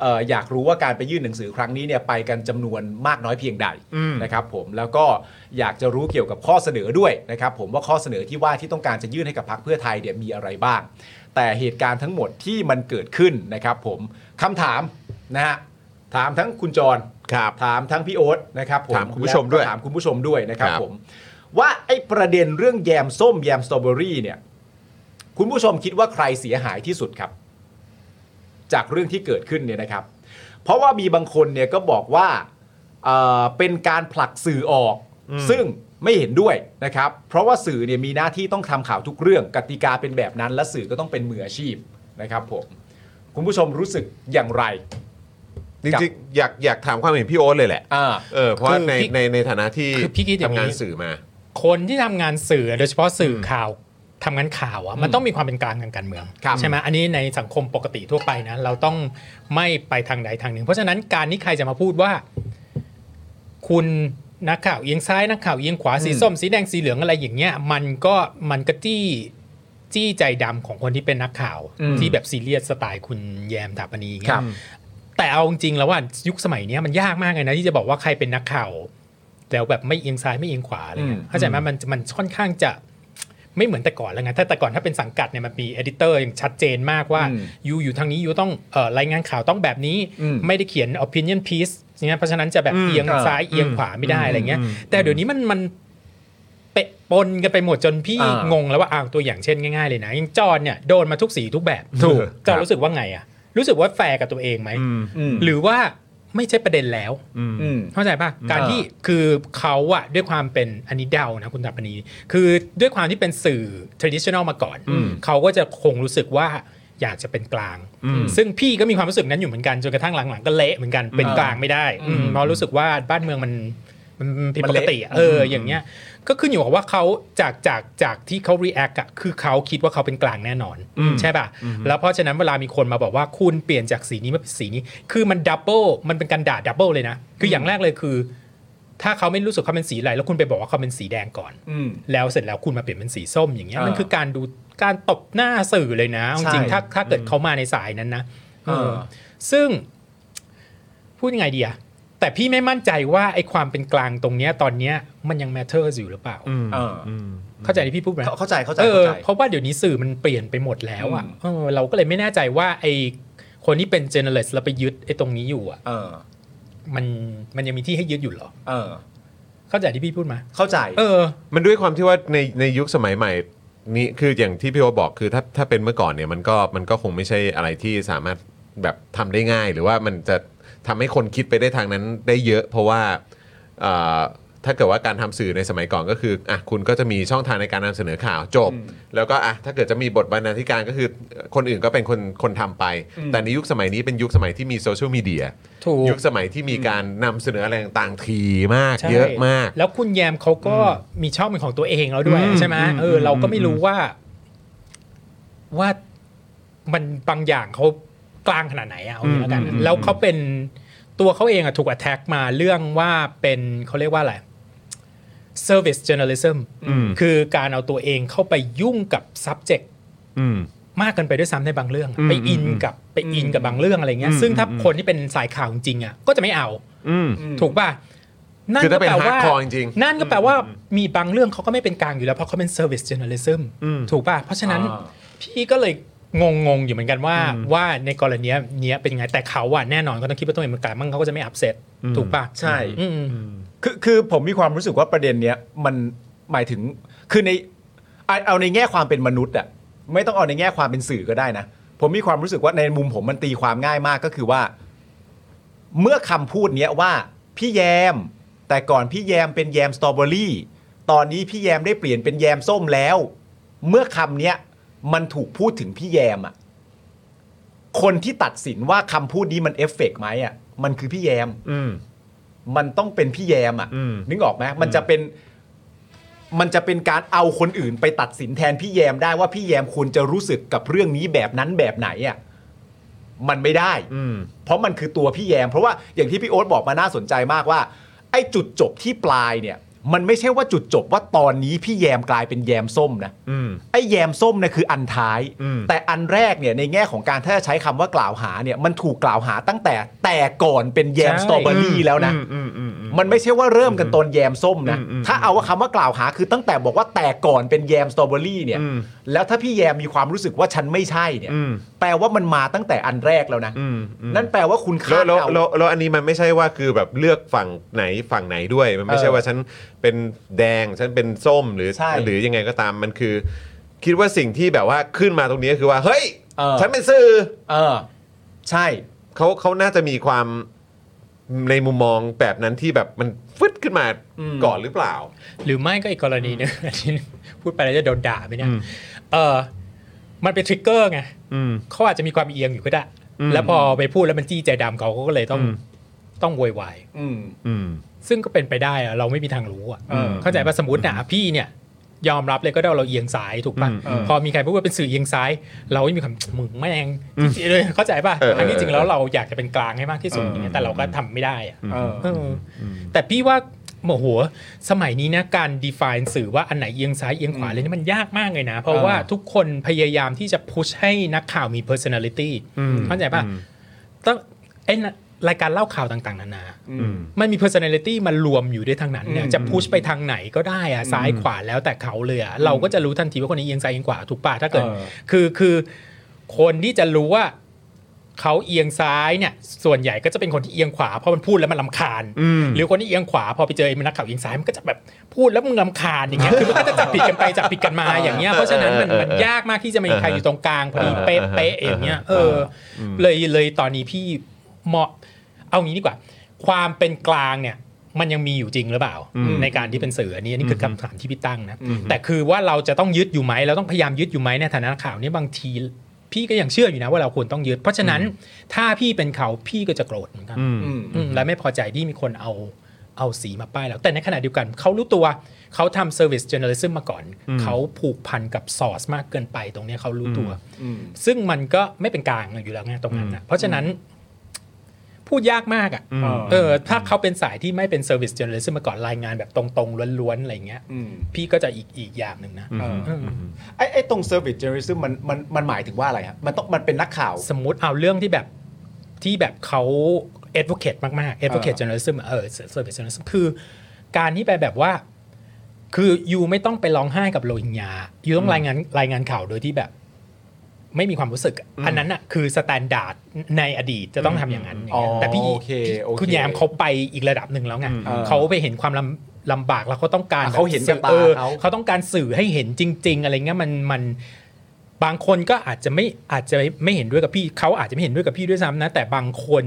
[SPEAKER 7] เอ่ออยากรู้ว่าการไปยื่นหนังสือครั้งนี้เนี่ยไปกันจำนวนมากน้อยเพียงใด
[SPEAKER 3] อืม
[SPEAKER 7] นะครับ ผมแล้วก็อยากจะรู้เกี่ยวกับข้อเสนอด้วยนะครับ ผมว่าข้อเสนอที่ว่าที่ต้องการจะยื่นให้กับพรรคเพื่อไทยเนี่ยมีอะไรบ้าง แต่เหตุการณ์ทั้งหมดที่มันเกิดขึ้นนะครับ ผมคำถามนะฮะถามทั้งคุณจร
[SPEAKER 3] ครับ
[SPEAKER 7] ถามทั้งพี่โอ๊ตนะครับผม
[SPEAKER 3] ถามคุณผู้ชมด้วย
[SPEAKER 7] แล้ก็ถามคุณผู้ชมด้วยนะครับ
[SPEAKER 3] ครับ
[SPEAKER 7] ผม ว่าไอ้ประเด็นเรื่องแยมส้มแยมสตรอเบอรี่เนี่ย คุณผู้ชมคิดว่าใครเสียหายที่สุดครับ จากเรื่องที่เกิดขึ้นเนี่ยนะครับ เพราะว่ามีบางคนเนี่ยก็บอกว่าเอ่อเป็นการผลักสื่อออก
[SPEAKER 3] อืม
[SPEAKER 7] ซึ่งไม่เห็นด้วยนะครับ เพราะว่าสื่อเนี่ยมีหน้าที่ต้องทำข่าวทุกเรื่องกติกาเป็นแบบนั้น และสื่อก็ต้องเป็นมืออาชีพนะครับ ผม คุณผู้ชมรู้สึกอย่างไร
[SPEAKER 3] จริงๆอยากอยากถามความเห็นพี่โอ๊ตเลยแหละ
[SPEAKER 7] อ่า
[SPEAKER 3] เออเพราะ
[SPEAKER 4] คือ
[SPEAKER 3] ใน
[SPEAKER 4] พี่
[SPEAKER 3] ในในฐานะที่
[SPEAKER 4] คือพี่คิดอย่างนี้
[SPEAKER 3] ทำงานสื่อมา
[SPEAKER 4] คนที่ทำงานสื่อโดยเฉพาะสื่อข่าวทำงานข่าวอะมันต้องมีความเป็นกลางทางการเมือง
[SPEAKER 7] ครับ
[SPEAKER 4] ใช่ไหมอันนี้ในสังคมปกติทั่วไปนะ เราต้องไม่ไปทางใดทางหนึ่ง เพราะฉะนั้นการที่ใครจะมาพูดว่า คุณนักข่าวเอียงซ้ายนักข่าวเอียงขวาสีส้มสีแดงสีเหลืองอะไรอย่างเงี้ย มันก็มันก็จี้จี้ใจดำของคนที่เป็นนักข่าว
[SPEAKER 7] อืม
[SPEAKER 4] ที่แบบซีเรียสสไตล์คุณแยมถาปนีอย่าง
[SPEAKER 7] ค
[SPEAKER 4] เงี้
[SPEAKER 7] รับ
[SPEAKER 4] ย แต่เอาจริงๆแล้วว่ายุคสมัยเนี้ยมันยากมากเลยนะ ที่จะบอกว่าใครเป็นนักข่าวแล้วแบบไม่เอียงซ้ายไม่เอียงขวาอะไรเลย
[SPEAKER 7] อืม
[SPEAKER 4] เข้าใจไหมมันมันค่อนข้างจะไม่เหมือนแต่ก่อนแล้วไงถ้าแต่ก่อนถ้าเป็นสังกัดเนี่ยมันมีเอดิเตอร์อย่างชัดเจนมากว่า
[SPEAKER 7] อืม
[SPEAKER 4] ยูอยู่ทางนี้ยูต้องเอ่อรายงานข่าวต้องแบบนี้
[SPEAKER 7] อืม
[SPEAKER 4] ไม่ได้เขียน opinion piece นะเพราะฉะนั้นจะแบบ
[SPEAKER 7] อืม
[SPEAKER 4] เอียง
[SPEAKER 7] เออ
[SPEAKER 4] ซ้ายเอียงขวาไม่ได้อะไรเงี้ย
[SPEAKER 7] อืม
[SPEAKER 4] แต่เดี๋ยวนี้มันมันเปะปนกันไปหมดจนพี่
[SPEAKER 7] อ่าง
[SPEAKER 4] งแล้วว่าอ้าวตัวอย่างเช่นง่ายๆเลยนะอยังจอนเนี่ยโดนมาทุกสีทุกแบบ
[SPEAKER 7] ถูก
[SPEAKER 4] จอ
[SPEAKER 7] ครั
[SPEAKER 4] น
[SPEAKER 7] บ
[SPEAKER 4] รู้สึกว่าไงอะรู้สึกว่าแฟร์กับตัวเองไหม
[SPEAKER 7] อืม
[SPEAKER 4] หรือว่าไม่ใช่ประเด็นแล้ว
[SPEAKER 7] อืม
[SPEAKER 4] เข้าใจป่ะ การ
[SPEAKER 7] เออ
[SPEAKER 4] ที่คือเขาอะด้วยความเป็นอันนี้เดานะคุณตัปนีคือด้วยความที่เป็นสื่อ traditional มาก่อน
[SPEAKER 7] อืม
[SPEAKER 4] เขาก็จะคงรู้สึกว่าอยากจะเป็นกลาง
[SPEAKER 7] อืม
[SPEAKER 4] ซึ่งพี่ก็มีความรู้สึกนั้นอยู่เหมือนกันจนกระทั่งหลังๆก็เละเหมือนกันเป็นกลางไม่ได้อืมเพราะรู้สึกว่าบ้านเมืองมันมันมันผิดปกติอะ
[SPEAKER 7] มันเละ
[SPEAKER 4] เอออย่างเงี้ย ก็ขึ้นอยู่กับว่าเขาจากจากจากที่เขา react อะคือเขาคิดว่าเขาเป็นกลางแน่นอน
[SPEAKER 7] อืม
[SPEAKER 4] ใช่ป่ะ แล้วเพราะฉะนั้นเวลามีคนมาบอกว่าคุณเปลี่ยนจากสีนี้มาเป็นสีนี้ คือมันดับเบิลมันเป็นการด่าดับเบิลเลยนะ คืออย่างแรกเลยคือ ถ้าเขาไม่รู้สึกเขาเป็นสีอะไรแล้วคุณไปบอกว่าเขาเป็นสีแดงก่อน
[SPEAKER 7] อืม
[SPEAKER 4] แล้วเสร็จแล้วคุณมาเปลี่ยนเป็นสีส้มอย่างเงี้ย
[SPEAKER 7] อ่ามั
[SPEAKER 4] มันคือการดูการตบหน้าสื่อเลยนะเอาจริงๆ
[SPEAKER 7] ใช่
[SPEAKER 4] ถ้าถ้าเกิดเขามาในสายนั้นนะ
[SPEAKER 7] อ่า
[SPEAKER 4] เออซึ่งพูดยังไงดีอะแต่พี่ไม่มั่นใจว่าไอ้ความเป็นกลางตรงเนี้ยตอนเนี้ยมันยัง matters อยู่หรือเปล่า
[SPEAKER 7] เอออ
[SPEAKER 4] เข้าใจที่พี่พูดไหม
[SPEAKER 7] เข้าเข้าใจเข้าใจ
[SPEAKER 4] เออ
[SPEAKER 7] เข้าใจ
[SPEAKER 4] เพราะว่าเดี๋ยวนี้สื่อมันเปลี่ยนไปหมดแล้วอ่ะ
[SPEAKER 7] อืม
[SPEAKER 4] เออเราก็เลยไม่แน่ใจว่าไอคนที่เป็นเจเนอเร t แล้วไปยึดไอตรงนี้อยู่อ่ะ
[SPEAKER 7] เออ
[SPEAKER 4] มันมันยังมีที่ให้ยึดอยู่เหรอ
[SPEAKER 7] เออ
[SPEAKER 4] เข้าใจที่พี่พูดไหมา
[SPEAKER 7] เข้าใจ
[SPEAKER 4] เออ
[SPEAKER 3] มันด้วยความที่ว่าในในยุคสมัยใหม่นี้คืออย่างที่พี่โอบอกคือถ้าถ้าเป็นเมื่อก่อนเนี่ยมันก็มันก็คงไม่ใช่อะไรที่สามารถแบบทำได้ง่าย หรือว่ามันจะทำให้คนคิดไปได้ทางนั้นได้เยอะ เพราะว่าเอ่อถ้าเกิดว่าการทำสื่อในสมัยก่อนก็คืออ่ะคุณก็จะมีช่องทางในการนำเสนอข่าวจบ แล้วก็อ่ะถ้าเกิดจะมีบทบรรณาธิการก็คือคนอื่นก็เป็นคนคนทำไป
[SPEAKER 7] อืม
[SPEAKER 3] แต่ในยุคสมัยนี้เป็นยุคสมัยที่มีโซเชียลมีเดีย
[SPEAKER 4] ถูก
[SPEAKER 3] ยุคสมัยที่มีการนำเสนออะไรต่างๆทีมาก
[SPEAKER 4] ใช่
[SPEAKER 3] เยอะมาก
[SPEAKER 4] แล้วคุณแยมเขาก็มีช่องเป็นของตัวเองแล้วด้วย
[SPEAKER 3] อืม
[SPEAKER 4] ใช่ไหม
[SPEAKER 3] อืม
[SPEAKER 4] เอออ
[SPEAKER 3] ม
[SPEAKER 4] เราก็ไม่รู้ว่า ว่ามันบางอย่างเขากลางขนาดไหนอะเอางี้แล้วกัน
[SPEAKER 3] อืมอืม
[SPEAKER 4] แล้วเขาเป็นตัวเขาเองอะถูก attack มาเรื่องว่าเป็นเขาเรียกว่าอะไร service journalism คือการเอาตัวเองเข้าไปยุ่งกับ subject มากเกินไปด้วยซ้ำในบางเรื่องอะไปอินกับไปอินกับบางเรื่องอะไรเงี้ย ซึ่งถ้าคนที่เป็นสายข่าวจริงๆอ่ะก็จะไม่เอา ถูกป่ะนั่น
[SPEAKER 3] คือ
[SPEAKER 4] ก็
[SPEAKER 3] ถ้าเป็น
[SPEAKER 4] แปลว่า
[SPEAKER 3] hardcore จริงๆ
[SPEAKER 4] นั่นก็แปลว่ามีบางเรื่องเขาก็ไม่เป็นกลางอยู่แล้ว เพราะเขาเป็น service journalism ถูกป่ะ เพราะฉะนั้น
[SPEAKER 7] อ่า
[SPEAKER 4] พี่ก็เลยงงงๆอยู่เหมือนกันว่าว่าในกรณีเนี้ยเป็นยังไง แต่เขาอะแน่นอนก็ต้องคิดว่าตัวเองเป็นกลางมั่งเขาก็จะไม่อับเซตถูกป่ะ
[SPEAKER 7] ใช่
[SPEAKER 4] อืม
[SPEAKER 7] คือคือผมมีความรู้สึกว่าประเด็นเนี้ยมันหมายถึงคือในเอาเอาในแง่ความเป็นมนุษย์อะไม่ต้องเอาในแง่ความเป็นสื่อก็ได้นะ ผมมีความรู้สึกว่าในมุมผมมันตีความง่ายมากก็คือว่า เมื่อคำพูดเนี้ยว่า พี่แยม แต่ก่อนพี่แยมเป็นแยมสตรอเบอรี่ตอนนี้พี่แยมได้เปลี่ยนเป็นแยมส้มแล้ว เมื่อคำเนี้ยมันถูกพูดถึงพี่แยมอะคนที่ตัดสินว่าคำพูดนี้มันเอฟเฟกต์ไหมอะมันคือพี่แยม มันต้องเป็นพี่แยมอ่ะนึกออกไหมมันจะเป็นมันจะเป็นการเอาคนอื่นไปตัดสินแทนพี่แยมได้ว่าพี่แยมควรจะรู้สึกกับเรื่องนี้แบบนั้นแบบไหนอ่ะมันไม่ได้ เพราะมันคือตัวพี่แยม เพราะว่าอย่างที่พี่โอ๊ตบอกมาน่าสนใจมากว่า ไอ้จุดจบที่ปลายเนี่ย มันไม่ใช่ว่าจุดจบว่าตอนนี้พี่แยมกลายเป็นแยมส้มนะไอ้แยมส้มนะคืออันท้าย แต่อันแรกเนี่ยในแง่ของการถ้าจะใช้คำว่ากล่าวหาเนี่ยมันถูกกล่าวหาตั้งแต่แต่ก่อนเป็นแยม
[SPEAKER 4] ใช่
[SPEAKER 7] สตรอเบอรี่แล้วนะ มันไม่ใช่ว่าเริ่มกันตอนแยมส้มนะ ถ้าเอาว่าคำว่ากล่าวหาคือตั้งแต่บอกว่าแต่ก่อนเป็นแยมสตรอเบอรี่เนี่ย แล้วถ้าพี่แยมมีความรู้สึกว่าฉันไม่ใช่เนี่ย แปลว่ามันมาตั้งแต่อันแรกแล้วนะ นั่นแปลว่าคุณ
[SPEAKER 3] แล้
[SPEAKER 7] คาว ด
[SPEAKER 3] แล้ว
[SPEAKER 7] เดา
[SPEAKER 3] แล้วแล้วอันนี้มันไม่ใช่ว่าคือแบบเลือกฝั่งไหนฝั่งไหนด้วย มันไม่ใช่
[SPEAKER 7] เออ
[SPEAKER 3] ว่าฉันเป็นแดงฉันเป็นส้มหรือ
[SPEAKER 7] ใช่
[SPEAKER 3] หรือยังไงก็ตามมันคือ คิดว่าสิ่งที่แบบว่าขึ้นมาตรงนี้คือว่าเฮ้ย
[SPEAKER 7] เออ
[SPEAKER 3] ฉันเป็นสื่อ
[SPEAKER 7] เออ ใช่
[SPEAKER 3] เขาเขาน่าจะมีความในมุมมองแบบนั้นที่แบบมันฟึดขึ้นมา
[SPEAKER 7] อืม
[SPEAKER 3] ก่อนหรือเปล่า
[SPEAKER 4] หรือไม่ก็อีกกรณีหนึง อันนี้พูดไปแล้วจะโดนด่าไหมเนี่ยเออมันเป็นทริกเกอร์ไงเขาอาจจะมีความเอียงอยู่ก็ได้ แล้วพอไปพูดแล้วมันจี้ใจดำเขาเขาก็เลยต้องต้องโวยวาย
[SPEAKER 7] อืม
[SPEAKER 4] ซึ่งก็เป็นไปได้อะเราไม่มีทางรู้อะ
[SPEAKER 7] เออ
[SPEAKER 4] เข้าใจป่ะสมมตินะพี่เนี่ย ยอมรับเลยก็ได้ว่าเราเอียงซ้ายถูกป่ะ
[SPEAKER 3] อืมอืม
[SPEAKER 4] พอมีใครพูดว่าเป็นสื่อเอียงซ้าย เราก็มีความมึงแม่ง เลยเข้าใจป่ะ
[SPEAKER 3] เออเออ
[SPEAKER 4] ทั้งที่จริงแล้วเราอยากจะเป็นกลางให้มากที่สุด
[SPEAKER 3] เออ
[SPEAKER 4] อ
[SPEAKER 3] อ
[SPEAKER 4] ย่างเงี้ยแต่เราก็ทำไม่ได้อะ
[SPEAKER 3] เออ
[SPEAKER 4] เออ แต่พี่ว่าโอ้โหสมัยนี้นะการ define สื่อว่าอันไหนเอียงซ้ายเอียงขวาเลยนี่มันยากมากเลยนะ เพราะ
[SPEAKER 3] อ่า
[SPEAKER 4] ว่าทุกคนพยายามที่จะพุชให้นักข่าวมี personality
[SPEAKER 3] อืม
[SPEAKER 4] เข้าใจป่ะ
[SPEAKER 3] อืม
[SPEAKER 4] ต้องไอ้นะรายการเล่าข่าวต่างๆนานา
[SPEAKER 3] อืม
[SPEAKER 4] มันมี personality มันรวมอยู่ด้วยทางนั้นเนี่ย
[SPEAKER 3] อืม
[SPEAKER 4] จะพุชไปทางไหนก็ได้อะซ้ายขวาแล้วแต่เขาเลยอะเราก็จะรู้ทันทีว่าคนนี้เอียงซ้ายเอียงขวาถูกป่ะถ้าเกิด
[SPEAKER 3] เออ
[SPEAKER 4] คือคือคนที่จะรู้ว่าเขาเอียงซ้ายเนี่ย ส่วนใหญ่ก็จะเป็นคนที่เอียงขวาเพราะมันพูดแล้วมันลำคาญ
[SPEAKER 3] อืม
[SPEAKER 4] หรือคนที่เอียงขวาพอไปเจอมันนักข่าวเอียงซ้ายมันก็จะแบบพูดแล้วมึงลำค าญอย่างเงี้ยคือมันก็จะจับผิดกันไปจับผิดกันมาอย่างเงี้ยเพราะฉะนั้นมันมันยากมากที่จะมีใครอยู่ตรงกลางพอดีเป๊ะๆอย่างเงี้ยเออ เลยเลยตอนนี้พี่เหมาะเอางี้ดีกว่า ความเป็นกลางเนี่ย มันยังมีอยู่จริงหรือเปล่า
[SPEAKER 3] อืม
[SPEAKER 4] ในการที่เป็นสื่ออันนี้อันนี้คือคำถามที่พี่ตั้งนะ
[SPEAKER 3] อืม
[SPEAKER 4] แต่คือว่าเราจะต้องยึดอยู่ไหมเราต้องพยายามยึดอยู่ไหมในฐานะข่าวเนี่ยบางที พี่ก็ยังเชื่ออยู่นะว่าเราควรต้องยึด เพราะฉะนั้นถ้าพี่เป็นเขาพี่ก็จะโกรธเหมือนกัน
[SPEAKER 3] อืม
[SPEAKER 4] อืมและไม่พอใจที่มีคนเอาเอาสีมาป้ายแล้วแต่ในขณะเดียวกันเขารู้ตัวเขาทำ service journalism มาก่อน
[SPEAKER 3] อืม
[SPEAKER 4] เขาผูกพันกับซอสมากเกินไปตรงเนี้ยเขารู้ตัว ซึ่งมันก็ไม่เป็นกลางอยู่แล้วไงตรงนั้นนะเพราะฉะนั้นพูดยากมากอ่ะ
[SPEAKER 3] อืม
[SPEAKER 4] เออ ถ้าเขาเป็นสายที่ไม่เป็นเซอร์วิสเจเนอเรชั่นมาก่อนรายงานแบบตรงๆล้วนๆ อะไรเงี้ยพี่ก็จะอีกอีกอย่างหนึ่งนะ
[SPEAKER 7] อืม
[SPEAKER 4] เออ
[SPEAKER 7] ไอ้ไอ้ตรงเซอร์วิสเจอริซึมมันมันมันหมายถึงว่าอะไรฮะมันต้องมันเป็นนักข่าว
[SPEAKER 4] สมมติเอาเรื่องที่แบบที่แบบเขาเอ็ด o c เค e มากๆเอ็ด o c เค e เจเนอเรชั่นเออเซอร์วิสเจเนอเรชั่นคือ การที่ไปแบบว่า คืออยู่ไม่ต้องไปร้องไห้กับโรฮิงญาอยู่ต้องรายงานรายงานข่าวโดยที่แบบ ไม่มีความรู้สึกอะอันนั้นอ่ะคือสแตนดาร์ดในอดีตจะต้องทำอย่างนั้นอย่างเงี้ย
[SPEAKER 7] อ๋อ
[SPEAKER 4] แต่พี่
[SPEAKER 7] โอเค
[SPEAKER 4] พี่
[SPEAKER 7] โอเค
[SPEAKER 4] คุณแยมเขาไปอีกระดับหนึ่งแล้วไง
[SPEAKER 7] อืม
[SPEAKER 4] เขาไปเห็นความลำลำบากแล้วเขาต้องการ
[SPEAKER 7] อ่ะเขาเห็นกับ
[SPEAKER 4] สื่อออ
[SPEAKER 7] ตาเขา
[SPEAKER 4] เขาต้องการสื่อให้เห็นจริง ๆ อะไรเงี้ยมันมันบางคนก็อาจจะไม่อาจจะไม่เห็นด้วยกับพี่เขาอาจจะไม่เห็นด้วยกับพี่ด้วยซ้ำนะแต่บางคน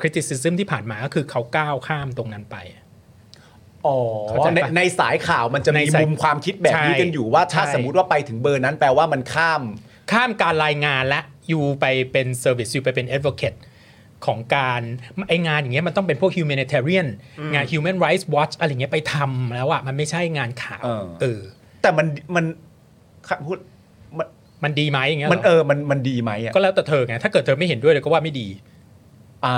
[SPEAKER 4] คริติซิซึมที่ผ่านมาก็คือเขาก้าวข้ามตรงนั้นไป
[SPEAKER 7] อ๋อ
[SPEAKER 4] เข้าใจปะ
[SPEAKER 7] ในในสายข่าวมันจะมี
[SPEAKER 4] ในสาย
[SPEAKER 7] มุมความคิดแบบนี้
[SPEAKER 4] ใช่
[SPEAKER 7] กันอยู่ว่าถ้า
[SPEAKER 4] ใช่
[SPEAKER 7] สมมติว่าไปถึงเบอร์นั้นแปลว่ามันข้าม
[SPEAKER 4] ข้ามการรายงานและอยู่ไปเป็นเซอร์วิสอยู่ไปเป็น advocate ของการไองานอย่างเงี้ยมันต้องเป็นพวก humanitarian งาน human rights watch อะไรเงี้ยไปทำแล้วอะมันไม่ใช่งานข่าว
[SPEAKER 7] เออ
[SPEAKER 4] เออ
[SPEAKER 7] แต่มันมันครับพูดมัน
[SPEAKER 4] มันดีไหมอย่างเงี้ย
[SPEAKER 7] มั
[SPEAKER 4] ห
[SPEAKER 7] น
[SPEAKER 4] ร
[SPEAKER 7] เออมันมันดีไหมอ่ะ
[SPEAKER 4] ก็แล้วแต่เธอไงถ้าเกิดเธอไม่เห็นด้วยเลยก็ว่าไม่ดี
[SPEAKER 7] อ่า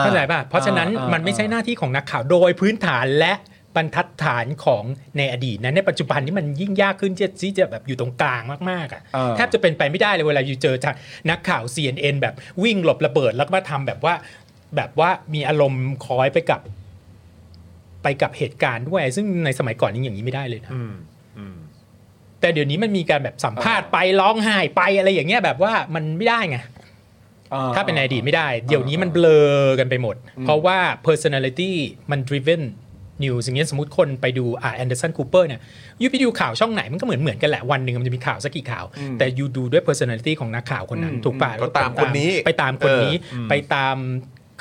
[SPEAKER 4] เข้าใจป่ะเพราะฉะนั้น
[SPEAKER 7] อ่
[SPEAKER 4] มันไม่ใช่หน้าที่ของนักข่าวโดยพื้นฐานและบรรทัดฐานของในอดีตนะในปัจจุบันนี้มันยิ่งยากขึ้นที่จะที่จะแบบอยู่ตรงกลางมากๆอ่ะ
[SPEAKER 7] เออ
[SPEAKER 4] แทบจะเป็นไปไม่ได้เลยเวลาอยู่เจอทางนักข่าว CNN แบบวิ่งหลบระเบิดแล้วก็มาทำแบบว่า แบบว่ามีอารมณ์คล้อยไปกับ ไปกับเหตุการณ์ด้วย ซึ่งในสมัยก่อนนี่อย่างนี้ไม่ได้เลยนะ
[SPEAKER 3] อืมอืม
[SPEAKER 4] แต่เดี๋ยวนี้มันมีการแบบสัมภาษณ์ไปร้องไห้ไปอะไรอย่างเงี้ยแบบว่ามันไม่ได้ไง
[SPEAKER 7] อ่
[SPEAKER 4] ถ้าเป็นในอดีตไม่ได้ เดี๋ยวนี้มันเบลอกันไปหมด เพราะว่า personality มัน driven news อย่างเงี้ยสมมติคนไปดูอ่าแอนเดอร์สันคูเปอร์เนี่ยอยูไปดูข่าวช่องไหนมันก็เหมือนเหมือนๆกันแหละ วันหนึ่งมันจะมีข่าวสักกี่ข่าว แต่อยูดูด้วย personality ของนักข่าวคนนั้น ถูกป่ะ
[SPEAKER 3] ก็ตามคนนี้
[SPEAKER 4] ไปตามคนนี้
[SPEAKER 3] เอออืม
[SPEAKER 4] ไปตาม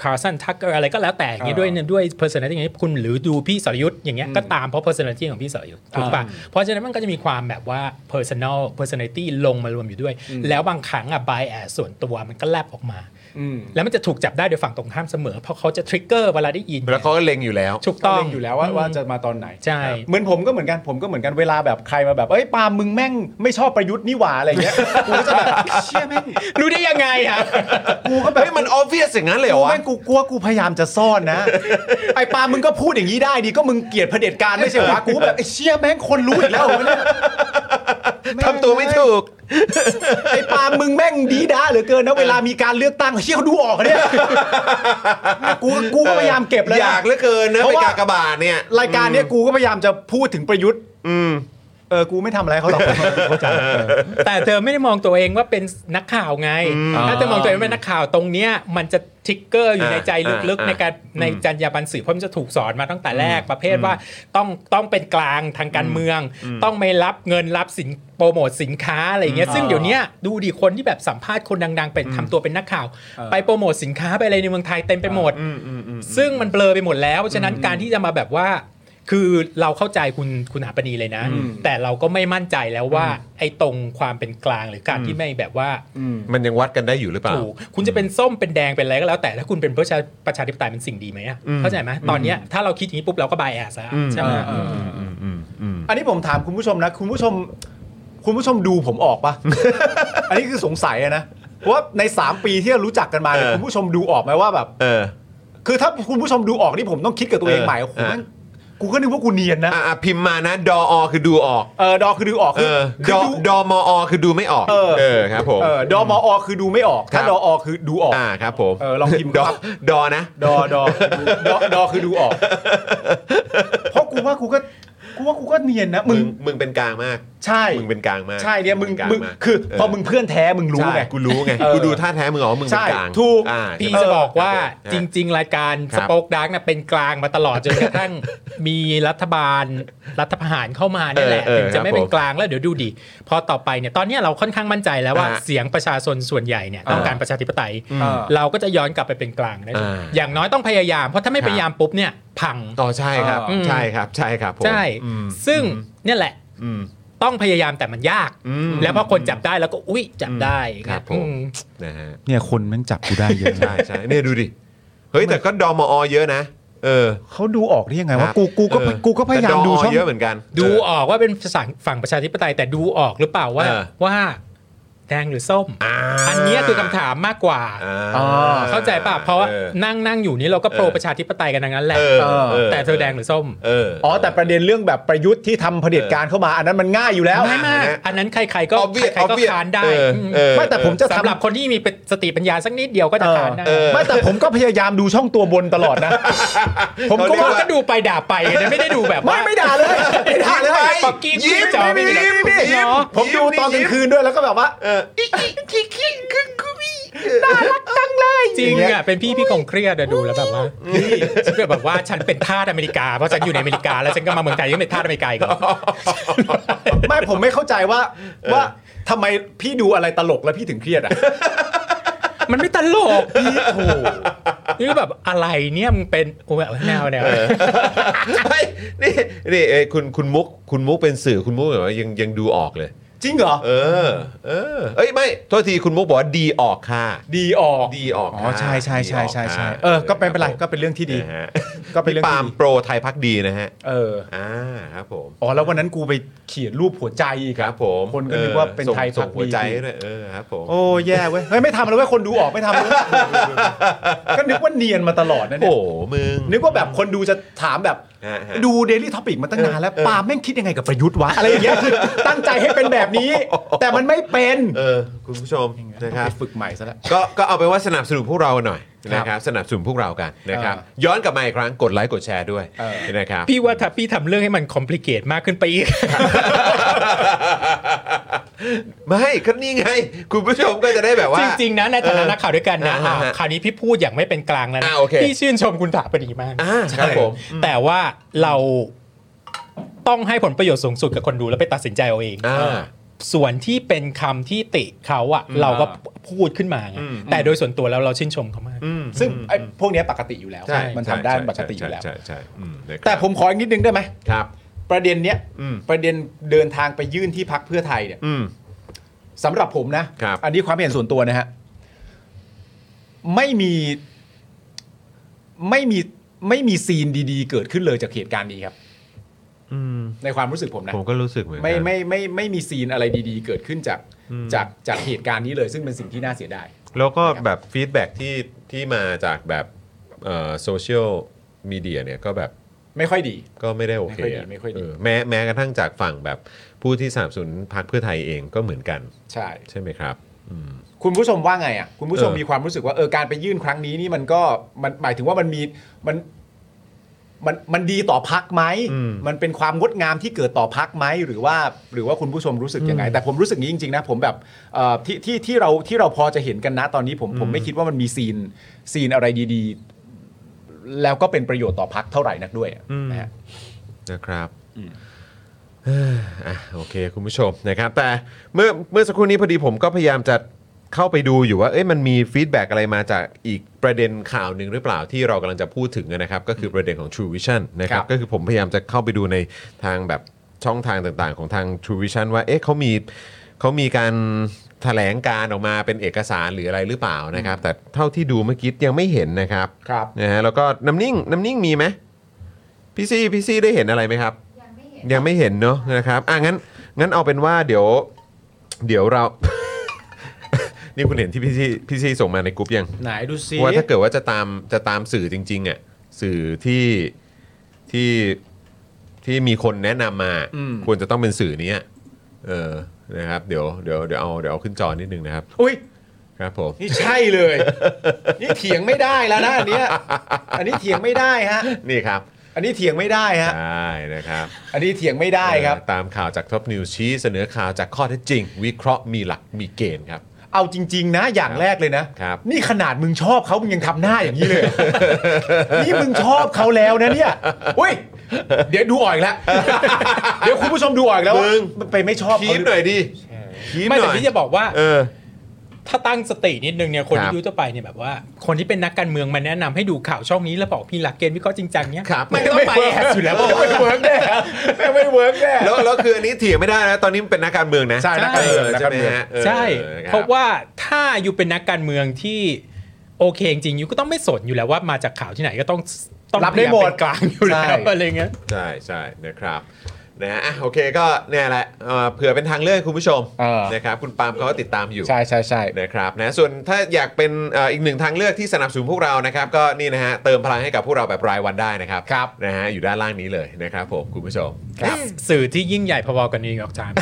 [SPEAKER 4] คาร์สันทักเกอร์อะไรก็แล้วแต่อย่างเงี้ยด้วยด้วย personality อย่างเงี้ยคุณหรือดูพี่สรยุทธ์อย่างเงี้ยก็ตามเพราะ personality ของพี่สรยุทธ์ถูกป่ะเพราะฉะนั้นมันก็จะมีความแบบว่า personal personality ลงมารวมอยู่ด้วย แล้วบางครั้งอ่ะ bias ส่วนตัวมันก็แลบออกมา
[SPEAKER 7] อืม
[SPEAKER 4] แล้วมันจะถูกจับได้โดยฝั่งตรงข้ามเสมอ เพราะเขาจะทริกเกอร์เวลาได้ยิน
[SPEAKER 3] แล้วเขาก็เล็งอยู่แล้ว
[SPEAKER 4] ถูกต้อง
[SPEAKER 7] เล็อยู่แล้วว่าว่าจะมาตอนไหน
[SPEAKER 4] ใช่
[SPEAKER 7] เหมือนผมก็เหมือนกันผมก็เหมือนกันเวลาแบบใครมาแบบเอ้ยปาล์มมึงแม่งไม่ชอบประยุทธ์นี่หว่าอะไรเงี้ย กูก็จะแบบเชี่ยแม่ง
[SPEAKER 4] รู้ได้ยังไงอ่ะ
[SPEAKER 7] กูก็แบบ
[SPEAKER 3] เฮ้ยมัน obvious อย่างนั้นเลยเหรอ
[SPEAKER 7] กู
[SPEAKER 3] วะ
[SPEAKER 7] แม่งกูกลัวกูพยายามจะซ่อนนะ ไอ้ปาล์มมึงก็พูดอย่างนี้ได้ดีก็มึงเกลียดเผด็จการไม่ใช่เหรอวะกูก็แบบไอ้เชี่ยแม่งคนรู้อีกแล้วเหรอวะเนี่ย
[SPEAKER 3] ทำตัวไม่ถูก
[SPEAKER 7] ไอ้ปาล์มมึงแม่งดีด้าเหลือเกินนะเวลามีการเลือกตั้งเชี่ยเขาดูออกเหรอเนี่ยกูก็กูก็พยายามเก็บแล้ว
[SPEAKER 3] อยากเหลือเกินนะไปกากบาทเนี่ย
[SPEAKER 7] รายการเนี้ยกูก็พยายามจะพูดถึงประยุทธ์เออกูไม่ทำอะไรเขา หรอกเข้าใจ
[SPEAKER 4] แต่เธอไม่ได้มองตัวเองว่าเป็นนักข่าวไง ถ้าเธอมองตัวเองเป็นนักข่าวตรงเนี้ยมันจะทริกเกอร์อยู่ในใจลึก
[SPEAKER 3] อ่า
[SPEAKER 4] ๆ ในการในจรรยาบรรณสื่อเพราะมันจะถูกสอนมาตั้งแต่แรกประเภทว่าต้องต้องเป็นกลางทางการเมือง ต้องไม่รับเงินรับสินโปรโมทสินค้าอะไรอย่างเงี้ยซึ่งเดี๋ยวเนี้ยดูดิคนที่แบบสัมภาษณ์คนดัง ๆ ไปทำตัวเป็นนักข่าว ไปโปรโมทสินค้าไปอะไรในเมืองไทยเต็มไปหมด ซึ่งมันเบลอไปหมดแล้วเพราะฉะนั้นการที่จะมาแบบว่า คือเราเข้าใจคุณคุณหาปณีเลยนะ แต่เราก็ไม่มั่นใจแล้วว่า ไอ้ตรงความเป็นกลางหรือการที่ไม่แบบว่า
[SPEAKER 3] มันยังวัดกันได้อยู่หรือเปล่า
[SPEAKER 4] ถูกคุณจะเป็นส้มเป็นแดงเป็นอะไรก็แล้ว แต่ถ้าคุณเป็นประชาประชาธิปไตยเป็นสิ่งดีไหมอะเข้าใจไหมตอนเนี้ยถ้าเราคิดอย่างนี้ปุ๊บเราก็บายแอสแล้วอะใช่ไหม
[SPEAKER 7] อืม
[SPEAKER 3] อืมอืมอืม
[SPEAKER 7] อันนี้ผมถามคุณผู้ชมนะ คุณผู้ชม คุณผู้ชมดูผมอ อกปะ อันนี้คือสงสัยอะนะว่าใน 3 ปีที่เรารู้จักกันมาเนี่ย
[SPEAKER 3] เออ
[SPEAKER 7] คุณผู้ชมดูออกไหมว่าแบบ
[SPEAKER 3] เออ
[SPEAKER 7] คือถ้าคุณผู้ชมดูออกนี่ผมต้องคิดกับตัวเองใหม่
[SPEAKER 3] เออเอ
[SPEAKER 7] โอ้โห
[SPEAKER 3] อ
[SPEAKER 7] แม่งกูก็นึกว่ากูเนียนนะ
[SPEAKER 3] อ่ะพิมพ์มานะ ดออคือดูออก
[SPEAKER 7] เออดอคือดูออก
[SPEAKER 3] เอ
[SPEAKER 7] คือ
[SPEAKER 3] อดอ
[SPEAKER 7] คือดู
[SPEAKER 3] ดอมออคือดูไม่ออก
[SPEAKER 7] เออ
[SPEAKER 3] เออครับผม
[SPEAKER 7] เออดอมออคือดูไม่ออก
[SPEAKER 3] ค
[SPEAKER 7] ถ้า
[SPEAKER 3] รับ
[SPEAKER 7] ดออคือดูออก
[SPEAKER 3] อ่าครับผม
[SPEAKER 7] เออลองพิมพ์
[SPEAKER 3] ดอ
[SPEAKER 7] ครับ
[SPEAKER 3] ดอนะ
[SPEAKER 7] ดอดอดอดอคือดูออก เพราะกูว่ากูก็กูว่ากูก็เนียนนะมึ
[SPEAKER 3] มึ
[SPEAKER 7] ง
[SPEAKER 3] งมึงเป็นกลางมาก
[SPEAKER 7] ใช่
[SPEAKER 3] มึงเป็นกลางมาก
[SPEAKER 7] ใช่เนี่ยมึง
[SPEAKER 3] กลา
[SPEAKER 7] มึง
[SPEAKER 3] าก
[SPEAKER 7] คือ
[SPEAKER 3] เ
[SPEAKER 7] พอมึงเพื่อนแท้มึงรู้
[SPEAKER 3] ใช่
[SPEAKER 7] ไง
[SPEAKER 3] กูรู้ไง
[SPEAKER 7] เออ
[SPEAKER 3] กูดูท่าแท้มึงอ๋อมึงเป็น
[SPEAKER 7] ใช่
[SPEAKER 3] กลาง
[SPEAKER 7] ถูก
[SPEAKER 3] อ่าใช่
[SPEAKER 4] พี่
[SPEAKER 3] ไหม
[SPEAKER 4] จะบอกว่าจริง ๆ รายการ
[SPEAKER 3] ครั
[SPEAKER 4] ส
[SPEAKER 3] บ
[SPEAKER 4] ป o อ e ดักเนี่ยเป็นกลางมาตลอด จนกระทั่ง มีรัฐบาลรัฐประหารเข้ามาเนี่ยแหละ
[SPEAKER 3] เออเออ
[SPEAKER 4] ถึงจะไม่เป็
[SPEAKER 3] ครับ
[SPEAKER 4] น
[SPEAKER 3] ผม
[SPEAKER 4] กลางแล้วเดี๋ยวดูดิพอต่อไปเนี่ยตอนเนี้ยเราค่อนข้างมั่นใจแล้วว่า
[SPEAKER 3] อ่า
[SPEAKER 4] เสียงประชาชนส่วนใหญ่เนี่ยต้องการประชาธิปไตย
[SPEAKER 3] อืม
[SPEAKER 4] เราก็จะย้อนกลับไปเป็นกลางได้
[SPEAKER 3] อ่า
[SPEAKER 4] อย่างน้อยต้องพยายาม เพราะถ้าไม่
[SPEAKER 3] ครับ
[SPEAKER 4] พยายามปุ๊บเนี่ยพัง
[SPEAKER 3] อ๋อใช่ครับ
[SPEAKER 4] อืม
[SPEAKER 3] ใช่ครับใช่ครับผม
[SPEAKER 4] ใช่
[SPEAKER 3] อืม
[SPEAKER 4] ซึ่งเนี่ยแหละ
[SPEAKER 3] อืม
[SPEAKER 4] ต้องพยายามแต่มันยาก
[SPEAKER 3] อืม
[SPEAKER 4] แล้วพอคนจับได้แล้วก็อุ๊ยจับได้
[SPEAKER 3] ครับผ
[SPEAKER 4] อื
[SPEAKER 3] ม
[SPEAKER 4] ม
[SPEAKER 3] นะฮะ
[SPEAKER 7] เนี่ยคนแม่งจับกูได้เยอะ
[SPEAKER 3] ใช่ใช่เนี่ยดูดิเฮ้ยแต่ก็ดอมออเยอะนะเออ
[SPEAKER 7] เขาดูออกได้ยังไง
[SPEAKER 3] ครั
[SPEAKER 7] ว่า
[SPEAKER 3] บ
[SPEAKER 7] กูกูก็
[SPEAKER 3] เออ
[SPEAKER 7] กูก็พยายาม
[SPEAKER 3] แต่
[SPEAKER 7] ดู
[SPEAKER 3] อ
[SPEAKER 7] ช่อง
[SPEAKER 3] เยอะเหมือนกัน
[SPEAKER 4] ดูออกว่าเป็นฝั่งฝั่งประชาธิปไตยแต่ดูออกหรือเปล่าว่า
[SPEAKER 3] เออ
[SPEAKER 4] ว่าแดงหรือส้ม
[SPEAKER 3] อ่า
[SPEAKER 4] อันเนี้ยคือคำถามมากกว่า
[SPEAKER 3] อ่า
[SPEAKER 7] อ๋อ
[SPEAKER 4] เข้าใจป่ะเพราะว่า
[SPEAKER 3] เออ
[SPEAKER 4] นั่งนั่งอยู่นี้เราก็โปรประชาธิปไตยกันทั้งนั้นแหละ
[SPEAKER 3] เออเออ
[SPEAKER 4] แต่เธอแดงหรือส้ม
[SPEAKER 3] เออ
[SPEAKER 7] อ๋
[SPEAKER 3] อ๋
[SPEAKER 7] อแต่ประเด็นเรื่องแบบประยุทธ์ที่ทำเผด็จการเข้ามาอันนั้นมันง่ายอยู่แล้ว
[SPEAKER 4] ง่ายมาก
[SPEAKER 3] นะฮะ
[SPEAKER 4] อันนั้นใครๆก็
[SPEAKER 3] Obvious
[SPEAKER 4] ใครๆก็
[SPEAKER 3] Obvious
[SPEAKER 4] คานได้
[SPEAKER 3] เออ
[SPEAKER 4] อืม
[SPEAKER 3] เออ
[SPEAKER 7] ไม่แต่ผมจะ
[SPEAKER 4] สำหรับ
[SPEAKER 7] ทำ
[SPEAKER 4] คนที่มีสติปัญญาสักนิดเดียวก็จะคานได้
[SPEAKER 7] เออไม่แต่ผมก็พยายามดูช่องตัวบนตลอดนะ ผม
[SPEAKER 4] ก็
[SPEAKER 7] ก็ว่า
[SPEAKER 4] ก็ดูไปด่าไปนะไม่ได้ดูแบบ
[SPEAKER 7] ไม่
[SPEAKER 4] ว่า
[SPEAKER 7] ไม่ด่าเลยไม่ด่าเลย
[SPEAKER 4] ยิ้มไปยิ้ม
[SPEAKER 7] จอม
[SPEAKER 4] ยิ้ม
[SPEAKER 7] ไม่
[SPEAKER 4] ยิ้
[SPEAKER 7] ด่าม ผมดูตอนกลางคืนด้วยแล้วก็แบบว่า
[SPEAKER 3] เออ
[SPEAKER 4] จริงอ่ะเป็นพี่พี่คงเครียดอะดูแล้วแบบว่าฉันก็แบบว่าฉันเป็นทาสอเมริกาเพราะฉันอยู่ในอเมริกาแล้วฉันก็มาเมืองไทยยังเป็นทาสอเมริกาอีกเหรอ
[SPEAKER 7] ไม่ผมไม่เข้าใจว่าว่าทำไมพี่ดูอะไรตลกแล้วพี่ถึงเครียดอ่ะ
[SPEAKER 4] มันไม่ตลกพี่โถนี่ก็แบบอะไรเนี่ยมึงเป็นโอ้ยแนวแนว
[SPEAKER 3] เฮ้ยนี่นี่เอ้ยคุณคุณมุกคุณมุกเป็นสื่อคุณมุกแบบว่ายังยังดูออกเลย
[SPEAKER 7] จริงเหรอ
[SPEAKER 3] เออ เออเอ้ยไม่โทษทีคุณมุกบอกว่าดีออกค่ะ
[SPEAKER 7] ดีออก
[SPEAKER 3] ดีออก
[SPEAKER 7] อ๋
[SPEAKER 3] ค่ะ
[SPEAKER 7] อใช่ใช่ใช่ใช่ใช่
[SPEAKER 3] ดีกค่ะ
[SPEAKER 7] เออ ก็เป็นเป็นไร
[SPEAKER 3] ครับผม
[SPEAKER 7] ก็เป็นเรื่องที่ดี
[SPEAKER 3] นะฮะ
[SPEAKER 7] ก็เป็นเรื่อง
[SPEAKER 3] พี่ปาล์ม
[SPEAKER 7] ที่ดี
[SPEAKER 3] โปรไทยพักดีนะฮะ
[SPEAKER 7] เออ
[SPEAKER 3] อ่าครับผม
[SPEAKER 7] อ๋อแล้ววันนั้นกูไปเขียนรูปหัวใจอีก
[SPEAKER 3] ค
[SPEAKER 7] อะ
[SPEAKER 3] รับผม
[SPEAKER 7] คนก็
[SPEAKER 3] ออ
[SPEAKER 7] นึกว่าเป็น
[SPEAKER 3] ส่ง
[SPEAKER 7] ไทย
[SPEAKER 3] ส่
[SPEAKER 7] พั
[SPEAKER 3] ง
[SPEAKER 7] ก
[SPEAKER 3] หัว
[SPEAKER 7] ดี
[SPEAKER 3] ใจด้วยเออครับผม
[SPEAKER 7] โอ้แย่เว้ยเฮ้ยไม่ทำแล้วเว้ยคนดูออกไม่ทำแล้วเว้ยก็นึกว่าเนียนมาตลอดนะ
[SPEAKER 3] โอ้
[SPEAKER 7] เนี่ย
[SPEAKER 3] โหมึง
[SPEAKER 7] นึกว่าแบบคนดูจะถามแบบ
[SPEAKER 3] ฮะฮะ
[SPEAKER 7] ดู Daily Topic มาตั้งนานแล้วปาล์มแม่งคิดยังไงกับประยุทธ์วะอะไรอย่างเงี้ยคือตั้งใจให้เป็นแบบนี้ แต่มันไม่เป็น
[SPEAKER 3] เออคุณผู้ชมนะครับ
[SPEAKER 7] ต้องไปฝึกใหม่ซะแล้ว
[SPEAKER 3] ก็ก็เอาไปนว่าสนับสนุนพวกเราหน่อย
[SPEAKER 7] ครับ
[SPEAKER 3] นะครับสนับสนุนพวกเรากันนะครับ
[SPEAKER 7] เออ
[SPEAKER 3] ย้อนกลับมาอีกครั้งกดไลค์กดแชร์ด้วย
[SPEAKER 7] เออ
[SPEAKER 3] นะครับ
[SPEAKER 4] พี่ว่าถ้าพี่ทำเรื่องให้มันคอมพลีเคทมากขึ้นไปอีก
[SPEAKER 3] ไม่ก็นี่ไง คุณผู้ชมก็จะได้แบบว่า
[SPEAKER 4] จริงๆนะในฐานะนักข่าวด้วยกันนะ
[SPEAKER 3] อ่าฮะ
[SPEAKER 4] อ่าคราวนี้พี่พูดอย่างไม่เป็นกลางแล้วนะ
[SPEAKER 3] อ่าโอเค
[SPEAKER 4] พี่ชื่นชมคุณถาปดีมาก
[SPEAKER 3] อ่าครับผมอืม
[SPEAKER 4] แต่ว่าเราต้องให้ผลประโยชน์สูงสุดกับคนดูแล้วไปตัดสินใจเอาเอง
[SPEAKER 3] อ่า
[SPEAKER 4] ส่วนที่เป็นคำที่ติเขาอะเราก็พูดขึ้นมาไง
[SPEAKER 3] อืม
[SPEAKER 4] แต่โดยส่วนตัวแล้วเราชื่นชมเขามาก
[SPEAKER 3] อืม
[SPEAKER 7] ซึ่งไอ้พวกเนี้ยปกติอยู่แล้ว
[SPEAKER 3] ใช่
[SPEAKER 7] มัน
[SPEAKER 3] ใช่
[SPEAKER 7] ทำได้
[SPEAKER 3] ใช่
[SPEAKER 7] ปกติอยู่แล้ว
[SPEAKER 3] ใช่ใช่ใช่อืมนะครับ
[SPEAKER 7] แต่ผมขออีกนิดนึงได้ไหม
[SPEAKER 3] ครับ
[SPEAKER 7] ประเด็นเนี้ย
[SPEAKER 3] อืม
[SPEAKER 7] ประเด็นเดินทางไปยื่นที่พักเพื่อไทยเนี่ย
[SPEAKER 3] อืม
[SPEAKER 7] สำหรับผมนะครับ อันนี้ความเห็นส่วนตัวนะฮะไม่มีไม่มีไม่มีซีนดีๆ เกิดขึ้นเลยจากเหตุการณ์นี้ครับ
[SPEAKER 3] อืม
[SPEAKER 7] ในความรู้สึกผมนะ
[SPEAKER 3] ผมก็รู้สึกเหมือนกัน
[SPEAKER 7] ไม่ไม่ไมไม่ไม่มีซีนอะไรดีๆ เกิดขึ้นจาก
[SPEAKER 3] อืม
[SPEAKER 7] จากจากเหตุการณ์นี้เลย ซึ่งเป็นสิ่งที่น่าเสียดาย
[SPEAKER 3] แล้วก็แบบฟีดแบ็กที่ที่มาจากแบบเอ่อโซเชียลมีเดียเนี่ยก็แบบ
[SPEAKER 7] ไม่ค่อยดี
[SPEAKER 3] ก็ไม่ได้โอเค
[SPEAKER 7] ไม่ค่อยดีไม่ค่อยดี
[SPEAKER 3] เแม้แม้กระทั่งจากฝั่งแบบผู้ที่สนับสนุนพรรคเพื่อไทยเองก็เหมือนกัน
[SPEAKER 7] ใช่
[SPEAKER 3] ใช่ไหมครับ อืม
[SPEAKER 7] คุณผู้ชมว่าไงอ่ะคุณผู้ชม
[SPEAKER 3] เออ
[SPEAKER 7] มีความรู้สึกว่าเออการไปยื่นครั้งนี้นี่มันก็มันหมายถึงว่ามันมีมันมันมันดีต่อพักไหม
[SPEAKER 3] อืม
[SPEAKER 7] มันเป็นความงดงามที่เกิดต่อพักไหมหรือว่าหรือว่าคุณผู้ชมรู้สึกยังไง แต่ผมรู้สึกนี้จริงๆนะผมแบบเอ่อที่ที่ที่เราที่เราพอจะเห็นกันนะตอนนี้ผมผมไม่คิดว่ามันมีซีนซีนอะไรดีๆ แล้วก็เป็นประโยชน์ต่อพักเท่าไหร่นักด้วยอะ
[SPEAKER 3] อืม
[SPEAKER 7] นะฮะ
[SPEAKER 3] นะครับเอ้ออ่ะโอเคคุณผู้ชมนะครับ แต่เมื่อเมื่อสักครู่นี้พอดีผมก็พยายามจะเข้าไปดูอยู่ว่าเอ้ยมันมีฟีดแบ็กอะไรมาจากอีกประเด็นข่าวหนึ่งหรือเปล่าที่เรากำลังจะพูดถึงนะครับ ก็คือประเด็นของ True Vision นะครับ
[SPEAKER 7] ครับ
[SPEAKER 3] ก็คือผมพยายามจะเข้าไปดูในทางแบบช่องทางต่างๆ ของทาง True Vision ว่าเอ๊ะเขามีเขามีการแถลงการออกมาเป็นเอกสารหรืออะไรหรือเปล่านะครับ แต่เท่าที่ดูเมื่อกี้ยังไม่เห็นนะครับ
[SPEAKER 7] ครับ
[SPEAKER 3] นะฮะแล้วก็น้ำนิ่งน้ำนิ่งมีไหมพี่ซี่พี่ซี่ได้เห็นอะไรไหมครับ
[SPEAKER 8] ยังไม่เห็น
[SPEAKER 3] ยังไม่เห็นเนอะนะครับอ่ะงั้นงั้นเอาเป็นว่าเดี๋ยว เดี๋ยวเรา นี่คุณเห็นที่พี่ซี่พี่ซี่ส่งมาในกรุ๊ปยัง
[SPEAKER 7] ไหนดูซิ
[SPEAKER 3] ว่าถ้าเกิดว่าจะตามจะตามสื่อจริงๆอ่ะสื่อที่ที่ที่มีคนแนะนำมา
[SPEAKER 7] อืม
[SPEAKER 3] ควรจะต้องเป็นสื่อเนี้ยเออนะครับ เดี๋ยวเดี๋ยวเดี๋ยวเอาเดี๋ยวเอาขึ้นจอนิดนึงนะครับ
[SPEAKER 7] อุ้ย
[SPEAKER 3] ครับผม
[SPEAKER 7] นี่ใช่เลย นี่เถียงไม่ได้แล้วนะอันเนี้ยอันนี้เถียงไม่ได้ฮะ
[SPEAKER 3] นี่ครับ
[SPEAKER 7] อันนี้เถียงไม่ได้ฮะ
[SPEAKER 3] ใช่นะครับ
[SPEAKER 7] อันนี้เถียงไม่ได้ครับ
[SPEAKER 3] เอ่อตามข่าวจากท็อปนิวชี้เสนอข่าวจากข้อเท็จจริง วิเคราะห์มีหลักมีเกณฑ์ครับ
[SPEAKER 7] เอาจริง ๆ นะ อย่างแรกเลยนะ
[SPEAKER 3] ครับ
[SPEAKER 7] นี่ขนาดมึงชอบเขามึงยังทำหน้าอย่า งนี้เลย นี่มึงชอบเขาแล้วนะเนี่ยอุ้ย เดี๋ยวดู อ่อยแล้ว เดี๋ยวคุณผู้ชมดูอ่อยแล้วว่า
[SPEAKER 3] มึง
[SPEAKER 7] มันไปไม่ชอบ
[SPEAKER 3] คี
[SPEAKER 7] เขา
[SPEAKER 3] นหน่อยดิคีนห
[SPEAKER 4] ไม่
[SPEAKER 3] น่
[SPEAKER 4] แต่
[SPEAKER 3] อย
[SPEAKER 4] ที่จะบอกว่า
[SPEAKER 3] เออ
[SPEAKER 4] ถ้าตั้งสตินิดนึงเนี่ยคน
[SPEAKER 3] ครั
[SPEAKER 4] ที่
[SPEAKER 3] บ
[SPEAKER 4] รู้จะไปเนี่ยแบบว่า คนที่เป็นนักการเมืองมาแนะนำให้ดูข่าวช่องนี้แล้วบอกพี่หลักเกณฑ์วิเคราะห์จริงจังเนี่ยไม่ต้องไปแอบอยู่แล้ว
[SPEAKER 7] ไม่เวิร์กแน่ไม่เวิร์กแน่
[SPEAKER 3] แล้วแล้วคืออันนี้เถียงไม่ได้นะ ตอนนี้มันเป็นนักการเมืองนะ
[SPEAKER 7] ใช่นักการเมืองนัก
[SPEAKER 3] ใช่
[SPEAKER 7] การ
[SPEAKER 3] ไหม
[SPEAKER 7] เมือง
[SPEAKER 3] ฮะออ
[SPEAKER 4] ใช่
[SPEAKER 3] คบ
[SPEAKER 4] เพราะว่าถ้าอยู่เป็นนักการเมืองที่โอเคจริงๆอยู่ก็ต้องไม่สนอยู่แล้วว่ามาจากข่าวที่ไหนก็ต้องต้อง
[SPEAKER 7] รับได้หม
[SPEAKER 4] พยายา
[SPEAKER 7] ด
[SPEAKER 4] เป็นกลางอยู่แล้วอะไรเงี้ย
[SPEAKER 3] ใช่ใช่นะครับนะฮะอ่ะโอเคก็เนี่ยแหละเอ่อเผื่อเป็นทางเลือกให้คุณผู้ชม
[SPEAKER 7] เออ
[SPEAKER 3] นะครับคุณปาล์มเขาก็ติดตามอยู่
[SPEAKER 7] ใช่ใช่ใช่
[SPEAKER 3] นะครับนะส่วนถ้าอยากเป็นเอ่ออีกหนึ่งทางเลือกที่สนับสนุนพวกเรานะครับ ก็นี่นะฮะเติมพลังให้กับพวกเราแบบรายวันได้นะครับ
[SPEAKER 7] ครับ
[SPEAKER 3] นะฮะอยู่ด้านล่างนี้เลยนะครับผมคุณผู้ชม
[SPEAKER 7] ครับ
[SPEAKER 4] สื่อที่ยิ่งใหญ่พอๆกันนิวยอร์กไทม์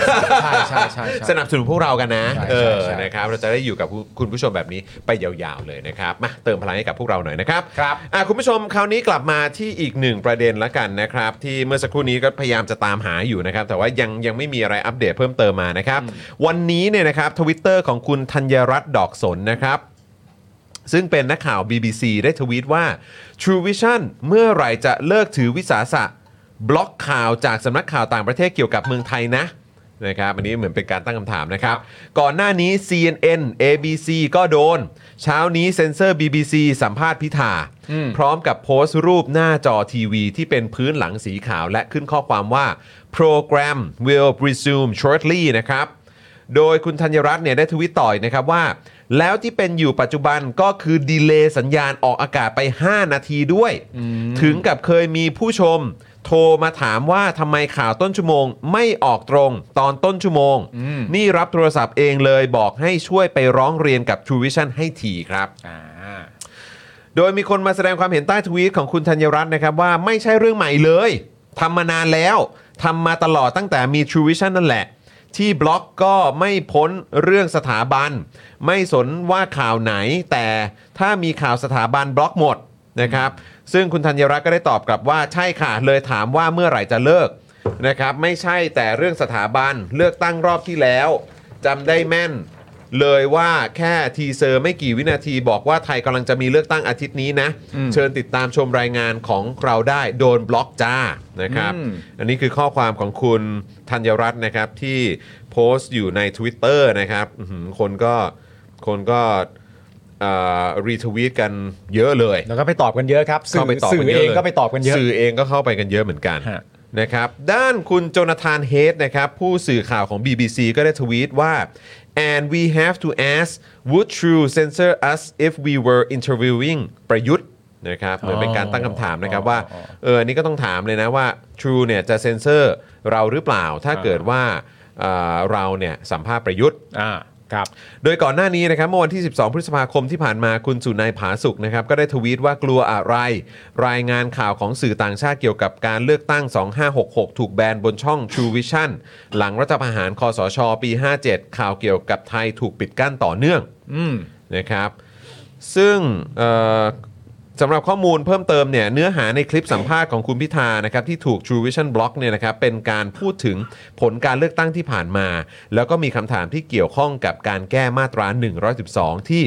[SPEAKER 7] ใช่ใช่ใช่
[SPEAKER 3] ส
[SPEAKER 7] ใช่
[SPEAKER 3] นับสนุนพวกเรากันนะ
[SPEAKER 7] ใช่ใช่
[SPEAKER 3] เออ
[SPEAKER 7] ใช่
[SPEAKER 3] นะครับเราจะได้อยู่กับผู้คุณผู้ชมแบบนี้ไปยาวๆเลยนะครับมาเติมพลังให้กับพวกเราหน่อยนะครับ
[SPEAKER 7] ครับ
[SPEAKER 3] อ่ะคุณผู้ชมคราวนี้กลับมาที่อีกหนึ่งประเด็นละกันนะครับ ที่เมื่อสักครู่นี้ก็พยายามจะตามหาอยู่นะครับ แต่ว่ายังยังไม่มีอะไรอัปเดตเพิ่มเติมมานะครับ วันนี้เนี่ยนะครับทวิตเตอร์ของคุณธัญรัตน์ดอกสนนะครับ ซึ่งเป็นนักข่าว BBC ได้ทวีตว่า True Vision เมื่อไหร่จะเลิกถือวิสาสะบล็อกข่าวจากสำนักข่าวต่างประเทศเกี่ยวกับเมืองไทยนะนะครับอันนี้เหมือนเป็นการตั้งคำถามนะครับ ก่อนหน้านี้ CNN ABC ก็โดน เช้านี้เซ็นเซอร์ BBC สัมภาษณ์พิธา
[SPEAKER 7] อืม
[SPEAKER 3] พร้อมกับโพสต์รูปหน้าจอทีวีที่เป็นพื้นหลังสีขาวและขึ้นข้อความว่า program will resume shortly นะครับ โดยคุณธัญรัตน์เนี่ยได้ทวิตต่อยนะครับว่า แล้วที่เป็นอยู่ปัจจุบันก็คือดีเลย์สัญญาณออกอากาศไป 5 นาทีด้วย ถึงกับเคยมีผู้ชม โทรมาถามว่าทำไมข่าวต้นชั่วโมง ไม่ออกตรงตอนต้นชั่วโมง นี่รับโทรศัพท์เองเลยบอกให้ช่วยไปร้องเรียนกับ True Vision ให้ทีครับ โดยมีคนมาแสดงความเห็นใต้ทวีตของคุณธัญรัตน์นะครับว่าไม่ใช่เรื่องใหม่เลยทำมานานแล้วทำมาตลอดตั้งแต่มี True Vision นั่นแหละ ที่บล็อกก็ไม่พ้นเรื่องสถาบัน ไม่สนว่าข่าวไหน แต่ถ้ามีข่าวสถาบันบล็อกหมดนะครับ ซึ่งคุณธัญรัตน์ก็ได้ตอบกลับว่าใช่ค่ะเลยถามว่าเมื่อไหร่จะเลิกนะครับ ไม่ใช่แต่เรื่องสถาบันเลือกตั้งรอบที่แล้วจำได้แม่น เลยว่าแค่ทีเซอร์ไม่กี่วินาทีบอกว่าไทยกำลังจะมีเลือกตั้งอาทิตย์นี้นะ เชิญติดตามชมรายงานของเราได้โดนบล็อกจ้านะครับ
[SPEAKER 7] อืม
[SPEAKER 3] อันนี้คือข้อความของคุณธัญรัตน์นะครับ ที่โพสต์อยู่ใน Twitter นะครับอื้อหือคนก็คนก็รีทวีตกันเยอะเลย
[SPEAKER 7] แล้วก็ไปตอบกันเยอะครับสื่
[SPEAKER 3] เข้า
[SPEAKER 7] อ
[SPEAKER 3] ไปตอบ
[SPEAKER 7] สื่อ
[SPEAKER 3] กันเย
[SPEAKER 7] เอ
[SPEAKER 3] อะ
[SPEAKER 7] ง
[SPEAKER 3] ลย
[SPEAKER 7] ก็ไปตอบกันเยอะ
[SPEAKER 3] สื่อเองก็เข้าไปกันเยอะเหมือนกัน
[SPEAKER 7] ฮะ
[SPEAKER 3] นะครับด้านคุณโจนาธานเฮดนะครับผู้สื่อข่าวของ BBC ก็ได้ทวีตว่า and we have to ask would True censor us if we were interviewing ประยุทธ์นะครับเหมือนเป็นการตั้งคำถามนะครับว่าเอออันนี้ก็ต้องถามเลยนะว่า True เนี่ยจะเซนเซอร์เราหรือเปล่าถ้าเกิดว่าเอ่อเราเนี่ยสัมภาษณ์ประยุทธ์
[SPEAKER 7] อ่าครับ
[SPEAKER 3] โดยก่อนหน้านี้นะครับเมื่อวันที่ 12 พฤษภาคมที่ผ่านมาคุณสุนายผาสุกนะครับก็ได้ทวีตว่ากลัวอะไร รายงานข่าวของสื่อต่างชาติเกี่ยวกับการเลือกตั้ง 2566 ถูกแบนบนช่อง True Vision หลังรัฐประหารคอสช ปี 57 ข่าวเกี่ยวกับไทยถูกปิดกั้นต่อเนื่อง
[SPEAKER 7] อืม
[SPEAKER 3] นะครับซึ่งเอ่อสำหรับข้อมูลเพิ่มเติมเนี่ยเนื้อหาในคลิปสัมภาษณ์ของคุณพิธานะครับที่ถูก True Vision Block เนี่ยนะครับเป็นการพูดถึงผลการเลือกตั้งที่ผ่านมา แล้วก็มีคำถามที่เกี่ยวข้องกับการแก้มาตรา 112 ที่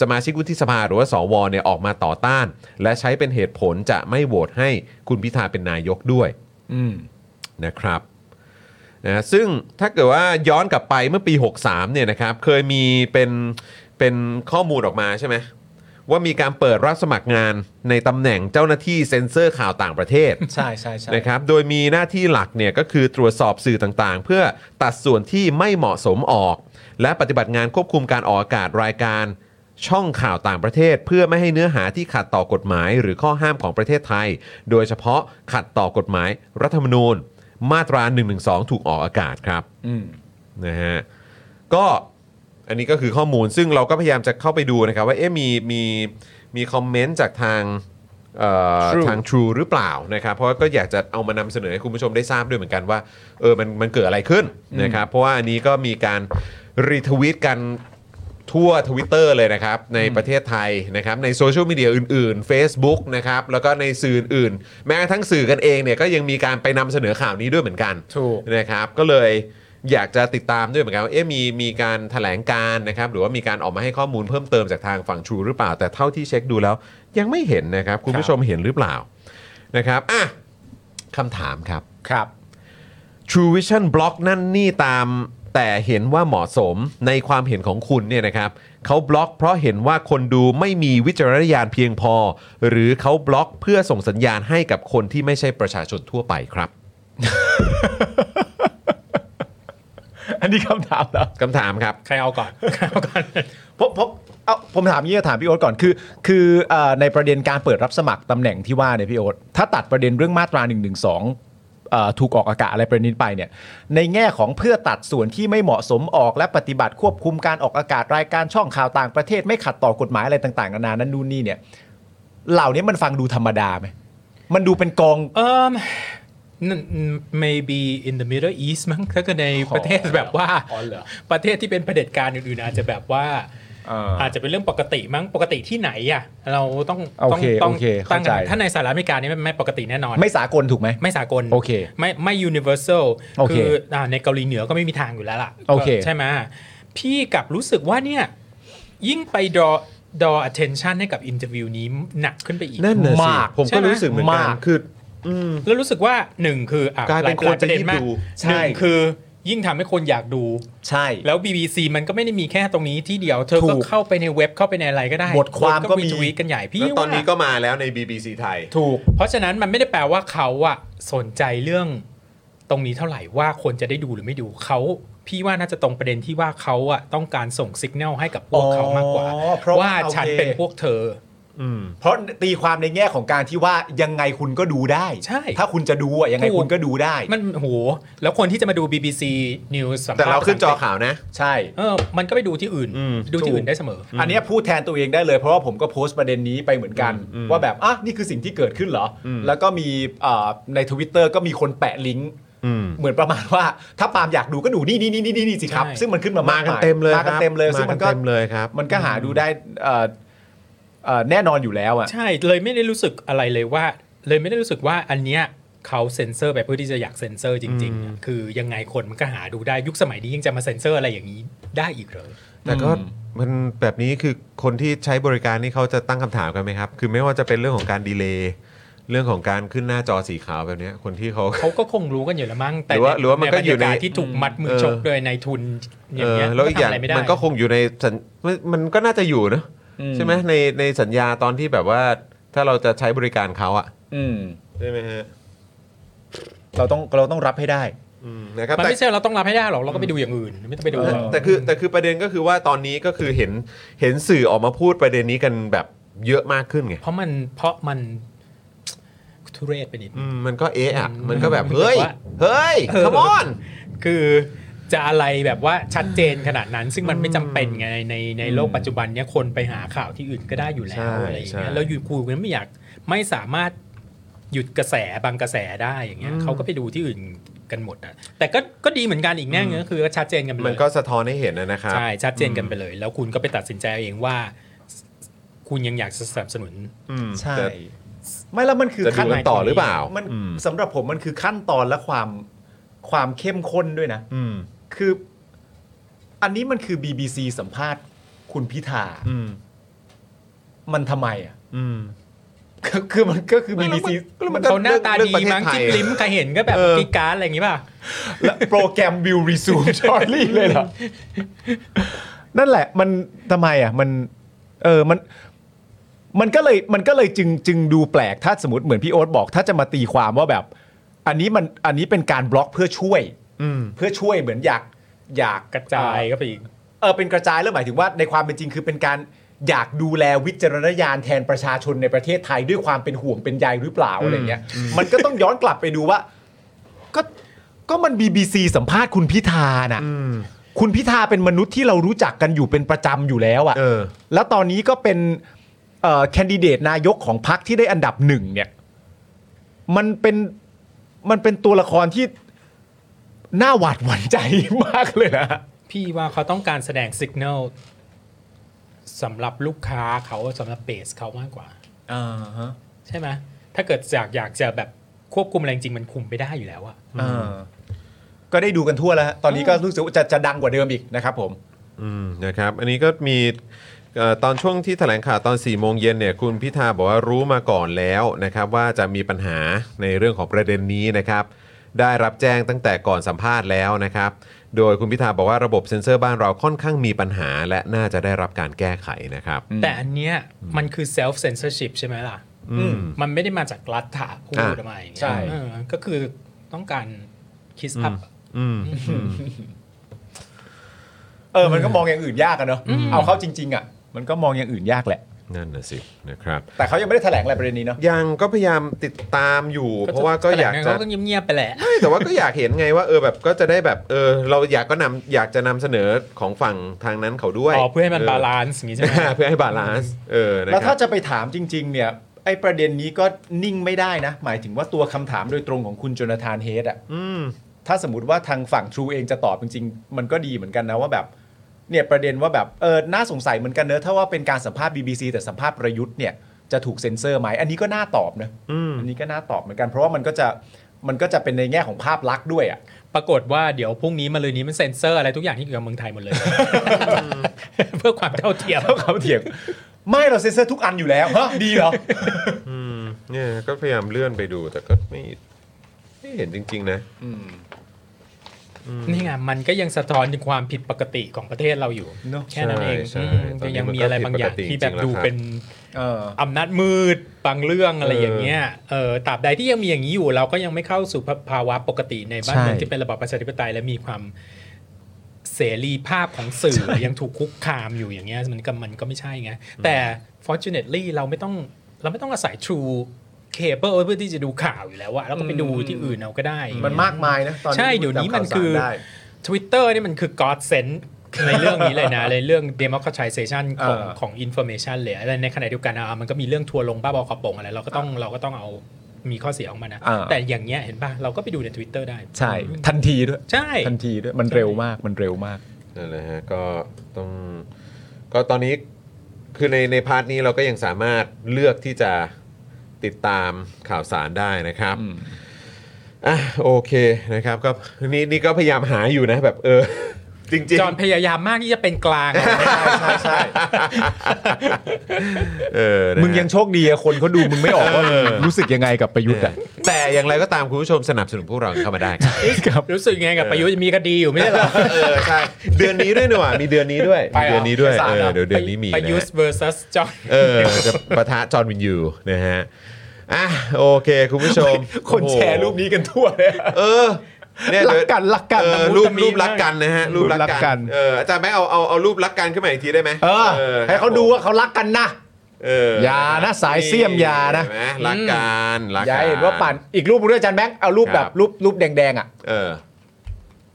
[SPEAKER 3] สมาชิกวุฒิสภาหรือว่าสวเนี่ยออกมาต่อต้าน และใช้เป็นเหตุผลจะไม่โหวตให้คุณพิธาเป็นนายกด้วย
[SPEAKER 7] อืม
[SPEAKER 3] นะครับนะซึ่งถ้าเกิดว่าย้อนกลับไปเมื่อปี 63เนี่ยนะครับเคยมีเป็นเป็นข้อมูลออกมาใช่ไหมว่ามีการเปิดรับสมัครงานในตำแหน่งเจ้าหน้าที่เซ็นเซอร์ข่าวต่างประเทศ
[SPEAKER 7] ใช่ใช่ใช่
[SPEAKER 3] นะครับ โดยมีหน้าที่หลักเนี่ยก็คือตรวจสอบสื่อต่างๆ เพื่อตัดส่วนที่ไม่เหมาะสมออก และปฏิบัติงานควบคุมการออกอากาศรายการช่องข่าวต่างประเทศ เพื่อไม่ให้เนื้อหาที่ขัดต่อกฎหมาย หรือข้อห้ามของประเทศไทย โดยเฉพาะขัดต่อกฎหมายรัฐธรรมนูญ มาตรา1นึถูกออกอากาศครับนะฮะก็อันนี้ก็คือข้อมูลซึ่งเราก็พยายามจะเข้าไปดูนะครับ ว่าเอ๊ะมีมีมีคอมเมนต์จากทางเอ่อ
[SPEAKER 7] True
[SPEAKER 3] ทาง True หรือเปล่านะครับ เพราะก็อยากจะเอามานำเสนอให้คุณผู้ชมได้ทราบด้วยเหมือนกันว่าเออมันมันเกิดอะไรขึ้นนะครับ เพราะว่าอันนี้ก็มีการรีทวีตกัน ทั่ว Twitter เลยนะครับ ในประเทศไทยนะครับ ในโซเชียลมีเดียอื่นๆ Facebook นะครับ แล้วก็ในสื่ออื่นๆแม้กระทั่งสื่อกันเองเนี่ยก็ยังมีการไปนำเสนอข่าวนี้ด้วยเหมือนกันนะครับ ก็เลยอยากจะติดตามด้วยเหมือนกันว่าเอ๊ะมีมีการแถลงการนะครับ หรือว่ามีการออกมาให้ข้อมูลเพิ่มเติมจากทางฝั่งชูหรือเปล่าแต่เท่าที่เช็คดูแล้ว ยังไม่เห็นนะครับ คุณผู้ชมเห็นหรือเปล่านะครับอ่ะคำถามครับ
[SPEAKER 7] ครับ
[SPEAKER 3] True Vision Block นั่นนี่ตามแต่เห็นว่าเหมาะสมในความเห็นของคุณเนี่ยนะครับเขาบล็อกเพราะเห็นว่าคนดูไม่มีวิจารณญาณเพียงพอ หรือเขาบล็อกเพื่อส่งสัญญาณให้กับคนที่ไม่ใช่ประชาชนทั่วไปครับ
[SPEAKER 7] อันนี้คำถามเหรอ
[SPEAKER 3] คำถามครับ
[SPEAKER 4] ใครเอาก่อนใครเอาก่อน
[SPEAKER 7] ผมผมเอาผมถามงี้ถามพี่โอ๊ตก่อนคือคือเอ่อในประเด็นการเปิดรับสมัครตำแหน่งที่ว่าเนี่ยพี่โอ๊ตถ้าตัดประเด็นเรื่องมาตรา1นึถูกออกอากาศอะไรประเด็นนี้ไปเนี่ยในแง่ของเพื่อตัดส่วนที่ไม่เหมาะสมออกและปฏิบัติควบคุมการออกอากาศรายการช่องข่าวต่างประเทศไม่ขัดต่อกฎหมายอะไรต่างๆนานานั้นนู่นนี่เนี่ยเหล่านี้มันฟังดูธรรมดาไหมมันดูเป็นกอง
[SPEAKER 4] Um, n- n- maybe in the Middle East มั้งถ้าเกิดในประเทศแบบว่า ประเทศที่เป็นเผด็จการอื่นๆอาจจะแบบว่า อาจจะเป็นเรื่องปกติมั้งปกติที่ไหนอ่ะเราต้อง
[SPEAKER 7] โอ
[SPEAKER 4] ต้อง
[SPEAKER 7] เค
[SPEAKER 4] ต้อง
[SPEAKER 7] โอเค
[SPEAKER 4] ตั้
[SPEAKER 7] เข้าง ใจ
[SPEAKER 4] ถ้าในสหรัฐอเมริกานี่ไม่ไม่ปกติแน่นอน
[SPEAKER 7] ไม่สากลถูกไหม
[SPEAKER 4] ไม่สากล
[SPEAKER 7] โอเค
[SPEAKER 4] ไม่ไม่ universal
[SPEAKER 7] โอเค
[SPEAKER 4] คืออาในเกาหลีเหนือก็ไม่มีทางอยู่แล้วล่ะ
[SPEAKER 7] โอเค
[SPEAKER 4] ก็ใช่ไหมพี่กลับรู้สึกว่าเนี่ยยิ่งไป draw draw attention ให้กับอินเ r อร์วิวนี้หนักขึ้นไปอีก
[SPEAKER 3] นั่นน่ะสิผมก็
[SPEAKER 4] ใช่ไ
[SPEAKER 3] รู้สึกเหมือนกัน
[SPEAKER 4] าก
[SPEAKER 3] คือ
[SPEAKER 4] แล้วรู้สึกว่าหนึ่งคืออ่ะ
[SPEAKER 3] กลายเป็น
[SPEAKER 4] ห
[SPEAKER 3] คนจะ
[SPEAKER 4] ระเด็
[SPEAKER 3] ยิ่ง
[SPEAKER 4] มาก
[SPEAKER 3] ดูใช่
[SPEAKER 4] หนึ่งคือยิ่งทำให้คนอยากดู
[SPEAKER 7] ใช่
[SPEAKER 4] แล้ว BBC มันก็ไม่ได้มีแค่ตรงนี้ที่เดียว เธอก็
[SPEAKER 7] ถูก
[SPEAKER 4] เข้าไปในเว็บเข้าไปในอะไรก็ได้
[SPEAKER 7] บทความ
[SPEAKER 4] น
[SPEAKER 7] ก็มี
[SPEAKER 4] ทวีตกันใหญ่พี่
[SPEAKER 3] แล้วตอน
[SPEAKER 4] ว่า
[SPEAKER 3] นี้ก็มาแล้วใน BBC ไทย
[SPEAKER 7] ถูก
[SPEAKER 4] เพราะฉะนั้นมันไม่ได้แปลว่าเขาอะสนใจเรื่องตรงนี้เท่าไหร่ว่าคนจะได้ดูหรือไม่ดูเขาพี่ว่าน่าจะตรงประเด็นที่ว่าเขาอะต้องการส่งสัญญาณให้กับพวกเขามากกว่า
[SPEAKER 7] อ๋อเพราะว่า
[SPEAKER 4] ว่าฉัน
[SPEAKER 7] โอเค
[SPEAKER 4] เป็นพวกเธอ
[SPEAKER 7] เพราะตีความในแง่ของการที่ว่ายังไงคุณก็ดูได้
[SPEAKER 4] ใช่
[SPEAKER 7] ถ้าคุณจะดูอะยังไงคุณก็ดูได้
[SPEAKER 4] มันโหแล้วคนที่จะมาดู BBC News สัมภ
[SPEAKER 3] แต่
[SPEAKER 4] ษณ์
[SPEAKER 3] เราขึ้นจอข่าวนะ
[SPEAKER 7] ใช่
[SPEAKER 4] เออมันก็ไปดูที่อื่น ดูที่อื่นได้เสมอ
[SPEAKER 7] อันเนี้ยพูดแทนตัวเองได้เลย เพราะว่าผมก็โพสต์ประเด็นนี้ไปเหมือนกัน ว่าแบบอ่ะนี่คือสิ่งที่เกิดขึ้นเหรออแล้วก็มีเอ่อในทวิตเตอร์ก็มีคนแปะลิงก์เหมือนประมาณว่า ถ้าปาล์มอยากดูก็ดูนี่นี่นี่นี่นี่สิครับ
[SPEAKER 4] ใช่
[SPEAKER 7] ซึ่งมันขึ้นมาม
[SPEAKER 3] มา
[SPEAKER 7] มา
[SPEAKER 3] กันเต็มเลย
[SPEAKER 7] มากันเต็มเลย
[SPEAKER 3] ครับ
[SPEAKER 7] ซึ่งมันก็
[SPEAKER 3] าเต็มเลยครับ
[SPEAKER 7] มันก็หาดูได้เอ่อเอ่อแน่นอนอยู่แล้วอ่ะ
[SPEAKER 4] ใช่เลยไม่ได้รู้สึกอะไรเลยว่า เลยไม่ได้รู้สึกว่าอันเนี้ยเขาเซ็นเซอร์ไปเพื่อที่จะอยากเซ็นเซอร์จริงๆอะคือยังไงคนมันก็หาดูได้ยุคสมัยนี้ยังจะมาเซ็นเซอร์อะไรอย่างนี้ได้อีกเหรอ
[SPEAKER 3] แต่ก็มันแบบนี้คือคนที่ใช้บริการนี่เขาจะตั้งคำถามกันไหมครับ คือไม่ว่าจะเป็นเรื่องของการดีเลย์เรื่องของการขึ้นหน้าจอสีขาวแบบเนี้ยคนที่เขา
[SPEAKER 4] เขาก็คงรู้กันอยู่แล้วมั้งแต่
[SPEAKER 3] หรือว่าหรือว่ามันก็อยู่ใน
[SPEAKER 4] บรรากาศที่ถูกมัดมือชก
[SPEAKER 3] เออ
[SPEAKER 4] โดยนายทุนอย่า
[SPEAKER 3] เองอ
[SPEAKER 4] เงี้ย
[SPEAKER 3] แล้วอีกอย่าง
[SPEAKER 4] ทำะไรไม่ได้
[SPEAKER 3] มันก็คงอยู่ในสัญมันมันก็น่าจะอยู่นะ
[SPEAKER 7] อืม
[SPEAKER 3] ใช่ไหมในในสัญญาตอนที่แบบว่าถ้าเราจะใช้บริการเขาอะ
[SPEAKER 7] อืม
[SPEAKER 3] ใช่ไหมฮะ
[SPEAKER 7] เราต้องเราต้องรับให้ได้
[SPEAKER 3] อืมนะครับ
[SPEAKER 4] มัน
[SPEAKER 3] แต่
[SPEAKER 4] ไม่ใช่เราต้องรับให้ได้หรอกเราก็ไปดูอย่างอื่น ไม่ต้องไปดู
[SPEAKER 3] แต่
[SPEAKER 4] หรอก
[SPEAKER 3] แต่คือแต่คือประเด็นก็คือว่าตอนนี้ก็คือเห็นเห็นสื่อออกมาพูดประเด็นนี้กันแบบเยอะมากขึ้นไง
[SPEAKER 4] เพราะมันเพราะมันทุเรศไปนิด
[SPEAKER 3] อืมมันก็เอะอ่ะมันก็แบบ
[SPEAKER 4] มันก็
[SPEAKER 3] เฮ้ย
[SPEAKER 4] ว่า
[SPEAKER 3] เฮ้ยขมอน
[SPEAKER 4] คือจะอะไรแบบว่าชัดเจนขนาดนั้น ซึ่งมันไม่จำเป็นไงในในในโลกปัจจุบันเนี้ยคนไปหาข่าวที่อื่นก็ได้อยู่แล้
[SPEAKER 3] ใช่
[SPEAKER 4] วอะไรอย่างเงี้
[SPEAKER 3] ใช่
[SPEAKER 4] ยแล้วอยู่กูมันไม่อยากไม่สามารถหยุดกระแสบางกระแสได้อย่างเงี้ยเขาก็ไปดูที่อื่นกันหมดอะแต่ก็ก็ดีเหมือนกันอีกแง่นึงก็คือก็ชัดเจนกันไปเลย
[SPEAKER 3] มันก็สะท้อนให้เห็นนะนะครับ
[SPEAKER 4] ใช่ ชัดเจนกันไปเลย แล้วคุณก็ไปตัดสินใจเอาเองว่า คุณยังอยากจะสนับสนุน
[SPEAKER 3] อืม
[SPEAKER 7] ใช่
[SPEAKER 3] แต่
[SPEAKER 7] ไม่แล้วมันคือ
[SPEAKER 3] จะดูกันต่อหรือเปล่า
[SPEAKER 7] มัน
[SPEAKER 3] อืม
[SPEAKER 7] สำหรับผมมันคือขั้นตอนและความความเข้มข้นด้วยนะ
[SPEAKER 3] อืม
[SPEAKER 7] คือ อันนี้มันคือ BBC สัมภาษณ์คุณพิธา
[SPEAKER 3] อืม
[SPEAKER 7] มันทำไมอ่ะ
[SPEAKER 3] อืม
[SPEAKER 7] คือคือมันก็คือ BBC
[SPEAKER 3] แล้วมันก็
[SPEAKER 4] เขาหน้าตา
[SPEAKER 3] เรื่
[SPEAKER 4] ดี
[SPEAKER 3] องประเทศ
[SPEAKER 4] มั้ง
[SPEAKER 3] ไทย
[SPEAKER 4] จิ้มลิ้มใครเห็นก็แบบ
[SPEAKER 7] เออ
[SPEAKER 4] กีการดอะไรอย่างงี้ป่ะ
[SPEAKER 7] และโปรแกรม will resume shortly เลยเหรอ นั่นแหละ มันทำไมอ่ะ มัน เออ มัน มันก็เลยมันก็เลยจึงจึงดูแปลก ถ้าสมมติเหมือนพี่โอ๊ตบอก ถ้าจะมาตีความว่าแบบ อันนี้มันอันนี้เป็นการบล็อกเพื่อช่วย
[SPEAKER 3] อืม
[SPEAKER 7] เพื่อช่วยเหมือนอยากอยาก
[SPEAKER 4] กระจายก็ไปอีก
[SPEAKER 7] เออเป็นกระจายแล้วหมายถึงว่าในความเป็นจริงคือเป็นการอยากดูแลวิจารณญาณแทนประชาชนในประเทศไทยด้วยความเป็นห่วงเป็นใยหรือเปล่าอะไรเงี้ย มันก็ต้องย้อนกลับไปดูว่า ก็ ก็มัน BBC สัมภาษณ์คุณพิธาน่ะคุณพิธาเป็นมนุษย์ที่เรารู้จักกันอยู่เป็นประจำอยู่แล้วอะ่ะแล้วตอนนี้ก็เป็นแคนดิเดตนายกของพรรคที่ได้อันดับหนึ่งเนี่ย มันเป็นมันเป็นตัวละครที่น่าหวาดหวั่นใจมากเลยนะ
[SPEAKER 4] พี่ว่าเขาต้องการแสดงสัญญาณสำหรับลูกค้าเขาสำหรับเบสเขามากกว่า
[SPEAKER 7] อ่าฮะ
[SPEAKER 4] ใช่ไหมถ้าเกิดอยากอยากจะแบบควบคุมอะไรจริงมันคุมไม่ได้อยู่แล้วอะ
[SPEAKER 7] เออก็ได้ดูกันทั่วแล้วฮะตอนนี้ก็รู้สึกว่าจะจะดังกว่าเดิมอีกนะครับผม
[SPEAKER 3] อืมนะครับอันนี้ก็มีเอ่อตอนช่วงที่แถลงข่าวตอน4ี่โมงเย็นเนี่ยคุณพิธาบอกว่ารู้มาก่อนแล้วนะครับว่าจะมีปัญหาในเรื่องของประเด็นนี้นะครับ ได้รับแจ้งตั้งแต่ก่อนสัมภาษณ์แล้วนะครับ โดยคุณพิธาบอกว่าระบบเซ็นเซอร์บ้านเราค่อนข้างมีปัญหา และน่าจะได้รับการแก้ไขนะครับ
[SPEAKER 4] แต่อันเนี้ยมันคือ self censorship ใช่ไหมล่ะ
[SPEAKER 3] อืม
[SPEAKER 4] มันไม่ได้มาจากรัฐถาพูด
[SPEAKER 3] อ่ะ
[SPEAKER 4] ออกมาอย่างเงี้ย
[SPEAKER 7] ใช่
[SPEAKER 4] เออก็คือต้องการคิสอัพ
[SPEAKER 3] อืม
[SPEAKER 7] เออ มันก็มองอย่างอื่นยากอะเนอะเอาเข้าจริง ๆอะมันก็มองอย่างอื่นยากแหละ
[SPEAKER 3] นั่นน่ะสินะครับ
[SPEAKER 7] แต่เขายังไม่ได้แถลงอะไรประเด็นนี้เนาะ
[SPEAKER 3] ยังก็พยายามติดตามอยู่ เพราะว่าก็อยาก
[SPEAKER 4] แถลง
[SPEAKER 3] จะ
[SPEAKER 4] เขาก็เงียบๆไปแหละ
[SPEAKER 3] ไม่แต่ว่าก็อยากเห็นไงว่าเออแบบก็จะได้แบบเออเราอยากก็นำอยากจะนำเสนอของฝั่งทางนั้นเขาด้วย
[SPEAKER 4] อ๋อเพื่อให้มันบาลานซ์อย่างงี้ใช่ไหม
[SPEAKER 3] เพื่อให้บาลานซ์เออนะ
[SPEAKER 7] แล้ว
[SPEAKER 3] ครั
[SPEAKER 7] ถ้า
[SPEAKER 3] บ
[SPEAKER 7] จะไปถามจริง ๆ เนี่ย ไอ้ประเด็นนี้ก็นิ่งไม่ได้นะ หมายถึงว่าตัวคำถามโดยตรงของคุณโจนาธานเฮดอะ
[SPEAKER 3] อืม
[SPEAKER 7] ถ้าสมมติว่าทางฝั่งทรูเองจะตอบจริง ๆ มันก็ดีเหมือนกันนะว่าแบบเนี่ยประเด็นว่าแบบเออน่าสงสัยเหมือนกันเนอะถ้าว่าเป็นการสัมภาษณ์ BBC แต่สัมภาษณ์ประยุทธ์เนี่ยจะถูกเซ็นเซอร์ไหมอันนี้ก็น่าตอบนะอันนี้ก็น่าตอบเหมือนกัน เพราะว่ามันก็จะมันก็จะเป็นในแง่ของภาพลักษณ์ด้วยอะ
[SPEAKER 4] ปรากฏว่าเดี๋ยวพรุ่งนี้มาเลยนี้มันเซ็นเซอร์อะไรทุกอย่างที่เกี่ยวกับเมืองไทยหมดเลย เพื่อความเท่าเทียม
[SPEAKER 7] เขาเถียงไม่เราเซ็นเซอร์ทุกอันอยู่แล้วฮะดีเหรอ
[SPEAKER 3] อืมเนี่ยก็พยายามเลื่อนไปดูแต่ก็ไม่ไม่เห็นจริง ๆ นะอืม
[SPEAKER 4] นี่ไงมันก็ยังสะท้อนถึงความผิดปกติของประเทศเราอยู่
[SPEAKER 7] เนอะ
[SPEAKER 4] แค่นั้นเอง
[SPEAKER 3] ใช่
[SPEAKER 4] อืม
[SPEAKER 3] ตอนนี้
[SPEAKER 4] ยัง
[SPEAKER 3] มัน
[SPEAKER 4] มี
[SPEAKER 3] ก็
[SPEAKER 4] อะไรบางอย่าง
[SPEAKER 3] ผิดปกติ
[SPEAKER 4] ที่แบ
[SPEAKER 3] จ
[SPEAKER 4] บ
[SPEAKER 3] ริงๆ
[SPEAKER 4] ดู
[SPEAKER 3] แล้วครับ
[SPEAKER 4] เป็น
[SPEAKER 7] เออ
[SPEAKER 4] อำนาจมืดบางเรื่องอะไร
[SPEAKER 7] เออ
[SPEAKER 4] อ
[SPEAKER 7] อย่าง
[SPEAKER 4] เงี้ยเออตราบใดที่ยังมีอย่างนี้อยู่ เราก็ยังไม่เข้าสู่ภาวะปกติในบ้าน
[SPEAKER 7] ใช่
[SPEAKER 4] เมืองที่เป็นระบอบประชาธิปไตยและมีความเสรีภาพของสื่อยังถูกคุกคามอยู่อย่างเงี้ยมันก็มันก็ไม่ใช่ไงแต่ fortunately เราไม่ต้องเราไม่ต้องอาศัย True Cable เพื่อที่จะดูข่าวอยู่แล้วอะแล้วก็ไปดูที่อื่นเอาก็ได้
[SPEAKER 7] มันมากมายนะตอนนี้
[SPEAKER 4] ใช่เดี๋ยวนี้มันคือ
[SPEAKER 7] จำข่าวสารได้
[SPEAKER 4] Twitter นี่มันคือ God send ในเรื่องนี้เลยนะ ในเรื่อง democratization ของ
[SPEAKER 7] เออ
[SPEAKER 4] ของ information เลยแล้วในขณะเดียวกันอ่ะมันก็มีเรื่องทัวร์ลงบ้าบอขอบปงอะไร เราก็ต้องเราก็ต้องเอามีข้อเสียออกมานะ
[SPEAKER 7] อ่า
[SPEAKER 4] แต่อย่างเงี้ยเห็นป่ะ เราก็ไปดูใน Twitter ได้
[SPEAKER 7] ใช่ ทันทีด้วย
[SPEAKER 4] ใช่
[SPEAKER 7] ทันทีด้วย มันเร็วมากมันเร็วมาก
[SPEAKER 3] นั่นแหละฮะก็ต้องก็ตอนนี้คือในในพาร์ทนี้เราก็ยังสามารถเลือกที่จะติดตามข่าวสารได้นะครับอ่ะโอเคนะครับก็นี่นี่ก็พยายามหาอยู่นะแบบเออ จริง
[SPEAKER 4] จอห์นพยายามมากที่จะเป็นกลาง
[SPEAKER 7] ใช่ใช่
[SPEAKER 3] ๆเออนะฮะ
[SPEAKER 7] มึงยังโชคดีอะคนเขาดูมึงไม่ออกว่า
[SPEAKER 3] เออ
[SPEAKER 7] รู้สึกยังไงกับประยุทธ์อะ
[SPEAKER 3] แต่อย่างไรก็ตามคุณผู้ชมสนับสนุนพวกเราเข้ามาได้ครับ
[SPEAKER 7] ครับ
[SPEAKER 4] รู้สึกไงกับประยุทธ์มีคดีอยู่ไม่ใช่เหรอ
[SPEAKER 3] เออใช่เดือนนี้ด้วยเนอะมีเดือนนี้ด้วยมีเดือนนี้ ด้วยเออเดี๋ยวเดือนนี้มี
[SPEAKER 4] ประ
[SPEAKER 3] นะ
[SPEAKER 4] ยุท
[SPEAKER 3] ฮะ
[SPEAKER 4] ธ์ versus จอห์น
[SPEAKER 3] เออจะปะทะจอห์นวินยูนะฮะอ่ะโอเค คุณผู้ชม
[SPEAKER 7] คนแชร์รูปนี้กันทั่วเลยอะ
[SPEAKER 3] เออเนี่ย
[SPEAKER 7] รักกันรักกัน
[SPEAKER 3] เออรูปรูปรักกันนะฮะรูปรั
[SPEAKER 7] รูปรั
[SPEAKER 3] ก
[SPEAKER 7] กกั
[SPEAKER 3] กัน
[SPEAKER 7] น
[SPEAKER 3] เอออาจารย์แม่เอาเอาเอารูปรักกันขึ้นมาอีกทีได้ไหม
[SPEAKER 7] เออ ให้เขาดู
[SPEAKER 3] ครับ
[SPEAKER 7] ว่าเขารักกันนะ
[SPEAKER 3] เออ
[SPEAKER 7] อ
[SPEAKER 3] อย่
[SPEAKER 7] านะสายเสี่ยมอย่านะ
[SPEAKER 3] เห็ไหมรักกันรัก
[SPEAKER 7] อย่า
[SPEAKER 3] กั
[SPEAKER 7] ให้เห็นว่าปั่นอีกรูปหนึ่งด้วยอาจารย์แบงค์เอารูปแบบ
[SPEAKER 3] ครับ
[SPEAKER 7] รูปรูปแดงๆอะ
[SPEAKER 3] เออ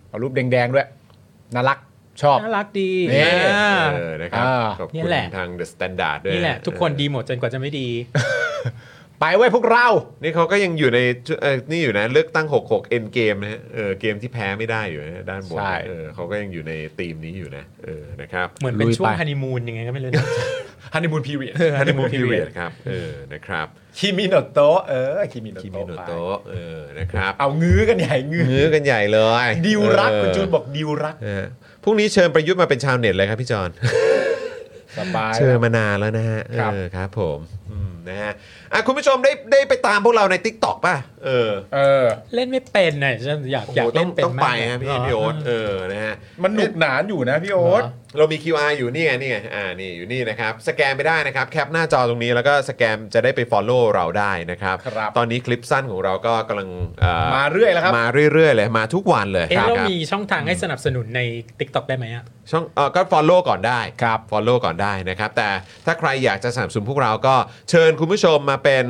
[SPEAKER 7] เอารูปแดงๆด้วยน่ารักชอบ
[SPEAKER 4] น่ารักดี
[SPEAKER 7] นี่
[SPEAKER 4] อ่า
[SPEAKER 3] เออนะครับ
[SPEAKER 7] อ่า
[SPEAKER 3] ขอบ
[SPEAKER 4] นี่
[SPEAKER 3] คุณ
[SPEAKER 4] แหละ
[SPEAKER 3] ทาง The Standard ด้วย
[SPEAKER 4] นี่แหละ ทุกคนดีหมดจนกว่าจะไม่ดี
[SPEAKER 7] ไปไว้ยพวกเรา
[SPEAKER 3] นี่เขาก็ยังอยู่ในชุดเออนี่อยู่นะเลือกตั้ง 66 End Game นะฮะเออเกมที่แพ้ไม่ได้อยู่นะด้านบน
[SPEAKER 7] ใช่
[SPEAKER 3] เออเขาก็ยังอยู่ในธีมนี้อยู่นะเออนะครับ
[SPEAKER 4] เหมือนเป็นช่วง
[SPEAKER 7] ลุยไป
[SPEAKER 4] ฮันนีมูนยังไงก็ไม่รู้นะ
[SPEAKER 7] ฮันนีมูนพีเรียด
[SPEAKER 3] ฮันนีมูนพีเรียดครับ เออ นะครับ
[SPEAKER 7] คิมิโนโตะเออคิมิโน
[SPEAKER 3] คิมิโน
[SPEAKER 7] โตะ
[SPEAKER 3] โตะ เออ นะครับ
[SPEAKER 7] เอางื้อกันใหญ่งื้อ
[SPEAKER 3] เงื้อกันใหญ่เลย
[SPEAKER 7] ดิวรักคุณจูน
[SPEAKER 3] บอก
[SPEAKER 7] บอกดิวรัก
[SPEAKER 3] พรุ่งนี้เชิญประยุทธ์มาเป็นชาวเน็ตเลยครับพี่จอน
[SPEAKER 7] สบาย
[SPEAKER 3] เชิญมานานแล้วนะฮะ เอ
[SPEAKER 7] ครับ
[SPEAKER 3] อ ครับผมอืมนะฮะ อ่ะ คุณผู้ชมได้ได้ไปตามพวกเราใน t ิ k t o k ป่ะ เออ
[SPEAKER 7] เออ
[SPEAKER 4] เล่นไม่เป็นน่ะฉันอยาก
[SPEAKER 3] โอ้
[SPEAKER 4] อยา
[SPEAKER 3] โห
[SPEAKER 4] ก
[SPEAKER 3] ต้อ
[SPEAKER 4] เล่
[SPEAKER 3] ง
[SPEAKER 4] นเป็น
[SPEAKER 3] ต้อง
[SPEAKER 4] มาก
[SPEAKER 3] ไปฮะพี่
[SPEAKER 4] เหร
[SPEAKER 3] พี่โอ๊ตเออ นะฮะ
[SPEAKER 7] มันหนุกหนานอยู่นะพี่โอ๊ต
[SPEAKER 3] เรามี QR อยู่นี่ไงนี่ไงอ่านี่อยู่นี่นะครับ สแกนไปได้นะครับ แคปหน้าจอตรงนี้แล้วก็สแกนจะได้ไป Follow เราได้นะครับ
[SPEAKER 7] ครับ
[SPEAKER 3] ตอนนี้คลิปสั้นของเราก็กำลังเอ่อ
[SPEAKER 7] มาเรื่อยแล้วครับ
[SPEAKER 3] มาเรื่อย ๆ เลย มาทุกวันเลย
[SPEAKER 4] เอ๊ะ
[SPEAKER 3] ครับ
[SPEAKER 4] เรา
[SPEAKER 3] ครับ
[SPEAKER 4] มีช่องทางให้สนับสนุนใน TikTok ได้ไหมอ่ะ
[SPEAKER 3] ช่องเออก็ follow ก่อนได้
[SPEAKER 7] ครับ
[SPEAKER 3] follow ก่อนได้นะครับ แต่ถ้าใครอยากจะสนับสนุนพวกเราก็เชิญคุณผู้ชมมาเป็น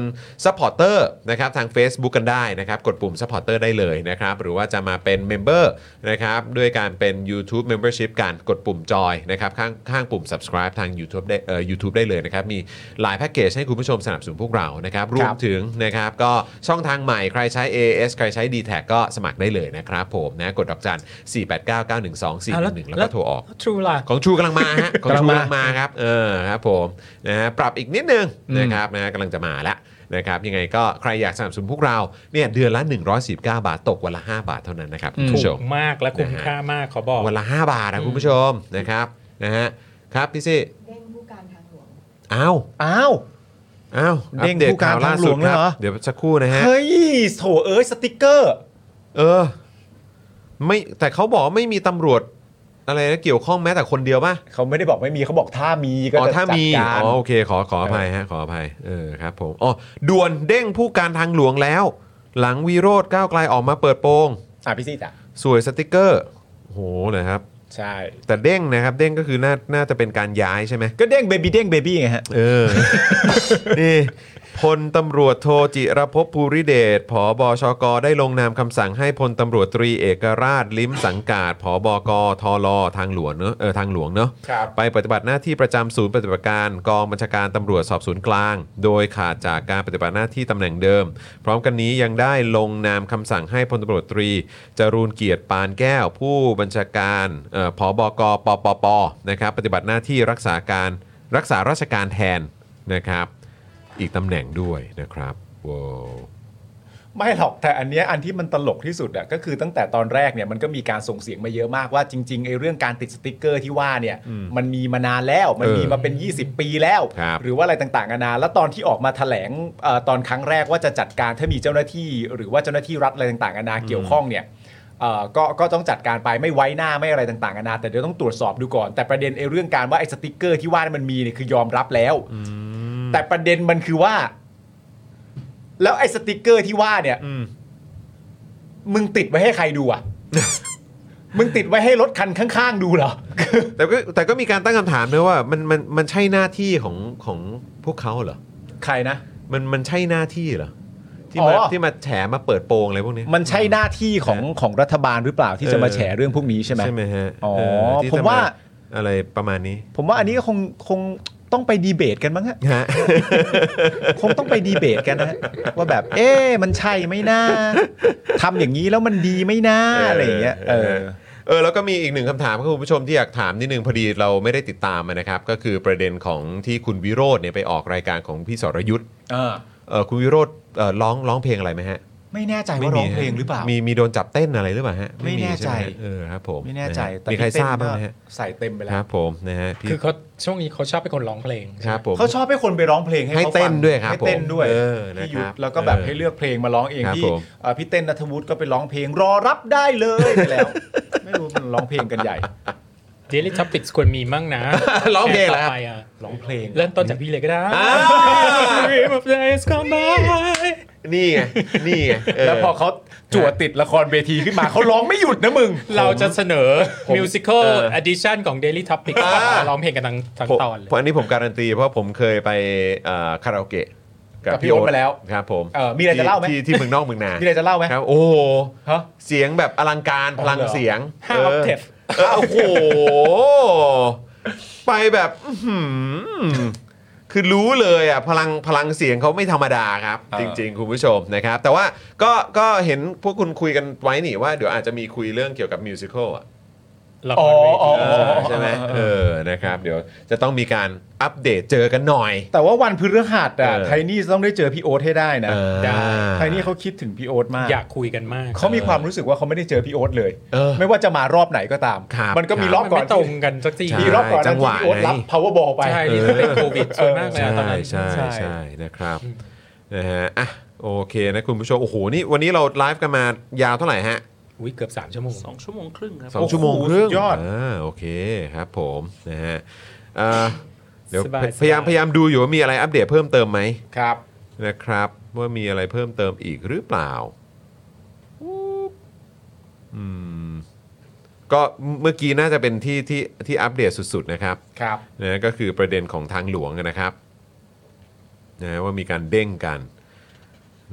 [SPEAKER 3] supporter นะครับทาง Facebook กัน กันได้นะครับ กดปุ่ม supporter ได้เลยนะครับ หรือว่าจะมาเป็น member นะครับ ด้วยการเป็น YouTube membership การกดปุ่มจอยนะครับ ข้างข้างปุ่ม subscribe ทาง YouTube ได้เอ่อ YouTube ได้เลยนะครับ มีหลายแพ็กเกจให้คุณผู้ชมสนับสนุนพวกเรานะครับรวมถึงนะครับ ก็ช่องทางใหม่ใครใช้ AS ใครใช้ d t แทก็สมัครได้เลยนะครับผมนะกดดอกจัน 4 8 9 9 1 2 4 1 1 แล้วก็โทรออก
[SPEAKER 4] ทรูล่ะ
[SPEAKER 3] ของชูกำลังมา ฮะ ของชู
[SPEAKER 4] กำลังมาก
[SPEAKER 3] ำลังมาครับ เออครับผมนะฮะปรับอีกนิดนึงนะครับนะฮะกำลังจะมาละนะครับ ยังไงก็ใครอยากสนับสนุนพวกเราเนี่ยเดือนละ 119 บาทตกวันละ 5 บาทเท่านั้นนะครับคุณผู้ชม
[SPEAKER 4] ถูกมากและคุ้มค่ามากขอบอก
[SPEAKER 3] วันละ 5 บาทนะคุณผู้ชมนะครับนะฮะครับพี่ซี่อ้าว
[SPEAKER 7] อ้าว
[SPEAKER 3] อ้าว
[SPEAKER 7] เด้งผู้การ
[SPEAKER 3] อัปตข่วล่
[SPEAKER 7] ทางหลวง
[SPEAKER 3] สุดครับ
[SPEAKER 7] เลยเหรอ
[SPEAKER 3] เดี๋ยวสักครู่นะฮะ
[SPEAKER 7] เฮ้ยโถเอ้ยสติกเกอร์
[SPEAKER 3] เออ ไม่แต่เขาบอกว่าไม่มีตำรวจอะไรนะเกี่ยวข้องแม้แต่คนเดียวป่ะ
[SPEAKER 7] เขาไม่ได้บอกไม่มีเขาบอกถ้ามีก็
[SPEAKER 3] อ๋อ
[SPEAKER 7] จะ
[SPEAKER 3] ถ้า
[SPEAKER 7] จัด
[SPEAKER 3] มี
[SPEAKER 7] การ
[SPEAKER 3] อ๋อโอเคขอขออภัยฮะขออภัยเออครับผมอ๋อด่วนเด้งผู้การทางหลวงแล้ว หลังวีโรดก้าวไกลออกมาเปิดโปง
[SPEAKER 7] อ่ะพี่ซี่จ้ะ
[SPEAKER 3] สวยสติกเกอร์โอ้โหเลยครับ
[SPEAKER 7] ใช่
[SPEAKER 3] แต่เด้งนะครับ เด้งก็คือน่าน่าจะเป็นการย้ายใช่ไหม
[SPEAKER 7] ก็เด้งเบบี้เด้งเบบี้ไงฮะ
[SPEAKER 3] เออ นี่พลตำรวจโทจิรภพภูริเดชผอบชก ได้ลงนามคำสั่งให้พลตำรวจตรีเอกราชลิ้มสังกาดผอบกทลทางหลวงเนอะเออทางหลวงเนอะ
[SPEAKER 7] ครับ
[SPEAKER 3] ไปปฏิบัติหน้าที่ประจำศูนย์ปฏิบัติการกองบัญชาการตำรวจสอบสวนกลาง โดยขาดจากการปฏิบัติหน้าที่ตำแหน่งเดิม พร้อมกันนี้ยังได้ลงนามคำสั่งให้พลตำรวจตรี จรูนเกียรติปานแก้ว ผู้บัญชาการเอ่อผอบกปปปนะครับปฏิบัติหน้าที่รักษาการรักษาราชการแทนนะครับ อีกตำแหน่งด้วยนะครับว้าว
[SPEAKER 7] ไม่หรอกแต่อันเนี้ยอันที่มันตลกที่สุดอะก็คือตั้งแต่ตอนแรกเนี่ยมันก็มีการส่งเสียงมาเยอะมากว่าจริงๆไอ้เรื่องการติดสติกเกอร์ที่ว่าเนี่ยมันมีมานานแล้วมันมีมาเป็น 20 ปีแล้ว หรือว่าอะไรต่างๆนานาแล้วตอนที่ออกมาแถลงเอ่อตอนครั้งแรกว่าจะจัดการถ้ามีเจ้าหน้าที่ หรือว่าเจ้าหน้าที่รัฐอะไรต่างๆนานาเกี่ยวข้องเนี่ยเอ่อก็ก็ต้องจัดการไปไม่ไว้หน้าไม่อะไรต่างๆนานาแต่เดี๋ยวต้องตรวจสอบดูก่อน แต่ประเด็นไอ้เรื่องการว่าไอ้สติกเกอร์ที่ว่ามันมีเนี่ยคือยอมรับแล้ว แต่ประเด็นมันคือว่า แล้วไอ้สติกเกอร์ที่ว่าเนี่ยมึงติดไว้ให้ใครดู อ่ะ มึงติดไว้ให้รถคันข้างๆดูเหรอ
[SPEAKER 3] แต่ก็แต่ก็มีการตั้งคำถามด้วยว่ามันมันมันใช่หน้าที่ของของพวกเขาเหรอ
[SPEAKER 7] ใครนะ
[SPEAKER 3] มันมันใช่หน้าที่เหรอที่มา
[SPEAKER 7] อ๋อ
[SPEAKER 3] ที่มาแฉมาเปิดโปงอะไรพวกนี้
[SPEAKER 7] มันใช่หน้าที่ของของรัฐบาลหรือเปล่าที่จะมา
[SPEAKER 3] เออ
[SPEAKER 7] แฉเรื่องพวกนี้ใช่ไหม
[SPEAKER 3] ใช่ไหมฮะ
[SPEAKER 7] อ๋อ
[SPEAKER 3] เที่
[SPEAKER 7] ผมว่า
[SPEAKER 3] จะอะไรประมาณนี้
[SPEAKER 7] ผมว่าอันนี้ก็คงคงต้องไปดีเบตกันมั้งฮะ
[SPEAKER 3] ฮะ
[SPEAKER 7] คงต้องไปดีเบตกัน นะฮะว่าแบบ เอ๊ะมันใช่ไหมนะทำอย่างนี้แล้วมันดีไหมนะอะไรอย่างเงี้ยเออ
[SPEAKER 3] เออแล้วก็มีอีกหนึ่งคำถามครับคุณผู้ชมที่อยากถามนิดนึงพอดีเราไม่ได้ติดตามนะครับ ก็คือประเด็นของที่คุณวิโรจน์เนี่ยไปออกรายการของพี่สรยุทธ์
[SPEAKER 7] เออ
[SPEAKER 3] เออคุณวิโรจน์เอ่อร้องร้องเพลงอะไรไหมฮะ
[SPEAKER 7] ไม่แน่ใจว่าร้องเพลงหรือเปล่า
[SPEAKER 3] มีมีโดนจับเต้นอะไรหรือเปล่าฮะ
[SPEAKER 7] ไม่แน่ใจ
[SPEAKER 3] ช่ไหมฮะเออครับผม
[SPEAKER 7] ไม่แน่ใจ
[SPEAKER 3] ะฮะ
[SPEAKER 7] แต่
[SPEAKER 3] มีใคร
[SPEAKER 7] ที่เต้
[SPEAKER 3] ท
[SPEAKER 7] น
[SPEAKER 3] ราบ
[SPEAKER 7] ก็
[SPEAKER 3] บ้างไหมฮะ
[SPEAKER 7] ใส่เต็มไปแล้ว
[SPEAKER 3] ครับผมนะฮะพี่
[SPEAKER 4] คือเขาช่วงนี้เขาชอบเป็นคนร้องเพลง
[SPEAKER 3] ครับผม
[SPEAKER 7] เขาชอบให้คนไปร้องเพลงให้
[SPEAKER 3] ให้
[SPEAKER 7] ขาฟัง
[SPEAKER 3] เต้นด้วยครับ
[SPEAKER 7] ให้เต้น
[SPEAKER 3] ผม
[SPEAKER 7] ด้วย
[SPEAKER 3] เออ
[SPEAKER 7] พี่ยุ
[SPEAKER 3] นะ
[SPEAKER 7] ท
[SPEAKER 3] ครั
[SPEAKER 7] ธ
[SPEAKER 3] บ
[SPEAKER 7] แล้วก็แบบ
[SPEAKER 3] เออ
[SPEAKER 7] ให้เลือกเพลงมาร้องเอง
[SPEAKER 3] ครับ
[SPEAKER 7] ที่
[SPEAKER 3] ผม
[SPEAKER 7] เอ่อพี่เต้นนัทวุฒิก็ไปร้องเพลงรอรับได้เลยไปแล้ว ไม่รู้มันร้องเพลงกันใหญ่
[SPEAKER 4] เดลิท o ปิกควรมีมั่งนะ
[SPEAKER 3] ร้องเพลงเหรอครับ
[SPEAKER 4] แนวต่ไปอ่ะ
[SPEAKER 7] ร้องเพลง
[SPEAKER 4] เริ่มต้นจากพี่เลยก็ได้
[SPEAKER 3] อ้าว
[SPEAKER 4] Dream of days gone by
[SPEAKER 3] นี่ไงนี่ไงเ
[SPEAKER 7] แล้วพอเขาจั่วติดละครเวทีขึ้นมาเขาร้องไม่หยุดนะมึง
[SPEAKER 4] เราจะเสนอ
[SPEAKER 3] ผม
[SPEAKER 4] musical
[SPEAKER 3] เออ
[SPEAKER 4] edition ของ Daily Topic
[SPEAKER 3] อ่า
[SPEAKER 4] ร้องเพลงกันทั้งทั้ง
[SPEAKER 3] ผม
[SPEAKER 4] ตอนเลย
[SPEAKER 3] เพราะอันนี้ผมการันตีเพราะผมเคยไปเอ่อคาราโอเกะ
[SPEAKER 7] กับพี่โอ๊ตมาแล้ว
[SPEAKER 3] ครับผม
[SPEAKER 7] เออมีอะไรจะเล่าไหม
[SPEAKER 3] ที่ที่เมืองนอกเมืองนา
[SPEAKER 7] มีอะไรจะเล่าไหม
[SPEAKER 3] ครับ โอ้โห
[SPEAKER 7] ฮะ
[SPEAKER 3] เสียงแบบอลังการพลัง
[SPEAKER 7] เหรอ
[SPEAKER 3] เสียง
[SPEAKER 4] ห้า octave
[SPEAKER 3] เออโอ้โห ไปแบบอื้อหือคือรู้เลยอ่ะพลังพลังเสียงเขาไม่ธรรมดาครับ จริง ๆ คุณผู้ชมนะครับ แต่ว่าก็ก็เห็นพวกคุณคุยกันไว้นี่ว่าเดี๋ยวอาจจะมีคุยเรื่องเกี่ยวกับมิวสิควลอ่ะ
[SPEAKER 4] ละครเวที
[SPEAKER 7] อ๋อ
[SPEAKER 3] เออใช่ไหมเออนะครับ เดี๋ยวจะต้องมีการอัปเดตเจอกันหน่อย
[SPEAKER 7] แต่ว่าวันพฤหัสอ่ะ
[SPEAKER 3] เออ
[SPEAKER 7] ไทนี่จะต้องได้เจอพี่โอ๊ตให้ได้นะ
[SPEAKER 3] เออ
[SPEAKER 7] ไทนี่เขาคิดถึงพี่โอ๊ตมาก
[SPEAKER 4] อยากคุยกันมาก
[SPEAKER 7] เขามีความรู้สึกว่าเขาไม่ได้เจอพี่โอ๊ตเลย
[SPEAKER 3] เออ
[SPEAKER 7] ไม่ว่าจะมารอบไหนก็ตาม
[SPEAKER 3] ครับ
[SPEAKER 7] มันก็มี
[SPEAKER 3] ครับ
[SPEAKER 7] รอบ
[SPEAKER 4] มัน
[SPEAKER 7] ก่อน
[SPEAKER 4] ไม่ตรงกันสักที
[SPEAKER 3] ใช่
[SPEAKER 7] มีรอบก่อน
[SPEAKER 3] จั
[SPEAKER 7] นะ
[SPEAKER 3] งห
[SPEAKER 7] ที่
[SPEAKER 3] วะ
[SPEAKER 7] พี่โอ๊ต
[SPEAKER 3] ไง
[SPEAKER 7] รับ power ball ไป
[SPEAKER 4] ใช่ที่เป็นโควิดสวยมากเลย
[SPEAKER 3] ใช่
[SPEAKER 4] อะตอนนั้น
[SPEAKER 3] ใช่ใช่นะครับนะฮะอ่ะโอเคนะคุณผู้ชม โอ้โห นี่วันนี้เราไลฟ์กันมายาวเท่าไหร่ฮะ
[SPEAKER 4] อุ้ยเกือบ 3 ชั่วโมง
[SPEAKER 10] ชั่วโมงครึ่งครับ
[SPEAKER 3] สองชั่วโมงครึ่ง
[SPEAKER 7] สุดยอด
[SPEAKER 3] าโอเคครับผมนะฮะเอ่อเดี๋ยว
[SPEAKER 4] สบายๆ
[SPEAKER 3] พยายามพยายามดูอยู่ว่ามีอะไรอัปเดตเพิ่มเติมไหม
[SPEAKER 7] ครับ
[SPEAKER 3] นะครับ ว่ามีอะไรเพิ่มเติมอีกหรือเปล่าอืมก็เมื่อกี้น่าจะเป็นที่ที่ที่อัปเดตสุดๆนะครับ
[SPEAKER 7] ครับ
[SPEAKER 3] นะก็คือประเด็นของทางหลวงนะครับนะว่ามีการเด้งกัน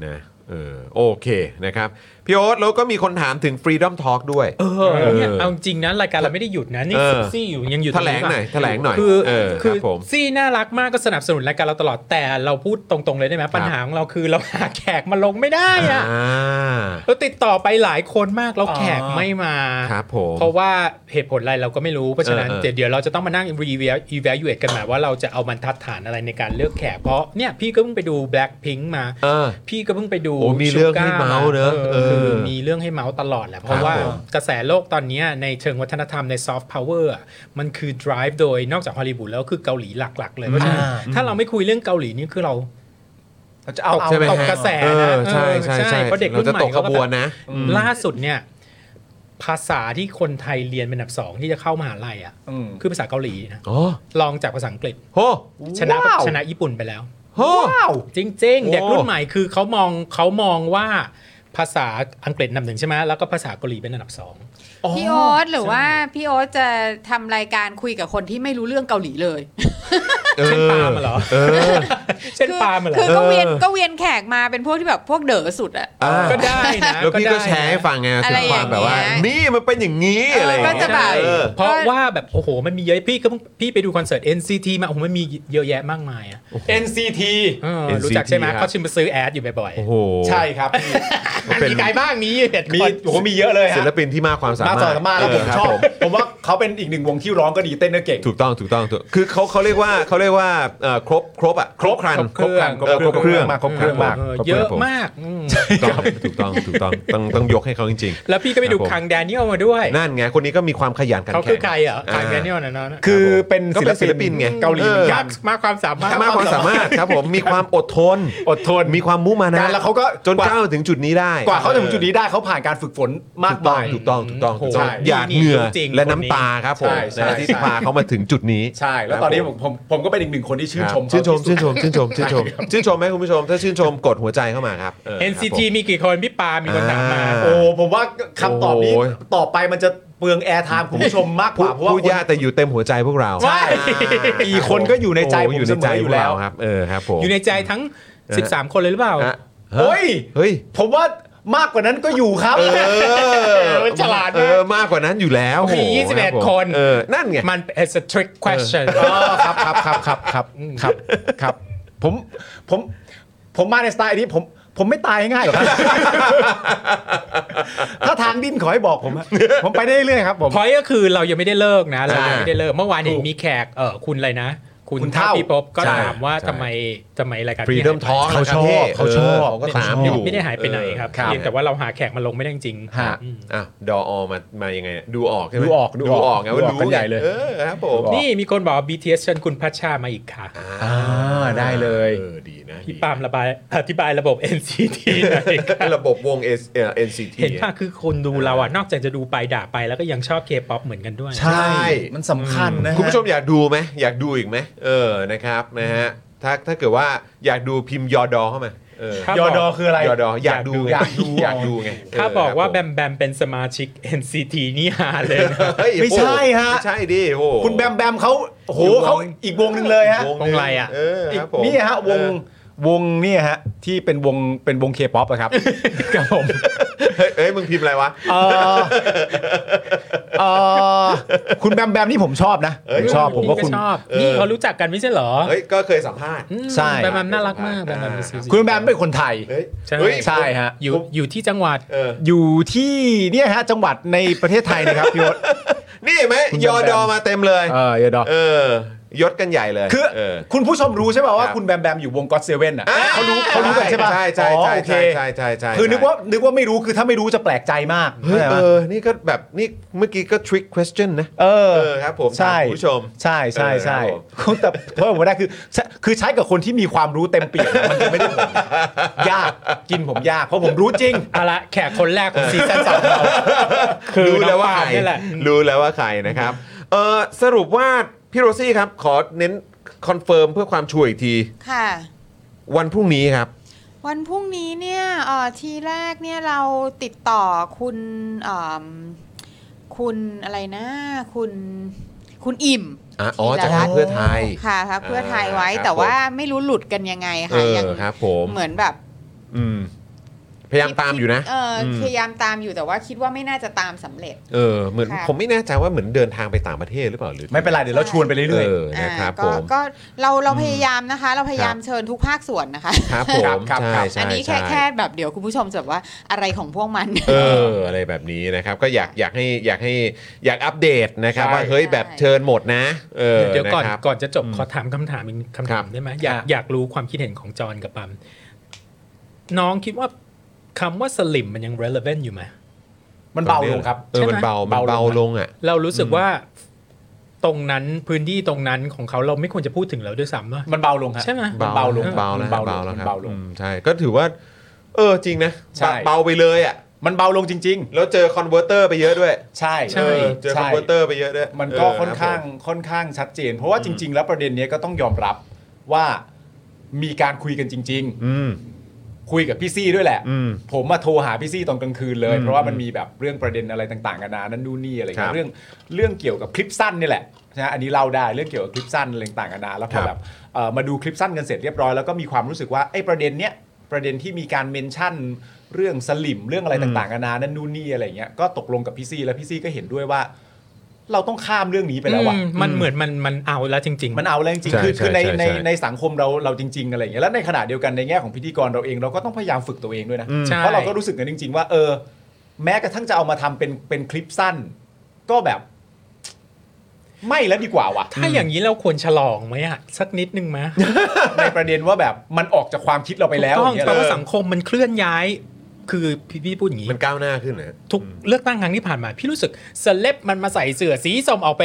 [SPEAKER 3] นะ เออโอเคนะครับ พี่โอ๊ตแล้วก็มีคนถามถึง Freedom Talk ด้วย
[SPEAKER 4] เออเนี่ยเอาจริงนะรายการเราไม่ได้หยุดนะนี่
[SPEAKER 3] เออ
[SPEAKER 4] ซี่อยู่ยังอยู่
[SPEAKER 3] แถลงหน่อยแถลงหน่อย
[SPEAKER 4] คือ
[SPEAKER 3] เออค
[SPEAKER 4] คือ
[SPEAKER 3] รับผม
[SPEAKER 4] ซี่น่ารักมากก็สนับสนุนรายการเราตลอดแต่เราพูดตรงๆเลยได้ไหมปัญหาของเราคือเราหาแขกมาลงไม่ได้อะ
[SPEAKER 3] อ่า
[SPEAKER 4] เราติดต่อไปหลายคนมากเราแขกไม่มา
[SPEAKER 3] ครับผม
[SPEAKER 4] เพราะว่าเหตุผลอะไรเราก็ไม่รู้ เพราะฉะนั้น
[SPEAKER 3] เออเออ
[SPEAKER 4] เดี๋ยวเราจะต้องมานั่ง re-evalu- evaluate กันใหม่ว่าเราจะเอาบรรทัดฐานอะไรในการเลือกแขก เพราะเนี่ยพี่ก็เพิ่งไปดู Blackpink มา
[SPEAKER 3] เออ
[SPEAKER 4] พี่ก็เพิ่งไปดู
[SPEAKER 3] โอ้มีเรื่องให้
[SPEAKER 4] Suga
[SPEAKER 3] เมาส์เนอะ
[SPEAKER 4] ออคือ
[SPEAKER 3] เออ
[SPEAKER 4] มีเรื่องให้เมาส์ตลอดแหละ เพ
[SPEAKER 3] ครั
[SPEAKER 4] ราะ
[SPEAKER 3] บ
[SPEAKER 4] ว่า
[SPEAKER 3] ผม
[SPEAKER 4] กระแสโลกตอนเนี้ยในเชิงวัฒนธรรมใน soft power อะมันคือ drive โดยนอกจากฮอลลีวูดแล้วคือเกาหลีหลัก ๆ เลยเพราะฉะนั้น
[SPEAKER 3] อ่า
[SPEAKER 4] ถ้าเราไม่คุยเรื่องเกาหลีนี่คือเรา
[SPEAKER 7] เราจะเอา
[SPEAKER 4] ตกตกกระแส
[SPEAKER 3] เอ
[SPEAKER 4] นะ
[SPEAKER 3] อใช่
[SPEAKER 4] เออ
[SPEAKER 3] ใช่ใช่
[SPEAKER 4] เพราะเด็กรุ่นใหม่
[SPEAKER 3] เราจะตกขบวนนะ
[SPEAKER 4] เขาก็
[SPEAKER 3] อื
[SPEAKER 4] แบบ
[SPEAKER 3] ม
[SPEAKER 4] ล่าสุดเนี่ย ภาษาที่คนไทยเรียนเป็นอันดับสองที่จะเข้ามหาลัยอ่ะคือภาษาเกาหลีนะ
[SPEAKER 3] อ๋อ
[SPEAKER 4] ลองจากภาษาอังกฤษ
[SPEAKER 3] โห
[SPEAKER 4] ชนะ
[SPEAKER 3] ว้าว
[SPEAKER 4] ชนะญี่ปุ่นไปแล้ว
[SPEAKER 3] โห
[SPEAKER 4] ว้าวจริง
[SPEAKER 3] โอ้
[SPEAKER 4] ๆ เด็กรุ่นใหม่คือเขามองเขามองว่าภาษาอังกฤษอันดับหนึ่งใช่ไหมแล้วก็ภาษาเกาหลีเป็นอันดับสอง
[SPEAKER 8] พี่โอ๊ตหรือว่าพี่โอ๊ตจะทำรายการคุยกับคนที่ไม่รู้เรื่องเกาหลีเลย
[SPEAKER 3] เช่นปาล์มเหรออ
[SPEAKER 4] เช่นปาล์มเหรอ
[SPEAKER 8] คือก็เวียนก็เวียนแขกมาเป็นพวกที่แบบพวกเด๋อสุดอะ
[SPEAKER 3] อ่า
[SPEAKER 4] ก็ได้นะ
[SPEAKER 3] แล้วพี่
[SPEAKER 4] ก็
[SPEAKER 3] ก็
[SPEAKER 4] ได้นะ
[SPEAKER 3] แชร์ให้ฟังไง
[SPEAKER 8] อะ
[SPEAKER 3] ถึ
[SPEAKER 8] ไรง
[SPEAKER 3] ความแบบว่า
[SPEAKER 8] อย่างเงี้ย
[SPEAKER 3] นี่มันเป็นอย่างนี้อะไรอย่างเงี้ย
[SPEAKER 8] ก็จะแบบ
[SPEAKER 3] เออ
[SPEAKER 4] เพราะว่าแบบโอ้โหมันมีเยอะพี่ก็เพิ่งพี่ไปดูคอนเสิร์ต NCT มาโอ้โหมันมีเยอะแยะมากมายอะ
[SPEAKER 7] NCT
[SPEAKER 4] เออรู้จักใช่ไหม
[SPEAKER 3] NCT
[SPEAKER 4] เขาชิมไปซื้อแอดอยู่บ่อยๆ
[SPEAKER 3] โอ้โห
[SPEAKER 7] ใช่ครับพี่
[SPEAKER 3] เป็น
[SPEAKER 4] มีใครบ้างมีเห็ด
[SPEAKER 7] มี
[SPEAKER 4] คน
[SPEAKER 7] โอ้โหมีเยอะเลยฮะ
[SPEAKER 3] ศิลปินที่มากความสามารถ
[SPEAKER 7] มาสอนมากแล้วผม
[SPEAKER 3] เครับ
[SPEAKER 7] ชอบ ผมว่าเขาเป็นอีกหนึ่งวงที่ร้องก็ดีเต้นก็เก่ง
[SPEAKER 3] ถูกต้องถูกต้องถูกคือเขาเขาเรียกว่าเขาเรียกว่าเอ่อครบครบอ่ะครบครัน
[SPEAKER 7] ครบเครื่อง
[SPEAKER 3] เออครบเครื่อง
[SPEAKER 7] ครบเครื่องมาก
[SPEAKER 3] คบ
[SPEAKER 4] เย
[SPEAKER 3] ครื่
[SPEAKER 4] อะ
[SPEAKER 3] งผ
[SPEAKER 4] มากอืม
[SPEAKER 3] ถูกต้องถูกต้องถูกต้องต้องต้องยกให้เขาจริง ๆ
[SPEAKER 4] แล้วพี่ก็ไปดู
[SPEAKER 3] ครับผม
[SPEAKER 4] คังแดเนียลมาด้วย
[SPEAKER 3] นั่นไงคนนี้ก็มีความขยันขัน
[SPEAKER 4] เขา
[SPEAKER 3] แข็ง
[SPEAKER 4] คือใครเหรอคังแด
[SPEAKER 3] า
[SPEAKER 4] เนียลน่ะเนาะนะ
[SPEAKER 7] คือ
[SPEAKER 3] ครับผม
[SPEAKER 7] เป็น
[SPEAKER 3] ก็เป็นศิลปินไง
[SPEAKER 7] เกาหลีเหมือน
[SPEAKER 4] มา
[SPEAKER 7] กั
[SPEAKER 4] ก
[SPEAKER 7] น
[SPEAKER 4] มาความสามารถ
[SPEAKER 3] มากความสามารถครับผมมีความอดทน
[SPEAKER 7] อดทน
[SPEAKER 3] มีความมุมานะ
[SPEAKER 7] แล้วเขาก็
[SPEAKER 3] จน
[SPEAKER 7] กว่า
[SPEAKER 3] ก้าวถึงจุดนี้ได้
[SPEAKER 7] กว่าเขาจะถึงจุดนี้ได้เขาผ่านการฝึกฝนมาก
[SPEAKER 3] ถูกต้อ
[SPEAKER 7] มาง ย
[SPEAKER 3] ถูกต้องถูกต้องถูกต้อง
[SPEAKER 7] โอ้โห
[SPEAKER 3] หยาดเหงื่อ
[SPEAKER 4] จริง
[SPEAKER 3] และน้ำตาครับผม
[SPEAKER 7] ใช่ใช่
[SPEAKER 3] นะที่
[SPEAKER 7] ใช่
[SPEAKER 3] พาเขามาถึงจุดนี้
[SPEAKER 7] ใช่ แล้วตอนนี้ผมผมผมก็เป็นอีกหนึ่งคนที่ชื่น
[SPEAKER 3] ครับ
[SPEAKER 7] ชมเขา
[SPEAKER 3] ชื่นชมชื่
[SPEAKER 7] ที่
[SPEAKER 3] นช
[SPEAKER 7] สุด
[SPEAKER 3] มชื่นชมชื่นชมชื่นชมไหมคุณผู้ชม ถ้าชื่นชมกดหัวใจเข้ามาครับเออ
[SPEAKER 4] เอ็น
[SPEAKER 3] ค
[SPEAKER 4] ซี
[SPEAKER 3] รับผ
[SPEAKER 4] ที
[SPEAKER 3] ม
[SPEAKER 4] มีกี่คนพี่ปา มีคนถามมา
[SPEAKER 3] อ่า
[SPEAKER 7] โอ้ผมว่าคำตอบนี้
[SPEAKER 3] โอ้ย
[SPEAKER 7] ต่อไปมันจะเปลืองแอร์ไทม์คุณผู้ชมมากก
[SPEAKER 3] พูด
[SPEAKER 7] ว่าเพราะว่า
[SPEAKER 3] พูดยากแต่อยู่เต็มหัวใจพวกเรา
[SPEAKER 7] ใช่อีกคนก็อยู่ในใจผ
[SPEAKER 3] โอ
[SPEAKER 7] ม
[SPEAKER 3] ยู่
[SPEAKER 7] เส
[SPEAKER 3] ใน
[SPEAKER 7] ม
[SPEAKER 3] ใจ
[SPEAKER 7] ออ
[SPEAKER 3] พ
[SPEAKER 7] ยู่
[SPEAKER 3] วก
[SPEAKER 7] แล้
[SPEAKER 3] เรา
[SPEAKER 7] ว
[SPEAKER 3] ครับเออครับผม
[SPEAKER 4] อยู่ในใจทั้ง 13 คนเลยหรือเปล่า
[SPEAKER 3] อ่ะ
[SPEAKER 7] โอ้ย
[SPEAKER 3] เฮ้ย
[SPEAKER 7] ผมว่ามากกว่านั้นก็อยู่ครับ
[SPEAKER 3] เออ
[SPEAKER 4] มันฉลาดมาก
[SPEAKER 3] เออมากกว่านั้นอยู่แล้ว
[SPEAKER 4] มี
[SPEAKER 3] โอ้โหรับผม
[SPEAKER 4] 21 คน
[SPEAKER 3] เออนั่นไง
[SPEAKER 4] มัน it's a trick question
[SPEAKER 7] ครับครับครับครับครับครับครับผมผมผมมาในสไตล์นี้ผมผมไม่ตายง่ายหรอกครับ ถ้าทางดิ้นขอให้บอกผมอะผมไปได้เรื่อยๆครับผม
[SPEAKER 4] พอยก็คือเรายังไม่ได้เลิกนะเรายังไม่ได้เลิกเมื่อวานเห็น
[SPEAKER 7] ถูก
[SPEAKER 4] มีแขกเออคุณอะไรนะ คุณ
[SPEAKER 7] คุณ
[SPEAKER 4] เท่า
[SPEAKER 7] เท่า
[SPEAKER 4] พี่ป๊อบก็
[SPEAKER 3] ใช่
[SPEAKER 4] ถามว่า
[SPEAKER 3] ใช่
[SPEAKER 4] ทำไมทำไมรายการพี่
[SPEAKER 3] Freedom
[SPEAKER 4] หยไป
[SPEAKER 3] Talk
[SPEAKER 7] เขาชอบ
[SPEAKER 3] นะครับ
[SPEAKER 7] เขาชอบ
[SPEAKER 3] เก็ตามอยู่
[SPEAKER 4] ไม่ได้หายไปไหนครับ
[SPEAKER 3] เพีย
[SPEAKER 4] เพีย
[SPEAKER 3] ง
[SPEAKER 4] ง
[SPEAKER 3] แต่
[SPEAKER 4] แต่
[SPEAKER 3] ว่า
[SPEAKER 4] ว่าเราหาแขกมาลงไม่ได้จริงๆ
[SPEAKER 7] ฮะ
[SPEAKER 4] อืม
[SPEAKER 3] อ่ะดออมามายังไงเนี่ยดูออกใช่ไหม
[SPEAKER 7] ดูออกดูออก
[SPEAKER 3] ดูออกไงว่า
[SPEAKER 7] ดูออก
[SPEAKER 3] รู้
[SPEAKER 7] กันใหญ่เลย
[SPEAKER 3] เออครับผม
[SPEAKER 7] ดูออก
[SPEAKER 4] นี่มีคนบอกว่า BTS เชิญคุณพัชชามาอีกค่ะ
[SPEAKER 3] อ่า
[SPEAKER 7] ได้เลย
[SPEAKER 3] ออดีนะ
[SPEAKER 4] พี่
[SPEAKER 3] ดี
[SPEAKER 4] ปาล์มระบายอธิบายระบบ NCT หน่อยครับ
[SPEAKER 3] ระบบวง S เอ่อ NCT
[SPEAKER 4] เห็นป่ะคือคนดูเราอ่ะ นอกจากจะดูไปด่าไปแล้วก็ยังชอบ K-POP เหมือนกันด้วย
[SPEAKER 3] ใช่
[SPEAKER 7] มันสำคัญนะฮะ
[SPEAKER 3] คุณผู้ชมอยากดูไหมอยากดูอีกไหมเออนะครับนะฮะถ้าถ้าเกิดว่าอยากดูพิมพ์ยอดอเข้ามาเออ
[SPEAKER 4] ถ้าบ
[SPEAKER 7] ย
[SPEAKER 4] ก
[SPEAKER 7] อดอคืออะไร
[SPEAKER 3] ยอดออยากดู
[SPEAKER 7] อยากดู
[SPEAKER 3] อยากดูไง
[SPEAKER 4] ถ้าบอกว่าแบ
[SPEAKER 3] ม
[SPEAKER 4] มแบมเป็นสมาชิก NCT นี่ฮาเลย นะ
[SPEAKER 7] ไม่ใช่ฮะ
[SPEAKER 3] ใช่ดิโอ้โห
[SPEAKER 7] คุณแบมแบมเขาโอ้โหเขาอีกวงหนึ่งเลยฮะ
[SPEAKER 3] วหนึ่
[SPEAKER 4] วงไรอ่ะ
[SPEAKER 3] เออ
[SPEAKER 7] อี
[SPEAKER 3] ค
[SPEAKER 7] ก
[SPEAKER 3] รับผม
[SPEAKER 7] นี่ฮะวงวงเนี่ยฮะที่เป็นวงเป็นวงเคป๊อปอะครับ ครับผม
[SPEAKER 3] เฮ้ยเฮ้ยมึงพิมพ์อะไรวะ
[SPEAKER 7] เอ่อเอ่อคุณแบมแบมนี่ผมชอบนะ
[SPEAKER 3] เอ้ย
[SPEAKER 7] ผมชอบผมว่าคุณ
[SPEAKER 4] ชอบ
[SPEAKER 3] เออ
[SPEAKER 4] นี่เขารู้จักกันไม่ใช่เหรอ
[SPEAKER 3] เฮ้ยก็เคยสัมภาษณ์
[SPEAKER 4] อืม
[SPEAKER 7] ใช่
[SPEAKER 4] แบมแบมน่ารักมากแบมแบม
[SPEAKER 3] อ่า
[SPEAKER 4] NCT
[SPEAKER 7] คุณแบมเป็นคนไทย
[SPEAKER 3] เฮ้ย
[SPEAKER 4] ใช่
[SPEAKER 3] เฮ้ย
[SPEAKER 7] ใช่ฮะ
[SPEAKER 4] อยู่อยู่ที่จังหวัด
[SPEAKER 3] เออ
[SPEAKER 7] อยู่ที่เนี่ยฮะจังหวัดในประเทศไทยนะครับพี่ยศ
[SPEAKER 3] นี่เห็นไหม
[SPEAKER 7] คุณ
[SPEAKER 3] ย
[SPEAKER 7] แบม
[SPEAKER 3] อ
[SPEAKER 7] แบม
[SPEAKER 3] ดอมาเต็มเลย
[SPEAKER 7] เออเยดอ
[SPEAKER 3] เออยศกันใหญ่เลย
[SPEAKER 7] คือ
[SPEAKER 3] เออ
[SPEAKER 7] คุณผู้ชมรู้ใช่ป่ะ
[SPEAKER 3] ค
[SPEAKER 7] ว่า
[SPEAKER 3] รับ
[SPEAKER 7] คุณแบมแบมอยู่วงก็อตเซเว่นอ่ะเขารู้เขารู้กันใช่ป่ะ
[SPEAKER 3] ใช่ใช่
[SPEAKER 7] อ๋อ
[SPEAKER 3] ใช่
[SPEAKER 7] โอเค
[SPEAKER 3] ใช่ใช่ใช่ใช่
[SPEAKER 7] คือนึกว่านึกว่าไม่รู้คือถ้าไม่รู้จะแปลกใจมาก
[SPEAKER 3] เฮ้ย
[SPEAKER 7] ข้า
[SPEAKER 3] เอ
[SPEAKER 7] ใจปะ
[SPEAKER 3] อนี่ก็แบบนี่เมื่อกี้ก็ trick question นะ
[SPEAKER 7] เออ
[SPEAKER 3] เออครับผม
[SPEAKER 7] ใช่
[SPEAKER 3] คุณผู้ชม
[SPEAKER 7] ใช่ใช่ใช่
[SPEAKER 3] เออครับผม
[SPEAKER 7] แต่เพราะผมได้คือใช้คือใช้กับคนที่มีความรู้เต็มเปี่ยมมันจะไม่ได้ผลยากกินผมยากเพราะผมรู้จริง
[SPEAKER 4] เอาละแขกคนแรก ของซีซั่นสองเรา คือ
[SPEAKER 3] รู้แล้ว
[SPEAKER 4] น้อง
[SPEAKER 3] ว่า
[SPEAKER 4] ปาล์
[SPEAKER 3] ใค
[SPEAKER 4] ม
[SPEAKER 3] ร
[SPEAKER 4] นี่แหละ
[SPEAKER 3] รู้แล้วว่าใครนะครับเออสรุปว่าพี่โรซี่ครับ ขอเน้นคอนเฟิร์มเพื่อความช่วยอีกที
[SPEAKER 8] ค่ะ
[SPEAKER 3] วันพรุ่งนี้ครับ
[SPEAKER 8] วันพรุ่งนี้เนี่ยเอ่อทีแรกเนี่ยเราติดต่อคุณเอิ่มคุณอะไรนะ คุณคุณอิ่ม
[SPEAKER 3] อ่ะอ๋อ
[SPEAKER 8] ธีร
[SPEAKER 3] จากพร
[SPEAKER 8] รั
[SPEAKER 3] ร
[SPEAKER 8] ต
[SPEAKER 3] ค
[SPEAKER 8] น์
[SPEAKER 3] เพื่อไทย
[SPEAKER 8] ค่ะพักเพื่อไทย
[SPEAKER 3] อ่า
[SPEAKER 8] ไว้
[SPEAKER 3] ครับ
[SPEAKER 8] แต่
[SPEAKER 3] ผม
[SPEAKER 8] ว่าไม่รู้หลุดกันยังไง
[SPEAKER 3] เอ
[SPEAKER 8] ค่ะ
[SPEAKER 3] อ
[SPEAKER 8] ยัง
[SPEAKER 3] ครับผม
[SPEAKER 8] เหมือนแบบ
[SPEAKER 3] อืม พยายามตามอยู่นะ
[SPEAKER 8] เอออ
[SPEAKER 3] ม
[SPEAKER 8] พยายามตามอยู่แต่ว่าคิดว่าไม่น่าจะตามสำเร็จ
[SPEAKER 3] เออเหมือน
[SPEAKER 8] ค่ะ
[SPEAKER 3] ผมไม่แน่ใจว่าเหมือนเดินทางไปต่างประเทศหรือเปล่าหรือ
[SPEAKER 7] ไม่เป็นไรเดี๋ยวเราชวนไปเรื่อยๆ
[SPEAKER 3] เออนะครับ
[SPEAKER 8] ก็
[SPEAKER 3] ผม
[SPEAKER 8] ก็เราเราพยายามนะคะ เราพยายาม
[SPEAKER 3] ครับ
[SPEAKER 8] เชิญทุกภาคส่วนนะคะ
[SPEAKER 3] ครับผม
[SPEAKER 7] ครับ
[SPEAKER 3] ใช่
[SPEAKER 7] ครับ
[SPEAKER 3] ใช่
[SPEAKER 8] อันนี้แค่
[SPEAKER 3] ใช่
[SPEAKER 8] แค่แบบเดี๋ยวคุณผู้ชมจะแบบว่าอะไรของพวกมัน
[SPEAKER 3] เอออะไรแบบนี้นะครับก็อยากอยากให้อยากให้อยากอัปเดตนะครับ
[SPEAKER 4] ใช่
[SPEAKER 3] ว่าเฮ้ยแบบเชิญหมดนะเออ
[SPEAKER 4] เดี๋ยวก่อน
[SPEAKER 3] นะครับ
[SPEAKER 4] ก่อนจะจบขอถามคำถามอีกคำถามได้ไหมอยากอยากรู้ความคิดเห็นของจอห์นกับปัมน้องคิดว่าคำว่าสลิมมันยัง relevant อยู่ไหม
[SPEAKER 7] มันเบาลงครับ
[SPEAKER 3] เออมันเบามันเบาลงอ่ะ
[SPEAKER 4] เรารู้สึกว่าตรงนั้นพื้นที่ตรงนั้นของเขาเราไม่ควรจะพูดถึงแล้วด้วยซ้ำว่า
[SPEAKER 7] มันเบาลง
[SPEAKER 4] ใช่ไหม
[SPEAKER 3] เบาลงเบาแล้ว
[SPEAKER 4] เบา
[SPEAKER 3] เบาแล้วครับ
[SPEAKER 7] เบาลง
[SPEAKER 3] อืมใช่ก็ถือว่า เออจริงนะ
[SPEAKER 7] ใช่
[SPEAKER 3] เบาไปเลยอ่ะ
[SPEAKER 7] มันเบาลงจริง
[SPEAKER 3] ๆ แล้วเจอคอนเวอร์เตอร์ไปเยอะด้วย
[SPEAKER 7] ๆ ใช่
[SPEAKER 3] เออเจอคอนเวอร์เตอร์ไปเยอะด้วย
[SPEAKER 7] มันก็
[SPEAKER 3] เ
[SPEAKER 7] ค่อนข้าง
[SPEAKER 3] รับผ
[SPEAKER 7] ค่อนข้างชัดเจน เพราะว่าจริง ๆ แล้วประเด็นเนี้ยก็ต้องยอมรับว่ามีการคุยกันจริง
[SPEAKER 3] อืม
[SPEAKER 7] ๆ คุยกับพี่ซี่ด้วยแหละ
[SPEAKER 3] อืม
[SPEAKER 7] ผมมาโทรหาพี่ซี่ตอนกลางคืนเลย
[SPEAKER 3] อืม
[SPEAKER 7] เพราะว่ามันมีแบบเรื่องประเด็นอะไรต่างๆกันานานั่นนู่นนี่อะไร
[SPEAKER 3] ครั
[SPEAKER 7] เงี้
[SPEAKER 3] บ
[SPEAKER 7] ยเรื่องเรื่องเกี่ยวกับคลิปสั้นนี่แหละนะอันนี้เล่าได้เรื่องเกี่ยวกับคลิปสั้นอะไรต่างกันานาแล้วพ
[SPEAKER 3] ครั
[SPEAKER 7] อบ แบบเอ่อมาดูคลิปสั้นกันเสร็จเรียบร้อยแล้วก็มีความรู้สึกว่าไอ้ประเด็นเนี้ยประเด็นที่มีการเมนชั่นเรื่องสลิมเรื่องอะไรต่างๆกันานานั่นนู่นนี่อะไรเงี้ยก็ตกลงกับพี่ซี่แล้วพี่ซี่ก็เห็นด้วยว่า เราต้องข้ามเรื่องนี้ไปแล้ว
[SPEAKER 4] อื
[SPEAKER 7] อะ
[SPEAKER 4] มมันเหมือนมันมันเอาแล้วจริง ๆ
[SPEAKER 7] มันเอาแล้วจริง
[SPEAKER 3] ใช่
[SPEAKER 7] ๆคือ
[SPEAKER 3] ใช่
[SPEAKER 7] คือใน
[SPEAKER 3] ใช่
[SPEAKER 7] ใน
[SPEAKER 3] ใช่
[SPEAKER 7] ในสังคมเราเราจริง ๆ อะไรอย่างเงี้ยแล้วในขณะเดียวกันในแง่ของพิธีกรเราเองเราก็ต้องพยายามฝึกตัวเองด้วยนะ
[SPEAKER 4] ใช่
[SPEAKER 7] เพราะเราก็รู้สึกกันจริง ๆ ว่าเออ แม้กระทั่งจะเอามาทำเป็นเป็นคลิปสั้น ก็แบบ ไม่แล้วดีกว่าว่ะ
[SPEAKER 4] ถ้าอย่างนี้เราควรฉลองไหมอะสักนิดนึงไหม
[SPEAKER 7] ในประเด็นว่าแบบมันออกจากความคิดเราไปแล้ว
[SPEAKER 4] ถูกต้อง
[SPEAKER 7] อย่างเงี้ย
[SPEAKER 4] แปลว่า
[SPEAKER 7] เออ
[SPEAKER 4] สังคมมันเคลื่อนย้าย คือพี่พี่พูดอย่างนี้
[SPEAKER 3] มันก้าวหน้าขึ้นนะ
[SPEAKER 4] ทุกเลือกตั้งครั้งที่ผ่านมา พี่รู้สึกเซเลบมันมาใส่เสื้อสีส้มออกไป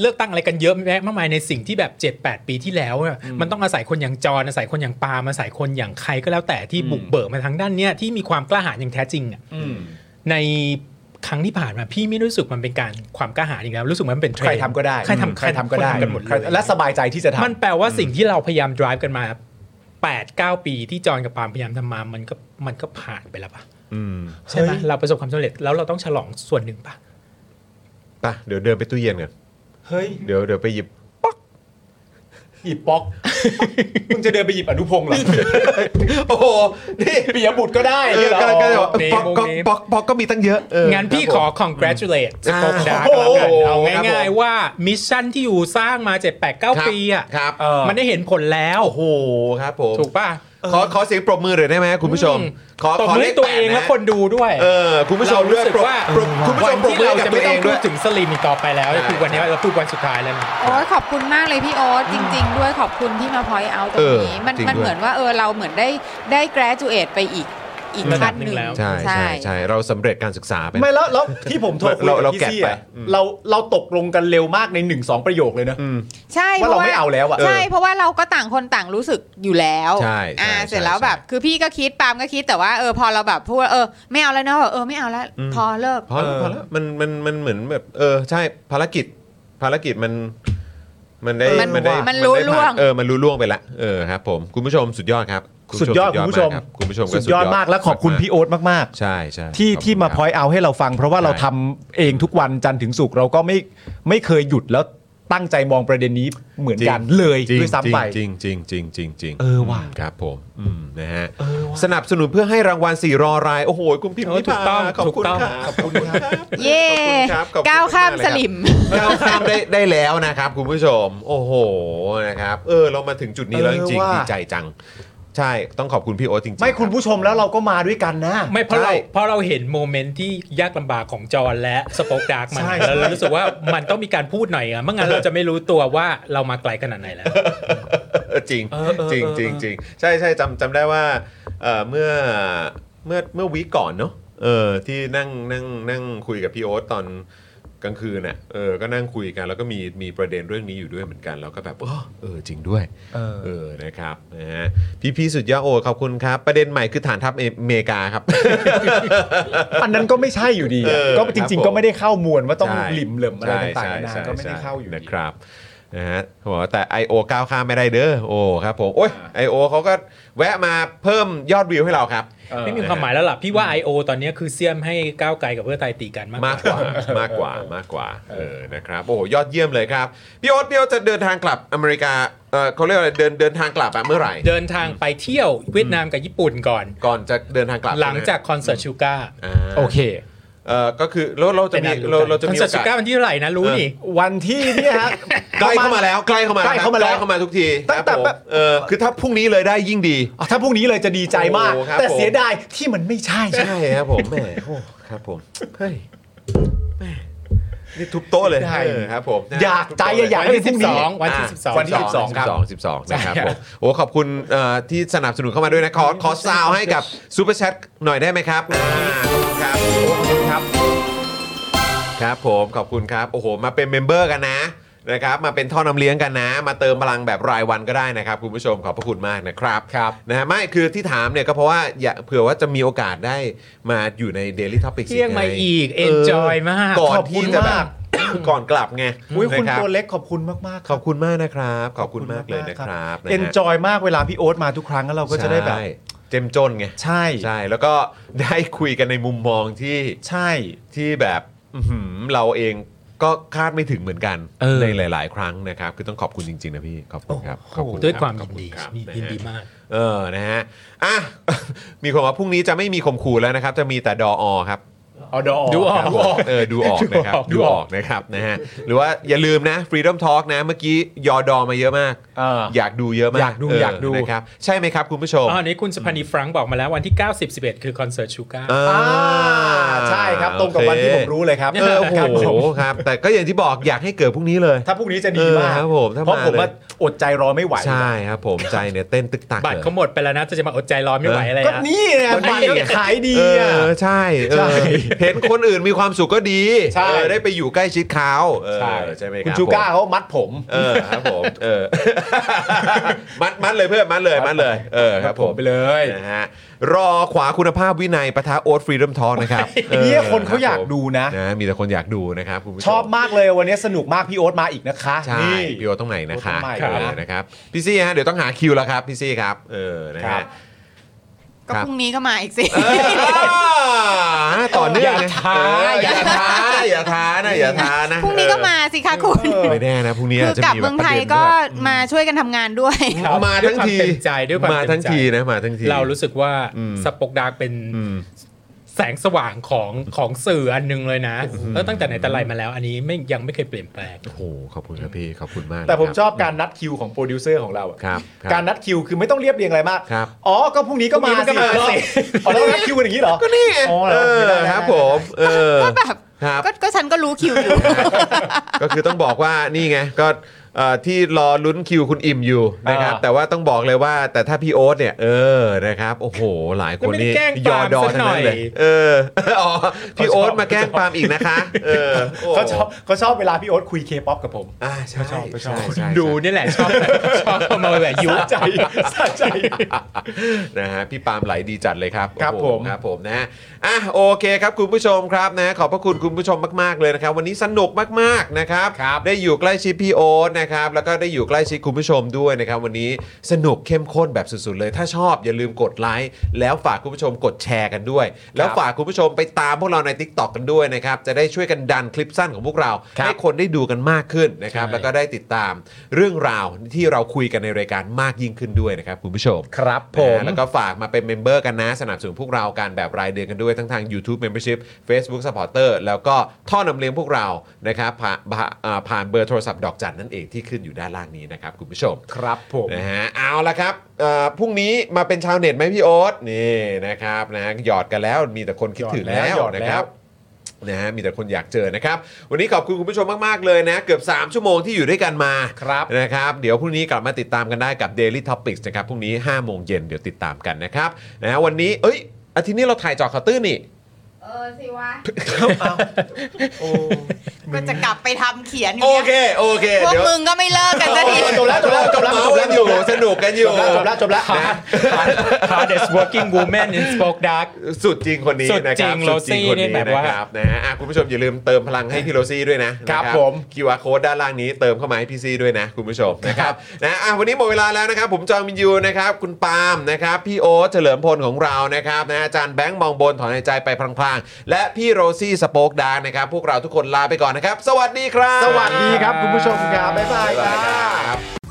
[SPEAKER 4] เลือกตั้งอะไรกันเยอะแยะมากมายในสิ่งที่แบบ 7 8 ปีที่แล้วอะมันต้องอาศัยคนอย่างจอนอาศัยคนอย่างปาล์มอาศัยคนอย่างใครก็แล้วแต่ที่บุกเบิกมาทางด้านเนี้ยที่มีความกล้าหาญอย่างแท้จริงอะ
[SPEAKER 7] อืม
[SPEAKER 4] ในครั้งที่ผ่านมาพี่ไม่รู้สึกมันเป็นการความกล้าหาญอีกแล้วรู้สึกมันเป็นเทรน
[SPEAKER 7] ใคร
[SPEAKER 4] ด์
[SPEAKER 7] ทำก็ได้
[SPEAKER 4] ใครทำ
[SPEAKER 7] ใครทำก็ได้
[SPEAKER 4] คนทำกันหมดเลย
[SPEAKER 7] และสบายใจที่จะทำ
[SPEAKER 4] มันแปลว่าสิ่งที่เราพยายาม drive กันมา 8 9 ปีที่จอห์นกับปาล์มพยายามทำมา มันก็มันก็ผ่านไปแล้วปะ
[SPEAKER 3] อืม
[SPEAKER 4] ใช่ไหม
[SPEAKER 7] เฮ้ย
[SPEAKER 4] เราประสบความสำเร็จแล้วเราต้องฉลองส่วนหนึ่งปะ
[SPEAKER 3] ไปเดี๋ยวเดินไปตู้เย็นกัน
[SPEAKER 7] เฮ้ย
[SPEAKER 3] เดี๋ยวเดี๋ยวไปหยิบ
[SPEAKER 7] หยิบป๊อก มึงจะเดินไปหยิบอนุพงศ์เหรอ
[SPEAKER 3] โอ้โหนี่
[SPEAKER 7] ปิยบุตรก็ได้
[SPEAKER 3] เอ
[SPEAKER 7] เนี่
[SPEAKER 3] อย
[SPEAKER 7] เหรอ
[SPEAKER 3] ก็ก็บอกปอกก็ปอกปอกก็มีตั้งเยอะเออ
[SPEAKER 4] งั้นพี่
[SPEAKER 3] ครับผม
[SPEAKER 4] ขอ congratulate สปอคดาร์ก
[SPEAKER 7] โอ้
[SPEAKER 4] แล้ว
[SPEAKER 7] โห
[SPEAKER 4] กันเอา
[SPEAKER 7] ครับ
[SPEAKER 4] ง่าย
[SPEAKER 7] ผม
[SPEAKER 4] ๆว่ามิชชั่นที่อยู่สร้างมา 7 8
[SPEAKER 3] ครับ
[SPEAKER 4] 9 ปีอ่ะ
[SPEAKER 3] ครับ
[SPEAKER 4] เออมันได้เห็นผลแล้ว
[SPEAKER 3] โอ้โหครับผม
[SPEAKER 4] ถูกป่ะ
[SPEAKER 3] ขอขอเสียงปรบมือหน่อยได้ไหมคุณผู้ชม
[SPEAKER 4] อื
[SPEAKER 3] ขอ
[SPEAKER 4] ตบ
[SPEAKER 3] ขอ
[SPEAKER 4] มือ
[SPEAKER 3] เล
[SPEAKER 4] ให้
[SPEAKER 3] ข
[SPEAKER 4] ตัว
[SPEAKER 3] แปด
[SPEAKER 4] เองและ
[SPEAKER 3] นะ
[SPEAKER 4] คนดูด้วย
[SPEAKER 3] เออคุณผู้ชม
[SPEAKER 4] เรารู้สึก
[SPEAKER 3] ด้ยปรบ
[SPEAKER 4] ว่า
[SPEAKER 3] ปรบคุณผู้ช
[SPEAKER 4] วั
[SPEAKER 3] ม
[SPEAKER 4] น
[SPEAKER 3] ปรบมือ
[SPEAKER 4] ที่เรา
[SPEAKER 3] ให้กับ
[SPEAKER 4] จะ
[SPEAKER 3] ตั
[SPEAKER 4] ไม่
[SPEAKER 3] วเอ
[SPEAKER 4] ต้อง
[SPEAKER 3] ง
[SPEAKER 4] พู
[SPEAKER 3] ด้วย
[SPEAKER 4] ดถึงสลิมอีกต่อไปแล้ว
[SPEAKER 3] ใช่
[SPEAKER 4] คือวันนี้เราพูดวันสุดท้ายแล้วนะ
[SPEAKER 8] โอ้ยขอบคุณมากเลยพี่โอ๊ตจริง ๆ ด้วยขอบคุณที่มา point out ตรงนี้
[SPEAKER 3] เออ
[SPEAKER 8] มัน
[SPEAKER 3] จริง
[SPEAKER 8] มัน
[SPEAKER 3] ด้วย
[SPEAKER 8] เหมือนว่าเออเราเหมือนได้ได้ graduate ไปอีกอีก
[SPEAKER 4] ระดั
[SPEAKER 8] ขั้
[SPEAKER 4] บ
[SPEAKER 8] น
[SPEAKER 4] ห
[SPEAKER 8] ห
[SPEAKER 4] นึ่ง
[SPEAKER 8] นึ่ง
[SPEAKER 4] แล้ว
[SPEAKER 3] ใช่ใช่ใช่เราสำเร็จการศึกษาไป
[SPEAKER 7] ไม่แล้วแล้วที่ผมโทรคุย
[SPEAKER 3] เรา
[SPEAKER 7] กั
[SPEAKER 3] เรา
[SPEAKER 7] บพี่
[SPEAKER 3] แกะ
[SPEAKER 7] ซี่
[SPEAKER 3] ไป
[SPEAKER 7] อะ
[SPEAKER 3] อืม
[SPEAKER 7] เราเราตกลงกันเร็วมากใน1นสองประโยคเลยนะ
[SPEAKER 8] ใช่
[SPEAKER 7] ว่าเราไม่เอาแล้วอะ
[SPEAKER 8] ใช่เพราะว่าเราก็ต่างคนต่างรู้สึกอยู่แล้ว
[SPEAKER 3] ใช่ใช่
[SPEAKER 8] อ่า
[SPEAKER 3] ใช่
[SPEAKER 8] เสร็จแล้วแบบ คือพี่ก็คิดปาล์มก็คิดแต่ว่าเออพอเราแบบพูดว่าเออไม่เอาแล้วเนอะแบบเออไม่เอาแล้ว
[SPEAKER 3] อืม
[SPEAKER 8] พอเลิก
[SPEAKER 3] พอแล้ว
[SPEAKER 7] เออ
[SPEAKER 3] พอแล้วมันมันมันเหมือนแบบ เออ ใช่ภารกิจ ภารกิจมัน มันได้
[SPEAKER 8] มัน
[SPEAKER 3] ได้
[SPEAKER 8] มันรู้
[SPEAKER 3] ได้
[SPEAKER 8] ล่วง
[SPEAKER 3] ผ่านเออมันรู้ล่วงไปละเออครับผมคุณผู้ชมสุดยอดครับคุณ
[SPEAKER 7] สุด
[SPEAKER 3] ผู้ชม
[SPEAKER 7] ยอดคุณผู้ชม
[SPEAKER 3] ากรับคุณผู้ชมก็
[SPEAKER 7] สุดยอดมากและขอบคุณพี่โอ๊ตมาก
[SPEAKER 3] ใช่ใช่
[SPEAKER 7] ๆ ที่
[SPEAKER 3] ขอบคุณ
[SPEAKER 7] ที่มา
[SPEAKER 3] ครับ
[SPEAKER 7] พอยเอาให้เราฟัง เพราะว่าเรา
[SPEAKER 3] ใช่
[SPEAKER 7] ทำเองทุกวันจันทร์ถึงศุกร์เราก็ไม่ไม่เคยหยุดแล้วตั้งใจมองประเด็นนี้เหมือนกันเลย
[SPEAKER 3] จริง
[SPEAKER 7] ด้วยซ้ำไป
[SPEAKER 3] จริงจริงจริงจริงจริง
[SPEAKER 7] เออว่ะ
[SPEAKER 3] มครับผมอืมนะฮะสนับสนุนเพื่อให้รางวัลสี่รอราย โอ้โห คุณพิมพ์
[SPEAKER 4] เออ
[SPEAKER 3] นิ
[SPEAKER 4] ถูก
[SPEAKER 3] พา
[SPEAKER 4] ต้อง
[SPEAKER 3] ขอบคุณ
[SPEAKER 4] ถูกต้อง
[SPEAKER 3] ครับขอบคุณครับ
[SPEAKER 8] เย่
[SPEAKER 3] ขอบคุณครับขอบคุณ
[SPEAKER 8] ก้าวข้าม
[SPEAKER 3] กๆเยค
[SPEAKER 8] ส
[SPEAKER 3] รับ
[SPEAKER 8] ลิม
[SPEAKER 3] ก้าวข้ามได้ได้แล้วนะครับ คุณผู้ชม โอ้โหนะครับ เออ เรามาถึงจุดนี้แล้วจ
[SPEAKER 7] เออ
[SPEAKER 3] ริงๆ
[SPEAKER 7] ว่ะ
[SPEAKER 3] ดีใจจัง ใช่ต้องขอบคุณพี่โอ๊ตจริงๆ
[SPEAKER 7] ไม่คุณ
[SPEAKER 3] รับ
[SPEAKER 7] ผู้ชมแล้วเราก็มาด้วยกันนะ
[SPEAKER 4] ไม่เพราะเรา
[SPEAKER 3] ใช่
[SPEAKER 4] เพราะเราเห็นโมเมนต์ที่ยากลำบากของจอห์นและสป็อคดาร์กมัน
[SPEAKER 7] ใช่
[SPEAKER 4] แล้วเรารู้สึกว่ามันต้องมีการพูดหน่อยอะไม่งั้นเราจะไม่รู้ตัวว่าเรามาไกลขนาดไหนแล้ว
[SPEAKER 3] เออจริง
[SPEAKER 4] เออเออ
[SPEAKER 3] จริง
[SPEAKER 4] เออ
[SPEAKER 3] จริงจริงใช่ใช่จำจำได้ว่าเอ่อเมื่อเมื่อเมื่อวีคก่อนเนาะเออที่นั่งนั่งนั่งคุยกับพี่โอ๊ตตอนกลางคืนน่ะเออก็นั่งคุยกันแล้วก็มีมีประเด็นเรื่องนี้อยู่ด้วยเหมือนกันแล้วก็แบบเออเออจริงด้วย
[SPEAKER 7] เออ
[SPEAKER 3] เออนะครับนะฮะพี่พี่สุดยอดโอขอบคุณครับ ประเด็นใหม่คือฐานทัพเอเมริกาครับ
[SPEAKER 7] อันนั้นก็ไม่ใช่อยู่ดี
[SPEAKER 3] เอ
[SPEAKER 7] อะ
[SPEAKER 3] อ
[SPEAKER 7] ก็
[SPEAKER 3] ครับ
[SPEAKER 7] จริง
[SPEAKER 3] ผม
[SPEAKER 7] ๆ ก็ไม่ได้เข้ามวลว่าต้อง
[SPEAKER 3] ใช่
[SPEAKER 7] หลิมเหลิมอะไรต่าง
[SPEAKER 3] ใช่
[SPEAKER 7] ๆนา
[SPEAKER 3] ใช่
[SPEAKER 7] นาก็ไม่ได้เข้าอยู่
[SPEAKER 3] ใช่
[SPEAKER 7] ดี
[SPEAKER 3] นะครับนะฮะเขาบอกว่าแต่ I.O. ก้าวข้ามไม่ได้เด้อโอ้ครับผมโอ้ย I.O. เขาก็แวะมาเพิ่มยอดวิวให้เราครับ
[SPEAKER 4] ไม่มีความหมายแล้วล่ะพี่ว่า I.O. ตอนนี้คือเสียมให้ก้าวไกลกับเพื่อไทยตีกันมากก
[SPEAKER 3] มาก
[SPEAKER 4] ว่าก
[SPEAKER 3] ว่ามากกว่ามากกว่าเออนะครับโอ้โหยอดเยี่ยมเลยครับ พี่โอ๊ตพี่โอ๊ตจะเดินทางกลับอเมริกา เอ่อเขาเรียกอะไรเดินเดินทางกลับอะเมื่อไหร่
[SPEAKER 4] เดินทางไปเที่ยวเวียดนามกับญี่ปุ่นก่อน
[SPEAKER 3] ก่อนจะเดินทางกลับ
[SPEAKER 4] หลังจากคอนเสิร์ตชูก้า
[SPEAKER 3] โอเคเอ่อก็คือแล้วเราจะมี
[SPEAKER 4] เป็นอันรู้
[SPEAKER 3] เรา
[SPEAKER 4] กัน
[SPEAKER 3] เราจะมี
[SPEAKER 4] คอนเสิร์ต
[SPEAKER 3] โกาส
[SPEAKER 4] 19วันที่เท่าไหร่นะรู้นี่
[SPEAKER 7] วันที่เนี่ยฮะ
[SPEAKER 3] ใกล้เข้ามาแล้วใกล้เข้ามา
[SPEAKER 7] ใกล้เข้ามา
[SPEAKER 3] ครับใก
[SPEAKER 7] แล้ว
[SPEAKER 3] ล้เข้ามาทุกทีตั้งแต่
[SPEAKER 7] แบบ
[SPEAKER 3] เออคือถ้าพรุ่งนี้เลยได้ยิ่งดี
[SPEAKER 7] อ่ะถ้าพรุ่งนี้เลยจะดีใจมาก
[SPEAKER 3] โอ้ครับ
[SPEAKER 7] แต่
[SPEAKER 3] ผม
[SPEAKER 7] เสียดายที่มันไม่ใช่
[SPEAKER 3] ใช่ครับผมแหมโอ้ครับผมเฮ้ยแหม่นี่ทุบโต๊ะเลย
[SPEAKER 7] ได้
[SPEAKER 3] เออครับผม
[SPEAKER 7] อยากใจอะอยากให้เป็นพรุ่งนี้
[SPEAKER 4] วันที่สิบสอง
[SPEAKER 3] วันที่
[SPEAKER 4] วันที่สิบสอง
[SPEAKER 3] 12 12 12
[SPEAKER 4] ครับ
[SPEAKER 3] นะครับ
[SPEAKER 4] ใช่
[SPEAKER 3] ผมโอ้ขอบคุณเอ่อที่สนับสนุนเข้ามาด้วยนะขอขอซาวให้กับซูเปอร์แชทหน่อยได้ไหมครับอ่าขอบคุณครับขอบคุณครับ ครับผมขอบคุณครับโอ้โหมาเป็นเมมเบอร์กันนะนะครับมาเป็นท่อน้ำเลี้ยงกันนะ มาเติมพลังแบบรายวันก็ได้นะครับคุณผู้ชมขอบพระคุณมากนะครับครับนะฮะไม่คือที่ถามเนี่ยก็เพราะว่าอยากเผื่อว่าจะมีโอกาสได้มาอยู่ใน Daily Topic
[SPEAKER 4] เที่ยงมาอีก enjoy มาก
[SPEAKER 3] ก่อน
[SPEAKER 4] ขอบคุ
[SPEAKER 3] ที่
[SPEAKER 4] ณ
[SPEAKER 3] จะแบ
[SPEAKER 4] มา
[SPEAKER 3] บ
[SPEAKER 4] ก
[SPEAKER 3] ก่อนกลับไง
[SPEAKER 7] อุ้ยคุณ
[SPEAKER 3] นะรับ
[SPEAKER 7] ตัวเล็กขอบคุณมากๆค
[SPEAKER 3] ข
[SPEAKER 7] รับ
[SPEAKER 3] อบคุณมากนะครับ ขอบคุณมากเลยนะครับะฮะ
[SPEAKER 7] เอนจอยมากเวลาพี่โอ๊ตมาทุกครั้งแล้วเราก็จะได้แบบ
[SPEAKER 3] ใช่เจ้มจนไง
[SPEAKER 7] ใช่
[SPEAKER 3] ใช่แล้วก็ได้คุยกันในมุมมองที่
[SPEAKER 7] ใช่
[SPEAKER 3] ที่แบบอื้อหือเราเองก็คาดไม่ถึงเหมือนกันในหลาย ๆ ครั้งนะครับ คือต้องขอบคุณจริง ๆ นะพี่ ขอบคุณครับขอบคุณ
[SPEAKER 4] ด้วย
[SPEAKER 3] รับ
[SPEAKER 4] ความ
[SPEAKER 3] ข
[SPEAKER 4] ยิ
[SPEAKER 3] อบ
[SPEAKER 4] น
[SPEAKER 3] คุณ
[SPEAKER 4] ดี
[SPEAKER 3] ครับ
[SPEAKER 4] ยินดีมาก
[SPEAKER 3] เออนะฮะอ่ะ มีคนว่าพรุ่งนี้จะไม่มีข่มขู่แล้วนะครับ จะมีแต่ดออครับ
[SPEAKER 7] เอาดออ
[SPEAKER 3] ดูออก
[SPEAKER 7] ครับ
[SPEAKER 3] เออดูออกนะครับ
[SPEAKER 7] ดู
[SPEAKER 3] ดูอ
[SPEAKER 7] อ
[SPEAKER 3] อ
[SPEAKER 7] อก ก
[SPEAKER 3] นะครับนะฮะหรือว่าอย่าลืมนะ Freedom Talk นะ เมื่อกี้ยอดอมาเยอะมาก อยากดูเยอะมาก
[SPEAKER 4] อยากดู
[SPEAKER 3] เ
[SPEAKER 4] อยากดู
[SPEAKER 3] นะครับใช่ไหมครับคุณผู้ชม
[SPEAKER 4] อ๋ออันนี้คุณสพานีฟรังก์บอกมาแล้ววันที่ 9 0 11 คือคอนเสิร์ตชูก้า
[SPEAKER 3] อ่า
[SPEAKER 7] ใช่ครับตรงกับวันที่ผมรู้เลยครับ
[SPEAKER 3] เออโอ้
[SPEAKER 7] ครับผ
[SPEAKER 3] โห
[SPEAKER 7] ม
[SPEAKER 3] ครับ แต่ก็อย่างที่บอกอยากให้เกิดพรุ่งนี้เลย
[SPEAKER 7] ถ้าพรุ่งนี้จะดีมา
[SPEAKER 3] เออ
[SPEAKER 7] ก
[SPEAKER 3] ครับผมถ้า
[SPEAKER 7] เพราะผม
[SPEAKER 3] ลย
[SPEAKER 7] ว่าอดใจรอไม่ไหว
[SPEAKER 3] ใช่ครับผมใจเนี่ยเต้นตึกตัก
[SPEAKER 4] บัต
[SPEAKER 3] เล
[SPEAKER 4] ร
[SPEAKER 3] ย
[SPEAKER 4] เขาหมดไปแล้วนะจะมาอดใจรอไม่ไหวอะไร
[SPEAKER 7] ก็
[SPEAKER 4] นะ
[SPEAKER 7] นี่ไง
[SPEAKER 4] ก็นี่
[SPEAKER 7] บัตร
[SPEAKER 4] ไง
[SPEAKER 7] ก็ขายดี
[SPEAKER 3] เอ
[SPEAKER 7] อ่ะ
[SPEAKER 3] อใช่เออ
[SPEAKER 7] ใช่
[SPEAKER 3] เห็นคนอื่นมีความสุขก็ดี
[SPEAKER 7] ใช่
[SPEAKER 3] เออได้ไปอยู่ใกล้ชิดเขาเออ
[SPEAKER 7] ใช่
[SPEAKER 3] ใช่ไหมค
[SPEAKER 7] คุณ
[SPEAKER 3] รับ
[SPEAKER 7] ชูก้า
[SPEAKER 3] ผม
[SPEAKER 7] เขามัดผม
[SPEAKER 3] เออครับผมเอ อ มัดมัดเลยเพื่อนมัดเลยมัดเลยเออครับผม
[SPEAKER 7] ไปเลย
[SPEAKER 3] นะฮะรอขวาคุณภาพวินัยปะทะโอ๊ตฟรีดอมทอนะครับออ
[SPEAKER 7] เนี่ยคนเขาอยาก
[SPEAKER 3] รับผม
[SPEAKER 7] ดูนะ
[SPEAKER 3] นะมีแต่คนอยากดูนะครับคุณผู้ชม
[SPEAKER 7] ชอบมากเลยวันนี้สนุกมากพี่โอ๊ตมาอีกนะคะ
[SPEAKER 3] ใช่
[SPEAKER 7] นี่
[SPEAKER 3] พี่โอตต้องไหนนะคะ
[SPEAKER 7] โอ๊ตต้องไหน
[SPEAKER 3] เออ
[SPEAKER 7] ครับ
[SPEAKER 3] นะครับพี่ซี่ฮะเดี๋ยวต้องหาคิวแล้วครับพี่ซี่ครับ เออนะฮะ
[SPEAKER 8] ก็พรุ่งนี้ก็มาอีกสิ
[SPEAKER 3] อ่าต่อเนื่องนะเอออย่าท้าอย่าท้านะอย่าท้านะ
[SPEAKER 8] พรุ่งนี้ก็มาสิคะคุณ
[SPEAKER 3] เออไม่แน่นะพรุ่งนี้
[SPEAKER 8] คื
[SPEAKER 3] อา
[SPEAKER 8] อ
[SPEAKER 3] จจะ
[SPEAKER 8] กลับ
[SPEAKER 3] มีแบ
[SPEAKER 8] เมื
[SPEAKER 3] บ
[SPEAKER 8] อง
[SPEAKER 3] ประ
[SPEAKER 8] ไทย
[SPEAKER 3] เด็น
[SPEAKER 8] ก็
[SPEAKER 3] ด้วย
[SPEAKER 8] มาช่วยกันทำงานด้วย
[SPEAKER 4] ครับ
[SPEAKER 3] มาทั้งที
[SPEAKER 4] ด้วยความเต็มใจด้วยความ
[SPEAKER 3] มาทั้ง
[SPEAKER 4] เต็มใจ
[SPEAKER 3] ทีนะมาทั้งที
[SPEAKER 4] เรารู้สึกว่า
[SPEAKER 3] อืม
[SPEAKER 4] สปอกดาร์กเป็น
[SPEAKER 3] อืม
[SPEAKER 4] แสงสว่างของของสื่ออันหนึงเลยนะแล้วตั้งแต่ไหนแต่ไรมาแล้ว อันนี้ไม่ยังไม่เคยเปลี่ยนแปลง
[SPEAKER 3] โอ้โหขอบคุณครับพี่ขอบคุณมาก
[SPEAKER 7] แต่ผม
[SPEAKER 3] นะ
[SPEAKER 7] ช
[SPEAKER 3] ครั
[SPEAKER 7] อบการนัดคิวของโปรดิวเซอร์ของเราอะ
[SPEAKER 3] ครับคบ
[SPEAKER 7] การนัดคิวคือไม่ต้องเรียบเรียงอะไรมาก
[SPEAKER 3] ครับ
[SPEAKER 7] อ๋อ ก็พรุ่งนี้ก็มา
[SPEAKER 4] พรุ่งนี้ก็มา
[SPEAKER 7] สิ
[SPEAKER 4] สิ
[SPEAKER 7] อ๋อแล้วนัดคิวกันอย่างนี้เหรอ
[SPEAKER 3] ก็นี่ไง
[SPEAKER 7] อ๋อเหร
[SPEAKER 3] เออ
[SPEAKER 7] อไม่ได้นะ
[SPEAKER 3] ครับผมเออ
[SPEAKER 8] ก็แบบ
[SPEAKER 3] ครับ
[SPEAKER 8] ก็ก็ฉันก็รู้คิวอยู่
[SPEAKER 3] ก็คือต้องบอกว่านี่ไงก็เอ่อที่รอลุ้นคิวคุณอิ่มอยู่นะครับ
[SPEAKER 7] อ่า
[SPEAKER 3] แต่ว่าต้องบอกเลยว่าแต่ถ้าพี่โอ๊ตเนี่ยเออนะครับโอ้โหหลายคนนี่
[SPEAKER 4] ก็ไม่ได้แกล้ง
[SPEAKER 3] ยอ
[SPEAKER 4] ปาล์ม
[SPEAKER 3] ดอ
[SPEAKER 4] ซะ
[SPEAKER 3] ทั้ง
[SPEAKER 4] ห
[SPEAKER 3] นั้
[SPEAKER 4] น่อย
[SPEAKER 3] นเลยเออ อ๋อพี่โอ๊ตมาแกล้งปาล์มอีกนะคะเออโ
[SPEAKER 7] เขาชอบเขาชอบเวลาพี่โอ๊ตคุยเคป๊อปกับผม
[SPEAKER 3] อ่าใช่
[SPEAKER 7] เขาชอบเขาชอบ
[SPEAKER 3] ใใช่
[SPEAKER 4] ดูนี่แหละชอบ ชอบเข้ามาแบบยุ
[SPEAKER 7] สะใจสะใจ
[SPEAKER 3] นะฮะพี่ปาล์มไหลดีจัดเลยครับ
[SPEAKER 7] ครับ
[SPEAKER 3] โอ้โห
[SPEAKER 7] ผม
[SPEAKER 3] ครับผมนะฮะอ่ะโอเคครับคุณผู้ชมครับนะขอบพระคุณคุณผู้ชมมากๆเลยนะครับ วันนี้สนุกมากๆนะครับ
[SPEAKER 7] ครับ
[SPEAKER 3] ได้อยู่ใกล้ชิดพี่โอ๊ตนะครับแล้วก็ได้อยู่ใกล้ชิดคุณผู้ชมด้วยนะครับ วันนี้สนุกเข้มข้นแบบสุดๆเลย ถ้าชอบอย่าลืมกดไลค์แล้วฝากคุณผู้ชมกดแชร์กันด้วย แล้วฝากคุณผู้ชมไปตามพวกเราใน Tik t o อกกันด้วยนะครับจะได้ช่วยกันดันคลิปสั้นของพวกเรา ให้คนได้ดูกันมากขึ้นนะครับ
[SPEAKER 4] ใช่
[SPEAKER 3] แล้วก็ได้ติดตามเรื่องราวที่เราคุยกันในรายการมากยิ่งขึ้นด้วยนะครับคุณผู้ชม
[SPEAKER 7] ครับผ
[SPEAKER 3] นะ
[SPEAKER 7] ม
[SPEAKER 3] ฮะแล้วก็ฝากมาเป็นเมมเบอร์กันนะ สนับสนุนพวกเราการแบบรายเดือนกันด้วยทั้งทาง YouTube Membership Facebook Supporter แล้วก็ท่อนำเลี้ยงพวกเรานะครับผ่านผ่านอ่าผ่านเบอร์โทรศัพท์ดอกจันนั่นเองที่ขึ้นอยู่ด้านล่างนี้นะครับ คุณผู้ชม
[SPEAKER 7] ครับผม
[SPEAKER 3] นะฮะเอาละครับเอ่อพรุ่งนี้มาเป็นชาวเน็ตไหมพี่โอ๊ตนี่นะครับนะหยอดกันแล้วมีแต่คนคิดถึงแล้ว
[SPEAKER 7] หยอดแล้ว
[SPEAKER 3] นะครับนะฮะมีแต่คนอยากเจอนะครับ วันนี้ขอบคุณคุณผู้ชมมากๆเลยนะ เกือบ 3 ชั่วโมงที่อยู่ด้วยกันมา
[SPEAKER 7] ครับ
[SPEAKER 3] นะครับเดี๋ยวพรุ่งนี้กลับมาติดตามกันได้กับ Daily Topics นะครับพรุ่งนี้5โมงเย็นเดี๋ยวติดตามกันนะครับนะฮะวันนี้เอ้ยอาทิตย์นี้เราถ่ายเจอข่าวตื้นนี่
[SPEAKER 8] เออสิวะ
[SPEAKER 7] โอ้
[SPEAKER 8] ก็จะกลับไปทำเขียนอ
[SPEAKER 3] โอยู่ เค
[SPEAKER 8] เนี่ย
[SPEAKER 3] โอเค
[SPEAKER 8] พวก
[SPEAKER 3] เดี๋ยว
[SPEAKER 8] มึงก็ไม่เลิกกันสักที
[SPEAKER 7] จบแล้วจบแล้วจบแล้ว
[SPEAKER 3] เมา
[SPEAKER 7] จบ
[SPEAKER 3] กั
[SPEAKER 7] แล้ว
[SPEAKER 3] นอยู่สนุกกันอ
[SPEAKER 7] จ
[SPEAKER 3] ยู่
[SPEAKER 7] บแล้วจบแล้วจบแล้ว
[SPEAKER 4] hardest working woman in spoke dark
[SPEAKER 3] สุดจริงคนนี้
[SPEAKER 4] สุด
[SPEAKER 3] นะค
[SPEAKER 4] จริ
[SPEAKER 3] รั
[SPEAKER 4] ง
[SPEAKER 3] บสุดจริงค
[SPEAKER 4] โรซี่
[SPEAKER 3] น
[SPEAKER 4] นี่
[SPEAKER 3] นี้
[SPEAKER 4] แบบ
[SPEAKER 3] นะ
[SPEAKER 4] ว่า
[SPEAKER 3] ครับนะฮะอ่ะคุณผู้ชมอย่าลืมเติมพลังให้พี่โรซี่ด้วยนะครับนะ
[SPEAKER 7] ผม
[SPEAKER 3] คิวอาร์โค้ดด้านล่างนี้เติมเข้ามาให้พี่ซี่ด้วยนะคุณผู้ชมนะครับนะอ่ะวันนี้หมดเวลาแล้วนะครับ ผมจองมินยูนะครับคุณปาล์มนะครับพี่โอ๊ตเฉลิมพลของเรานะครับนะอาจารย์แบงค์มองบนถอนหายใจไปพลางๆ และพี่โรซี่สโปกดาร์กนะครับพวกเราทุกคนลาไปก่อนนะครับ สวัสดีครับ
[SPEAKER 7] สวัสดีครับคุณผู้ชมครับบ๊ายบาย
[SPEAKER 3] บ๊ายบาย
[SPEAKER 7] ค
[SPEAKER 3] ค
[SPEAKER 7] รั
[SPEAKER 3] รับ บ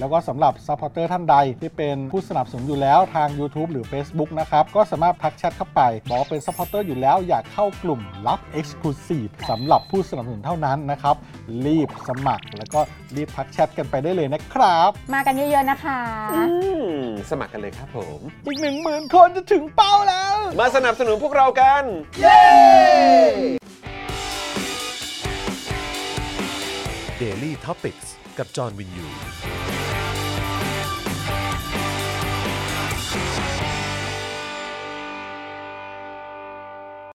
[SPEAKER 2] แล้วก็สำหรับ Supporter ท่านใดที่เป็นผู้สนับสนุนอยู่แล้วทาง YouTube หรือ Facebook นะครับ ก็สามารถทักแชทเข้าไป บอกว่าเป็น Supporter อยู่แล้วอยากเข้ากลุ่มลับ Exclusive สำหรับผู้สนับสนุนเท่านั้นนะครับ รีบสมัครแล้วก็รีบทักแชทกันไปได้เลยนะครับ
[SPEAKER 15] มากันเยอะๆนะคะ
[SPEAKER 3] สมัครกันเลยครับผม
[SPEAKER 2] อีก 1 0,000 คนจะถึงเป้าแล้ว
[SPEAKER 3] มาสนับสนุนพวกเรากัน
[SPEAKER 2] เย้
[SPEAKER 16] Daily t o p i c กกับจอห์นวินยู